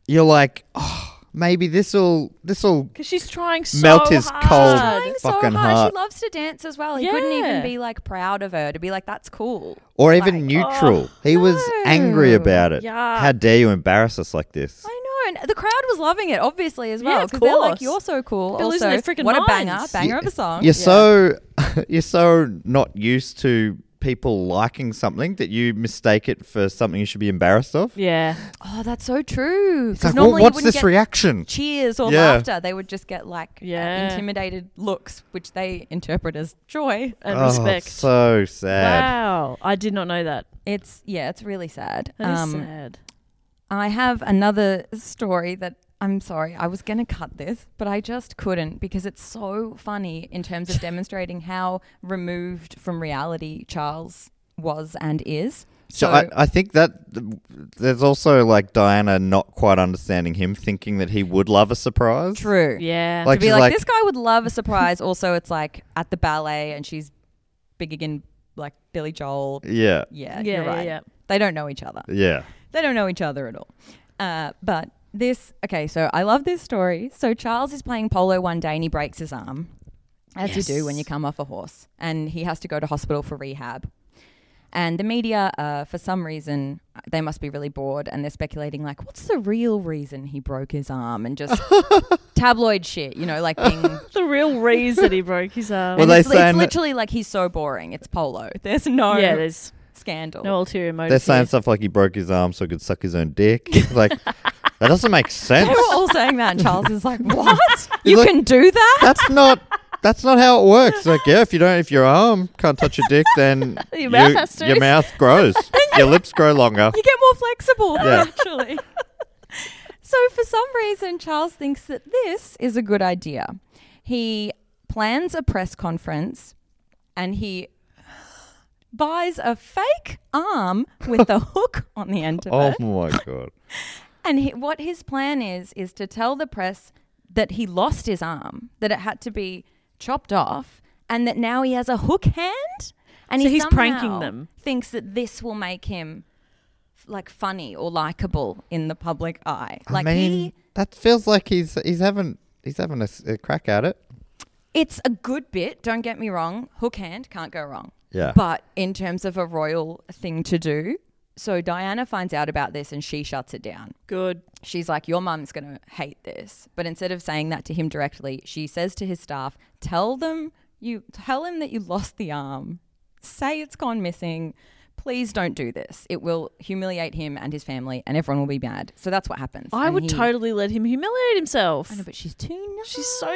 Speaker 1: you're like, oh, maybe this will this will
Speaker 4: Because she's trying so
Speaker 1: melt his
Speaker 4: hard.
Speaker 1: cold
Speaker 3: Trying so
Speaker 1: fucking
Speaker 3: hard.
Speaker 1: heart,
Speaker 3: She loves to dance as well. He couldn't
Speaker 4: Yeah.
Speaker 3: even be like proud of her to be like, that's cool.
Speaker 1: or even
Speaker 3: like, oh,
Speaker 1: neutral. he was angry about it.
Speaker 4: Yeah.
Speaker 1: How dare you embarrass us like this?
Speaker 3: I know, and the crowd was loving it, obviously as well,
Speaker 4: of
Speaker 3: because they're like,
Speaker 4: course.
Speaker 3: "You're so cool."
Speaker 4: They're
Speaker 3: also,
Speaker 4: losing their freaking
Speaker 3: what a banger,
Speaker 4: minds.
Speaker 3: banger of a song.
Speaker 1: You're so you're so not used to people liking something that you mistake it for something you should be embarrassed of.
Speaker 4: Yeah.
Speaker 3: Oh, that's so true.
Speaker 1: It's like,
Speaker 3: Because
Speaker 1: well,
Speaker 3: normally you
Speaker 1: what's
Speaker 3: wouldn't
Speaker 1: this
Speaker 3: get
Speaker 1: reaction?
Speaker 3: cheers or
Speaker 1: Yeah.
Speaker 3: laughter. They would just get like uh,
Speaker 4: Yeah.
Speaker 3: intimidated looks, which they interpret as joy.
Speaker 4: And
Speaker 1: Oh,
Speaker 4: respect.
Speaker 1: so sad.
Speaker 4: wow. I did not know that.
Speaker 3: It's yeah, it's really sad. Um,
Speaker 4: That is sad.
Speaker 3: I have another story that I'm sorry, I was going to cut this, but I just couldn't because it's so funny in terms of demonstrating how removed from reality Charles was and is.
Speaker 1: So I, I think that there's also like Diana not quite understanding him, thinking that he would love a surprise.
Speaker 3: true.
Speaker 4: Yeah.
Speaker 1: Like
Speaker 3: to be
Speaker 1: she's
Speaker 3: like,
Speaker 1: like,
Speaker 3: this guy would love a surprise. also, it's like at the ballet, and she's big again, like Billy Joel.
Speaker 1: yeah,
Speaker 4: Yeah,
Speaker 3: Yeah, you're
Speaker 4: yeah,
Speaker 3: right.
Speaker 4: yeah.
Speaker 3: They don't know each other.
Speaker 1: yeah.
Speaker 3: They don't know each other at all. Uh, but this, okay, so I love this story. So Charles is playing polo one day and he breaks his arm, as you do when you come off a horse, and he has to go to hospital for rehab. And the media, uh, for some reason, they must be really bored, and they're speculating like, what's the real reason he broke his arm? And just tabloid shit, you know, like being
Speaker 4: the real reason he broke his arm.
Speaker 1: Well,
Speaker 3: and
Speaker 1: they
Speaker 3: it's, it's
Speaker 1: saying that-
Speaker 3: literally like he's so boring. It's polo. There's no
Speaker 4: yeah, there's
Speaker 3: scandal.
Speaker 4: no ulterior motive.
Speaker 1: They're saying
Speaker 4: here.
Speaker 1: stuff like he broke his arm so he could suck his own dick. like that doesn't make sense.
Speaker 3: They were all saying that, and Charles is like, "What?
Speaker 1: He's
Speaker 3: you
Speaker 1: like-
Speaker 3: can do that?"
Speaker 1: That's not. That's not how it works. Like, yeah, if you don't, if your arm can't touch your dick, then
Speaker 4: Your mouth
Speaker 1: you-
Speaker 4: has to.
Speaker 1: Your mouth grows. your lips grow longer.
Speaker 3: You get more flexible
Speaker 1: Yeah.
Speaker 3: naturally. so for some reason, Charles thinks that this is a good idea. He plans a press conference, and he buys a fake arm with a hook on the end of
Speaker 1: Oh
Speaker 3: it.
Speaker 1: my god.
Speaker 3: And he, what his plan is is to tell the press that he lost his arm, that it had to be chopped off, and that now he has a hook hand. And
Speaker 4: So
Speaker 3: he
Speaker 4: he's pranking
Speaker 3: somehow
Speaker 4: them.
Speaker 3: Thinks that this will make him like funny or likable in the public eye. Like
Speaker 1: I mean,
Speaker 3: he
Speaker 1: that feels like he's he's having he's having a, s- a crack at it.
Speaker 3: It's a good bit, don't get me wrong. Hook hand, can't go wrong.
Speaker 1: Yeah.
Speaker 3: But in terms of a royal thing to do, so Diana finds out about this and she shuts it down.
Speaker 4: Good.
Speaker 3: She's like, Your mum's going to hate this. But instead of saying that to him directly, she says to his staff, Tell them you tell him that you lost the arm. Say it's gone missing. Please don't do this. It will humiliate him and his family, and everyone will be mad. So that's what happens.
Speaker 4: I
Speaker 3: And
Speaker 4: would
Speaker 3: he-
Speaker 4: totally let him humiliate himself.
Speaker 3: I know, but she's too nice.
Speaker 4: She's so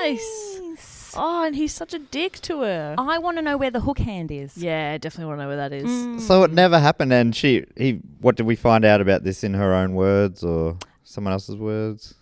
Speaker 4: nice. Oh, and he's such a dick to her.
Speaker 3: I want to know where the hook hand is.
Speaker 4: Yeah, I definitely want to know where that is.
Speaker 1: So it never happened, and she he. What did we find out about this in her own words or someone else's words?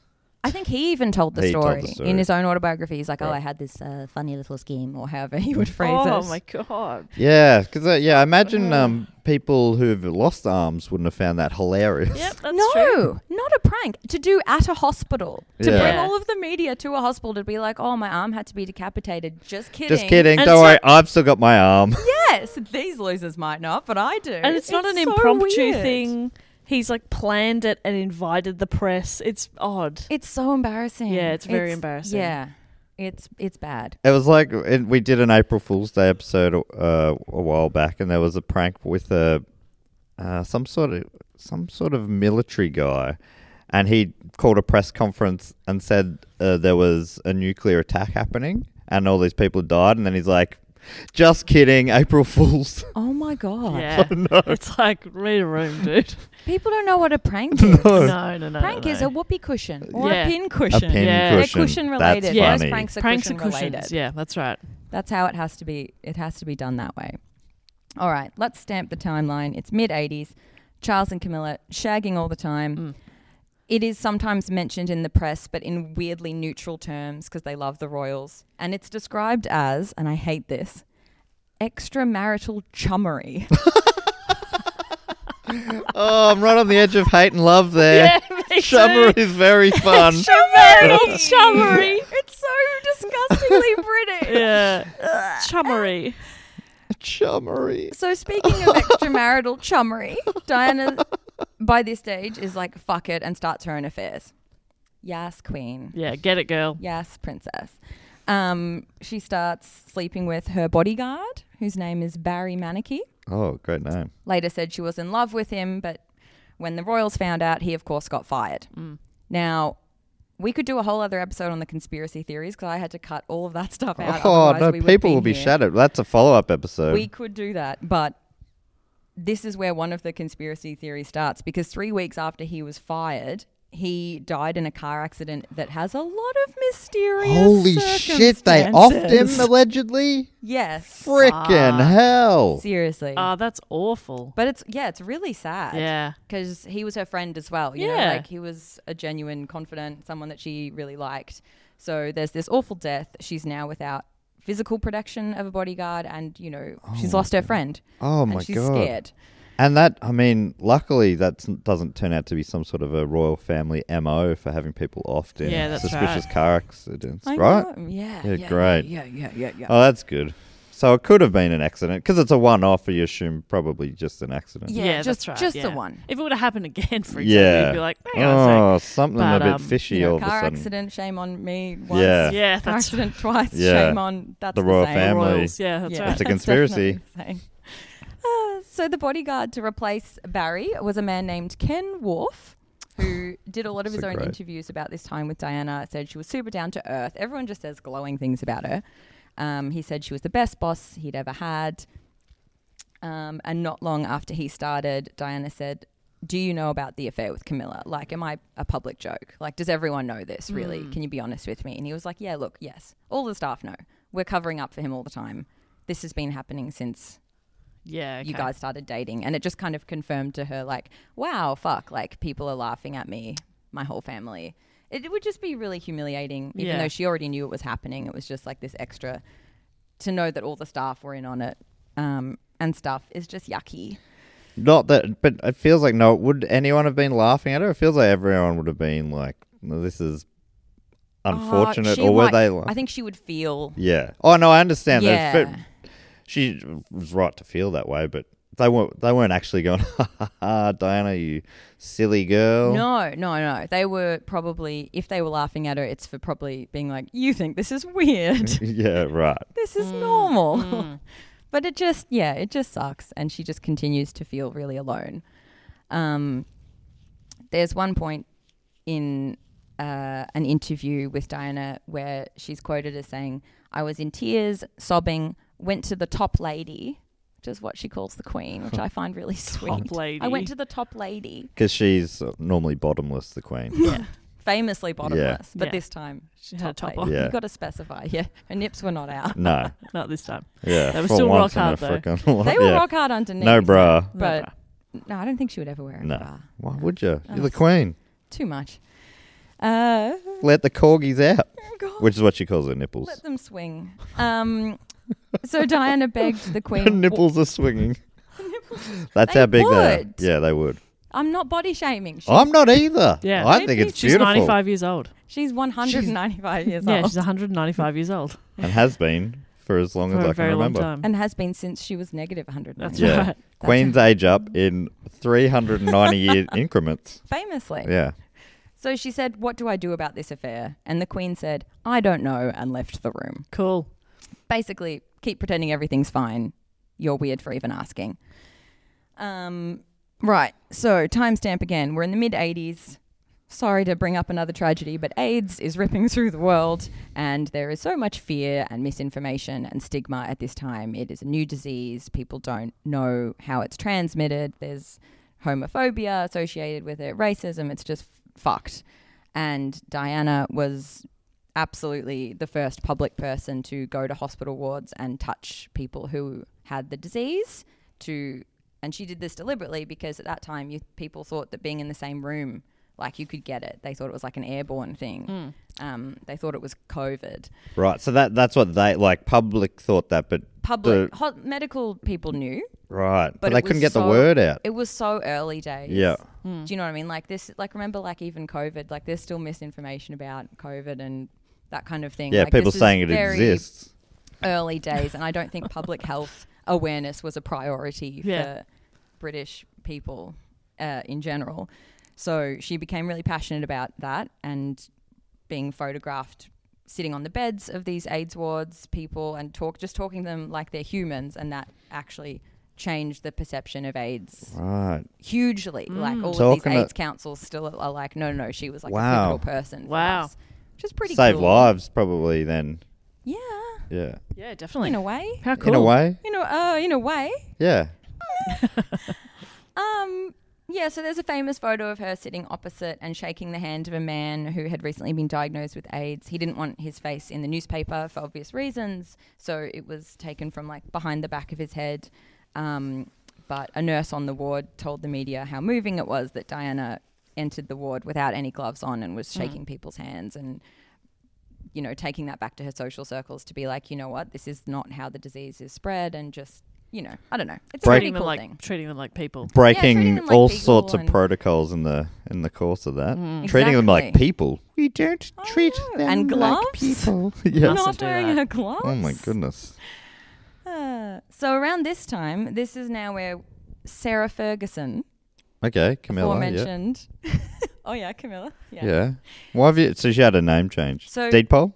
Speaker 3: I think he even told the,
Speaker 1: He told
Speaker 3: story,
Speaker 1: the story.
Speaker 3: in his own autobiography. He's like, "Oh,
Speaker 1: Right.
Speaker 3: I had this uh, funny little scheme," or however he would phrase it.
Speaker 4: oh my god.
Speaker 1: Yeah, because uh, yeah, I imagine um, people who've lost arms wouldn't have found that hilarious.
Speaker 4: Yep, that's
Speaker 3: no,
Speaker 4: true.
Speaker 3: not a prank to do at a hospital to
Speaker 1: Yeah.
Speaker 3: bring
Speaker 4: Yeah.
Speaker 3: all of the media to a hospital to be like, "Oh, my arm had to be decapitated." Just kidding.
Speaker 1: Just kidding.
Speaker 4: And
Speaker 1: Don't
Speaker 4: so-
Speaker 1: worry, I've still got my arm.
Speaker 3: Yes, these losers might not, but I do.
Speaker 4: And it's not an
Speaker 3: so
Speaker 4: impromptu
Speaker 3: weird.
Speaker 4: thing. He's like planned it and invited the press. It's odd.
Speaker 3: It's so embarrassing.
Speaker 4: Yeah, it's very embarrassing.
Speaker 3: Yeah, it's it's bad.
Speaker 1: It was like it, we did an April Fool's Day episode uh, a while back, and there was a prank with a uh, some sort of some sort of military guy, and he called a press conference and said uh, there was a nuclear attack happening, and all these people died, and then he's like, "Just kidding, April Fools."
Speaker 3: Oh my god.
Speaker 4: yeah. It's like read a room, dude.
Speaker 3: People don't know what a prank is.
Speaker 4: no, no, no. no,
Speaker 3: Prank
Speaker 4: no.
Speaker 3: is a whoopee cushion or
Speaker 4: Yeah.
Speaker 3: a pin
Speaker 1: a
Speaker 3: cushion.
Speaker 1: pin
Speaker 4: Yeah.
Speaker 3: They're
Speaker 1: cushion.
Speaker 3: cushion
Speaker 1: That's
Speaker 3: related. Most
Speaker 1: funny.
Speaker 3: pranks are
Speaker 4: pranks
Speaker 3: cushion
Speaker 4: and cushions.
Speaker 3: related.
Speaker 4: Yeah, that's right.
Speaker 3: That's how it has to be. It has to be done that way. All right, let's stamp the timeline. It's mid 80s. Charles and Camilla shagging all the time. It is sometimes mentioned in the press, but in weirdly neutral terms because they love the royals. And it's described as, and I hate this, extramarital chummery.
Speaker 1: Oh, I'm right on the edge of hate and love there. Summer is very fun.
Speaker 4: Marital chummery.
Speaker 3: it's so disgustingly British.
Speaker 4: Yeah. Chummery.
Speaker 1: Chummery.
Speaker 3: So speaking of extramarital chummery, Diana by this stage is like fuck it and starts her own affairs. Yes, queen.
Speaker 4: Yeah, get it, girl.
Speaker 3: Yes, princess. Um, she starts sleeping with her bodyguard, whose name is Barry Manicky.
Speaker 1: Oh, great name.
Speaker 3: Later said she was in love with him, but when the royals found out, he of course got fired. Now, we could do a whole other episode on the conspiracy theories because I had to cut all of that stuff out.
Speaker 1: Oh
Speaker 3: otherwise
Speaker 1: no,
Speaker 3: we would
Speaker 1: people will be
Speaker 3: here.
Speaker 1: shattered. That's a follow-up episode.
Speaker 3: We could do that, but this is where one of the conspiracy theories starts because three weeks after he was fired, he died in a car accident that has a lot of mysterious.
Speaker 1: Holy shit, they offed him
Speaker 3: circumstances.
Speaker 1: allegedly?
Speaker 3: Yes,
Speaker 1: Frickin' hell.
Speaker 3: seriously.
Speaker 4: Ah, that's awful.
Speaker 3: but it's yeah, it's really sad.
Speaker 4: Yeah.
Speaker 3: because he was her friend as well. You know,
Speaker 4: Yeah.
Speaker 3: like he was a genuine confidant, someone that she really liked. So there's this awful death. She's now without physical protection of a bodyguard, and you know she's lost her friend.
Speaker 1: Oh
Speaker 3: and
Speaker 1: my
Speaker 3: she's
Speaker 1: God.
Speaker 3: scared.
Speaker 1: And that, I mean, luckily that doesn't turn out to be some sort of a royal family MO for having people offed in
Speaker 4: Yeah, that's
Speaker 1: suspicious
Speaker 4: right.
Speaker 1: car accidents,
Speaker 3: I
Speaker 1: right?
Speaker 3: know. Yeah.
Speaker 1: Yeah, great.
Speaker 3: Yeah, yeah, yeah, yeah.
Speaker 1: Oh, that's good. So it could have been an accident because it's a one-off. You assume probably just an accident.
Speaker 3: Yeah,
Speaker 4: that's
Speaker 3: just-
Speaker 4: right.
Speaker 3: just the
Speaker 4: yeah.
Speaker 3: one.
Speaker 4: If it would have happened again, for example,
Speaker 1: Yeah.
Speaker 4: you'd be like, hang on a
Speaker 1: Oh, something
Speaker 4: But,
Speaker 1: a bit
Speaker 4: um,
Speaker 1: fishy
Speaker 3: You know,
Speaker 1: all of a
Speaker 3: car
Speaker 1: sudden.
Speaker 3: accident, shame on me. Once.
Speaker 1: Yeah.
Speaker 4: sec. Yeah,
Speaker 3: Car
Speaker 4: that's
Speaker 3: accident twice,
Speaker 1: Yeah.
Speaker 3: shame on. That's
Speaker 1: The
Speaker 3: the,
Speaker 1: royal
Speaker 3: same.
Speaker 1: family.
Speaker 4: royals. Yeah, that's
Speaker 3: Yeah,
Speaker 4: right.
Speaker 1: It's a
Speaker 3: that's
Speaker 1: conspiracy.
Speaker 3: definitely the same. Uh, so the bodyguard to replace Barry was a man named Ken Wharf, who did a lot of
Speaker 1: So
Speaker 3: his own
Speaker 1: great.
Speaker 3: interviews about this time with Diana. Said she was super down to earth. Everyone just says glowing things about her. Um, he said she was the best boss he'd ever had. Um, and not long after he started, Diana said, Do you know about the affair with Camilla? Like, am I a public joke? Like, does everyone know this, really? Can you be honest with me? And he was like, Yeah, look, yes. All the staff know. We're covering up for him all the time. This has been happening since
Speaker 4: yeah,
Speaker 3: you
Speaker 4: okay.
Speaker 3: guys started dating. And it just kind of confirmed to her, like, wow, fuck, like, people are laughing at me, my whole family. It, it would just be really humiliating, even
Speaker 4: Yeah.
Speaker 3: though she already knew it was happening. It was just like this extra to know that all the staff were in on it um, and stuff is just yucky.
Speaker 1: Not that, but it feels like no. Would anyone have been laughing at her? It feels like everyone would have been like, "No, "This is unfortunate,"
Speaker 3: Oh, she
Speaker 1: or were
Speaker 3: might-
Speaker 1: they? Like,
Speaker 3: I think she would feel.
Speaker 1: yeah. Oh no, I understand that.
Speaker 3: Yeah.
Speaker 1: But she was right to feel that way, but They weren't. They weren't actually going. Ha ha ha, Diana, you silly girl.
Speaker 3: No, no, no. They were probably, if they were laughing at her, it's for probably being like, you think this is weird.
Speaker 1: yeah, right.
Speaker 3: this is
Speaker 4: Mm,
Speaker 3: normal. but it just, yeah, it just sucks. And she just continues to feel really alone. Um, there's one point in uh, an interview with Diana where she's quoted as saying, I was in tears, sobbing, went to the top lady, which is what she calls the queen, which I find really sweet.
Speaker 4: lady.
Speaker 3: I went to the top lady,
Speaker 1: Because she's normally bottomless, the queen.
Speaker 3: famously bottomless, but
Speaker 4: Yeah.
Speaker 3: this time
Speaker 4: She had a top
Speaker 3: lady.
Speaker 4: on.
Speaker 1: Yeah.
Speaker 3: You've got to specify. Yeah, her nips were not out.
Speaker 1: No.
Speaker 4: Not this time.
Speaker 1: Yeah.
Speaker 4: They were
Speaker 1: for
Speaker 4: still
Speaker 1: once
Speaker 4: rock
Speaker 1: in a
Speaker 4: hard, though.
Speaker 1: frickin'
Speaker 3: They
Speaker 1: li-
Speaker 3: were
Speaker 1: yeah.
Speaker 3: rock hard underneath.
Speaker 1: No bra.
Speaker 3: But no, I don't think she would ever wear a
Speaker 1: No.
Speaker 3: bra.
Speaker 1: Why would you? You're
Speaker 3: Oh.
Speaker 1: the queen.
Speaker 3: Too much. Uh,
Speaker 1: Let the corgis out,
Speaker 3: God,
Speaker 1: which is what she calls her nipples.
Speaker 3: let them swing. Um, so Diana begged the
Speaker 1: Her
Speaker 3: Queen.
Speaker 1: nipples are swinging. That's
Speaker 3: They
Speaker 1: how big they are.
Speaker 3: would.
Speaker 1: Yeah, they would.
Speaker 3: I'm not body shaming. She's,
Speaker 1: I'm not either.
Speaker 4: Yeah.
Speaker 1: I think it's
Speaker 4: She's
Speaker 1: beautiful
Speaker 4: 95 years old.
Speaker 3: she's 195 years
Speaker 4: Yeah,
Speaker 3: old
Speaker 4: she's 195 years old
Speaker 1: and has been for as long
Speaker 4: for
Speaker 1: as I
Speaker 4: a
Speaker 1: can
Speaker 4: very long
Speaker 1: remember.
Speaker 4: time.
Speaker 3: and has been since she was negative 195.
Speaker 4: That's
Speaker 1: Yeah.
Speaker 4: right.
Speaker 1: Queen's age up in 390 year increments.
Speaker 3: Famously.
Speaker 1: Yeah.
Speaker 3: So she said, What do I do about this affair? And the Queen said, I don't know, and left the room.
Speaker 4: Cool.
Speaker 3: basically keep pretending everything's fine. You're weird for even asking. Um, right. So timestamp again. We're in the mid 80s. Sorry to bring up another tragedy, but AIDS is ripping through the world, and there is so much fear and misinformation and stigma at this time. It is a new disease. People don't know how it's transmitted. There's homophobia associated with it, racism. It's just fucked. And Diana was absolutely the first public person to go to hospital wards and touch people who had the disease to and she did this deliberately because at that time you people thought that being in the same room like you could get it they thought it was like an airborne thing um, they thought it was covid
Speaker 1: Right. So that that's what they like. Public thought that, but
Speaker 3: public
Speaker 1: the-
Speaker 3: ho- medical people knew
Speaker 1: right. But,
Speaker 3: but
Speaker 1: they
Speaker 3: it
Speaker 1: couldn't
Speaker 3: was
Speaker 1: get the
Speaker 3: so-
Speaker 1: word out.
Speaker 3: it was so early days
Speaker 1: Yeah.
Speaker 3: do you know what i mean like this like remember like even covid like there's still misinformation about covid and that kind of thing
Speaker 1: yeah.
Speaker 3: Like,
Speaker 1: people
Speaker 3: this is
Speaker 1: saying it
Speaker 3: very
Speaker 1: exists.
Speaker 3: early days, and I don't think public health awareness was a priority
Speaker 4: Yeah.
Speaker 3: for British people uh, in general. So she became really passionate about that and being photographed sitting on the beds of these AIDS wards people and talk just talking to them like they're humans, and that actually changed the perception of AIDS
Speaker 1: Right.
Speaker 3: hugely.
Speaker 4: Mm.
Speaker 3: Like all of
Speaker 1: Talking
Speaker 3: these
Speaker 1: to-
Speaker 3: AIDS councils still are like, no, no, no, she was like
Speaker 1: Wow.
Speaker 3: a pivotal person. for
Speaker 4: Wow.
Speaker 3: us, Which is pretty
Speaker 1: Save
Speaker 3: cool.
Speaker 1: lives probably then.
Speaker 3: Yeah,
Speaker 1: Yeah.
Speaker 4: Yeah, definitely.
Speaker 3: in a way.
Speaker 4: How cool.
Speaker 1: In a way.
Speaker 3: You know, uh, in a way.
Speaker 1: Yeah.
Speaker 3: Um, yeah, so there's a famous photo of her sitting opposite and shaking the hand of a man who had recently been diagnosed with AIDS. He didn't want his face in the newspaper for obvious reasons, so it was taken from like behind the back of his head. Um, but a nurse on the ward told the media how moving it was that Diana entered the ward without any gloves on and
Speaker 4: Mm.
Speaker 3: was shaking people's hands and you know taking that back to her social circles to be like you know what this is not how the disease is spread and just you know i don't know it's a
Speaker 1: Break-
Speaker 3: pretty
Speaker 4: Treating them
Speaker 3: cool
Speaker 4: like
Speaker 3: thing
Speaker 4: treating them like people.
Speaker 3: treating
Speaker 1: Breaking
Speaker 3: them like
Speaker 1: all
Speaker 3: people
Speaker 1: sorts of
Speaker 3: and- Mm-hmm.
Speaker 1: protocols in the in the course of that. Treating them like
Speaker 3: Exactly.
Speaker 1: people. We don't
Speaker 3: I
Speaker 1: treat
Speaker 3: know.
Speaker 1: them
Speaker 3: And
Speaker 1: like
Speaker 3: gloves?
Speaker 1: people. yeah.
Speaker 4: Mustn't
Speaker 3: not
Speaker 4: do
Speaker 3: wearing
Speaker 4: that.
Speaker 3: her gloves.
Speaker 1: Oh my goodness.
Speaker 3: Uh, so around this time, this is now where Sarah Ferguson,
Speaker 1: Okay, Camilla. Yeah.
Speaker 3: aforementioned. oh yeah, Camilla. Yeah.
Speaker 1: yeah. Why have you? So she had a name change.
Speaker 3: So-
Speaker 1: Deedpole.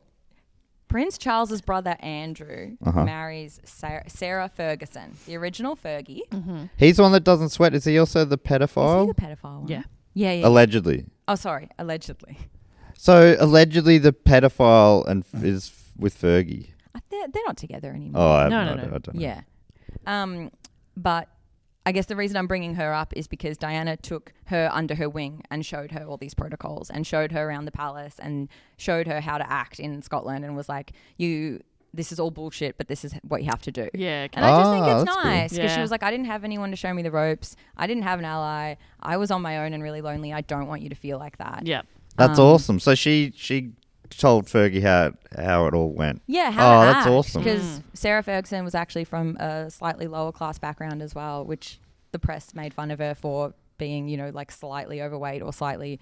Speaker 3: Prince Charles's brother Andrew
Speaker 1: Uh-huh.
Speaker 3: marries Sarah, Sarah Ferguson, the original Fergie.
Speaker 1: He's the one that doesn't sweat. Is he also the
Speaker 3: Is
Speaker 1: pedophile?
Speaker 3: he the pedophile one?
Speaker 4: Yeah.
Speaker 3: Yeah. Yeah.
Speaker 1: Allegedly.
Speaker 3: oh, sorry. Allegedly.
Speaker 1: So allegedly the pedophile and f- is f- with Fergie.
Speaker 3: I- They're, they're not together anymore.
Speaker 1: Oh, I have
Speaker 4: No,
Speaker 1: no,
Speaker 4: no,
Speaker 1: idea.
Speaker 4: no.
Speaker 1: I don't know.
Speaker 3: Yeah. Um, but I guess the reason I'm bringing her up is because Diana took her under her wing and showed her all these protocols and showed her around the palace and showed her how to act in Scotland and was like, you. This is all bullshit, but this is what you have to do.
Speaker 4: Yeah, okay.
Speaker 3: and I just think
Speaker 1: Ah,
Speaker 3: it's
Speaker 1: that's cool.
Speaker 3: nice because she
Speaker 4: Yeah.
Speaker 3: was like, "I didn't have anyone to show me the ropes. I didn't have an ally. I was on my own and really lonely. I don't want you to feel like that."
Speaker 4: Yeah.
Speaker 1: That's
Speaker 3: Um,
Speaker 1: awesome. So she she told Fergie how how it all went.
Speaker 3: Yeah, how
Speaker 1: Oh,
Speaker 3: to
Speaker 1: that's awesome.
Speaker 3: Because Sarah Ferguson was actually from a slightly lower class background as well, which the press made fun of her for being, you know, like slightly overweight or slightly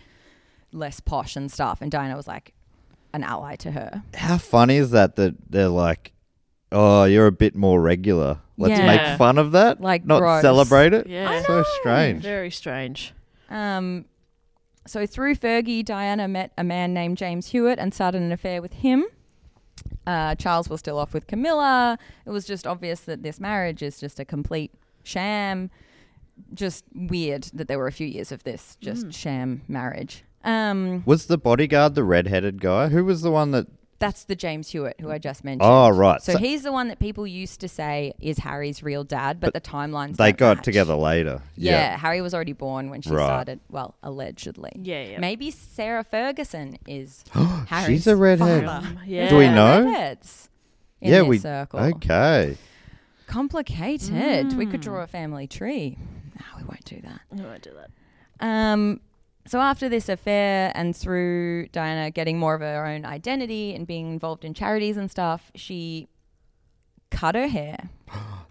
Speaker 3: less posh and stuff. And Diana was like an ally to her.
Speaker 1: How funny is that? That they're like, oh, you're a bit more regular. Let's
Speaker 4: Yeah.
Speaker 1: make fun of that.
Speaker 3: Like
Speaker 1: not
Speaker 3: gross.
Speaker 1: celebrate it.
Speaker 4: Yeah. I
Speaker 1: So strange.
Speaker 4: Very strange.
Speaker 3: Um, so through Fergie, Diana met a man named James Hewitt and started an affair with him. Uh, Charles was still off with Camilla. It was just obvious that this marriage is just a complete sham. Just weird that there were a few years of this just sham marriage. Um,
Speaker 1: Was the bodyguard the redheaded guy? Who was the one that?
Speaker 3: that's the James Hewitt who I just mentioned.
Speaker 1: Oh, right.
Speaker 3: So,
Speaker 1: So-
Speaker 3: he's the one that people used to say is Harry's real dad, but, the timelines
Speaker 1: They
Speaker 3: don't
Speaker 1: got
Speaker 3: match.
Speaker 1: together later.
Speaker 3: Yeah. Harry was already born when she
Speaker 1: Right.
Speaker 3: started. Well, allegedly.
Speaker 4: Yeah, yeah.
Speaker 3: Maybe Sarah Ferguson is Harry's.
Speaker 1: She's a redhead.
Speaker 3: father.
Speaker 4: Yeah.
Speaker 1: Do we
Speaker 3: They're
Speaker 1: know?
Speaker 3: redheads in
Speaker 1: yeah,
Speaker 3: their
Speaker 1: we.
Speaker 3: circle.
Speaker 1: Okay.
Speaker 3: Complicated. We could draw a family tree. No, we won't do that.
Speaker 4: No, I do that.
Speaker 3: Um, so after this affair and through Diana getting more of her own identity and being involved in charities and stuff, she cut her hair.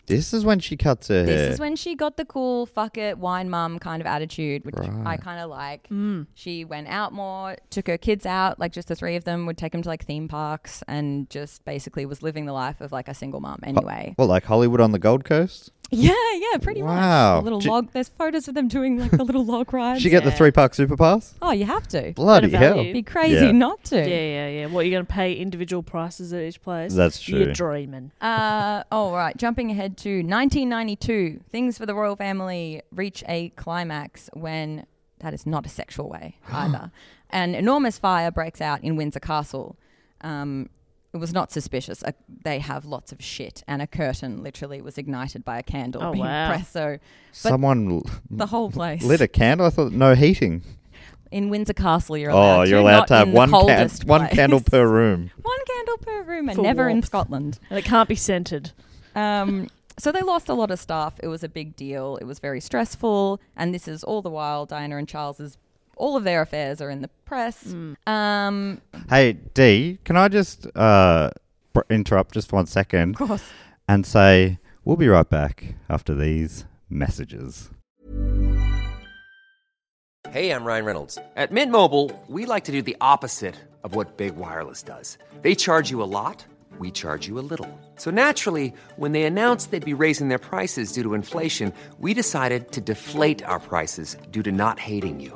Speaker 1: This is when she cuts her hair.
Speaker 3: This is when she got the cool fuck it wine mum kind of attitude, which I kind of like. She went out more, took her kids out, like just the three of them would take them to like theme parks and just basically was living the life of like a single
Speaker 1: Oh.
Speaker 3: mum anyway.
Speaker 1: well, like Hollywood on the Gold Coast.
Speaker 3: Yeah, yeah, pretty
Speaker 1: Wow.
Speaker 3: much. The little
Speaker 1: She-
Speaker 3: log. There's photos of them doing like the little log rides.
Speaker 1: She get the three park super pass.
Speaker 3: oh, you have to.
Speaker 1: Bloody
Speaker 4: Bit of
Speaker 1: hell!
Speaker 4: value.
Speaker 3: Be crazy
Speaker 1: Yeah.
Speaker 3: not to.
Speaker 4: Yeah, yeah, yeah. What, you're going to pay individual prices at each place?
Speaker 1: That's true.
Speaker 4: You're dreaming.
Speaker 3: Uh, all right, jumping ahead to 1992. Things for the royal family reach a climax when that is not a sexual way either. An enormous fire breaks out in Windsor Castle. Um, it was not suspicious. Uh, they have lots of shit, and a curtain literally was ignited by a candle
Speaker 4: Oh,
Speaker 3: being
Speaker 4: wow.
Speaker 3: pressed. So
Speaker 1: Someone l-
Speaker 3: the whole place
Speaker 1: lit a candle. I thought no heating.
Speaker 3: in Windsor Castle, you're allowed.
Speaker 1: Oh, you're
Speaker 3: to,
Speaker 1: allowed
Speaker 3: not
Speaker 1: to have
Speaker 3: in the
Speaker 1: one can-
Speaker 3: coldest
Speaker 1: one
Speaker 3: place.
Speaker 1: candle per room.
Speaker 3: one candle per room, and
Speaker 4: For
Speaker 3: never in
Speaker 4: warmth.
Speaker 3: Scotland.
Speaker 4: And it can't be centered.
Speaker 3: Um, so they lost a lot of staff. It was a big deal. It was very stressful. And this is all the while Diana and Charles's all of their affairs are in the press. Um,
Speaker 1: Hey D, can I just uh, br- interrupt just for one second? Of
Speaker 3: course.
Speaker 1: And say we'll be right back after these messages.
Speaker 5: Hey, I'm Ryan Reynolds. At Mint Mobile, we like to do the opposite of what Big Wireless does. They charge you a lot, we charge you a little. So naturally, when they announced they'd be raising their prices due to inflation, we decided to deflate our prices due to not hating you.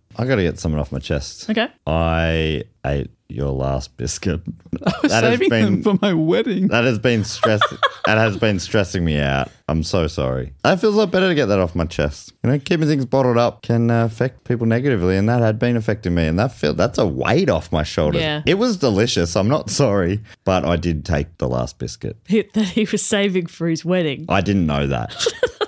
Speaker 1: I got to get something off my chest.
Speaker 6: Okay.
Speaker 1: I ate your last biscuit.
Speaker 6: I was
Speaker 1: That has
Speaker 6: Oh, saving
Speaker 1: been-
Speaker 6: them for my wedding.
Speaker 1: That has been stress. that has been stressing me out. I'm so sorry. That feels a lot better to get that off my chest. You know, keeping things bottled up can uh, affect people negatively, and that had been affecting me. And that feel that's a weight off my shoulders.
Speaker 4: Yeah.
Speaker 1: It was delicious. I'm not sorry, but I did take the last biscuit.
Speaker 2: Hit that he was saving for his wedding.
Speaker 1: I didn't know that.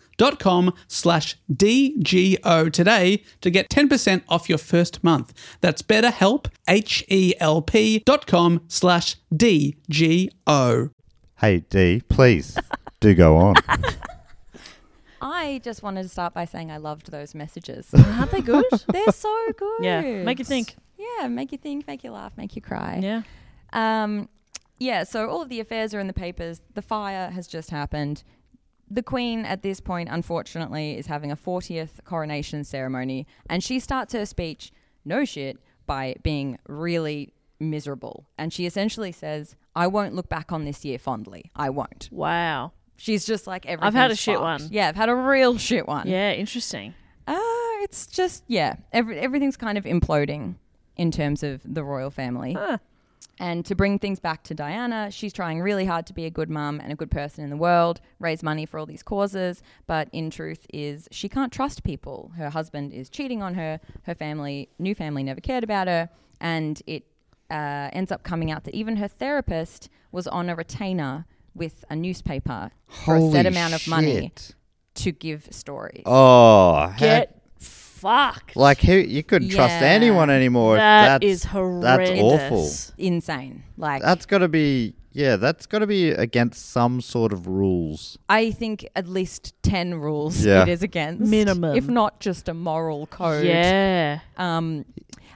Speaker 6: slash DGO today to get 10% off your first month. That's betterhelp, H-E-L-P dot com slash D-G-O.
Speaker 1: hey D, please do go on.
Speaker 3: I just wanted to start by saying I loved those messages.
Speaker 4: Aren't they good?
Speaker 3: They're so good.
Speaker 2: Yeah, make you think.
Speaker 3: Yeah, make you think, make you laugh, make you cry.
Speaker 2: Yeah.
Speaker 3: Um, yeah, so all of the affairs are in the papers. The fire has just happened. The Queen, at this point, unfortunately, is having a 40th coronation ceremony, and she starts her speech, no shit, by being really miserable. And she essentially says, I won't look back on this year fondly. I won't.
Speaker 2: Wow.
Speaker 3: She's just like, everything.
Speaker 2: had a shit one.
Speaker 3: Yeah, I've had a real shit one.
Speaker 2: Yeah, interesting.
Speaker 3: Uh, it's just yeah, every, everything's kind of imploding in terms of the royal family. And to bring things back to Diana, she's trying really hard to be a good mum and a good person in the world, raise money for all these causes, but in truth is she can't trust people. Her husband is cheating on her, her family, new family never cared about her, and it uh, ends up coming out that even her therapist was on a retainer with a newspaper for a set amount of money to give stories.
Speaker 1: Oh, how-
Speaker 4: Get fucked.
Speaker 1: like who? You couldn't trust
Speaker 3: Yeah.
Speaker 1: anyone anymore. if
Speaker 4: That
Speaker 1: that's,
Speaker 4: is
Speaker 1: That's awful.
Speaker 4: horrendous.
Speaker 3: Insane. Like
Speaker 1: That's got to be yeah. That's got to be against some sort of rules.
Speaker 3: I think at least 10 rules
Speaker 1: Yeah.
Speaker 3: it is against.
Speaker 4: Minimum.
Speaker 3: If not just a moral code.
Speaker 2: Yeah.
Speaker 3: Um,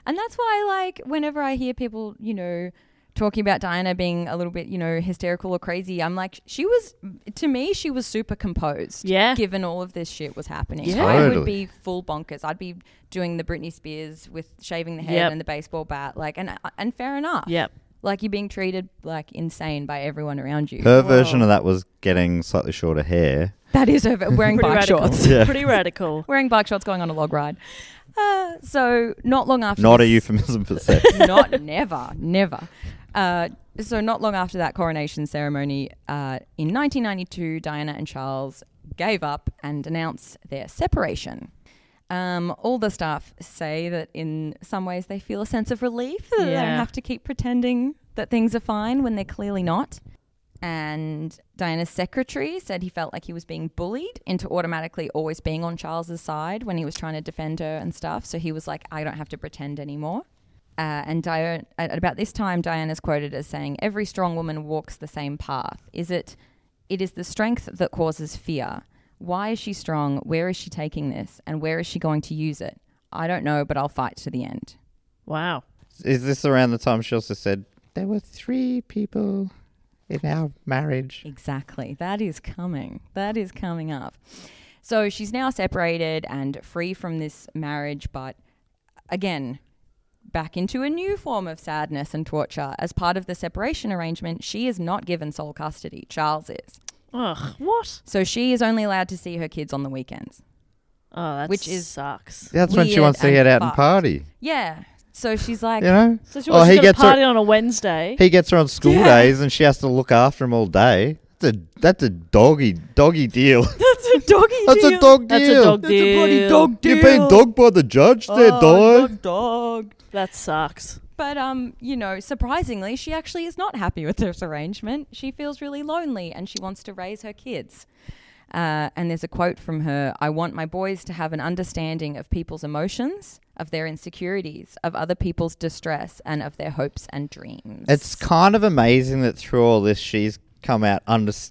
Speaker 3: and that's why, like, whenever I hear people, you know, talking about Diana being a little bit, you know, hysterical or crazy, I'm like, she was, to me, she was super composed.
Speaker 2: Yeah.
Speaker 3: Given all of this shit was happening.
Speaker 2: Yeah.
Speaker 3: I would
Speaker 1: Totally.
Speaker 3: be full bonkers. I'd be doing the Britney Spears with shaving the head
Speaker 2: Yep.
Speaker 3: and the baseball bat. Like, and, uh, and fair enough.
Speaker 2: Yep.
Speaker 3: Like, you're being treated like insane by everyone around you.
Speaker 1: Her version of that was getting slightly shorter hair.
Speaker 3: That is over. Wearing
Speaker 2: Pretty
Speaker 3: bike
Speaker 2: radical.
Speaker 3: shorts.
Speaker 2: Pretty radical.
Speaker 3: wearing bike shorts going on a log ride. Uh, so not long after
Speaker 1: Not a
Speaker 3: this-
Speaker 1: euphemism for sex.
Speaker 3: not never never. Uh, so not long after that coronation ceremony uh, in 1992, Diana and Charles gave up and announced their separation. Um, all the staff say that in some ways they feel a sense of relief that they don't
Speaker 2: Yeah.
Speaker 3: have to keep pretending that things are fine when they're clearly not. And Diana's secretary said he felt like he was being bullied into automatically always being on Charles's side when he was trying to defend her and stuff. So he was like, I don't have to pretend anymore. Uh, and Diana, at about this time, Diana's quoted as saying, Every strong woman walks the same path. Is it, it is the strength that causes fear. Why is she strong? Where is she taking this? And where is she going to use it? I don't know, but I'll fight to the end.
Speaker 2: Wow.
Speaker 1: Is this around the time she also said there were three people in our marriage?
Speaker 3: Exactly. That is coming. That is coming up. So she's now separated and free from this marriage, but again, back into a new form of sadness and torture. As part of the separation arrangement, she is not given sole custody. Charles is.
Speaker 2: Ugh. What?
Speaker 3: So she is only allowed to see her kids on the weekends.
Speaker 2: Oh, that
Speaker 3: Which is-
Speaker 2: sucks.
Speaker 1: That's when she
Speaker 3: Weird
Speaker 1: wants to
Speaker 3: and
Speaker 1: get out and
Speaker 3: fucked.
Speaker 1: party.
Speaker 3: Yeah. So she's like,
Speaker 1: You know,
Speaker 2: So she
Speaker 1: Oh,
Speaker 2: wants
Speaker 1: he
Speaker 2: to go to
Speaker 1: gets
Speaker 2: party
Speaker 1: her-
Speaker 2: on a Wednesday.
Speaker 1: he gets her on school days and she has to look after him all day. That's a that's a doggy doggy deal.
Speaker 3: that's a doggy
Speaker 1: that's a dog
Speaker 2: That's a
Speaker 1: deal.
Speaker 2: dog That's a bloody deal. Oh, dog
Speaker 1: You're being dogged by the judge there, dog.
Speaker 3: dog.
Speaker 2: That sucks.
Speaker 3: But um, you know, surprisingly, she actually is not happy with this arrangement. She feels really lonely, and she wants to raise her kids. Uh, and there's a quote from her: "I want my boys to have an understanding of people's emotions, of their insecurities, of other people's distress, and of their hopes and dreams."
Speaker 1: It's kind of amazing that through all this, she's come out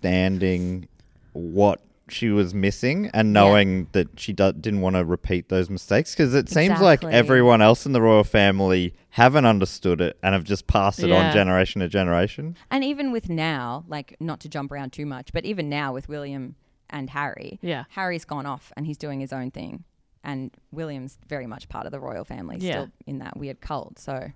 Speaker 1: understanding what she was missing and knowing that she do- didn't want to repeat those mistakes because it seems like
Speaker 3: Exactly.
Speaker 1: everyone else in the royal family haven't understood it and have just passed it on
Speaker 2: Yeah.
Speaker 1: generation to generation.
Speaker 3: and even with now, like not to jump around too much, but even now with William and Harry,
Speaker 2: Yeah.
Speaker 3: Harry's gone off and he's doing his own thing, and William's very much part of the royal family,
Speaker 2: Yeah.
Speaker 3: still in that weird cult. So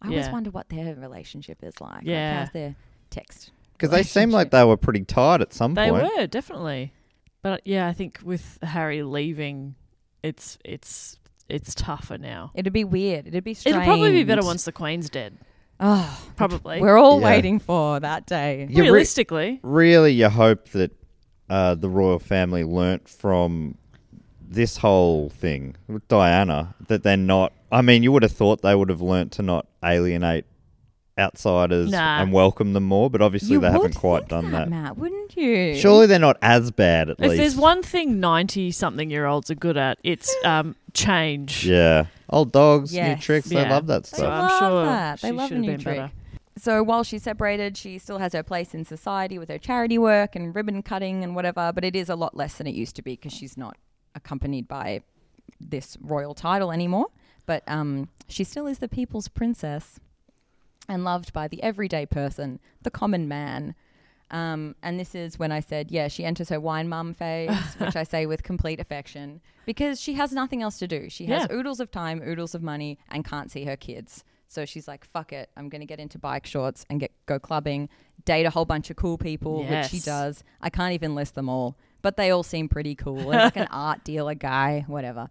Speaker 3: I always
Speaker 2: Yeah.
Speaker 3: wonder what their relationship is like.
Speaker 2: Yeah.
Speaker 3: like how's their text?
Speaker 1: Because they seem like they were pretty tired at some
Speaker 2: They
Speaker 1: point.
Speaker 2: were definitely, but yeah, I think with Harry leaving, it's it's it's tougher now.
Speaker 3: It'd be weird. It'd be strange.
Speaker 2: It'll probably be better once the Queen's dead.
Speaker 3: Oh,
Speaker 2: Probably.
Speaker 3: we're all
Speaker 1: Yeah.
Speaker 3: waiting for that day.
Speaker 1: You re-
Speaker 2: Realistically,
Speaker 1: really, you hope that uh, the royal family learnt from this whole thing with Diana that they're not. I mean, you would have thought they would have learnt to not alienate outsiders
Speaker 2: Nah.
Speaker 1: and welcome them more, but obviously
Speaker 3: You
Speaker 1: they
Speaker 3: would
Speaker 1: haven't quite
Speaker 3: think
Speaker 1: done that.
Speaker 3: Matt, wouldn't you?
Speaker 1: Surely they're not as bad, at
Speaker 2: if
Speaker 1: least.
Speaker 2: there's one thing ninety something year olds are good at, it's um change.
Speaker 1: yeah, old dogs,
Speaker 3: Yes.
Speaker 1: new tricks. They
Speaker 2: Yeah.
Speaker 1: love that
Speaker 2: So
Speaker 1: stuff.
Speaker 2: I'm
Speaker 3: love
Speaker 2: sure
Speaker 3: that. They
Speaker 2: she
Speaker 3: love a
Speaker 2: should have
Speaker 3: new
Speaker 2: been
Speaker 3: trick.
Speaker 2: better.
Speaker 3: So while she's separated, she still has her place in society with her charity work and ribbon cutting and whatever, but it is a lot less than it used to be because she's not accompanied by this royal title anymore. But um, she still is the people's princess and loved by the everyday person, the common man. Um, and this is when I said, yeah, she enters her wine mum phase, which I say with complete affection because she has nothing else to do. She has
Speaker 2: Yeah.
Speaker 3: oodles of time, oodles of money, and can't see her kids. So she's like, fuck it, I'm going to get into bike shorts and get go clubbing, date a whole bunch of cool people, which she
Speaker 2: Yes.
Speaker 3: does. I can't even list them all, but they all seem pretty cool. And like an art dealer guy, whatever.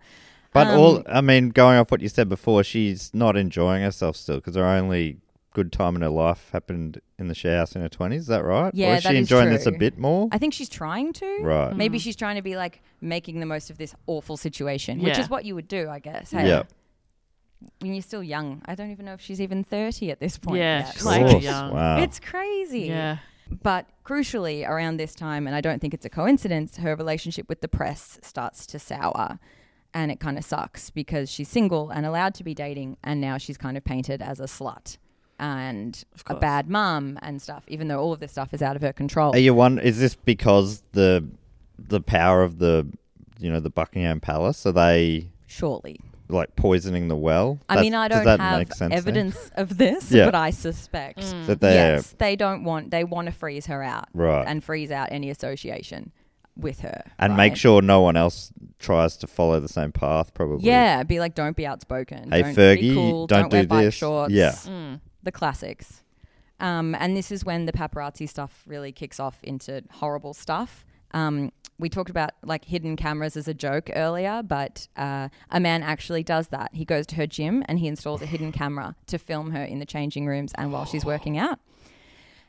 Speaker 1: But
Speaker 3: Um,
Speaker 1: all, I mean, going off what you said before, she's not enjoying herself still because her only good time in her life happened in the shower house in her 20s. Is that right?
Speaker 3: Yeah,
Speaker 1: or is
Speaker 3: that
Speaker 1: she
Speaker 3: is
Speaker 1: enjoying this a
Speaker 3: true.
Speaker 1: bit more?
Speaker 3: I think she's trying to.
Speaker 1: Right.
Speaker 3: Maybe
Speaker 2: Mm.
Speaker 3: she's trying to be like making the most of this awful situation, which
Speaker 2: Yeah.
Speaker 3: is what you would do, I guess.
Speaker 1: Yeah.
Speaker 3: Hey, When you're still young. I don't even know if she's even 30 at this point.
Speaker 2: Yeah,
Speaker 3: yet.
Speaker 2: she's
Speaker 1: Of
Speaker 2: Like,
Speaker 1: course.
Speaker 2: young.
Speaker 1: Wow.
Speaker 3: It's crazy.
Speaker 2: Yeah.
Speaker 3: But crucially, around this time, and I don't think it's a coincidence, her relationship with the press starts to sour. And it kind of sucks because she's single and allowed to be dating, and now she's kind of painted as a slut and a bad mum and stuff, even though all of this stuff is out of her control.
Speaker 1: Are you one? Is this because the the power of the you know the Buckingham Palace? Are they
Speaker 3: Surely.
Speaker 1: like poisoning the well?
Speaker 3: I
Speaker 1: That-
Speaker 3: mean, I
Speaker 1: does
Speaker 3: don't
Speaker 1: that
Speaker 3: have
Speaker 1: make sense then?
Speaker 3: evidence of this,
Speaker 1: Yeah.
Speaker 3: but I suspect
Speaker 1: That they're-
Speaker 3: yes, they don't want they want to freeze her out,
Speaker 1: Right.
Speaker 3: and freeze out any association with her,
Speaker 1: and
Speaker 3: right?
Speaker 1: make sure no one else tries to follow the same path. Probably.
Speaker 3: yeah, be like, don't be outspoken,
Speaker 1: Hey,
Speaker 3: don't
Speaker 1: Fergie,
Speaker 3: be cool,
Speaker 1: don't
Speaker 3: wear
Speaker 1: do
Speaker 3: bike
Speaker 1: this.
Speaker 3: shorts, Mm,
Speaker 1: Yeah.
Speaker 3: the classics. Um, and this is when the paparazzi stuff really kicks off into horrible stuff. Um, we talked about like hidden cameras as a joke earlier, but uh, a man actually does that. He goes to her gym and he installs a hidden camera to film her in the changing rooms and while she's working out.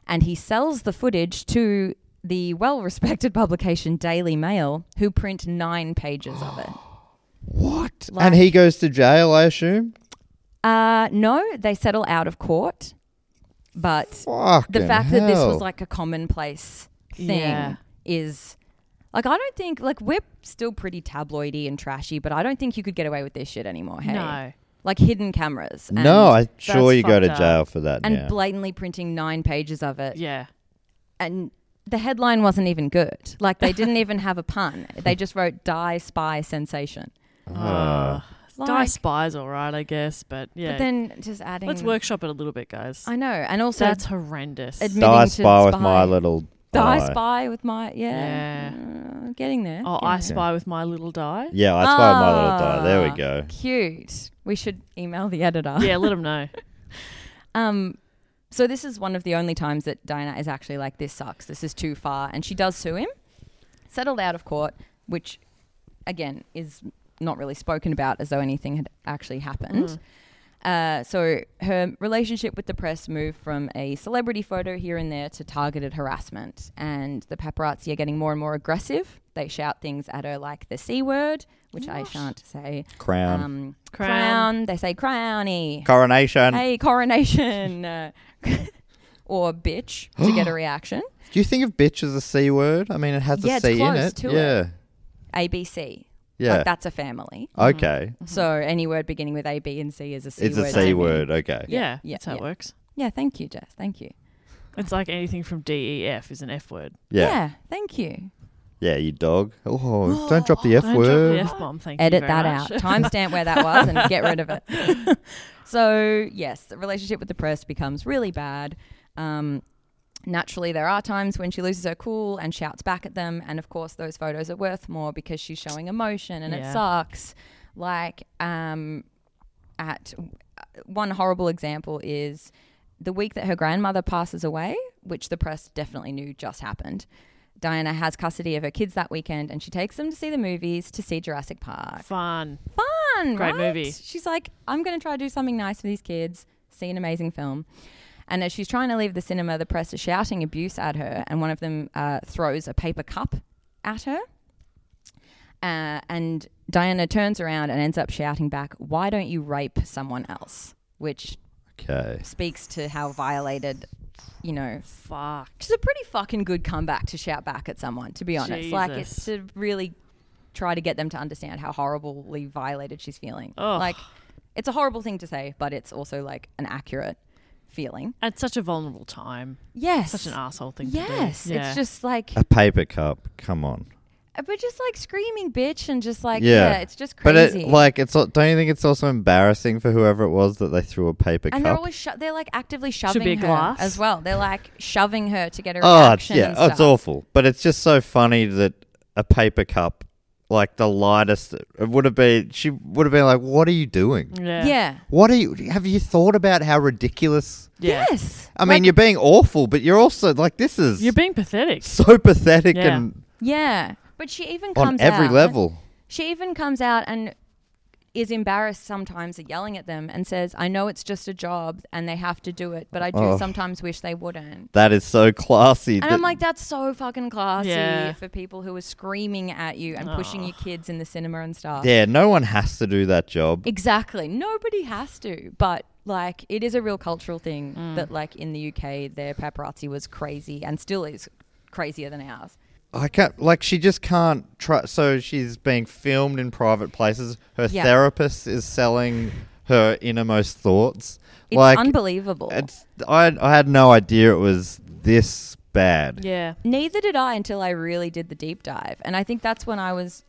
Speaker 3: And he sells the footage to the well respected publication Daily Mail, who print nine pages of it.
Speaker 1: What? and he goes to jail, I assume.
Speaker 3: Uh, no, they settle out of court. But the
Speaker 1: Fucking
Speaker 3: fact that this
Speaker 1: hell.
Speaker 3: was like a commonplace thing
Speaker 2: Yeah.
Speaker 3: is like I don't think like we're still pretty tabloidy and trashy, but I don't think you could get away with this shit anymore. Hey,
Speaker 2: No.
Speaker 3: like hidden cameras. And,
Speaker 1: no, I'm sure
Speaker 2: that's
Speaker 1: you go to
Speaker 2: fucked up.
Speaker 1: jail for that.
Speaker 3: and
Speaker 1: now.
Speaker 3: blatantly printing nine pages of it.
Speaker 2: Yeah.
Speaker 3: and the headline wasn't even good. Like they didn't even have a pun. They just wrote "die spy sensation."
Speaker 1: Uh.
Speaker 3: Like,
Speaker 2: Ah. Die Spy's all right, I guess, but yeah.
Speaker 3: but then just adding.
Speaker 2: Let's workshop it a little bit, guys.
Speaker 3: I know, and also
Speaker 2: That's horrendous.
Speaker 3: admitting
Speaker 1: die
Speaker 3: to
Speaker 1: spy with my
Speaker 3: spying.
Speaker 1: little
Speaker 3: Die
Speaker 1: eye.
Speaker 3: Spy with my
Speaker 2: Yeah.
Speaker 3: yeah, Uh, getting there.
Speaker 2: oh, I Spy with my little die.
Speaker 1: Yeah, I spy with my little die. There
Speaker 3: Ah.
Speaker 1: we go.
Speaker 3: Cute. We should email the editor.
Speaker 2: Yeah, let them know.
Speaker 3: Um. So this is one of the only times that Diana is actually like, "This sucks. This is too far," and she does sue him, settled out of court, which, again, is not really spoken about as though anything had actually happened. Uh, so her relationship with the press moved from a celebrity photo here and there to targeted harassment, and the paparazzi are getting more and more aggressive. They shout things at her like the c word, which I shan't say.
Speaker 1: Crown.
Speaker 3: Um, crown.
Speaker 2: Crown.
Speaker 3: They say crowny.
Speaker 1: Coronation.
Speaker 3: hey, coronation. uh, or bitch to get a reaction.
Speaker 1: Do you think of bitch as a c word? I mean, it has
Speaker 3: Yeah,
Speaker 1: a
Speaker 3: it's
Speaker 1: c in
Speaker 3: close
Speaker 1: it.
Speaker 3: to it.
Speaker 1: yeah.
Speaker 3: ABC.
Speaker 1: Yeah.
Speaker 3: Like that's a family.
Speaker 1: Mm-hmm. Okay.
Speaker 3: So any word beginning with A, B, and C is a C
Speaker 1: It's
Speaker 3: word.
Speaker 1: a
Speaker 3: to me.
Speaker 1: c word. Okay.
Speaker 2: Yeah,
Speaker 3: yeah,
Speaker 2: that's how
Speaker 3: yeah.
Speaker 2: it works.
Speaker 3: Yeah, thank you, Jess. Thank you.
Speaker 2: It's like anything from DEF is an F word.
Speaker 1: Yeah. Yeah.
Speaker 3: thank you.
Speaker 1: you dog. Oh, don't drop the f
Speaker 2: Don't
Speaker 1: word.
Speaker 2: drop the F bomb. Thank
Speaker 3: Edit
Speaker 2: you.
Speaker 3: that
Speaker 2: very
Speaker 3: out.
Speaker 2: much.
Speaker 3: Timestamp where that was and get rid of it. so, yes, the relationship with the press becomes really bad. Um, naturally, there are times when she loses her cool and shouts back at them. And of course, those photos are worth more because she's showing emotion and it
Speaker 2: Yeah.
Speaker 3: sucks. Like, um, at uh, one horrible example is the week that her grandmother passes away, which the press definitely knew just happened. Diana has custody of her kids that weekend and she takes them to see the movies to see Jurassic Park.
Speaker 2: Fun.
Speaker 3: Fun,
Speaker 2: Great
Speaker 3: right?
Speaker 2: movie.
Speaker 3: She's like, I'm going to try to do something nice for these kids, see an amazing film. And as she's trying to leave the cinema, the press is shouting abuse at her, and one of them uh, throws a paper cup at her. Uh, and Diana turns around and ends up shouting back, Why don't you rape someone else? Which
Speaker 1: Okay.
Speaker 3: speaks to how violated, you know,
Speaker 2: Fuck.
Speaker 3: which is a pretty fucking good comeback to shout back at someone, to be honest. Like, it's to really try to get them to understand how horribly violated she's feeling. Like, it's a horrible thing to say, but it's also like an accurate feeling.
Speaker 2: At such a vulnerable time.
Speaker 3: Yes.
Speaker 2: Such an asshole thing to do.
Speaker 3: Yes.
Speaker 2: Yeah.
Speaker 3: It's just like, uh,
Speaker 1: A paper cup. Come on.
Speaker 3: but just like screaming bitch and just like,
Speaker 1: Yeah.
Speaker 3: yeah, it's just crazy.
Speaker 1: But it, like, it's al- don't you think it's also embarrassing for whoever it was that they threw a paper
Speaker 3: and they're
Speaker 1: cup?
Speaker 3: always sho- they're like actively shoving
Speaker 2: be a
Speaker 3: her
Speaker 2: glass.
Speaker 3: as well. They're like shoving her to get a
Speaker 1: oh, it's-
Speaker 3: reaction.
Speaker 1: yeah,
Speaker 3: and
Speaker 1: oh, it's
Speaker 3: stuff.
Speaker 1: awful. But it's just so funny that a paper cup, like the lightest, it would have been. She would have been like, "What are you doing?
Speaker 2: Yeah.
Speaker 3: Yeah.
Speaker 1: What are you? Have you thought about how ridiculous?"
Speaker 2: Yeah.
Speaker 3: Yes.
Speaker 1: I mean, you're being awful, but you're also like, this is
Speaker 2: You're being pathetic.
Speaker 1: so pathetic
Speaker 2: Yeah.
Speaker 1: and
Speaker 3: Yeah. But she even
Speaker 1: on
Speaker 3: comes
Speaker 1: every
Speaker 3: out-
Speaker 1: level.
Speaker 3: She even comes out and is embarrassed sometimes at yelling at them and says, I know it's just a job and they have to do it, but I do
Speaker 1: Oh.
Speaker 3: sometimes wish they wouldn't.
Speaker 1: That is so classy.
Speaker 3: And I'm like, that's so fucking classy
Speaker 2: Yeah.
Speaker 3: for people who are screaming at you and pushing your kids in the cinema and stuff.
Speaker 1: yeah, no one has to do that job.
Speaker 3: Exactly. Nobody has to, but Like it is a real cultural thing that like in the UK their paparazzi was crazy and still is crazier than ours.
Speaker 1: I can't like she just can't try. So she's being filmed in private places. Her
Speaker 3: Yeah.
Speaker 1: therapist is selling her innermost thoughts.
Speaker 3: It's
Speaker 1: like uh,
Speaker 3: unbelievable.
Speaker 1: It's I I had no idea it was this bad.
Speaker 2: Yeah.
Speaker 3: Neither did I until I really did the deep dive. And I think that's when I was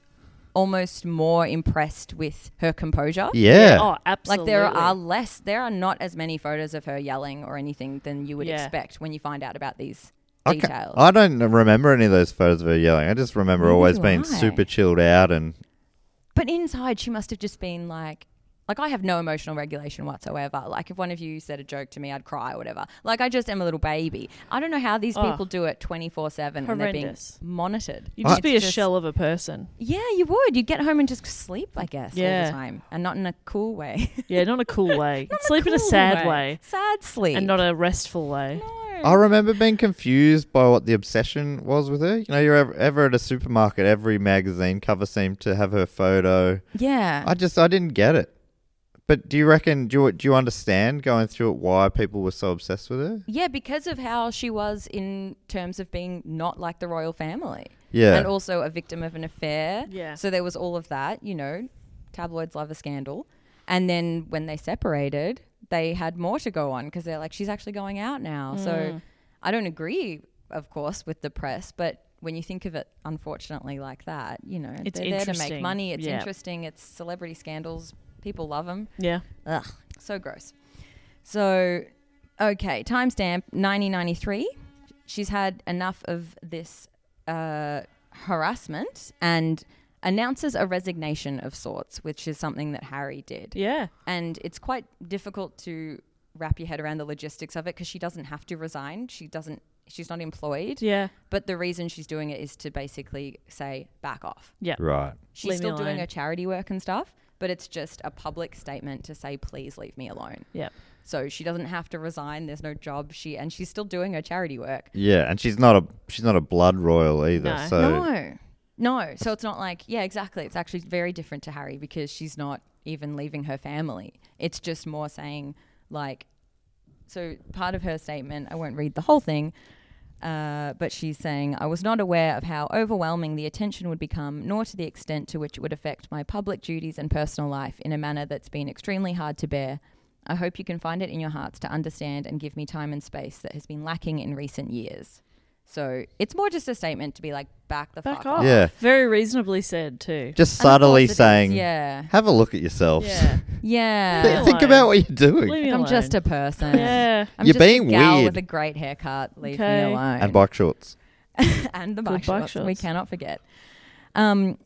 Speaker 3: almost more impressed with her composure.
Speaker 1: Yeah.
Speaker 2: Oh, absolutely.
Speaker 3: Like there are less, there are not as many photos of her yelling or anything than you would
Speaker 2: Yeah.
Speaker 3: expect when you find out about these
Speaker 1: I, ca-
Speaker 3: details.
Speaker 1: I don't remember any of those photos of her yelling. I just remember
Speaker 3: Neither
Speaker 1: always
Speaker 3: do
Speaker 1: being
Speaker 3: I.
Speaker 1: super chilled out and
Speaker 3: But inside, she must have just been like, like I have no emotional regulation whatsoever. Like if one of you said a joke to me, I'd cry or whatever. Like I just am a little baby. I don't know how these
Speaker 2: Oh.
Speaker 3: people do it twenty four seven and they're being
Speaker 2: Horrendous.
Speaker 3: monitored.
Speaker 2: You'd just
Speaker 3: It's
Speaker 2: be a shell of a person.
Speaker 3: Yeah, you would. You'd get home and just sleep, I guess, all
Speaker 2: Yeah.
Speaker 3: the time, and not in a cool way.
Speaker 2: Yeah, not a cool way.
Speaker 3: Not
Speaker 2: Sleep in a
Speaker 3: cool
Speaker 2: sad way.
Speaker 3: sad sleep,
Speaker 2: and not a restful way.
Speaker 1: I
Speaker 3: Hmm.
Speaker 1: remember being confused by what the obsession was with her. You know, you're ever, ever at a supermarket, every magazine cover seemed to have her photo.
Speaker 3: yeah.
Speaker 1: I just I didn't get it. But do you reckon do you, do you understand going through it why people were so obsessed with her?
Speaker 3: Yeah, because of how she was in terms of being not like the royal family.
Speaker 1: Yeah.
Speaker 3: And also a victim of an affair.
Speaker 2: Yeah.
Speaker 3: So there was all of that, you know, tabloids love a scandal. And then when they separated, they had more to go on because they're like, she's actually going out now.
Speaker 2: Hmm.
Speaker 3: So I don't agree, of course, with the press, but when you think of it, unfortunately, like that, you know,
Speaker 2: It's
Speaker 3: they're there to make
Speaker 2: interesting.
Speaker 3: money. It's
Speaker 2: Yeah.
Speaker 3: interesting. It's celebrity scandals. People love them.
Speaker 2: Yeah.
Speaker 3: Ugh, so gross. So, okay, timestamp 1993. She's had enough of this uh, harassment and announces a resignation of sorts, which is something that Harry did.
Speaker 2: Yeah.
Speaker 3: And it's quite difficult to wrap your head around the logistics of it because she doesn't have to resign. She doesn't. She's not employed.
Speaker 2: Yeah.
Speaker 3: But the reason she's doing it is to basically say back off.
Speaker 2: Yeah.
Speaker 1: Right.
Speaker 3: She's
Speaker 2: Leave me
Speaker 3: still doing
Speaker 2: alone.
Speaker 3: her charity work and stuff, but it's just a public statement to say, please leave me alone.
Speaker 2: Yeah.
Speaker 3: So she doesn't have to resign. There's no job. She and she's still doing her charity work.
Speaker 1: Yeah, and she's not a she's not a blood royal either.
Speaker 2: No.
Speaker 1: So
Speaker 3: no, no. So it's not like yeah, exactly. It's actually very different to Harry because she's not even leaving her family. It's just more saying like, so part of her statement. I won't read the whole thing. Uh, but she's saying, I was not aware of how overwhelming the attention would become, nor to the extent to which it would affect my public duties and personal life in a manner that's been extremely hard to bear. I hope you can find it in your hearts to understand and give me time and space that has been lacking in recent years. So it's more just a statement to be like, back the
Speaker 2: Back
Speaker 3: fuck
Speaker 2: off.
Speaker 1: Yeah.
Speaker 2: Very reasonably said too.
Speaker 1: just
Speaker 3: And of course
Speaker 1: subtly
Speaker 3: it is,
Speaker 1: saying,
Speaker 3: yeah,
Speaker 1: have a look at yourself.
Speaker 2: Yeah.
Speaker 1: Th-
Speaker 3: yeah.
Speaker 2: Leave me
Speaker 1: Think
Speaker 2: alone.
Speaker 1: about what you're doing.
Speaker 2: Leave me
Speaker 3: I'm
Speaker 2: alone.
Speaker 3: just a person.
Speaker 2: Yeah.
Speaker 3: I'm
Speaker 1: You're
Speaker 3: just
Speaker 1: being
Speaker 3: a gal
Speaker 1: weird.
Speaker 3: with a great haircut. Leave
Speaker 2: Okay.
Speaker 3: me alone.
Speaker 1: And bike shorts.
Speaker 3: and the
Speaker 2: Good
Speaker 3: bike,
Speaker 2: bike
Speaker 3: shots. We
Speaker 2: shots.
Speaker 3: cannot forget. Um,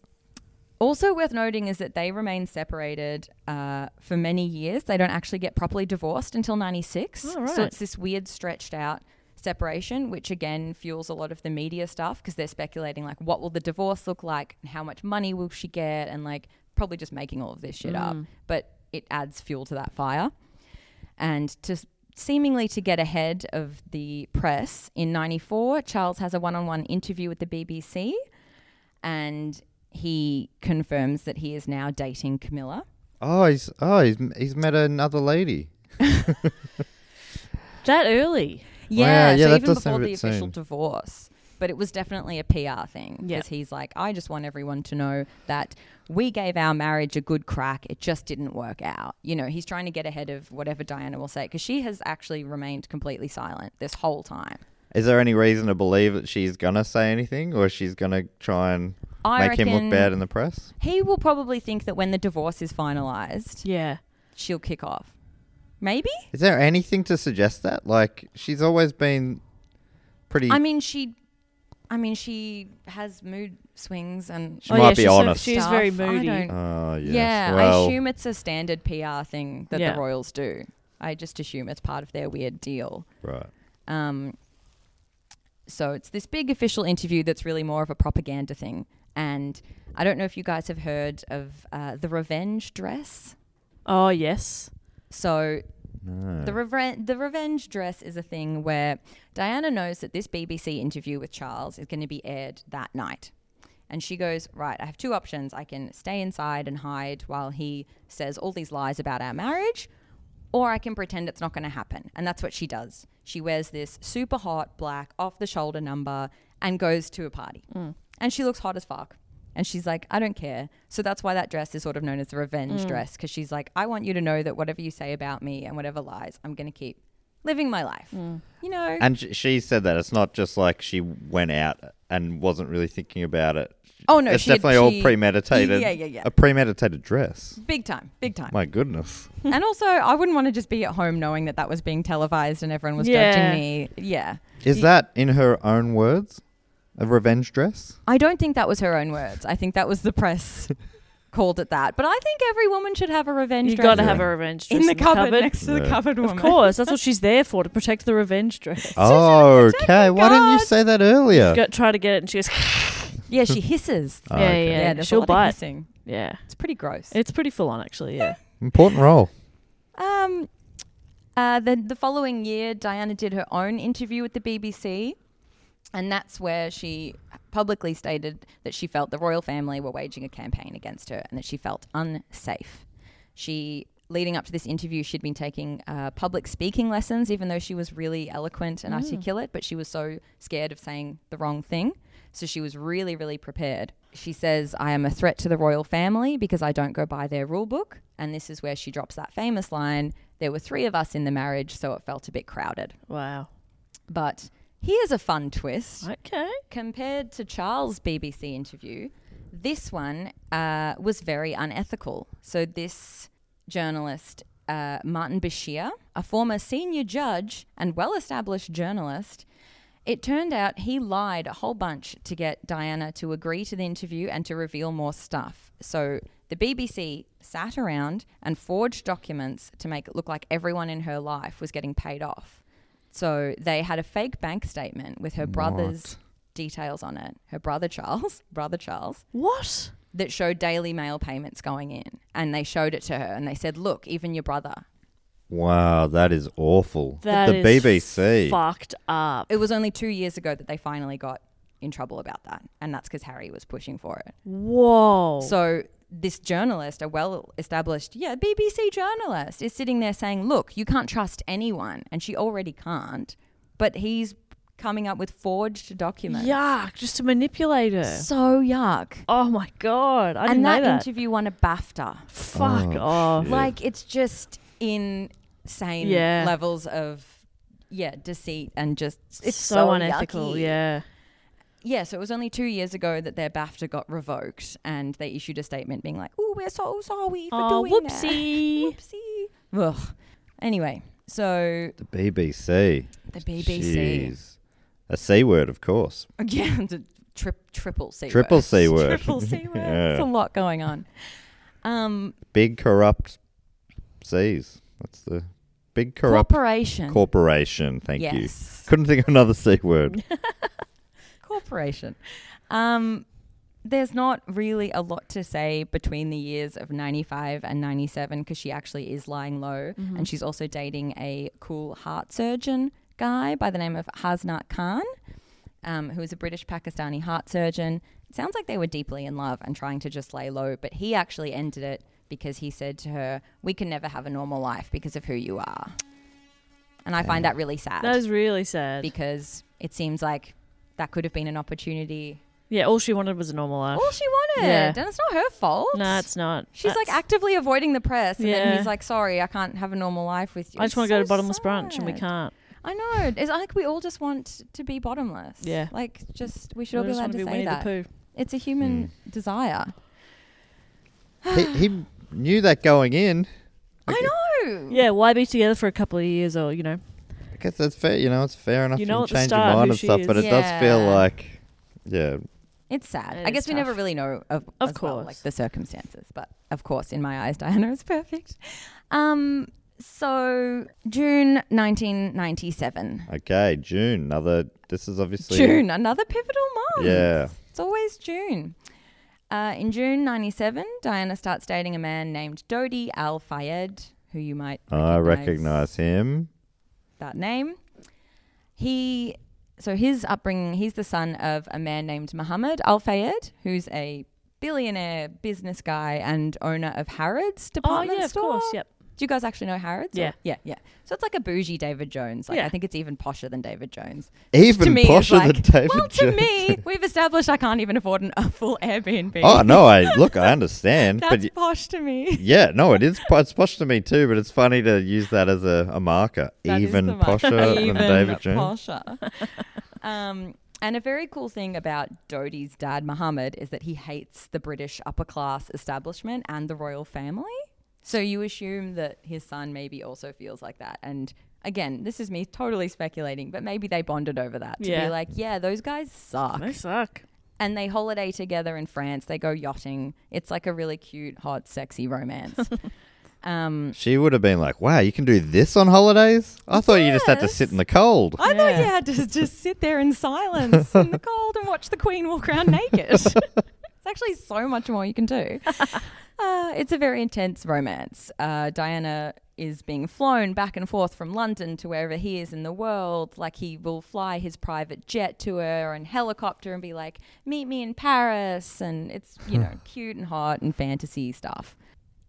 Speaker 3: also worth noting is that they remain separated uh, for many years. They don't actually get properly divorced until 96.
Speaker 2: Oh,
Speaker 3: So
Speaker 2: right.
Speaker 3: it's this weird stretched out separation, which again fuels a lot of the media stuff because they're speculating like what will the divorce look like and how much money will she get and like probably just making all of this shit up.
Speaker 2: Mm.
Speaker 3: But it adds fuel to that fire and to s- seemingly to get ahead of the press in 94 charles has a one-on-one interview with the bbc and he confirms that he is now dating camilla
Speaker 1: Oh, he's oh he's he's met another lady.
Speaker 2: that early.
Speaker 3: yeah,
Speaker 1: yeah,
Speaker 3: so
Speaker 1: that
Speaker 3: even
Speaker 1: does sound
Speaker 3: before
Speaker 1: a
Speaker 3: the
Speaker 1: bit
Speaker 3: official
Speaker 1: soon.
Speaker 3: divorce but it was definitely a pr thing
Speaker 2: Yeah.
Speaker 3: because he's like i just want everyone to know that we gave our marriage a good crack it just didn't work out you know he's trying to get ahead of whatever diana will say because she has actually remained completely silent this whole time
Speaker 1: Is there any reason to believe that she's gonna say anything, or she's gonna try and
Speaker 3: I
Speaker 1: make him look
Speaker 3: reckon-
Speaker 1: bad in the press?
Speaker 3: He will probably think that when the divorce is finalized,
Speaker 2: Yeah.
Speaker 3: she'll kick off. Maybe?
Speaker 1: Is there anything to suggest that? Like she's always been pretty.
Speaker 3: I mean, she I mean, she has mood swings and
Speaker 1: She Oh, might yeah, be
Speaker 2: she's so-
Speaker 1: honest.
Speaker 2: she's very
Speaker 3: stuff. I
Speaker 2: moody.
Speaker 3: don't-
Speaker 1: oh yes.
Speaker 3: yeah,
Speaker 1: Well,
Speaker 3: I assume it's a standard PR thing that
Speaker 2: Yeah.
Speaker 3: the Royals do. I just assume it's part of their weird deal.
Speaker 1: right.
Speaker 3: Um, so it's this big official interview that's really more of a propaganda thing. And I don't know if you guys have heard of uh, the revenge dress.
Speaker 2: Oh yes.
Speaker 3: So the reven- the revenge dress is a thing where Diana knows that this BBC interview with Charles is going to be aired that night. And she goes, Right, I have two options. I can stay inside and hide while he says all these lies about our marriage, or I can pretend it's not going to happen. And that's what she does. She wears this super hot black off the shoulder number and goes to a party. And she looks hot as fuck. And she's like, I don't care. So that's why that dress is sort of known as the revenge
Speaker 2: Mm.
Speaker 3: dress because she's like, I want you to know that whatever you say about me and whatever lies, I'm going to keep living my life.
Speaker 2: Mm.
Speaker 3: You know?
Speaker 1: And sh- she said that it's not just like she went out and wasn't really thinking about it.
Speaker 3: Oh, no,
Speaker 1: it's
Speaker 3: she had-
Speaker 1: definitely all
Speaker 3: she-
Speaker 1: premeditated.
Speaker 3: Yeah, yeah, yeah.
Speaker 1: A premeditated dress.
Speaker 3: big time, big time.
Speaker 1: My goodness.
Speaker 3: and also, I wouldn't want to just be at home knowing that that was being televised and everyone was
Speaker 2: Yeah.
Speaker 3: judging me. Yeah.
Speaker 1: Is that in her own words? A revenge dress?
Speaker 3: I don't think that was her own words. I think that was the press called it that. But I think every woman should have a revenge
Speaker 2: You
Speaker 3: dress.
Speaker 2: got to have a revenge dress
Speaker 3: in the cupboard, next to the
Speaker 1: Yeah.
Speaker 3: cupboard woman.
Speaker 2: Of course, that's what she's there for to protect the revenge dress.
Speaker 1: Oh, okay. Why didn't you say that earlier?
Speaker 2: Go, try to get it, and she goes,
Speaker 3: Yeah, she hisses.
Speaker 2: yeah, yeah,
Speaker 1: okay.
Speaker 2: yeah,
Speaker 3: yeah, there's a
Speaker 2: she'll
Speaker 3: lot of
Speaker 2: bite.
Speaker 3: hissing.
Speaker 2: Yeah,
Speaker 3: It's pretty gross.
Speaker 2: it's pretty full on actually. Yeah,
Speaker 1: Important role.
Speaker 3: Um, uh, the, the following year, Diana did her own interview with the BBC, and that's where she publicly stated that she felt the royal family were waging a campaign against her and that she felt unsafe. She, leading up to this interview, she'd been taking uh, public speaking lessons, even though she was really eloquent and articulate, but she was so scared of saying the wrong thing. So she was really, really prepared. She says, I am a threat to the royal family because I don't go by their rule book. And this is where she drops that famous line there were three of us in the marriage, so it felt a bit crowded.
Speaker 2: wow.
Speaker 3: But here's a fun twist.
Speaker 2: Okay,
Speaker 3: Compared to Charles' BBC interview, this one uh, was very unethical. So this journalist, uh, Martin Bashir, a former senior judge and well-established journalist, it turned out he lied a whole bunch to get Diana to agree to the interview and to reveal more stuff. So the BBC sat around and forged documents to make it look like everyone in her life was getting paid off. So they had a fake bank statement with her brother's details on it. Her brother Charles, brother Charles,
Speaker 2: what?
Speaker 3: that showed Daily Mail payments going in, and they showed it to her, and they said, "Look, even your brother."
Speaker 1: Wow, that is awful.
Speaker 2: That
Speaker 1: the
Speaker 2: is
Speaker 1: BBC.
Speaker 2: Fucked up.
Speaker 3: It was only two years ago that they finally got in trouble about that, and that's because Harry was pushing for it.
Speaker 2: Whoa.
Speaker 3: So this journalist, a well-established, yeah, BBC journalist, is sitting there saying, "Look, you can't trust anyone," and she already can't, but he's coming up with forged documents.
Speaker 2: Yuck! Just to manipulate her.
Speaker 3: So yuck.
Speaker 2: Oh my god! I didn't
Speaker 3: and that,
Speaker 2: know that.
Speaker 3: interview won a BAFTA.
Speaker 2: Fuck
Speaker 1: Oh,
Speaker 2: off!
Speaker 3: Like it's just insane
Speaker 2: Yeah.
Speaker 3: levels of yeah deceit and just
Speaker 2: It's
Speaker 3: it's
Speaker 2: so, unethical.
Speaker 3: yucky.
Speaker 2: Yeah.
Speaker 3: yeah. So it was only two years ago that their BAFTA got revoked, and they issued a statement being like, "Oh, we're so sorry for
Speaker 2: Oh,
Speaker 3: doing
Speaker 2: whoopsie.
Speaker 3: that. whoopsie, whoopsie." Ugh. Anyway, so
Speaker 1: The BBC.
Speaker 3: the BBC,
Speaker 1: Jeez. A C word, of course.
Speaker 3: yeah, the tri- triple C,
Speaker 1: Triple
Speaker 3: word.
Speaker 1: C word.
Speaker 3: triple C word. It's
Speaker 1: Yeah.
Speaker 3: a lot going on. Um,
Speaker 1: Big corrupt C's. That's the big corrupt
Speaker 3: corporation.
Speaker 1: corporation. Thank you.
Speaker 3: yes.
Speaker 1: Couldn't think of another C word.
Speaker 3: corporation. Um, there's not really a lot to say between the years of 95 and 97 because she actually is lying low. And she's also dating a cool heart surgeon guy by the name of Hasnat Khan, um, who is a British Pakistani heart surgeon. It sounds like they were deeply in love and trying to just lay low, but he actually ended it because he said to her, We can never have a normal life because of who you are. And I find that really sad
Speaker 2: That is really sad.
Speaker 3: because it seems like that could have been an opportunity.
Speaker 2: yeah. All she wanted was a normal life.
Speaker 3: All she wanted,
Speaker 2: Yeah.
Speaker 3: and it's not her fault.
Speaker 2: no, it's not.
Speaker 3: She's like
Speaker 2: That's-
Speaker 3: actively avoiding the press, and
Speaker 2: Yeah.
Speaker 3: then he's like, "Sorry, I can't have a normal life with you."
Speaker 2: I just want to
Speaker 3: It's
Speaker 2: go to
Speaker 3: so
Speaker 2: bottomless brunch and we
Speaker 3: sad.
Speaker 2: can't.
Speaker 3: I know. It's like we all just want to be bottomless.
Speaker 2: Yeah.
Speaker 3: Like just we should
Speaker 2: We
Speaker 3: all be
Speaker 2: just
Speaker 3: allowed
Speaker 2: want
Speaker 3: to
Speaker 2: to be
Speaker 3: say
Speaker 2: Winnie
Speaker 3: that.
Speaker 2: the Pooh.
Speaker 3: It's a human desire.
Speaker 1: he, he knew that going in.
Speaker 3: I know.
Speaker 2: Mm. Yeah, why be together for a couple of years or, you know?
Speaker 1: I guess that's fair. You know, it's fair enough.
Speaker 2: You
Speaker 1: You,
Speaker 2: know at
Speaker 1: can
Speaker 2: the
Speaker 1: change
Speaker 2: start
Speaker 1: your
Speaker 2: who
Speaker 1: mind and
Speaker 2: she
Speaker 1: stuff, but
Speaker 3: is.
Speaker 1: it does feel
Speaker 3: Yeah.
Speaker 1: like, yeah,
Speaker 3: It's sad.
Speaker 2: It
Speaker 3: I
Speaker 2: is
Speaker 3: guess we never
Speaker 2: tough.
Speaker 3: really know of,
Speaker 2: Of
Speaker 3: as well, like
Speaker 2: course.
Speaker 3: the circumstances, but of course, in my eyes, Diana is perfect. Um, so June 1997,
Speaker 1: okay, June. Another. This is obviously
Speaker 3: June, another pivotal month.
Speaker 1: Yeah.
Speaker 3: it's always June. Uh, in June 97, Diana starts dating a man named Dodi Al Fayed, who you might
Speaker 1: I recognize him.
Speaker 3: that name. He so his upbringing, he's the son of a man named Muhammad Al Fayed, who's a billionaire business guy and owner of Harrods
Speaker 2: Oh,
Speaker 3: department
Speaker 2: yeah, of
Speaker 3: store.
Speaker 2: course. Yep.
Speaker 3: Do you guys actually know Harrods? or-
Speaker 2: Yeah.
Speaker 3: yeah, yeah. So it's like a bougie David Jones. Like
Speaker 2: Yeah.
Speaker 3: I think it's even posher than David Jones.
Speaker 1: Even
Speaker 3: to me, it's
Speaker 1: posher than
Speaker 3: like-
Speaker 1: David
Speaker 3: well,
Speaker 1: Jones.
Speaker 3: to me, we've established I can't even afford an, a full Airbnb.
Speaker 1: Oh no, I look, I understand,
Speaker 3: That's
Speaker 1: but y-
Speaker 3: posh to me.
Speaker 1: yeah, no, it is. po- It's posh to me too, but it's funny to use that as a, a marker.
Speaker 3: That is
Speaker 1: Even
Speaker 3: the mark.
Speaker 1: posher
Speaker 3: Even
Speaker 1: than David Jones.
Speaker 3: posher. um, and a very cool thing about Dodie's dad, Muhammad, is that he hates the British upper class establishment and the royal family. So you assume that his son maybe also feels like that. And again, this is me totally speculating, but maybe they bonded over that to
Speaker 2: Yeah.
Speaker 3: be like, yeah, those guys suck.
Speaker 2: They suck.
Speaker 3: And they holiday together in France. They go yachting. It's like a really cute, hot, sexy romance. um,
Speaker 1: She would have been like, "Wow, you can do this on holidays? I thought you just had to sit in the cold."
Speaker 3: I thought you had to just sit there in silence in the cold and watch the Queen walk around naked. it's actually so much more you can do. Uh, it's a very intense romance. Uh, Diana is being flown back and forth from London to wherever he is in the world. Like he will fly his private jet to her and helicopter and be like, "Meet me in Paris," and it's you know cute and hot and fantasy stuff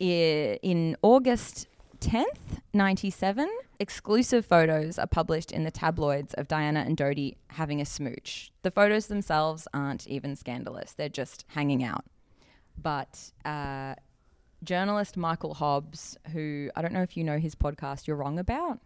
Speaker 3: i- in August 10th, 97, exclusive photos are published in the tabloids of Diana and Dodie having a smooch. The photos themselves aren't even scandalous, they're just hanging out. But uh, journalist Michael Hobbs, who I don't know if you know his podcast, You're Wrong About,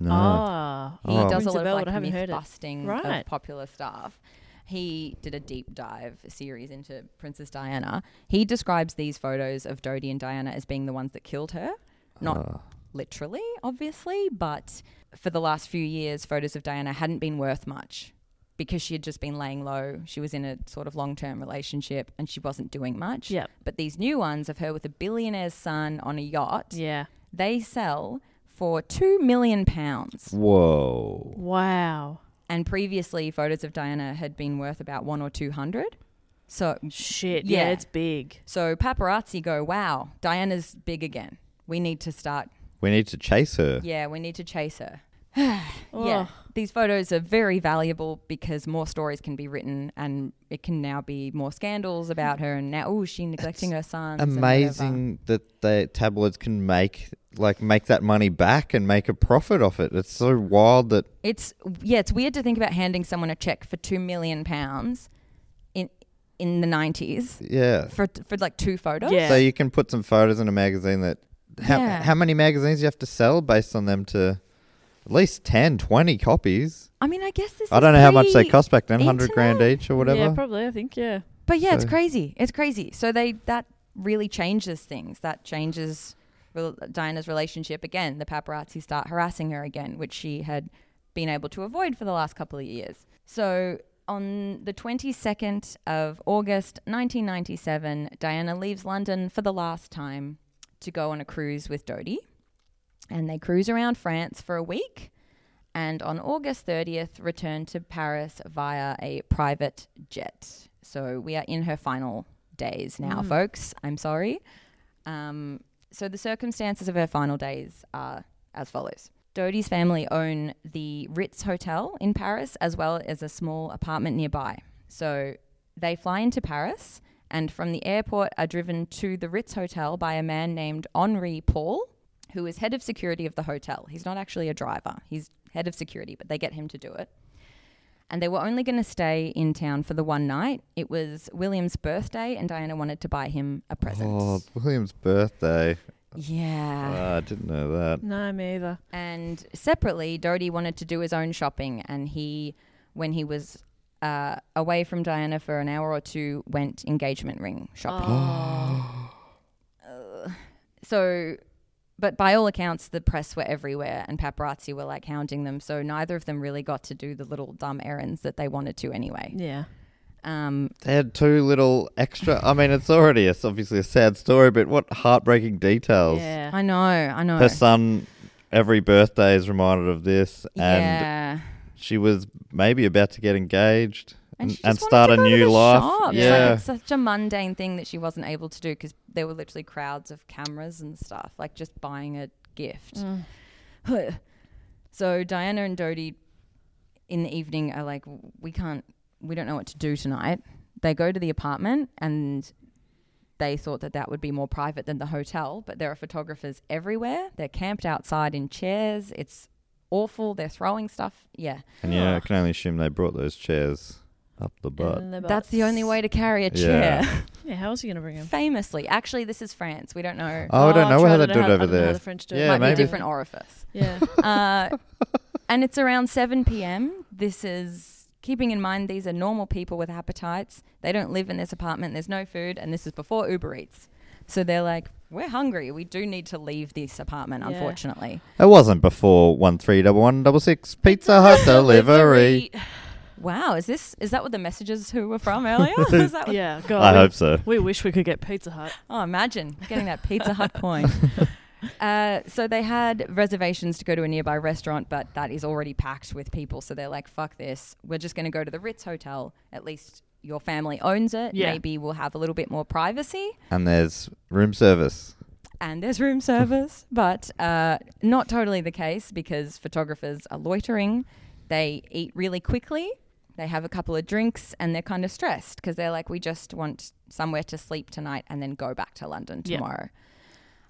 Speaker 3: Oh.
Speaker 2: Ah.
Speaker 3: he does a
Speaker 2: Rings
Speaker 3: lot
Speaker 2: bell,
Speaker 3: of
Speaker 2: but I
Speaker 3: like
Speaker 2: haven't
Speaker 3: myth
Speaker 2: heard it.
Speaker 3: busting
Speaker 2: Right.
Speaker 3: of popular stuff. He did a deep dive series into Princess Diana. He describes these photos of Dodie and Diana as being the ones that killed her. Not literally, obviously, but for the last few years, photos of Diana hadn't been worth much because she had just been laying low. She was in a sort of long term relationship and she wasn't doing much.
Speaker 2: Yep.
Speaker 3: But these new ones of her with a billionaire's son on a yacht,
Speaker 2: Yeah.
Speaker 3: they sell for £2 million. pounds.
Speaker 1: Whoa!
Speaker 2: Wow.
Speaker 3: and previously photos of Diana had been worth about one or two hundred. So,
Speaker 2: Shit. Yeah.
Speaker 3: Yeah.
Speaker 2: it's big.
Speaker 3: so paparazzi go, "Wow, Diana's big again. We need to start.
Speaker 1: We need to chase her.
Speaker 3: Yeah, we need to chase her." Yeah,
Speaker 2: Oh.
Speaker 3: these photos are very valuable because more stories can be written, and it can now be more scandals about her. And now, oh, she neglecting her son.
Speaker 1: Amazing that the tabloids can make like make that money back and make a profit off it. It's so wild that
Speaker 3: It's yeah, it's weird to think about handing someone a check for two million pounds in in the nineties
Speaker 1: yeah.
Speaker 3: for for like two photos.
Speaker 2: Yeah.
Speaker 1: So you can put some photos in a magazine that how,
Speaker 3: Yeah.
Speaker 1: how many magazines you have to sell based on them to at least 10, 20 copies.
Speaker 3: I mean, I guess this.
Speaker 1: I
Speaker 3: is
Speaker 1: don't know how much they
Speaker 3: pretty-
Speaker 1: cost back then, 100 grand
Speaker 3: internet.
Speaker 1: each or whatever.
Speaker 2: Yeah, probably. I think. Yeah.
Speaker 3: But yeah, it's
Speaker 1: So-
Speaker 3: crazy. It's crazy. So they that really changes things. That changes rel- Diana's relationship again. The paparazzi start harassing her again, which she had been able to avoid for the last couple of years. So on the 22nd of August 1997, Diana leaves London for the last time to go on a cruise with Dodie. And they cruise around France for a week and on August 30th returned to Paris via a private jet. So we are in her final days now, folks. I'm sorry. Um, so the circumstances of her final days are as follows. Dodie's family own the Ritz Hotel in Paris as well as a small apartment nearby. So they fly into Paris and from the airport are driven to the Ritz Hotel by a man named Henri Paul, who is head of security of the hotel. He's not actually a driver, he's head of security, but they get him to do it. And they were only going to stay in town for the one night. It was William's birthday, and Diana wanted to buy him a present.
Speaker 1: Oh, it's William's birthday.
Speaker 3: Yeah.
Speaker 1: Ah, I didn't know that.
Speaker 2: No, me either.
Speaker 3: And separately, Doherty wanted to do his own shopping, and he, when he was uh, away from Diana for an hour or two, went engagement ring shopping. Ugh. so, but by all accounts, the press were everywhere, and paparazzi were like hounding them. So neither of them really got to do the little dumb errands that they wanted to anyway.
Speaker 2: Yeah.
Speaker 3: Um,
Speaker 1: They had two little extra. I mean, it's already it's obviously a sad story, but what heartbreaking details.
Speaker 2: Yeah.
Speaker 3: I know, I know.
Speaker 1: Her son, every birthday is reminded of this, and
Speaker 3: yeah.
Speaker 1: she was maybe about to get engaged
Speaker 3: and,
Speaker 1: and,
Speaker 3: she
Speaker 1: and
Speaker 3: just wanted
Speaker 1: start
Speaker 3: to
Speaker 1: a
Speaker 3: go to
Speaker 1: new
Speaker 3: the
Speaker 1: life.
Speaker 3: shops.
Speaker 1: Yeah.
Speaker 3: like, it's such a mundane thing that she wasn't able to do because there were literally crowds of cameras and stuff, like just buying a gift.
Speaker 1: Mm.
Speaker 3: so Diana and Dodie in the evening are like, we can't, we don't know what to do tonight. They go to the apartment and They thought that that would be more private than the hotel, but there are photographers everywhere. They're camped outside in chairs. It's awful. They're throwing stuff. Yeah.
Speaker 1: And yeah, I can only assume they brought those chairs up the butt.
Speaker 3: That's the only way to carry a
Speaker 1: Yeah.
Speaker 3: chair.
Speaker 2: Yeah, how else are you going to bring him?
Speaker 3: Famously. Actually, this is France. We don't know.
Speaker 1: Oh, I don't
Speaker 2: Oh,
Speaker 1: know
Speaker 2: true,
Speaker 1: how
Speaker 2: I
Speaker 1: they
Speaker 2: don't
Speaker 1: do
Speaker 2: know
Speaker 1: it
Speaker 2: how-
Speaker 1: over
Speaker 2: I don't know how
Speaker 1: there.
Speaker 2: the French do it.
Speaker 1: yeah,
Speaker 3: Might be a
Speaker 1: maybe.
Speaker 3: different orifice.
Speaker 2: Yeah.
Speaker 3: Uh, and it's around 7 p.m. This is keeping in mind these are normal people with appetites. They don't live in this apartment. There's no food, and this is before Uber Eats. So they're like, we're hungry. We do need to leave this apartment,
Speaker 2: Yeah.
Speaker 3: unfortunately.
Speaker 1: It wasn't before one three double one double six Pizza Hut delivery.
Speaker 3: Wow, is this is that what the messages who were from earlier? is that what-
Speaker 2: Yeah, God.
Speaker 1: I
Speaker 2: we,
Speaker 1: hope so.
Speaker 2: We wish we could get Pizza Hut.
Speaker 3: Oh, imagine getting that Pizza Hut coin. Uh, so they had reservations to go to a nearby restaurant, but that is already packed with people. So they're like, "Fuck this! We're just going to go to the Ritz Hotel. At least your family owns it.
Speaker 2: Yeah.
Speaker 3: Maybe we'll have a little bit more privacy."
Speaker 1: And there's room service.
Speaker 3: and there's room service, but uh, not totally the case because photographers are loitering. They eat really quickly. They have a couple of drinks and they're kind of stressed because they're like, we just want somewhere to sleep tonight and then go back to London
Speaker 2: Yeah.
Speaker 3: tomorrow.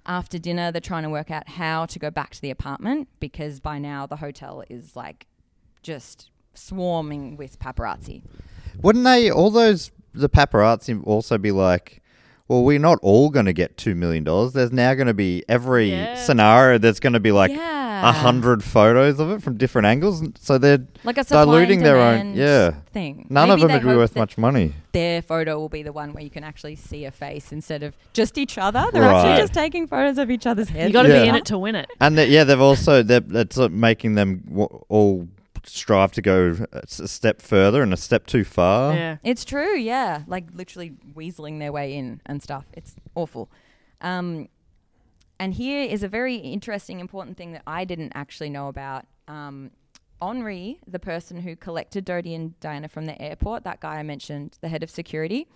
Speaker 3: After dinner, they're trying to work out how to go back to the apartment because by now the hotel is like just swarming with paparazzi.
Speaker 1: Wouldn't they all those the paparazzi also be like, well, we're not all going to get two million dollars. There's now going to be every
Speaker 2: Yeah.
Speaker 1: scenario. There's going to be like a
Speaker 3: Yeah.
Speaker 1: hundred photos of it from different angles. and So they're
Speaker 3: Like a supply and
Speaker 1: diluting their own.
Speaker 3: demand
Speaker 1: Yeah,
Speaker 3: thing.
Speaker 1: None
Speaker 3: Maybe
Speaker 1: of
Speaker 3: they
Speaker 1: them would be
Speaker 3: hope
Speaker 1: worth
Speaker 3: that-
Speaker 1: much money.
Speaker 3: their photo will be the one where you can actually see a face instead of just each other. They're
Speaker 1: Right.
Speaker 3: actually just taking photos of each other's heads.
Speaker 2: You got to
Speaker 1: Yeah.
Speaker 2: be in it to win it.
Speaker 1: And that yeah, they've also they're, that's uh, making them w- all strive to go a s- a step further and a step too far.
Speaker 2: Yeah.
Speaker 3: It's true, yeah. Like literally weaseling their way in and stuff. It's awful. Um, and here is a very interesting, important thing that I didn't actually know about. Um, Henri, the person who collected Dodie and Diana from the airport, that guy I mentioned, the head of security,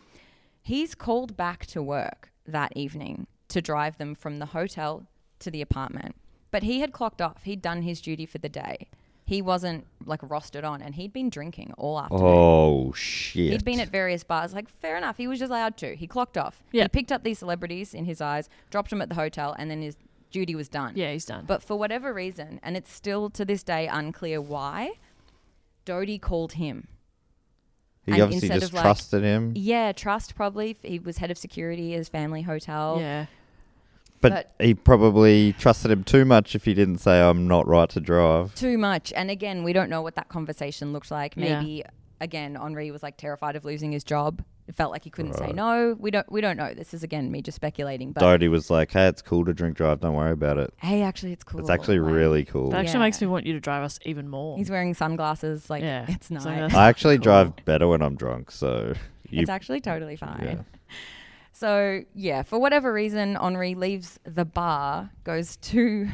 Speaker 3: he's called back to work that evening to drive them from the hotel to the apartment. But he had clocked off. He'd done his duty for the day. He wasn't like rostered on, and he'd been drinking all afternoon.
Speaker 1: Oh shit!
Speaker 3: He'd been at various bars. Like, fair enough. He was just allowed to. He clocked off.
Speaker 2: Yeah.
Speaker 3: He picked up these celebrities in his eyes, dropped them at the hotel, and then his duty was done.
Speaker 2: Yeah, he's done.
Speaker 3: But for whatever reason, and it's still to this day unclear why, Dodie called him.
Speaker 1: he
Speaker 3: and
Speaker 1: obviously
Speaker 3: instead
Speaker 1: just
Speaker 3: of, like-
Speaker 1: trusted him.
Speaker 3: Yeah, trust probably. He was head of security at his family hotel.
Speaker 2: Yeah.
Speaker 1: But he probably trusted him too much if he didn't say, I'm not right to drive.
Speaker 3: Too much. And again, we don't know what that conversation looked like.
Speaker 2: Yeah.
Speaker 3: Maybe again, Henri was like terrified of losing his job. It felt like he couldn't say no. We don't we don't know. This is again me just speculating. But
Speaker 1: Doty was like, hey, it's cool to drink drive. Don't worry about it.
Speaker 3: hey, actually it's cool.
Speaker 1: It's actually
Speaker 3: Like,
Speaker 1: really cool.
Speaker 2: That actually
Speaker 3: Yeah.
Speaker 2: makes me want you to drive us even more.
Speaker 3: He's wearing sunglasses. Like
Speaker 2: yeah.
Speaker 3: it's
Speaker 2: So
Speaker 3: nice.
Speaker 2: that's-
Speaker 1: I actually
Speaker 2: Cool.
Speaker 1: drive better when I'm drunk. So you,
Speaker 3: it's actually totally fine.
Speaker 1: Yeah.
Speaker 3: So yeah, for whatever reason, Henri leaves the bar, goes to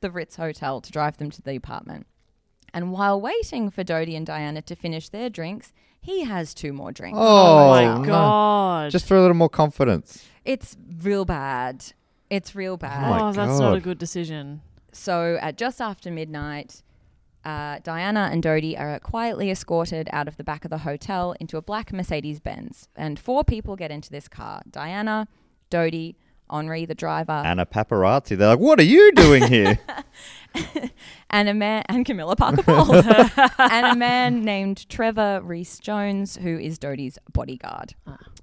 Speaker 3: the Ritz Hotel to drive them to the apartment. And while waiting for Dodie and Diana to finish their drinks, he has two more drinks.
Speaker 1: oh,
Speaker 2: my
Speaker 1: no.
Speaker 2: God.
Speaker 1: Just for a little more confidence.
Speaker 3: It's real bad. It's real bad.
Speaker 1: my
Speaker 2: oh, that's not a
Speaker 1: God.
Speaker 2: good decision.
Speaker 3: So at just after midnight, uh, Diana and Dodie are quietly escorted out of the back of the hotel into a black Mercedes Benz, and four people get into this car: Diana, Dodie, Henri, the driver,
Speaker 1: And a paparazzi. They're like, what are you doing here?
Speaker 3: and a man and Camilla Parker Bowles, and a man named Trevor Reese Jones, who is Dodie's bodyguard.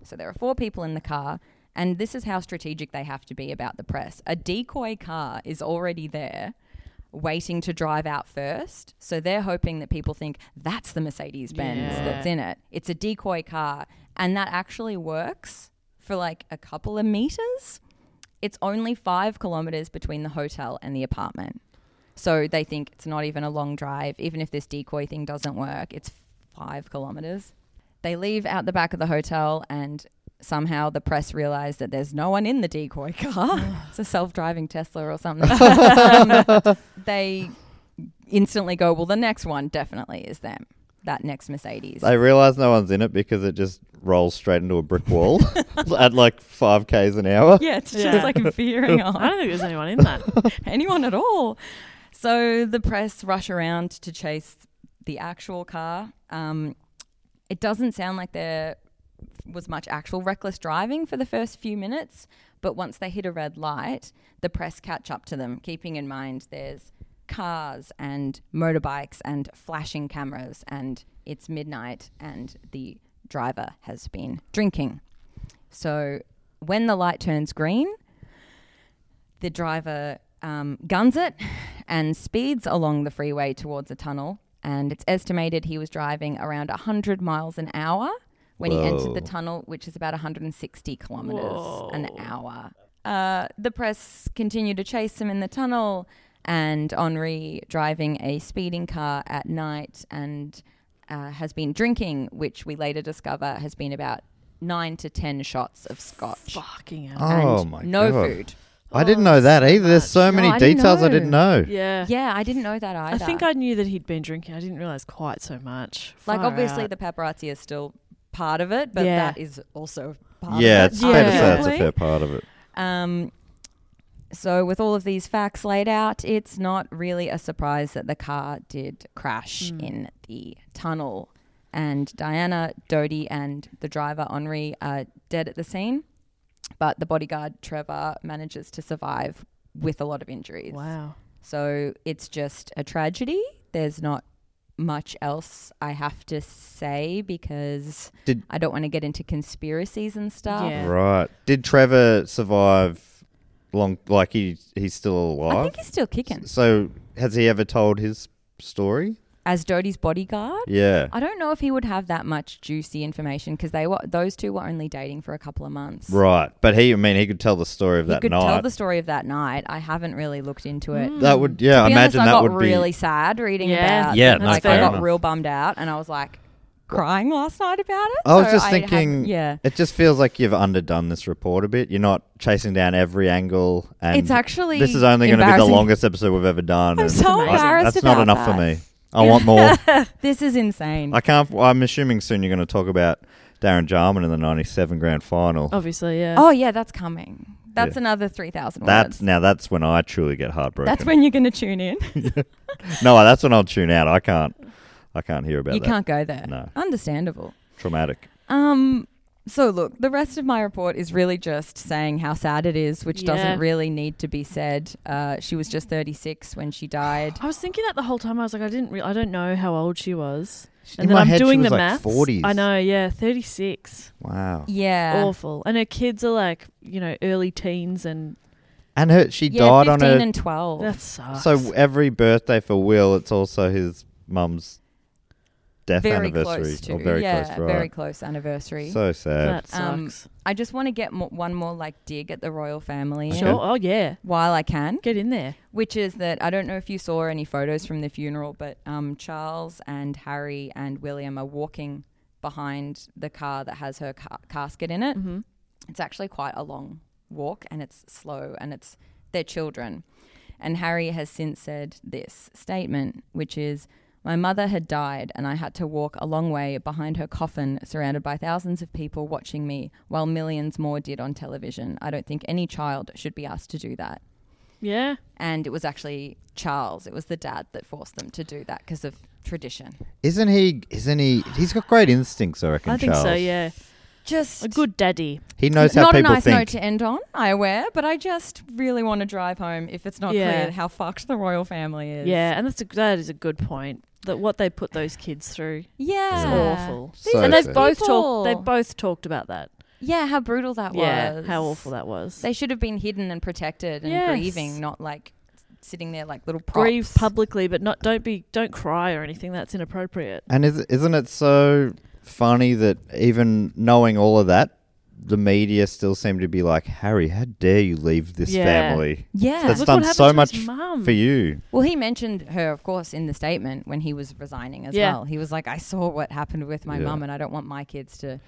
Speaker 3: So there are four people in the car, and this is how strategic they have to be about the press. A decoy car is already there. Waiting to drive out first. So they're hoping that people think that's the Mercedes Benz that's in it. It's a decoy car. And that actually works for like a couple of meters. It's only five kilometers between the hotel and the apartment. So they think it's not even a long drive, even if this decoy thing doesn't work. It's five kilometers. They leave out the back of the hotel, and somehow the press realize that there's no one in the decoy car. it's a self driving Tesla or something. Um, they instantly go, Well, the next one definitely is them. That next Mercedes.
Speaker 1: they realize no one's in it because it just rolls straight into a brick wall at like 5Ks an hour.
Speaker 3: yeah, it's
Speaker 2: Yeah.
Speaker 3: just like veering off.
Speaker 2: I don't think there's anyone in that.
Speaker 3: anyone at all. So the press rush around to chase the actual car. Um, it doesn't sound like they're was much actual reckless driving for the first few minutes, but once they hit a red light, the press catch up to them, keeping in mind there's cars and motorbikes and flashing cameras and it's midnight and the driver has been drinking. So when the light turns green, the driver um, guns it and speeds along the freeway towards a tunnel. And it's estimated he was driving around 100 miles an hour when he entered the tunnel, which is about 160 kilometers an hour. Uh, the press continue to chase him in the tunnel, and Henri driving a speeding car at night and uh, has been drinking, which we later discover has been about nine to 10 shots of scotch.
Speaker 2: Fucking hell.
Speaker 3: and
Speaker 1: Oh my
Speaker 3: no
Speaker 1: God.
Speaker 3: food.
Speaker 1: I didn't know that either. There's so
Speaker 3: No,
Speaker 1: many
Speaker 3: I didn't
Speaker 1: details I
Speaker 3: know.
Speaker 1: didn't know.
Speaker 2: Yeah.
Speaker 3: Yeah, I didn't know that
Speaker 2: I
Speaker 3: either.
Speaker 2: think I knew that he'd been drinking. I didn't realize quite so much.
Speaker 3: like
Speaker 2: Far
Speaker 3: obviously
Speaker 2: out.
Speaker 3: the paparazzi is still part of it, but
Speaker 2: Yeah.
Speaker 3: that is also part
Speaker 1: Yeah,
Speaker 3: of it.
Speaker 1: it's fair to say
Speaker 2: Yeah.
Speaker 1: that's a fair part of it.
Speaker 3: Um, so with all of these facts laid out, it's not really a surprise that the car did crash
Speaker 2: Hmm.
Speaker 3: in the tunnel. And Diana, Dodie, and the driver Henri are dead at the scene, but the bodyguard Trevor manages to survive with a lot of injuries.
Speaker 2: Wow.
Speaker 3: So it's just a tragedy. There's not much else I have to say because
Speaker 1: Did-
Speaker 3: I don't want to get into conspiracies and stuff.
Speaker 2: Yeah.
Speaker 1: Right. Did Trevor survive long? Like he he's still alive.
Speaker 3: I think he's still kicking.
Speaker 1: so has he ever told his story?
Speaker 3: As Dodie's bodyguard,
Speaker 1: Yeah.
Speaker 3: I don't know if he would have that much juicy information because they were those two were only dating for a couple of months.
Speaker 1: Right. But he, I mean, he could tell the story of
Speaker 3: You
Speaker 1: that
Speaker 3: could
Speaker 1: night.
Speaker 3: tell the story of that night. I haven't really looked into it.
Speaker 1: that would, yeah, I
Speaker 3: To be honest,
Speaker 1: imagine
Speaker 3: I
Speaker 1: that
Speaker 3: got
Speaker 1: would be.
Speaker 3: really sad reading
Speaker 2: Mm. Yeah.
Speaker 3: about.
Speaker 1: Yeah,
Speaker 3: it.
Speaker 1: no,
Speaker 3: like I
Speaker 1: fair
Speaker 3: got
Speaker 1: enough.
Speaker 3: real bummed out, and I was like crying last night about it.
Speaker 1: I was
Speaker 3: So
Speaker 1: just
Speaker 3: had-
Speaker 1: thinking,
Speaker 3: yeah,
Speaker 1: it just feels like you've underdone this report a bit. You're not chasing down every angle, and
Speaker 3: It's actually
Speaker 1: this is only going to be the
Speaker 3: embarrassing.
Speaker 1: longest episode we've ever done. and
Speaker 3: so
Speaker 1: I-
Speaker 3: embarrassed
Speaker 1: That's not
Speaker 3: about
Speaker 1: enough for me.
Speaker 3: that.
Speaker 1: I want more.
Speaker 3: this is insane.
Speaker 1: I can't. I'm assuming soon you're going to talk about Darren Jarman in the '97 Grand Final.
Speaker 2: Obviously, yeah.
Speaker 3: oh yeah, that's coming. That's
Speaker 1: Yeah.
Speaker 3: another three thousand
Speaker 1: that's
Speaker 3: words.
Speaker 1: now. That's when I truly get heartbroken.
Speaker 3: That's when you're going to tune in.
Speaker 1: no, that's when I'll tune out. I can't. I can't hear about
Speaker 3: you
Speaker 1: that.
Speaker 3: can't go there.
Speaker 1: No.
Speaker 3: Understandable.
Speaker 1: Traumatic.
Speaker 3: Um. So look, the rest of my report is really just saying how sad it is, which
Speaker 2: Yeah.
Speaker 3: doesn't really need to be said. Uh, she was just 36 when she died.
Speaker 2: I was thinking that the whole time. I was like, I didn't. Re- I don't know how old she was.
Speaker 1: In
Speaker 2: And then
Speaker 1: my
Speaker 2: I'm
Speaker 1: head, she
Speaker 2: doing
Speaker 1: was
Speaker 2: the
Speaker 1: like
Speaker 2: maths.
Speaker 1: 40s.
Speaker 2: I know. Yeah, thirty six.
Speaker 1: Wow.
Speaker 3: Yeah.
Speaker 2: Awful. And her kids are like, you know, early teens, and
Speaker 1: And her, she
Speaker 3: yeah,
Speaker 1: died
Speaker 3: 15
Speaker 1: on her.
Speaker 3: and 12.
Speaker 2: that sucks.
Speaker 1: So uh, every birthday for Will, it's also his mum's death
Speaker 3: very
Speaker 1: anniversary,
Speaker 3: close to.
Speaker 1: or very
Speaker 3: yeah,
Speaker 1: close, right?
Speaker 3: very close anniversary.
Speaker 1: So sad.
Speaker 2: that
Speaker 3: um,
Speaker 2: sucks.
Speaker 3: I just want to get mo- one more like dig at the royal family
Speaker 1: Okay.
Speaker 2: sure. Oh yeah.
Speaker 3: while I can.
Speaker 2: Get in there.
Speaker 3: which is that I don't know if you saw any photos from the funeral, but um, Charles and Harry and William are walking behind the car that has her ca- casket in it. It's actually quite a long walk and it's slow and it's their children. And Harry has since said this statement, which is My mother had died, and I had to walk a long way behind her coffin, surrounded by thousands of people watching me, while millions more did on television. I don't think any child should be asked to do that
Speaker 2: Yeah.
Speaker 3: and it was actually Charles. It was the dad that forced them to do that because of tradition.
Speaker 1: Isn't he? Isn't he? He's got great instincts, I reckon.
Speaker 2: I think so.
Speaker 1: Charles.
Speaker 2: Yeah.
Speaker 3: Just
Speaker 2: A good daddy.
Speaker 1: He knows how
Speaker 3: not a
Speaker 1: people
Speaker 3: nice note
Speaker 1: think.
Speaker 3: to end on, I aware, but I just really want to drive home if it's not
Speaker 2: Yeah.
Speaker 3: clear how fucked the royal family is.
Speaker 2: Yeah, and that's a, that is a good point. That what they put those kids through
Speaker 3: yeah,
Speaker 2: is awful.
Speaker 1: So
Speaker 2: and they've
Speaker 1: sad.
Speaker 2: both
Speaker 3: People.
Speaker 2: talked. They both talked about that.
Speaker 3: Yeah, how brutal that
Speaker 2: yeah,
Speaker 3: was.
Speaker 2: how awful that was.
Speaker 3: They should have been hidden and protected and
Speaker 2: Yes.
Speaker 3: grieving, not like sitting there like little props.
Speaker 2: grieve publicly, but not don't be don't cry or anything. That's inappropriate.
Speaker 1: And is, isn't it so funny that even knowing all of that, the media still seem to be like, Harry, how dare you leave this
Speaker 2: Yeah.
Speaker 1: family?
Speaker 3: Yeah.
Speaker 1: that's
Speaker 2: Look
Speaker 1: done
Speaker 2: what happened
Speaker 1: so
Speaker 2: to
Speaker 1: much
Speaker 2: his mum.
Speaker 1: for you.
Speaker 3: Well, he mentioned her, of course, in the statement when he was resigning as
Speaker 2: Yeah.
Speaker 3: well. He was like, "I saw what happened with my
Speaker 1: Yeah.
Speaker 3: mum, and I don't want my kids to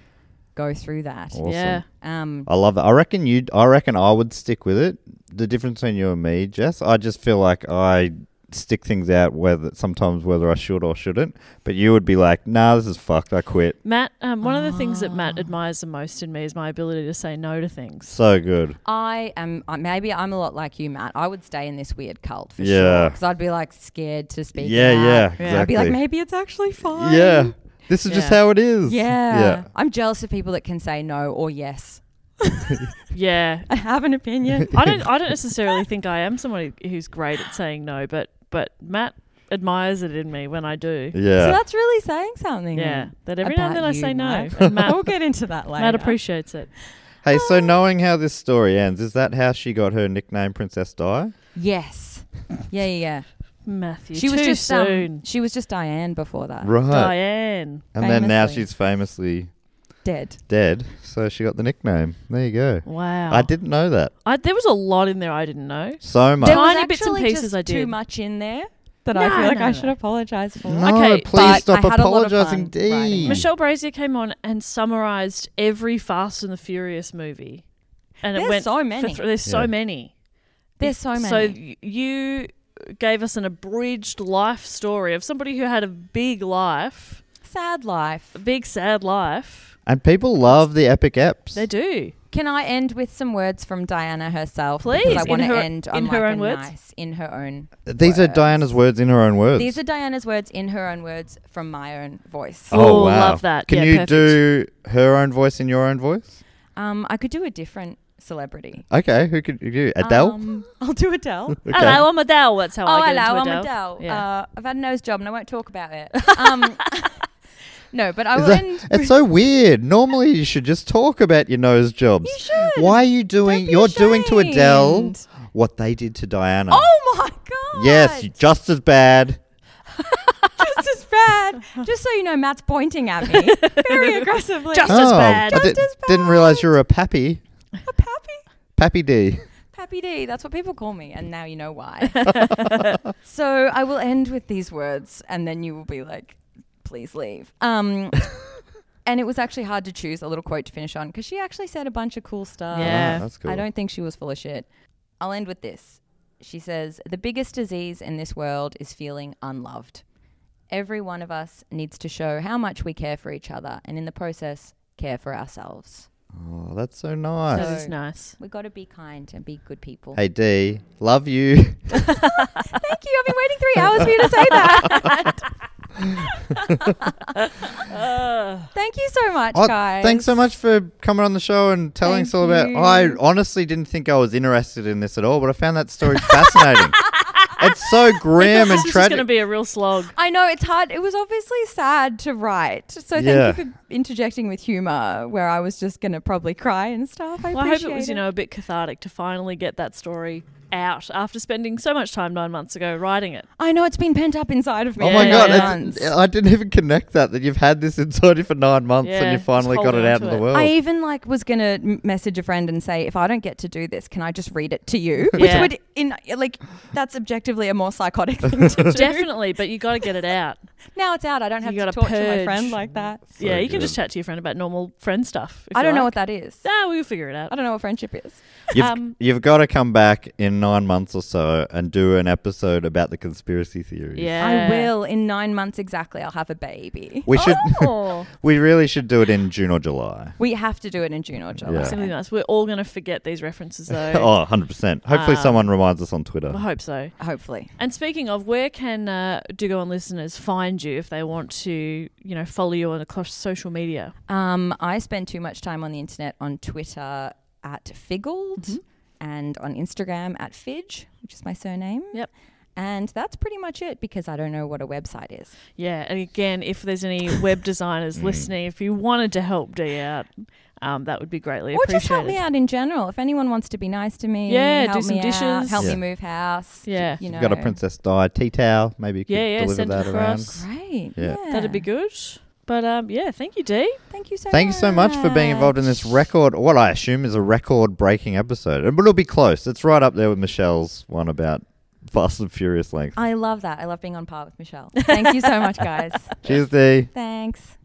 Speaker 3: go through that."
Speaker 1: Awesome.
Speaker 2: Yeah,
Speaker 3: Um,
Speaker 1: I love that. I reckon you. I reckon I would stick with it. The difference between you and me, Jess, I just feel like I stick things out whether sometimes whether I should or shouldn't. But you would be like, Nah, this is fucked. I quit.
Speaker 2: Matt. Um, one of the things that
Speaker 3: Ah.
Speaker 2: Matt admires the most in me is my ability to say no to things.
Speaker 1: So good.
Speaker 3: I am I- maybe I'm a lot like you, Matt. I would stay in this weird cult for
Speaker 1: Yeah.
Speaker 3: because I'd be like scared to speak.
Speaker 1: Yeah,
Speaker 3: out.
Speaker 1: yeah,
Speaker 3: I'd be like,
Speaker 1: exactly.
Speaker 3: maybe it's actually fine.
Speaker 1: Yeah. This is just
Speaker 4: Yeah.
Speaker 1: how it is.
Speaker 3: Yeah.
Speaker 1: Yeah.
Speaker 3: I'm jealous of people that can say no or yes.
Speaker 2: Yeah.
Speaker 3: I have an opinion.
Speaker 2: I don't I don't necessarily think I am somebody who's great at saying no, but but Matt admires it in me when I do.
Speaker 3: So
Speaker 1: Yeah.
Speaker 3: that's really saying something.
Speaker 2: Yeah, that every now and
Speaker 3: about
Speaker 2: then I
Speaker 3: you,
Speaker 2: say no,
Speaker 3: Matt.
Speaker 2: and Matt-
Speaker 3: we'll get into that later.
Speaker 2: Matt appreciates it.
Speaker 1: hey, so knowing how this story ends, is that how she got her nickname Princess Di?
Speaker 3: Yes. Yeah, yeah, yeah.
Speaker 2: Matthew.
Speaker 3: she was
Speaker 2: too
Speaker 3: just um,
Speaker 2: soon.
Speaker 3: she was just Diane before that.
Speaker 1: Right.
Speaker 2: Diane.
Speaker 1: And then now
Speaker 3: Famously.
Speaker 1: she's famously
Speaker 3: Dead.
Speaker 1: dead, so she got the nickname. There you go.
Speaker 2: Wow.
Speaker 1: I didn't know that.
Speaker 2: I, there was a lot in there I didn't know.
Speaker 1: So much.
Speaker 2: There Tiny bits and
Speaker 3: actually
Speaker 2: pieces
Speaker 3: just
Speaker 2: I
Speaker 3: Too
Speaker 2: did.
Speaker 3: much in there that
Speaker 2: No,
Speaker 3: I feel like
Speaker 2: no,
Speaker 3: I
Speaker 2: no.
Speaker 3: should apologize for.
Speaker 1: No,
Speaker 2: Okay,
Speaker 1: please
Speaker 3: but
Speaker 1: stop
Speaker 3: I had a lot of
Speaker 1: apologizing,
Speaker 3: fun. Right.
Speaker 1: Dee.
Speaker 2: Michelle Brazier came on and summarized every Fast and the Furious movie, and it
Speaker 3: There's
Speaker 2: went
Speaker 3: so
Speaker 2: for
Speaker 3: many.
Speaker 2: th- there's so
Speaker 1: Yeah.
Speaker 2: many.
Speaker 3: There's so many.
Speaker 2: So y- you gave us an abridged life story of somebody who had a big life,
Speaker 3: sad life.
Speaker 2: a big sad life.
Speaker 1: And people love the epic eps.
Speaker 2: They do.
Speaker 3: Can I end with some words from Diana herself?
Speaker 2: Please,
Speaker 3: because I
Speaker 2: in
Speaker 3: want to
Speaker 2: her-
Speaker 3: end on
Speaker 2: in her
Speaker 3: like
Speaker 2: own
Speaker 3: a
Speaker 2: words?
Speaker 3: nice in her own.
Speaker 1: These are
Speaker 3: words.
Speaker 1: Diana's words in her own words.
Speaker 3: These are Diana's words in her own words from my own voice.
Speaker 2: Oh, love that.
Speaker 1: Can
Speaker 2: Yeah,
Speaker 1: you
Speaker 2: perfect.
Speaker 1: do her own voice in your own voice?
Speaker 3: Um, I could do a different celebrity.
Speaker 1: Okay, who could you do? Adele?
Speaker 3: Um, I'll do Adele.
Speaker 1: Okay.
Speaker 2: Hello, I'm Adele. That's how
Speaker 3: oh,
Speaker 2: I get
Speaker 3: hello,
Speaker 2: into
Speaker 3: I'm
Speaker 2: Adele.
Speaker 3: Adele.
Speaker 2: Yeah.
Speaker 3: Uh, I've had a nose job and I won't talk about it. Um, no, but I
Speaker 1: Is
Speaker 3: will
Speaker 1: that-
Speaker 3: end.
Speaker 1: it's so weird. Normally, you should just talk about your nose jobs. You
Speaker 3: should.
Speaker 1: Why are you doing?
Speaker 3: be
Speaker 1: You're doing to Adele
Speaker 3: ashamed.
Speaker 1: what they did to Diana.
Speaker 3: oh my god!
Speaker 1: yes, just as bad.
Speaker 3: just as bad. Just so you know, Matt's pointing at me very aggressively.
Speaker 2: Just
Speaker 1: oh,
Speaker 2: as bad.
Speaker 1: I
Speaker 2: Just
Speaker 1: did,
Speaker 3: as
Speaker 1: Didn't
Speaker 3: bad.
Speaker 1: realize you were a pappy.
Speaker 3: a pappy.
Speaker 1: Pappy D.
Speaker 3: Pappy D, that's what people call me, and now you know why. so I will end with these words, and then you will be like, please leave. Um, and it was actually hard to choose a little quote to finish on because she actually said a bunch of cool stuff.
Speaker 2: Yeah.
Speaker 1: Ah, that's cool.
Speaker 3: I don't think she was full of shit. I'll end with this. She says, The biggest disease in this world is feeling unloved. Every one of us needs to show how much we care for each other and in the process, care for ourselves.
Speaker 1: Oh, that's so nice.
Speaker 2: that is nice.
Speaker 3: We've got to be kind and be good people.
Speaker 1: Hey D, love you.
Speaker 3: Thank you. I've been waiting three hours for you to say that. Thank you so much,
Speaker 1: Oh,
Speaker 3: guys.
Speaker 1: Thanks so much for coming on the show and telling us
Speaker 3: Thank
Speaker 1: all about.
Speaker 3: you.
Speaker 1: I honestly didn't think I was interested in this at all, but I found that story fascinating. It's so grim and
Speaker 2: This is going to
Speaker 1: tragic.
Speaker 2: be a real slog.
Speaker 3: I know it's hard. It was obviously sad to write. So
Speaker 1: Yeah.
Speaker 3: thank you for interjecting with humor where I was just going to probably cry and stuff. I,
Speaker 2: Well, I hope
Speaker 3: appreciate
Speaker 2: it was, you know, a bit cathartic to finally get that story out after spending so much time nine months ago writing it.
Speaker 3: I know it's been pent up inside of me.
Speaker 1: oh my
Speaker 2: Yeah,
Speaker 1: god!
Speaker 2: yeah.
Speaker 1: that's- I didn't even connect that that you've had this inside you for nine months
Speaker 2: Yeah,
Speaker 1: and you
Speaker 2: just
Speaker 1: finally got
Speaker 2: holding
Speaker 1: it
Speaker 2: on
Speaker 1: out
Speaker 2: to
Speaker 1: in the
Speaker 2: it.
Speaker 1: world.
Speaker 3: I even like was gonna m- message a friend and say, if I don't get to do this, can I just read it to you? Which
Speaker 2: Yeah.
Speaker 3: would, in like, that's objectively a more psychotic thing to do.
Speaker 2: Definitely, but you got to get it out.
Speaker 3: Now it's out. I don't have
Speaker 2: You
Speaker 3: to
Speaker 2: gotta
Speaker 3: talk to my
Speaker 2: purge.
Speaker 3: friend like that.
Speaker 2: yeah, you can just chat to your friend about normal friend stuff.
Speaker 3: I don't know what that is.
Speaker 2: Nah, we'll Ah, figure it out.
Speaker 3: I don't know what friendship is.
Speaker 1: you've,
Speaker 2: um,
Speaker 1: you've got to come back in nine months or so and do an episode about the conspiracy theories.
Speaker 2: Yeah,
Speaker 3: I will in nine months exactly. I'll have a baby.
Speaker 1: We should.
Speaker 2: Oh.
Speaker 1: we really should do it in June or July.
Speaker 3: We have to do it in June or July.
Speaker 1: Yeah.
Speaker 2: Something nice. We're all going to forget these references, though.
Speaker 1: Oh, 100%. Hopefully, someone reminds us on Twitter.
Speaker 2: um, I hope so.
Speaker 3: Hopefully.
Speaker 2: And speaking of, where can uh, Do Go On listeners find you if they want to, you know, follow you on across social media?
Speaker 3: Um, I spend too much time on the internet on Twitter at Figgled
Speaker 2: Mm-hmm.
Speaker 3: and on Instagram at Fidge, which is my surname.
Speaker 2: Yep.
Speaker 3: And that's pretty much it because I don't know what a website is.
Speaker 2: Yeah, and again, if there's any web
Speaker 1: Mm.
Speaker 2: designers listening, if you wanted to help D out, um, that would be greatly
Speaker 3: Or
Speaker 2: appreciated.
Speaker 3: just help me out in general. If anyone wants to be nice to me,
Speaker 2: Yeah, do
Speaker 3: help
Speaker 2: some
Speaker 3: me out,
Speaker 2: dishes.
Speaker 3: help
Speaker 1: Yeah.
Speaker 3: me move house.
Speaker 2: Yeah.
Speaker 3: You know.
Speaker 1: You've got a Princess Di tea towel. Maybe you could
Speaker 2: Yeah, yeah,
Speaker 1: deliver
Speaker 2: send it
Speaker 1: that around.
Speaker 2: across.
Speaker 3: Right.
Speaker 1: Yeah.
Speaker 3: Yeah.
Speaker 2: That'd be good. But um, yeah, thank you, D.
Speaker 3: Thank you so
Speaker 1: Thank you so much for being involved in this record, what I assume is a record breaking episode. But it'll be close. It's right up there with Michelle's one about Fast and Furious length.
Speaker 3: I love that. I love being on par with Michelle. Thank you so much, guys.
Speaker 1: Cheers, Dee.
Speaker 3: Thanks.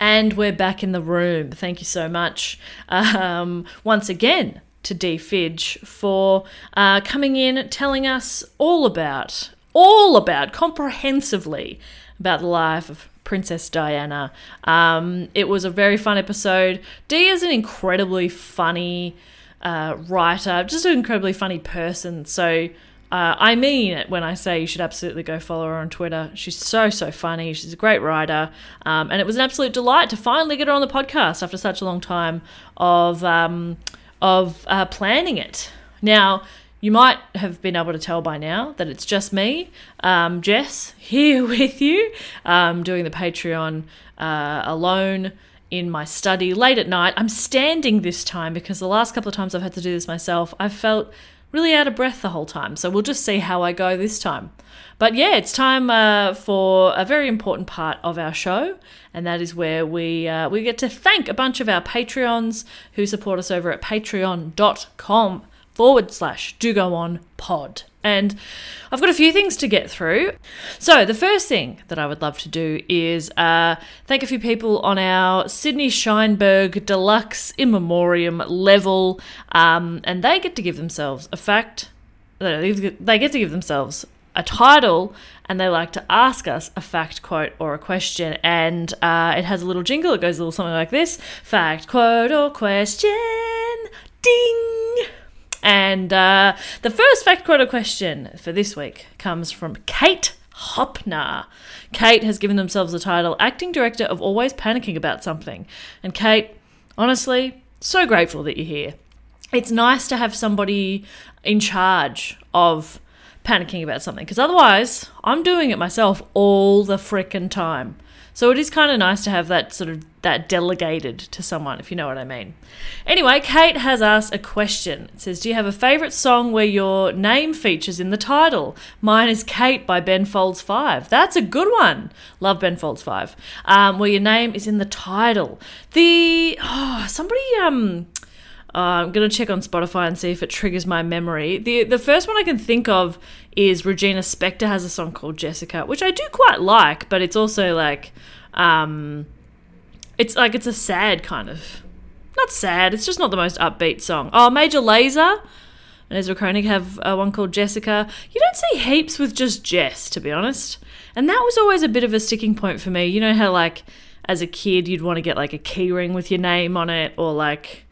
Speaker 2: And we're back in the room. Thank you so much um, once again to D Fidge for uh, coming in, telling us all about, all about, comprehensively about the life of Princess Diana. Um, it was a very fun episode. Dee is an incredibly funny uh, writer, just an incredibly funny person. So Uh, I mean it when I say you should absolutely go follow her on Twitter. She's so, so funny. She's a great writer. Um, and it was an absolute delight to finally get her on the podcast after such a long time of, um, of uh, planning it. Now, you might have been able to tell by now that it's just me, um, Jess, here with you, um, doing the Patreon uh, alone in my study late at night. I'm standing this time because the last couple of times I've had to do this myself, I've felt really out of breath the whole time. So we'll just see how I go this time. But yeah, it's time uh, for a very important part of our show, and that is where we uh, we get to thank a bunch of our Patreons who support us over at patreon.com forward slash do go on pod. And I've got a few things to get through. So, the first thing that I would love to do is uh, thank a few people on our Sydney Scheinberg Deluxe in memoriam level, um, and they get to give themselves a fact. They they get to give themselves a title, and they like to ask us a fact, quote, or a question. And uh, it has a little jingle. It goes a little something like this: fact, quote, or question. Ding. And uh, the first fact quarter question for this week comes from Kate Hopner. Kate has given themselves the title Acting Director of Always Panicking About Something. And Kate, honestly, so grateful that you're here. It's nice to have somebody in charge of panicking about something because otherwise I'm doing it myself all the frickin' time. So it is kind of nice to have that sort of that delegated to someone, if you know what I mean. Anyway, Kate has asked a question. It says, "Do you have a favorite song where your name features in the title?" Mine is "Kate" by Ben Folds Five. That's a good one. Love Ben Folds Five. Um, where your name is in the title. The oh, somebody um. Uh, I'm gonna check on Spotify and see if it triggers my memory. the The first one I can think of is Regina Spektor has a song called Jessica, which I do quite like, but it's also like, um, it's like it's a sad kind of, not sad. It's just not the most upbeat song. Oh, Major Laser and Ezra Koenig have uh, one called Jessica. You don't see heaps with just Jess, to be honest. And that was always a bit of a sticking point for me. You know how like as a kid you'd want to get like a keyring with your name on it, or like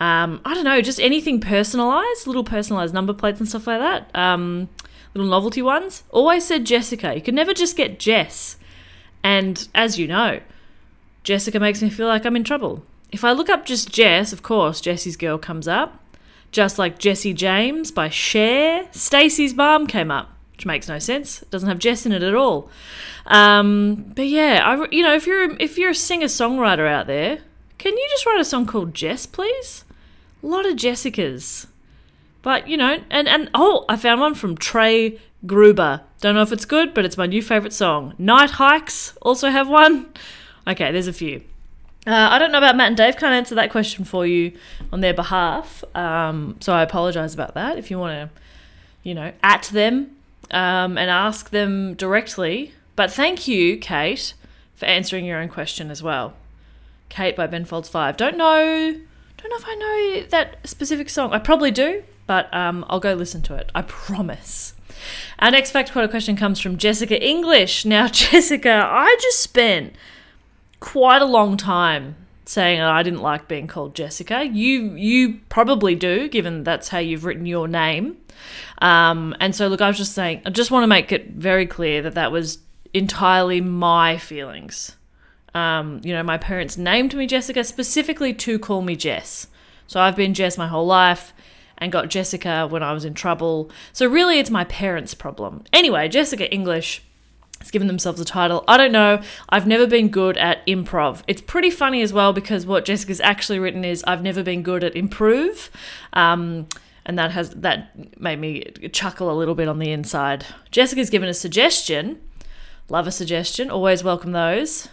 Speaker 2: um, I don't know, just anything personalized, little personalized number plates and stuff like that. Um, little novelty ones. Always said Jessica. You could never just get Jess. And as you know, Jessica makes me feel like I'm in trouble. If I look up just Jess, of course, Jessie's Girl comes up. Just like Jesse James by Cher, Stacey's Mom came up, which makes no sense. It doesn't have Jess in it at all. Um, but yeah, I, you know, if you're if you're a singer songwriter out there, can you just write a song called Jess, please? A lot of Jessicas. But you know, and and oh, I found one from Trey Gruber. Don't know if it's good, but it's my new favorite song. Night Hikes also have one. Okay, there's a few. Uh, I don't know about Matt and Dave. Can't answer that question for you on their behalf. Um, so I apologize about that. If you want to, you know, at them um, and ask them directly. But thank you, Kate, for answering your own question as well. Kate by Ben Folds Five. Don't know, don't know if I know that specific song. I probably do, but um, I'll go listen to it. I promise. Our next fact quarter question comes from Jessica English. Now, Jessica, I just spent quite a long time saying "Oh, I didn't like being called Jessica. You you probably do, given that's how you've written your name. Um, and so, look, I was just saying, I just want to make it very clear that that was entirely my feelings. Um, you know, my parents named me Jessica specifically to call me Jess. So I've been Jess my whole life and got Jessica when I was in trouble. So really, it's my parents' problem. Anyway, Jessica English has given themselves a title. I don't know. I've never been good at improv. It's pretty funny as well because what Jessica's actually written is I've never been good at improve. Um, and that has that made me chuckle a little bit on the inside. Jessica's given a suggestion. Love a suggestion. Always welcome those.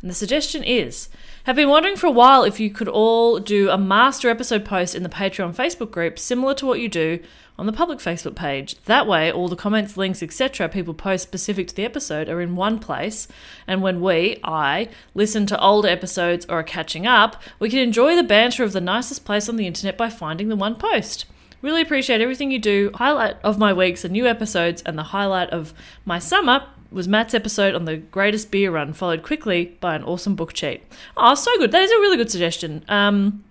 Speaker 2: And the suggestion is have been wondering for a while if you could all do a master episode post in the Patreon Facebook group similar to what you do on the public Facebook page. That way all the comments, links, etc. people post specific to the episode are in one place, and when we, I, listen to older episodes or are catching up, we can enjoy the banter of the nicest place on the internet by finding the one post. Really appreciate everything you do. Highlight of my weeks are new episodes, and the highlight of my summer was Matt's episode on the greatest beer run, followed quickly by an awesome book cheat. Oh, so good. That is a really good suggestion. Um,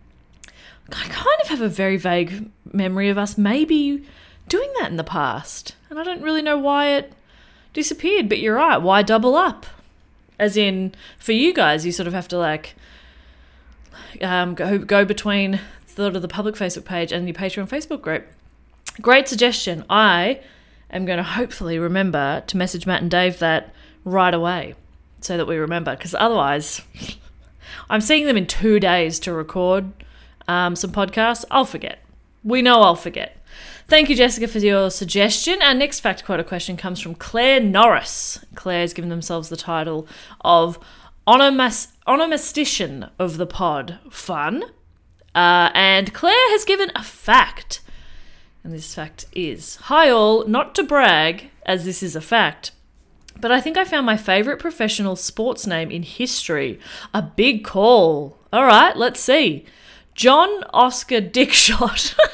Speaker 2: I kind of have a very vague memory of us maybe doing that in the past. And I don't really know why it disappeared, but you're right. Why double up? As in, for you guys, you sort of have to like um, go, go between sort of the public Facebook page and your Patreon Facebook group. Great suggestion. I am going to hopefully remember to message Matt and Dave that right away so that we remember because otherwise I'm seeing them in two days to record um, some podcasts. I'll forget. We know I'll forget. Thank you, Jessica, for your suggestion. Our next fact quote or question comes from Claire Norris. Claire's given themselves the title of onomas- onomastician of the pod. Fun. Uh, and Claire has given a fact. And this fact is Hi, all, not to brag, as this is a fact, but I think I found my favourite professional sports name in history. A big call. All right, let's see. John Oscar Dickshot.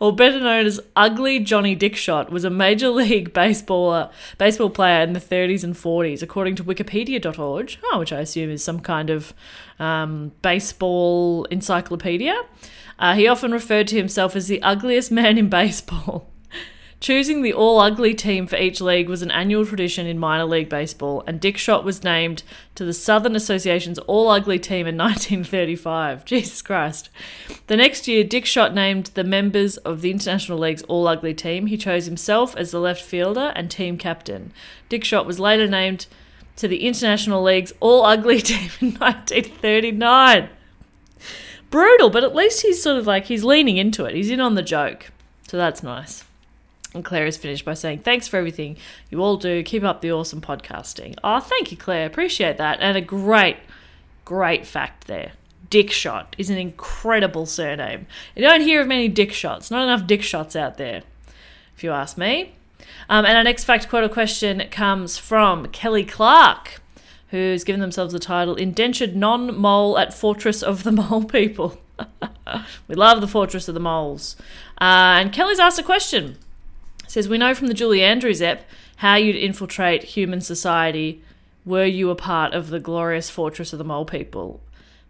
Speaker 2: or better known as Ugly Johnny Dickshot, was a major league baseballer, baseball player in the 30s and 40s, according to Wikipedia.org, oh, which I assume is some kind of um, baseball encyclopedia. Uh, he often referred to himself as the ugliest man in baseball. Choosing the all ugly team for each league was an annual tradition in minor league baseball, and Dickshot was named to the Southern Association's all ugly team in 1935. Jesus Christ. The next year, Dickshot named the members of the International League's all ugly team. He chose himself as the left fielder and team captain. Dickshot was later named to the International League's all ugly team in 1939. Brutal, but at least he's sort of like, he's leaning into it. He's in on the joke. So that's nice. And Claire has finished by saying, Thanks for everything you all do. Keep up the awesome podcasting. Oh, thank you, Claire. Appreciate that. And a great, great fact there. Dick Shot is an incredible surname. You don't hear of many dick shots. Not enough dick shots out there, if you ask me. Um, and our next fact quote or question comes from Kelly Clark, who's given themselves the title Indentured Non Mole at Fortress of the Mole People. we love the Fortress of the Moles. Uh, and Kelly's asked a question says we know from the Julie Andrews ep how you'd infiltrate human society were you a part of the glorious fortress of the mole people.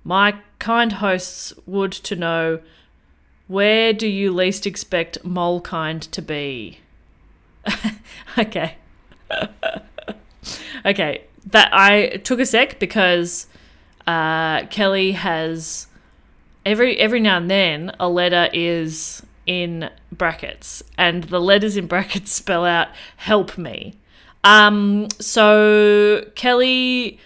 Speaker 2: My kind hosts would to know where do you least expect mole kind to be? okay. okay. That I took a sec because uh, Kelly has every every now and then a letter is in brackets and the letters in brackets spell out help me um so kelly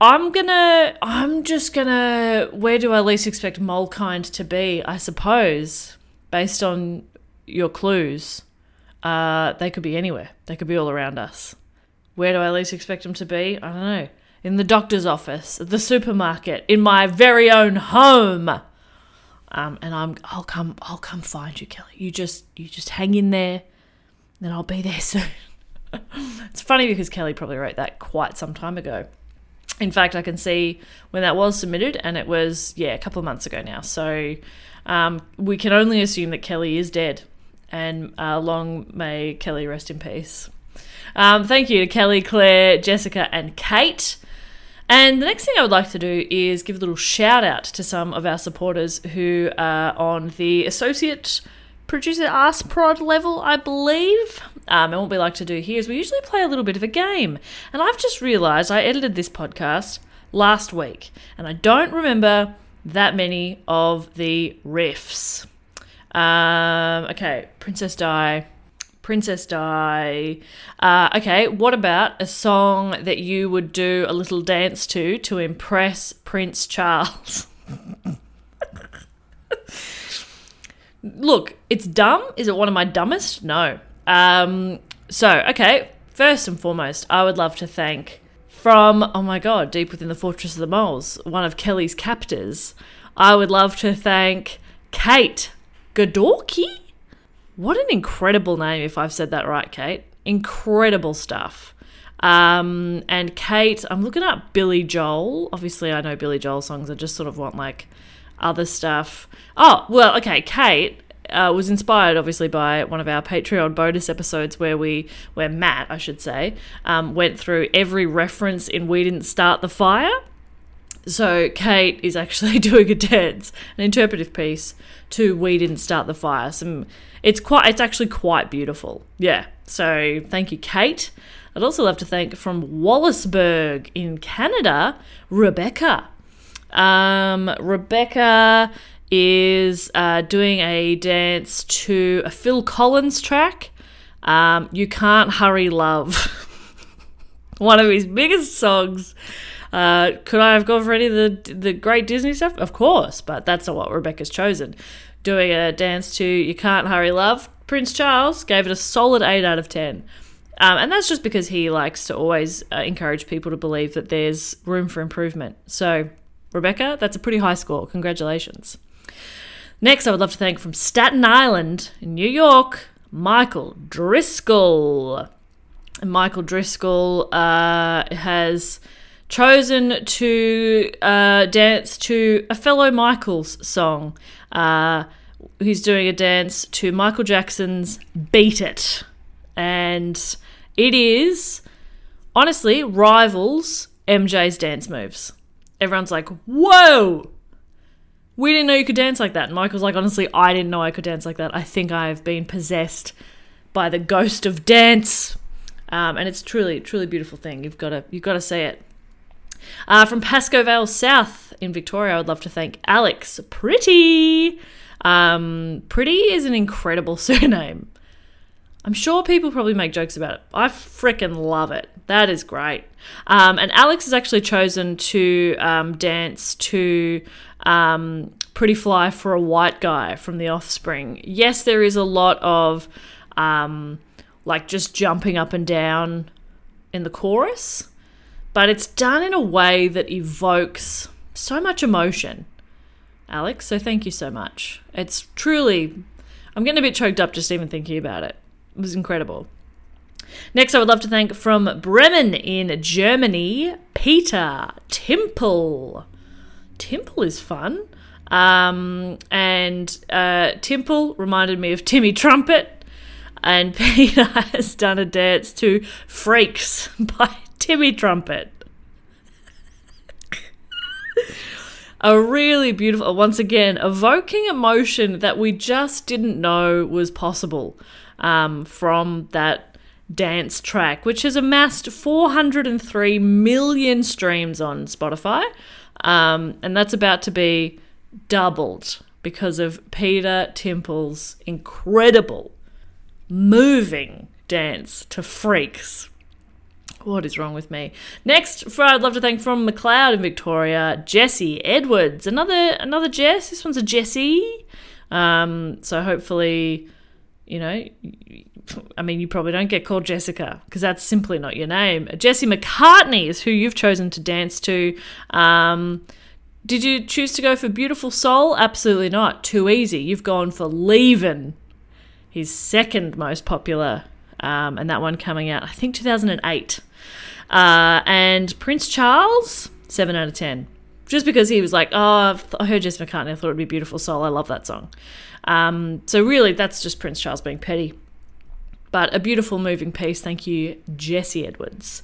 Speaker 2: i'm gonna i'm just gonna where do i least expect mole kind to be i suppose based on your clues uh they could be anywhere they could be all around us where do i least expect them to be i don't know in the doctor's office at the supermarket in my very own home um, and I'm I'll come I'll come find you, Kelly. You just you just hang in there, and I'll be there soon. it's funny because Kelly probably wrote that quite some time ago. In fact, I can see when that was submitted, and it was yeah a couple of months ago now. So um, we can only assume that Kelly is dead, and uh, long may Kelly rest in peace. Um, thank you to Kelly, Claire, Jessica, and Kate. And the next thing I would like to do is give a little shout out to some of our supporters who are on the associate producer ask prod level, I believe. Um, and what we like to do here is we usually play a little bit of a game. And I've just realised I edited this podcast last week, and I don't remember that many of the riffs. Um, okay, Princess Di. Princess Di. Uh, okay, what about a song that you would do a little dance to to impress Prince Charles? Look, it's dumb. Is it one of my dumbest? No. Um, so, okay, first and foremost, I would love to thank from, oh my God, Deep Within the Fortress of the Moles, one of Kelly's captors. I would love to thank Kate Godorki. What an incredible name, if I've said that right, Kate. Incredible stuff. Um, and Kate, I'm looking up Billy Joel. Obviously, I know Billy Joel songs. I just sort of want like other stuff. Oh, well, okay. Kate uh, was inspired, obviously, by one of our Patreon bonus episodes where we, where Matt, I should say, um, went through every reference in We Didn't Start the Fire. So Kate is actually doing a dance, an interpretive piece to "We Didn't Start the Fire." Some, it's quite, it's actually quite beautiful. Yeah. So thank you, Kate. I'd also love to thank from Wallaceburg in Canada, Rebecca. Um, Rebecca is uh, doing a dance to a Phil Collins track. Um, you can't hurry, love. one of his biggest songs. Uh, could I have gone for any of the the great Disney stuff? Of course, but that's not what Rebecca's chosen. Doing a dance to "You Can't Hurry Love," Prince Charles gave it a solid eight out of ten, um, and that's just because he likes to always uh, encourage people to believe that there's room for improvement. So, Rebecca, that's a pretty high score. Congratulations. Next, I would love to thank from Staten Island in New York, Michael Driscoll. Michael Driscoll uh, has chosen to uh, dance to a fellow Michael's song. Uh, he's doing a dance to Michael Jackson's Beat It. And it is, honestly, rivals MJ's dance moves. Everyone's like, whoa! We didn't know you could dance like that. And Michael's like, honestly, I didn't know I could dance like that. I think I have been possessed by the ghost of dance um, and it's truly truly beautiful thing. You've got to you've got to see it. Uh, from Pasco Vale South in Victoria, I would love to thank Alex Pretty. Um, Pretty is an incredible surname. I'm sure people probably make jokes about it. I fricking love it. That is great. Um, and Alex has actually chosen to um, dance to um, Pretty Fly for a White Guy from The Offspring. Yes, there is a lot of um, like just jumping up and down in the chorus, but it's done in a way that evokes so much emotion, Alex. So thank you so much. It's truly, I'm getting a bit choked up just even thinking about it. It was incredible. Next, I would love to thank from Bremen in Germany, Peter Temple. Temple is fun. Um, and uh, Temple reminded me of Timmy Trumpet and Peter has done a dance to Freaks by Timmy Trumpet. a really beautiful, once again, evoking emotion that we just didn't know was possible um, from that dance track, which has amassed 403 million streams on Spotify. Um, and that's about to be doubled because of Peter Temple's incredible moving dance to freaks. What is wrong with me? Next, for I'd love to thank from McLeod in Victoria, Jessie Edwards. Another another Jess. This one's a Jessie. Um, so hopefully, you know, I mean, you probably don't get called Jessica because that's simply not your name. Jessie McCartney is who you've chosen to dance to. Um, did you choose to go for Beautiful Soul? Absolutely not. Too easy. You've gone for Leavin' his second most popular, um, and that one coming out, I think, 2008. Uh, and Prince Charles, 7 out of 10. Just because he was like, oh, I've- I heard Jess McCartney, I thought it'd be Beautiful Soul, I love that song. Um, so, really, that's just Prince Charles being petty. But a beautiful moving piece. Thank you, Jesse Edwards.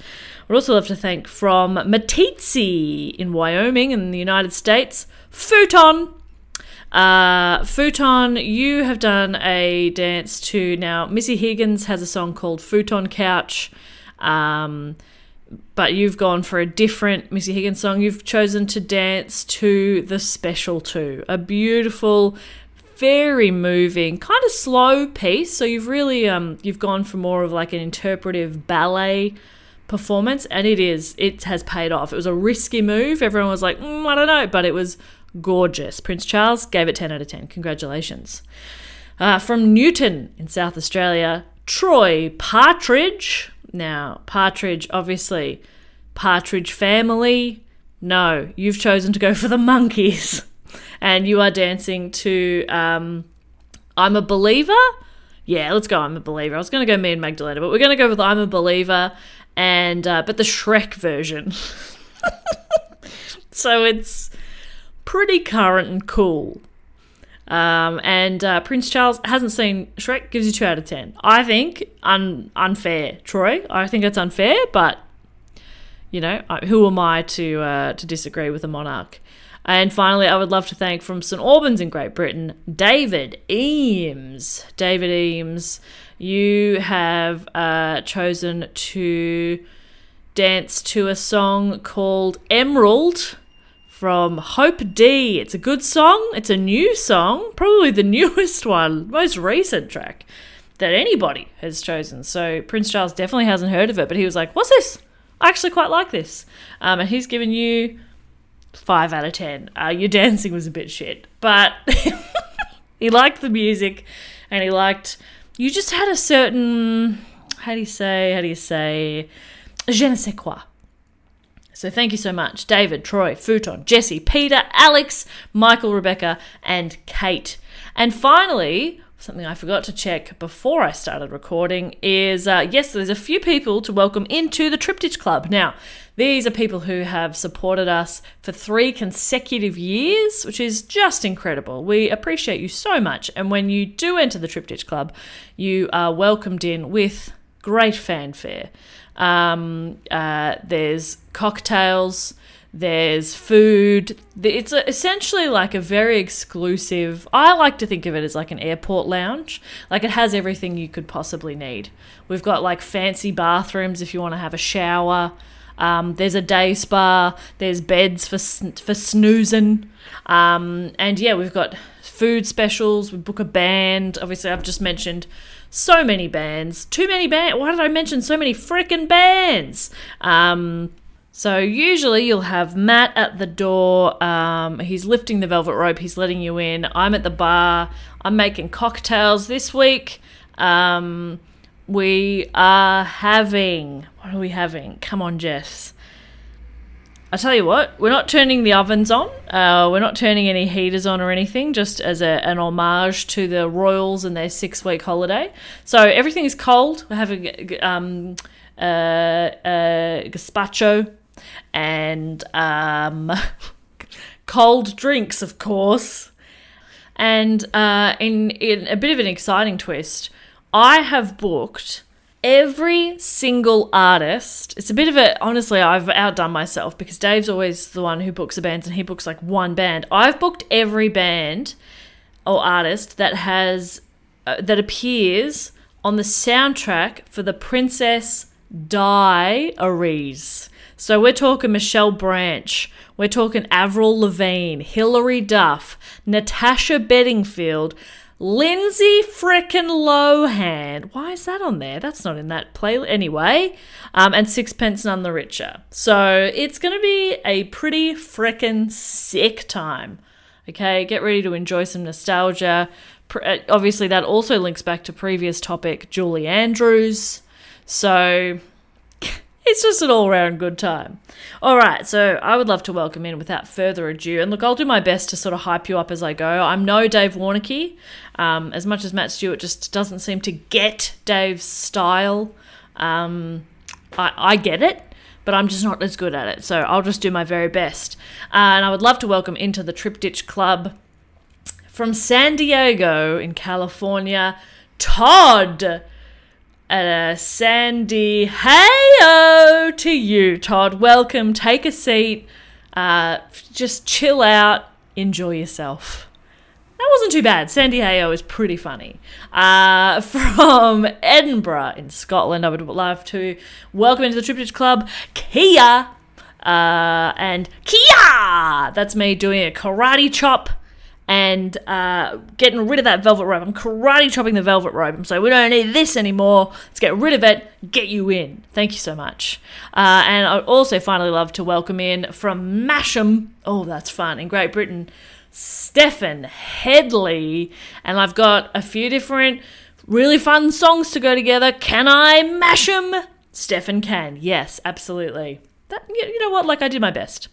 Speaker 2: We'd also love to thank from Matitsi in Wyoming in the United States, Futon. Uh, Futon, you have done a dance to now. Missy Higgins has a song called Futon Couch, um, but you've gone for a different Missy Higgins song. You've chosen to dance to The Special 2, a beautiful, very moving, kind of slow piece. So you've really um, you've gone for more of like an interpretive ballet performance and it is it has paid off it was a risky move everyone was like mm, i don't know but it was gorgeous prince charles gave it 10 out of 10 congratulations uh, from newton in south australia troy partridge now partridge obviously partridge family no you've chosen to go for the monkeys and you are dancing to um, i'm a believer yeah, let's go. I'm a believer. I was going to go me and Magdalena, but we're going to go with I'm a believer, and uh, but the Shrek version. so it's pretty current and cool. Um, and uh, Prince Charles hasn't seen Shrek. Gives you two out of ten. I think un- unfair, Troy. I think that's unfair, but You know, I- who am I to uh, to disagree with a monarch? And finally, I would love to thank from St Albans in Great Britain, David Eames. David Eames, you have uh, chosen to dance to a song called Emerald from Hope D. It's a good song. It's a new song, probably the newest one, most recent track that anybody has chosen. So Prince Charles definitely hasn't heard of it, but he was like, "What's this? I actually quite like this," um, and he's given you five out of ten. Uh, your dancing was a bit shit, but he liked the music, and he liked you just had a certain how do you say how do you say je ne sais quoi so thank you so much, David, Troy, Futon, Jesse, Peter, Alex, Michael, Rebecca, and Kate. And finally, something I forgot to check before I started recording is uh, yes, there's a few people to welcome into the Triptych Club. Now, these are people who have supported us for three consecutive years, which is just incredible. We appreciate you so much. And when you do enter the Triptych Club, you are welcomed in with great fanfare. Um, uh, there's cocktails, there's food. The- It's a, essentially like a very exclusive. I like to think of it as like an airport lounge. Like it has everything you could possibly need. We've got like fancy bathrooms if you want to have a shower. Um, there's a day spa. There's beds for sn- for snoozing. Um, and yeah, we've got food specials. We book a band. Obviously, I've just mentioned so many bands. Too many bands. Why did I mention so many freaking bands? Um, so usually you'll have Matt at the door. Um, he's lifting the velvet rope. He's letting you in. I'm at the bar. I'm making cocktails this week. Um, we are having. What are we having? Come on, Jess. I tell you what, we're not turning the ovens on. Uh, we're not turning any heaters on or anything, just as a, an homage to the royals and their six week holiday. So everything is cold. We're having um, uh, uh, gazpacho and um, cold drinks, of course. And uh, in, in a bit of an exciting twist, I have booked every single artist. It's a bit of a, honestly, I've outdone myself because Dave's always the one who books the bands and he books like one band. I've booked every band or artist that has, uh, that appears on the soundtrack for the Princess Diaries. So we're talking Michelle Branch, we're talking Avril Lavigne, Hilary Duff, Natasha Bedingfield, Lindsay frickin' Lohan. Why is that on there? That's not in that playlist anyway. Um, and Sixpence None the Richer. So it's gonna be a pretty frickin' sick time. Okay, get ready to enjoy some nostalgia. Pr- uh, Obviously, that also links back to previous topic, Julie Andrews. So it's just an all round good time. All right, so I would love to welcome in without further ado. And look, I'll do my best to sort of hype you up as I go. I'm no Dave Warnicky, um, as much as Matt Stewart just doesn't seem to get Dave's style. Um, I, I get it, but I'm just not as good at it. So I'll just do my very best. Uh, and I would love to welcome into the Triptych Club from San Diego in California, Todd at a sandy hey to you todd welcome take a seat uh, just chill out enjoy yourself that wasn't too bad san diego is pretty funny uh, from edinburgh in scotland i would love to welcome into the triptych club kia uh, and kia that's me doing a karate chop and uh, getting rid of that velvet rope. I'm karate chopping the velvet rope. I'm saying, we don't need this anymore. Let's get rid of it, get you in. Thank you so much. Uh, and I'd also finally love to welcome in from Masham, oh, that's fun, in Great Britain, Stefan Headley. And I've got a few different really fun songs to go together. Can I mash 'em? Stefan can. Yes, absolutely. That, you you know what? Like, I did my best.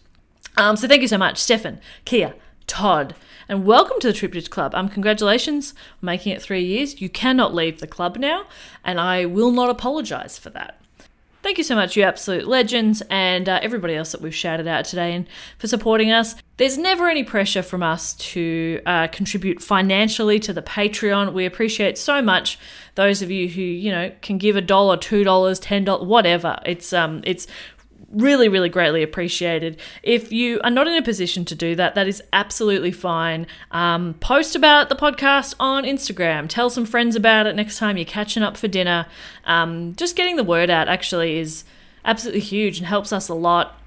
Speaker 2: Um, so thank you so much, Stefan, Kia, Todd, and welcome to the Triptych Club. Um, congratulations on making it three years. You cannot leave the club now, and I will not apologise for that. Thank you so much, you absolute legends, and uh, everybody else that we've shouted out today and for supporting us. There's never any pressure from us to uh, contribute financially to the Patreon. We appreciate so much those of you who you know can give a dollar, two dollars, ten dollars, whatever. It's um, it's really, really greatly appreciated. If you are not in a position to do that, that is absolutely fine. Um, post about the podcast on Instagram. Tell some friends about it next time you're catching up for dinner. Um, just getting the word out actually is absolutely huge and helps us a lot.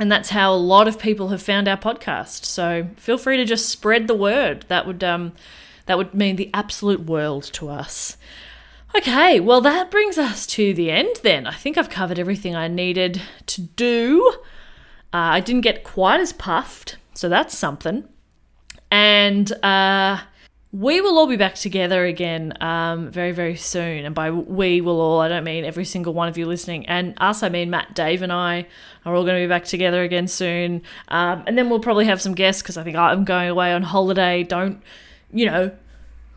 Speaker 2: And that's how a lot of people have found our podcast. So feel free to just spread the word. That would um, that would mean the absolute world to us. Okay, well, that brings us to the end then. I think I've covered everything I needed to do. Uh, I didn't get quite as puffed, so that's something. And uh, we will all be back together again um, very, very soon. And by we will all, I don't mean every single one of you listening. And us, I mean Matt, Dave, and I are all going to be back together again soon. Um, and then we'll probably have some guests because I think I'm going away on holiday. Don't, you know,